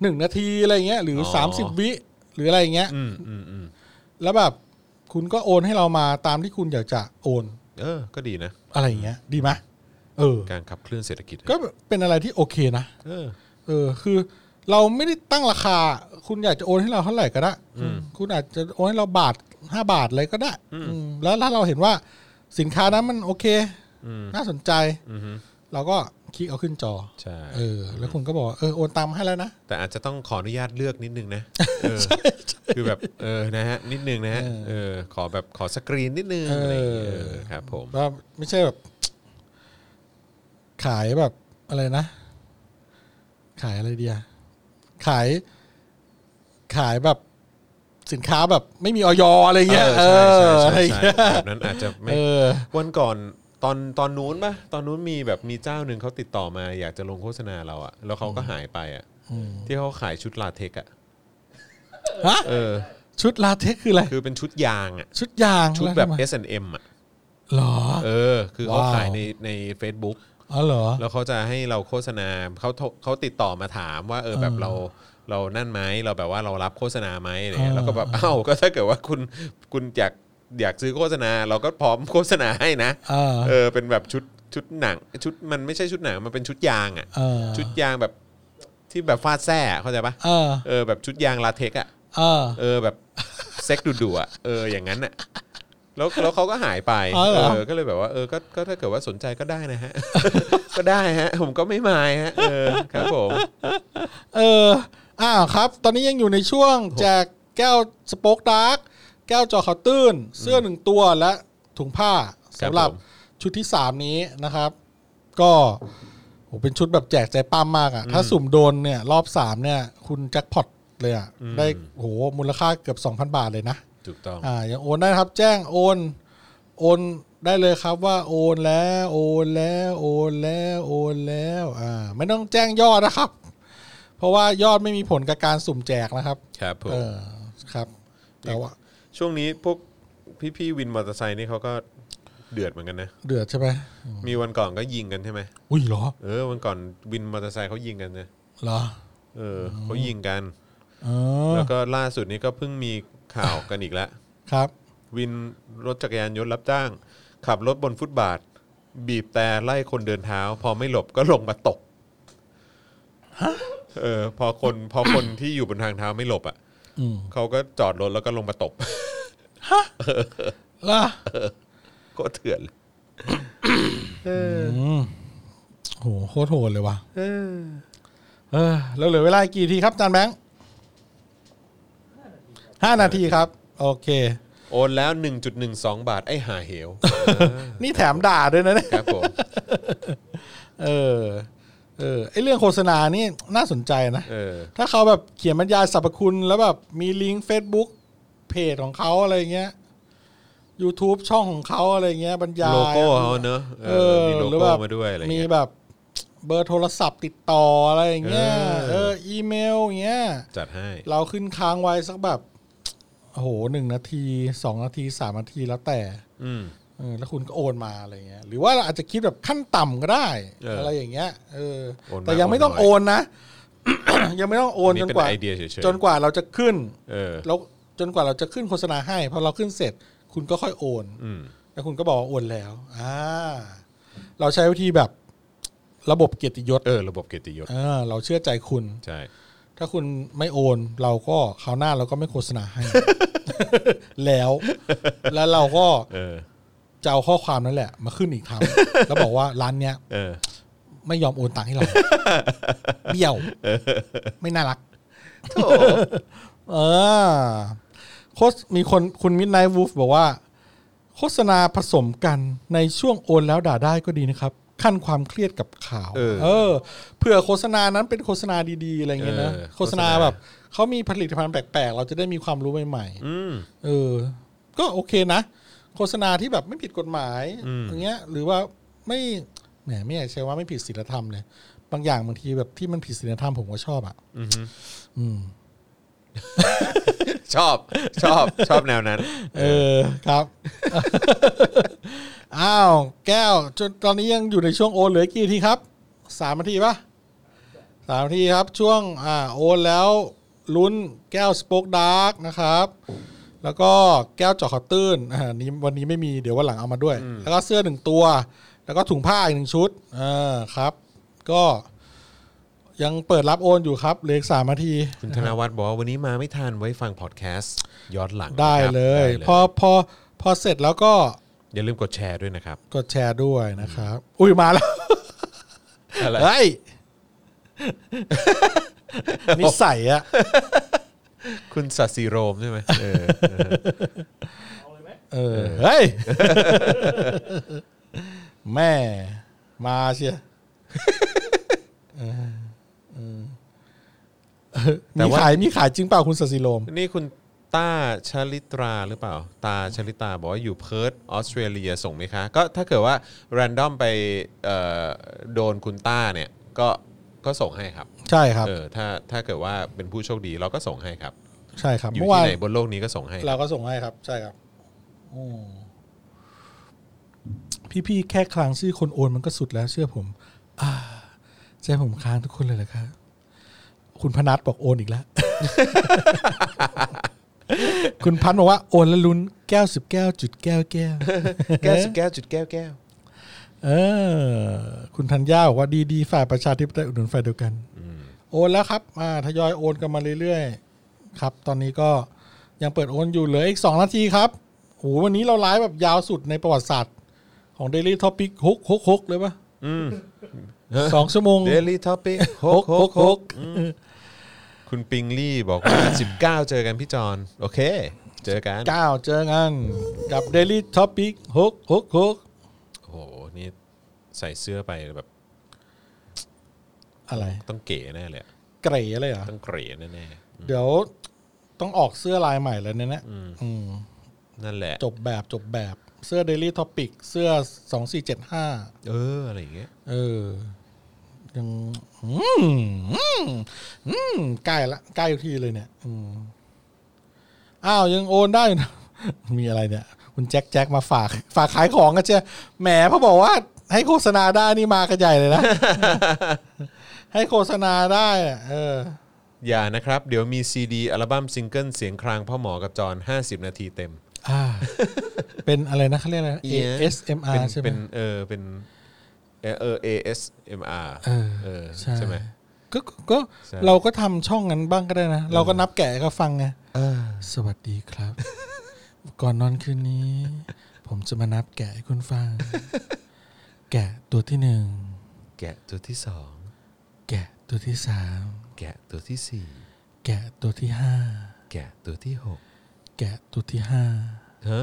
S3: หนึ่งนาทีอะไรเงี้ย หรืออ
S2: อ
S3: สามสิบวิหรืออะไรเงี้ย
S2: อืมอืมอืม
S3: แล้วแบบคุณก็โอนให้เรามาตามที่คุณอยากจะโอน
S2: เออ ก็ดีนะ
S3: อะไรอย่างเงี้ยดีไหมเออ
S2: การขับเคลื่อนเศรษฐกิจ
S3: ก็เป็นอะไรที่โอเคนะ
S2: เออ
S3: เออ คือเราไม่ได้ตั้งราคา คุณอยากจะโอนให้เราเท่าไหร่ก็ได้คุณอาจจะโอนให้เราบาทห้าบาทเลยก็ได้อืมแล้วถ้าเราเห็นว่าสินค้านั้นมันโอเคน่าสนใจ
S2: อือฮึ
S3: เราก็คลิกเอาขึ้นจอ
S2: ใช่
S3: เออ แล้วคุณก็บอกว่าเออโอนตามให้แล้วนะ
S2: แต่อาจจะต้องขออนุญาตเลือกนิดนึง นะเออคือแบบเออนะฮะนิดนึงนะฮะเออขอแบบขอสกรีนนิดนึง
S3: เอออ
S2: อะไรอย่างเงี้ยเออครับผม
S3: ว่าไม่ใช่แบบ ขายแบบอะไรนะ ขายอะไรเดียขาย ขายแบบสินค้าแบบไม่มีออยอะไรเงี้ย เอ
S2: ใช่ใช่
S3: อ
S2: ใช่ใช่
S3: อะไรเงี้ย
S2: แบบนั้นอาจจะไม่
S3: เออ
S2: วันก่อนตอนตอนนู้นปะตอนนู้นมีแบบมีเจ้าหนึ่งเขาติดต่อมาอยากจะลงโฆษณาเราอะแล้วเขาก็หายไปอะที่เขาขายชุดลาเทกซ์อะ
S3: ฮะ
S2: เออ
S3: ชุดลาเทคคืออะไร
S2: คือเป็นชุดยางอะ
S3: ชุดยาง
S2: ชุดแบบ
S3: ล้วทำไม
S2: S&M อะ
S3: หรอ
S2: เออ คือเขา
S3: ว้าว
S2: ขายในใน Facebook
S3: อ๋อเหรอ
S2: แล้วเขาจะให้เราโฆษณาเขาโทรเขาติดต่อมาถามว่าเออแบบเราเรานั่นไหมเราแบบว่าเรารับโฆษณาไหมอะไรเงี้ย
S3: อ่า
S2: แล้วก็แบบเอ้าก็ถ้าเกิดว่าคุณคุณอยากอยากซื้อโฆษณา เราก็พร้อมโฆษณาให้นะ
S3: เออ
S2: เออเป็นแบบชุดชุดหนังชุดมันไม่ใช่ชุดหนังมันเป็นชุดยางอ่ะ
S3: เออ
S2: ชุดยางแบบที่แบบฟาดแซ่อะเข้าใจปะ
S3: เออ
S2: เออแบบชุดยางลาเทกซ์อ่ะ
S3: เออ
S2: เออแบบเซ็กดุดุๆอ่ะเอออย่างนั้นอ่ะแล้วแล้วเขาก็หายไป
S3: อ๋อเหรอ
S2: เออก็เลยแบบว่าเออก็ก็ถ้าเกิดว่าสนใจก็ได้นะฮะ ก็ได้ฮะ ผมก็ไม่มายฮะเออครับผม
S3: เออ อ้าวครับ ตอนนี้ยังอยู่ในช่วงแจกแก้วสป็อกดาร์กแก้วจอขาวตื้น เสื้อหนึ่งตัวและถุงผ้า
S2: ครับ
S3: สำหรับ
S2: ผม
S3: ชุดที่สามนี้นะครับ ก็โหเป็นชุดแบบแจกใจปั้มมากอะ่ะ ถ้าสุ่มโดนเนี่ย รอบสามเนี่ย คุณแจ็คพอตเลยอะ่ะ ได้โหมูลค่าเกือบ 2,000 บาทเลยนะ
S2: ถูกต้อง
S3: อ่ายังโอนได้นะครับ แจ้งโอน โอนได้เลยครับว่าโอนแล้วโอนแล้วโอนแล้วโอนแล้วอ่าไม่ต้องแจ้งยอดนะครับ เพราะว่ายอดไม่มีผลกับการสุ่มแจกนะครับ
S2: ครับผม
S3: เออครับแต่ว่า
S2: ช่วงนี้พวกพี่พี่ๆวินมอเตอร์ไซค์นี่เขาก็เดือดเหมือนกันนะ
S3: เดือดใช่ไหม
S2: มีวันก่อนก็ยิงกันใช่ไหม
S3: อุ้ยเหรอ
S2: เออวันก่อนวินมอเตอร์ไซค์เขายิงกันนะ
S3: เหรอ
S2: เออเขายิงกัน
S3: เออ
S2: แล้วก็ล่าสุดนี้ก็เพิ่งมีข่าวกันอีกแล้ว
S3: ครับ
S2: วินรถจักรยานยนต์รับจ้าง ขับรถบนฟุตบาท บีบแต่ไล่คนเดินเท้า พอไม่หลบก็ลงมาตกเออพอคนพอคนที่อยู่บนทางเท้าไม่หลบอ่ะ
S3: อืม
S2: เขาก็จอดรถแล้วก็ ลงมาตบ
S3: ล่ะ
S2: ก็เถื่อนเลย
S3: อืมโหโคตรโหดเลยว่ะเออแล้วเหลือเวลาอีกกี่ทีครับอาจานแบงค์ห้านาทีครับ โอเค
S2: โอนแล้ว 1.12 บาท ไอ้ห่าเหว
S3: นี่แถมด่าด้วยนะเนี่ย
S2: ครับผม
S3: เออ เออ ไอเรื่องโฆษณานี่น่าสนใจนะ
S2: เออ
S3: ถ้าเขาแบบเขียนบรรยายสรรพคุณแล้วแบบมีลิงก์ Facebook เพจของเขาอะไรเงี้ย YouTube ช่องของเขาอะไรเงี้ยบรรยาย
S2: โลโก้เขาเนอะเออมีโล
S3: หรือ
S2: โก้
S3: แบบ
S2: มาด้วยอะไร
S3: มี
S2: เงี้ย
S3: แบบเบอร์โทรศัพท์ติดต่ออะไรอย่างเงี้ย
S2: เออ
S3: เออ อีเมลอย่างเงี้ย
S2: จัดให้
S3: เราขึ้นค้างไว้สักแบบ โอ้โหหนึ่งนาทีสองนาทีสามนาทีแล้วแต่
S2: อืม
S3: เออแล้วคุณก็โอนมาอะไรเงี้ยหรือว่าเราอาจจะคิดแบบขั้นต่ำก็ได้
S2: เอออ
S3: อะไรอย่างเงี้ยเออ
S2: โอนมา
S3: แต่ยังไม่ต้อง
S2: โอ
S3: โอน น
S2: หน่
S3: นะ ยังไม่ต้องโอน
S2: อันนี้
S3: จนกว่า
S2: เป็นไอเดียเฉยๆ
S3: จนกว่าเราจะขึ้น
S2: เออ
S3: แล้วจนกว่าเราจะขึ้นโฆษณาให้พอเราขึ้นเสร็จ คุณก็ค่อยโอน
S2: อืม
S3: แล้วคุณก็บอกว่าโอนแล้วอ่าเราใช้วิธีแบบระบบเกียรติยศ
S2: เออ ระบบเกียรติยศ
S3: เออเราเชื่อใจคุณ
S2: ใช่
S3: ถ้าคุณไม่โอน เราก็คราวหน้าเราก็ไม่โฆษณา ให้ แล้ว แล้วเราก็
S2: เออ
S3: จะเอาข้อความนั่นแหละ มาขึ้นอีก ครั้ง แล้วบอกว่าร้านเนี้ย
S2: เออ
S3: ไม่ยอมโอนตังค์ให้เรา เบี้ยว ไม่น่ารัก เออโคสมีคนคุณมิดไนท์วูฟบอกว่า โฆษณาผสมกันในช่วงโอนแล้วด่าได้ก็ดีนะครับ ขั้นความเครียดกับข่าว
S2: เออ
S3: เผื่อโฆษณานั้นเป็นโฆษณาดีๆ อะไรอย่างเงี้ยนะ
S2: เออ
S3: โฆษณาแบบเขามีผลิตภัณฑ์แปลกๆ เราจะได้มีความรู้ใหม่ๆ
S2: อืม
S3: เออ ก็โอเคนะ โฆษณาที่แบบไม่ผิดกฎหมาย
S2: อืม
S3: อย่างเงี้ย หรือว่าไม่แหมไม่อยากใช้ว่าไม่ผิดศีลธรรมเลยบางอย่างบางทีแบบที่มันผิดศีลธรรมผมก็ชอบอ่ะ
S2: อือฮึ
S3: อืม
S2: ชอบชอบชอบแนวนั้น
S3: เออครับ อ้าว แก้วจนตอนนี้ยังอยู่ในช่วงโอนเหลือกี่ทีครับสามนาทีปะสามนาทีครับ ช่วงอ่าโอนแล้วลุ้นแก้วสป็อกดาร์กนะครับ แล้วก็แก้วเจาะขาวตื้นอ่านี้วันนี้ไม่มีเดี๋ยววันหลังเอามาด้วย แล้วก็เสื้อหนึ่งตัว แล้วก็ถุงผ้าอีกหนึ่งชุดอ่าครับ ก็ยังเปิดรับโอนอยู่ครับเหลืออีกสามนาที
S2: คุณธนวัฒน์บอกว่าวันนี้มาไม่ทันไว้ฟังพอดแคสต์ย้อนหลัง
S3: ได้
S2: นะครับ
S3: เลย
S2: ได้
S3: พอพอพอเสร็จแล้วก็
S2: อย่าลืมกดแชร์ด้วยนะครับ
S3: กดแชร์ด้วยนะครับ อุ้ยมาแล้ว
S2: อะไร
S3: เฮ้ ยนิสัยอะ
S2: คุณสัตย์สีโรมใช่ไหมเออเออ
S3: เออเฮ้ยแม่มาเชียร์เออเออ
S2: แต่
S3: มี
S2: ว่า
S3: ขายมีขายจริงเปล่าคุณสศิโลม
S2: นี่คุณต้าชลิตราหรือเปล่า ตาชลิตาบอกว่าอยู่เพิร์ตออสเตรเลียส่งไหมคะ ก็ถ้าเกิดว่า r รนดอมไปเอ่อโดนคุณต้าเนี่ย ก็ก็ส่งให้ครับ
S3: ใช่ครับ
S2: เออถ้าถ้าเกิดว่าเป็นผู้โชคดีเราก็ส่งให้ครับ
S3: ใช่ครับ
S2: อยู่
S3: เมื่อวา
S2: ที่
S3: น
S2: ไหนบนโลกนี้ก็ส่งให้
S3: เราก็ส่งให้ครับ ใช่ครับอืมพี่ๆแค่คลางชื่อคนโอนมันก็สุดแล้วเชื่อผม อ่าใช่ผมค้างทุกคนเลยเหรอครับ คุณพนัทบอกโอนอีกแล้ว คุณพันธ์บอกว่าโอนแล้วลุ้นแก้วสิบแก้วจุดแก้วแก้ว
S2: แก้วสิบแก้วจุดแก้วแก้ว
S3: เออ คุณธัญญาบอกว่าดีดีฝ่ายประชาธิปไตยอุดหนุนฝ่ายเดียวกันโอนแล้วครับอ่าทยอยโอนกันมาเรื่อยๆครับ ตอนนี้ก็ยังเปิดโอนอยู่เหลืออีกสองนาทีครับโหวันนี้เราไลฟ์แบบยาวสุดในประวัติศาสตร์ ของ Daily Topic ฮุกฮุกฮุกเลยปะสองชั่วโมง
S2: Daily Topic ฮกฮกฮกคุณปิงลี่บอกว่า 19 เจอกันพี่จอนโอเค เจอกัน
S3: เก้าเจอกันกับ Daily Topic ฮุกฮุกฮุก
S2: โอ้โห นี่ใส่เสื้อไปแบบ
S3: อะไร
S2: ต้องเก๋แน่เลยอะ
S3: เกรย์เลยเหรอ
S2: ต้องเก๋แน่
S3: เดี๋ยวต้องออกเสื้อลายใหม่แล้วเนี่ยนะอืม
S2: ๆนั่นแหละ
S3: จบแบบจบแบบเสื้อ Daily Topic เสื้อ 2475
S2: เออ อะไรอย่างเงี้ย
S3: เออ ยังอืมอืมอืมใกล้ละใกล้ทุกทีเลยเนี่ย อืมอ้าว ยังโอนได้อยู่นะ มีอะไรเนี่ย คุณแจ็คแจ็คมาฝาก ฝากขายของกันเชียแหมเขาบอกว่า ให้โฆษณาได้นี่มากันใหญ่เลยนะ ให้โฆษณาได้อะเออ
S2: อย่านะครับ เดี๋ยวมีซีดีอัลบั้มซิงเกิลเสียงครางพ่อหมอกับจอน50 นาทีเต็ม
S3: อ่า เป็นอะไรนะเขาเรียกอะไรนะ
S2: เป็
S3: ASMR
S2: น
S3: ใช่ไหม
S2: เป็นเออเป็นเออเออ ASMR
S3: เออ
S2: เออ
S3: ใช่
S2: ใช่ไหม
S3: ก็ก็ก็
S2: ใช่
S3: เราก็ทำช่องนั้นบ้างก็ได้นะ เราก็นับแกะให้เขาฟังไงสวัสดีครับ ก่อนนอนคืนนี้ ผมจะมานับแกะให้คุณ ฟัง แกะตัวที่หนึ่ง
S2: แกะตัวที่สอง
S3: แกะตัวที่สาม
S2: แกะตัวที่สี่
S3: แกะตัวที่ห้า
S2: แกะตัวที่หก
S3: แกะตัวที่ห้า
S2: ฮะ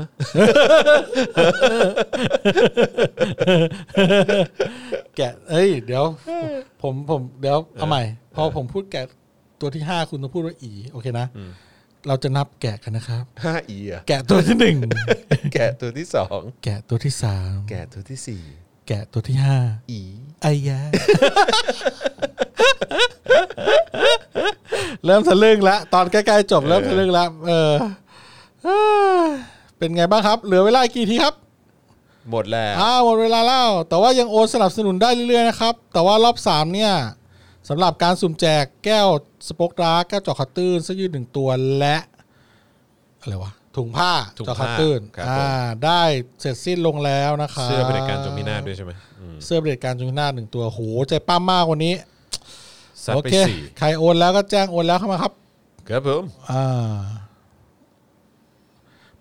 S3: แกะเอ้ย เดี๋ยว ผมผมเดี๋ยวเอาใหม่ พอผมพูดแกะตัวที่ห้าคุณต้องพูดว่าอีโอเคนะเราจะนับแกะกันนะครับ
S2: ห้าอีอะ
S3: แกะตัวที่ห นึ่ง
S2: แกะตัวที่สอง
S3: แกะตัวที่สาม
S2: แกะตัวที่สี่
S3: แกะตัวที่ห้า
S2: อี
S3: ไอ้ยะ เริ่มทะลึ่งละตอนใกล้ๆจบเริ่มทะลึ่งละเออเอ้อเป็นไงบ้างครับ เหลือเวลาอีกกี่ทีครับ
S2: หมดแล้ว
S3: อ้าวหมดเวลาแล้ว แต่ว่ายังโอนสนับสนุนได้เรื่อยๆนะครับ แต่ว่ารอบสามเนี่ยสำหรับการสุ่มแจกแก้วสป็อกดาร์กแก้วเจอคาตื้นเสื้อยืดหนึ่งตัวและอะไรวะถุงผ้า
S2: ถุง
S3: เจอ
S2: ผ้า
S3: คาตื้น
S2: ครับผม
S3: อ่าได้เสร็จสิ้นลงแล้วนะครับ
S2: เสื้อเป็นการจงพินาศด้วยใช่ไหมอืม
S3: เสื้อเบรดการจุงหน้าศหนึ่งตัวโหใจปั้มมากวันนี้
S2: ซัด
S3: โอ
S2: ไป
S3: เค
S2: สี่
S3: ใครโอนแล้วก็แจ้งโอนแล้วเข้ามาครับ
S2: ครับผม
S3: อ่า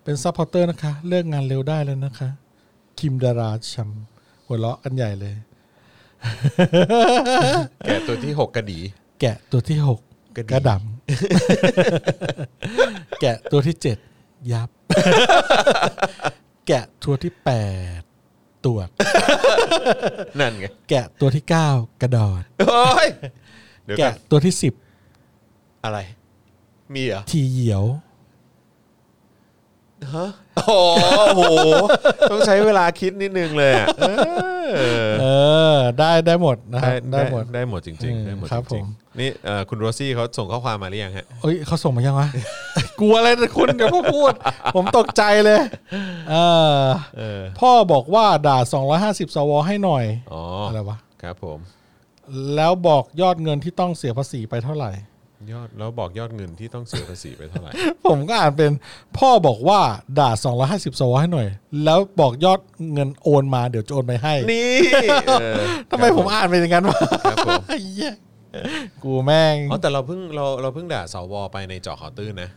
S3: เป็นซัพพอร์เตอร์นะคะ เลิกงานเร็วได้แล้วนะคะ คิมดาราชัมหัวเราะกันใหญ่เลย
S2: แกะตัวที่หกกระดี
S3: แกะตัวที่หก
S2: กระดิ่ง
S3: กระดำ แกะตัวที่เจ็ดยับ แกะตัวที่แปดตรวจ
S2: นั่นไง
S3: แกะตัวที่เก้ากระดอด
S2: โอ้ยเดี๋ยวกั
S3: แกะ
S2: น
S3: ตัวที่สิบ
S2: อะไร มีเหรอ
S3: ทีเหยียว
S2: โอ้โห ต้องใช้เวลาคิดนิดนึงเลยอะเออ
S3: เออ ได้ได้หมดนะครับได้หมด
S2: ได้หมดจริง ๆ ได้หมด
S3: ครับ
S2: จ
S3: ผ
S2: ริง
S3: ม
S2: ๆนี่เอ่อคุณโรซี่เขาส่งข้อความมาหรือยังฮะ
S3: เอ้ยเขาส่งมายังวะ กลัวอะไรนะคุณเดี๋ยวพ่อพูด ผมตกใจเลยเออ
S2: เออ
S3: พ่อบอกว่าด่า 250 สวให้หน่อย
S2: อ๋ออ
S3: อะไรวะ
S2: ครับผม
S3: แล้วบอกยอดเงินที่ต้องเสียภาษีไปเท่าไหร่
S2: ยอดแล้วบอกยอดเงินที่ต้องเสียภาษีไปเท่าไหร่
S3: ผมก็อ่านเป็นพ่อบอกว่าด่า 250 สวให้หน่อย แล้วบอกยอดเงินโอนมาเดี๋ยวจะโอนไปให้
S2: นี่เออ
S3: ทำไมผมอ่านเป็นอย่างนั้นวะ
S2: ครับผม
S3: ไอ้เหี้ยกูแม่ง
S2: อ๋อแต่เราเพิ่งเราเราเพิ่งด่าสวไปในเจอข่าวตื้นนะ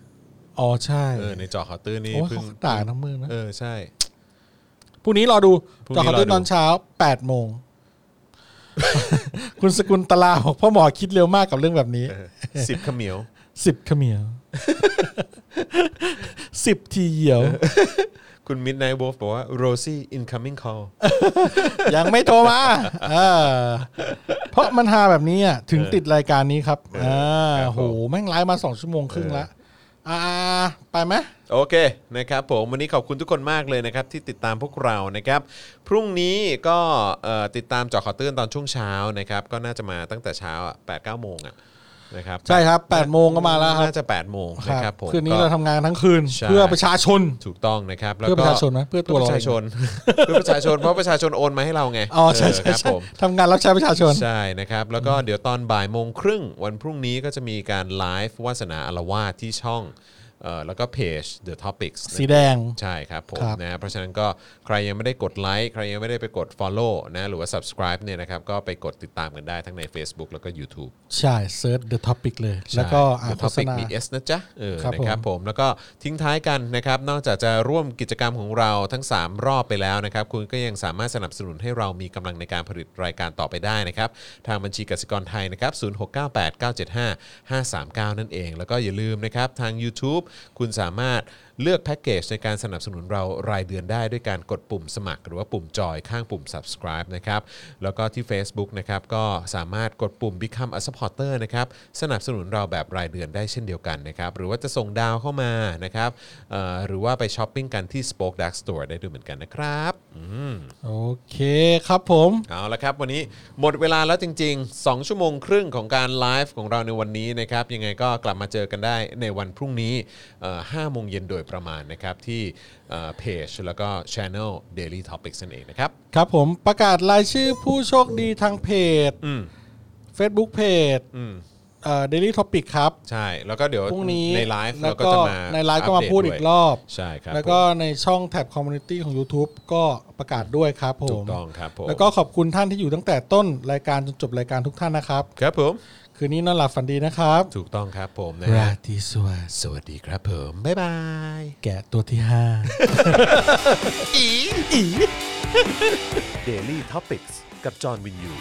S3: อ๋อใช่
S2: เออในเจอข่าวตื้นนี่
S3: โอ้ย
S2: เพิ่
S3: เขา
S2: ง
S3: ก็ด่าน้ำมือนะ
S2: เออใช่
S3: พรุ่งนี้รอดู
S2: พรุ่ง
S3: เจอ
S2: นี้
S3: ข่าว
S2: รอดู
S3: ตื้นตอนเช้า8โมง คุณสกุลตลาบอกพ่อหมอคิดเร็วมากกับเรื่องแบบนี้
S2: สิบขมิว
S3: สิบเขมียว สิบทีเหยียว
S2: คุณมิดไนท์วอฟบอกว่าโรซี่ incoming call
S3: ยังไม่โทรมาเออ เพราะมันหาแบบนี้อ่ะถึงติดรายการนี้ครับ
S2: เออ
S3: อ่า
S2: ครับผม
S3: โหแม่งไลฟ์มาสองชั่วโมงครึ่งละอ่าไปไหม
S2: โอเคนะครับผมวันนี้ขอบคุณทุกคนมากเลยนะครับที่ติดตามพวกเรานะครับพรุ่งนี้ก็เอ่อติดตามเจอข่าวตื้นตอนช่วงเช้านะครับก็น่าจะมาตั้งแต่เช้าอ่ะแปดเก้าโมงอ่ะนะครับ
S3: ใช่ครับแปดโมงก็มาแล้วครับ
S2: น่าจะ8ปดโมงนะครับผม
S3: คืนนี้
S2: ก็
S3: เราทำงานทั้งคืน
S2: ใช่
S3: เพื่อประชาชน
S2: ถูกต้องนะครับแล้ว
S3: เพื่อ
S2: ก็
S3: ประชาชนนะเพื่อตัว
S2: ป
S3: เรา
S2: ระชาชน เพื่อประชาชนเพราะประชาชนโอนมาให้เราไง
S3: อ๋อใช่
S2: เออค
S3: ใช่
S2: รับ
S3: ใช่
S2: ผม
S3: ทำงานรับใช้ประชาชน
S2: ใช่นะครับแล้วก็เดี๋ยวตอนบ่ายโมงครึ่งวันพรุ่งนี้ก็จะมีการไลฟ์วาสนาอารวาสที่ช่องเอ่อแล้วก็เพจ The Topics
S3: สีแดง
S2: ใช่ครับผม
S3: ครับ
S2: นะเพราะฉะนั้นก็ใครยังไม่ได้กดไลค์ใครยังไม่ได้ไปกด Follow นะหรือว่า Subscribe เนี่ยนะครับก็ไปกดติดตามกันได้ทั้งใน Facebook แล้วก็ YouTube
S3: ใช่เซิร์ช The Topic เลย แล้วก็อ่า
S2: ใช่ The
S3: โฆษ
S2: Topic
S3: ณา
S2: มี S นะจ๊ะเออ
S3: ครับ
S2: นะครับ
S3: ผม
S2: ผมแล้วก็ทิ้งท้ายกันนะครับนอกจากจะร่วมกิจกรรมของเราทั้ง 3 รอบไปแล้วนะครับ คุณก็ยังสามารถสนับสนุนให้เรามีกำลังในการผลิตรายการต่อไปได้นะครับ ทางบัญชีกสิกรไทยนะครับ0698975539 นั่นเอง แล้วก็อย่าลืมนะครับ ทาง YouTube คุณสามารถเลือกแพ็กเกจในการสนับสนุนเรารายเดือนได้ด้วยการกดปุ่มสมัคร หรือว่าปุ่มจอยข้างปุ่ม subscribe นะครับแล้วก็ที่ Facebook นะครับก็สามารถกดปุ่ม Become a supporter นะครับสนับสนุนเราแบบรายเดือนได้เช่นเดียวกันนะครับหรือว่าจะส่งดาวเข้ามานะครับเอ่อหรือว่าไปช้อปปิ้งกันที่ Spoke Dark Store ได้ด้วยเหมือนกันนะครับอืม
S3: โอเคครับผม
S2: เอาละครับวันนี้หมดเวลาแล้วจริง ๆ 2 ชั่วโมงครึ่งของการไลฟ์ของเราในวันนี้นะครับยังไงก็กลับมาเจอกันได้ในวันพรุ่งนี้เอ่อ5โมงเย็นโดยประมาณนะครับ ที่เอ่อเพจแล้วก็ Channel Daily Topics นั่นเองนะครับ
S3: ครับผมประกาศรายชื่อผู้โชคดีทางเพจ
S2: อืม
S3: Facebook เพจ
S2: อืม
S3: เอ่อ Daily Topic ครับ
S2: ใช่แล้วก็เดี๋ยว
S3: พรุ่งนี้
S2: ในไลฟ์
S3: แล้
S2: เรา
S3: ว
S2: ก็
S3: ก็
S2: จะมา
S3: ในไลฟ์ก็มา
S2: ปเ
S3: พูดอีกรอบ
S2: ใช่ครับ
S3: แล้วก็
S2: ผ
S3: ในช่องแท็บคอมมูนิตี้ของ YouTube ก็ประกาศด้วยครับผม ม
S2: ถูกต้องครับผม
S3: แล้วก็ขอบคุณท่านที่อยู่ตั้งแต่ต้นรายการจนจบรายการทุกท่านนะครับ
S2: ครับผม
S3: คืนนี้นอนหลับฝันดีนะครับ
S2: ถูกต้องครับผมนะ
S3: รา
S2: ฮะ
S3: ตรีสวัสดิ์
S2: สวัสดีครับผมบ๊ายบาย
S3: แกะตัวที่ห้า
S2: Daily Topics กับจอห์นวินยู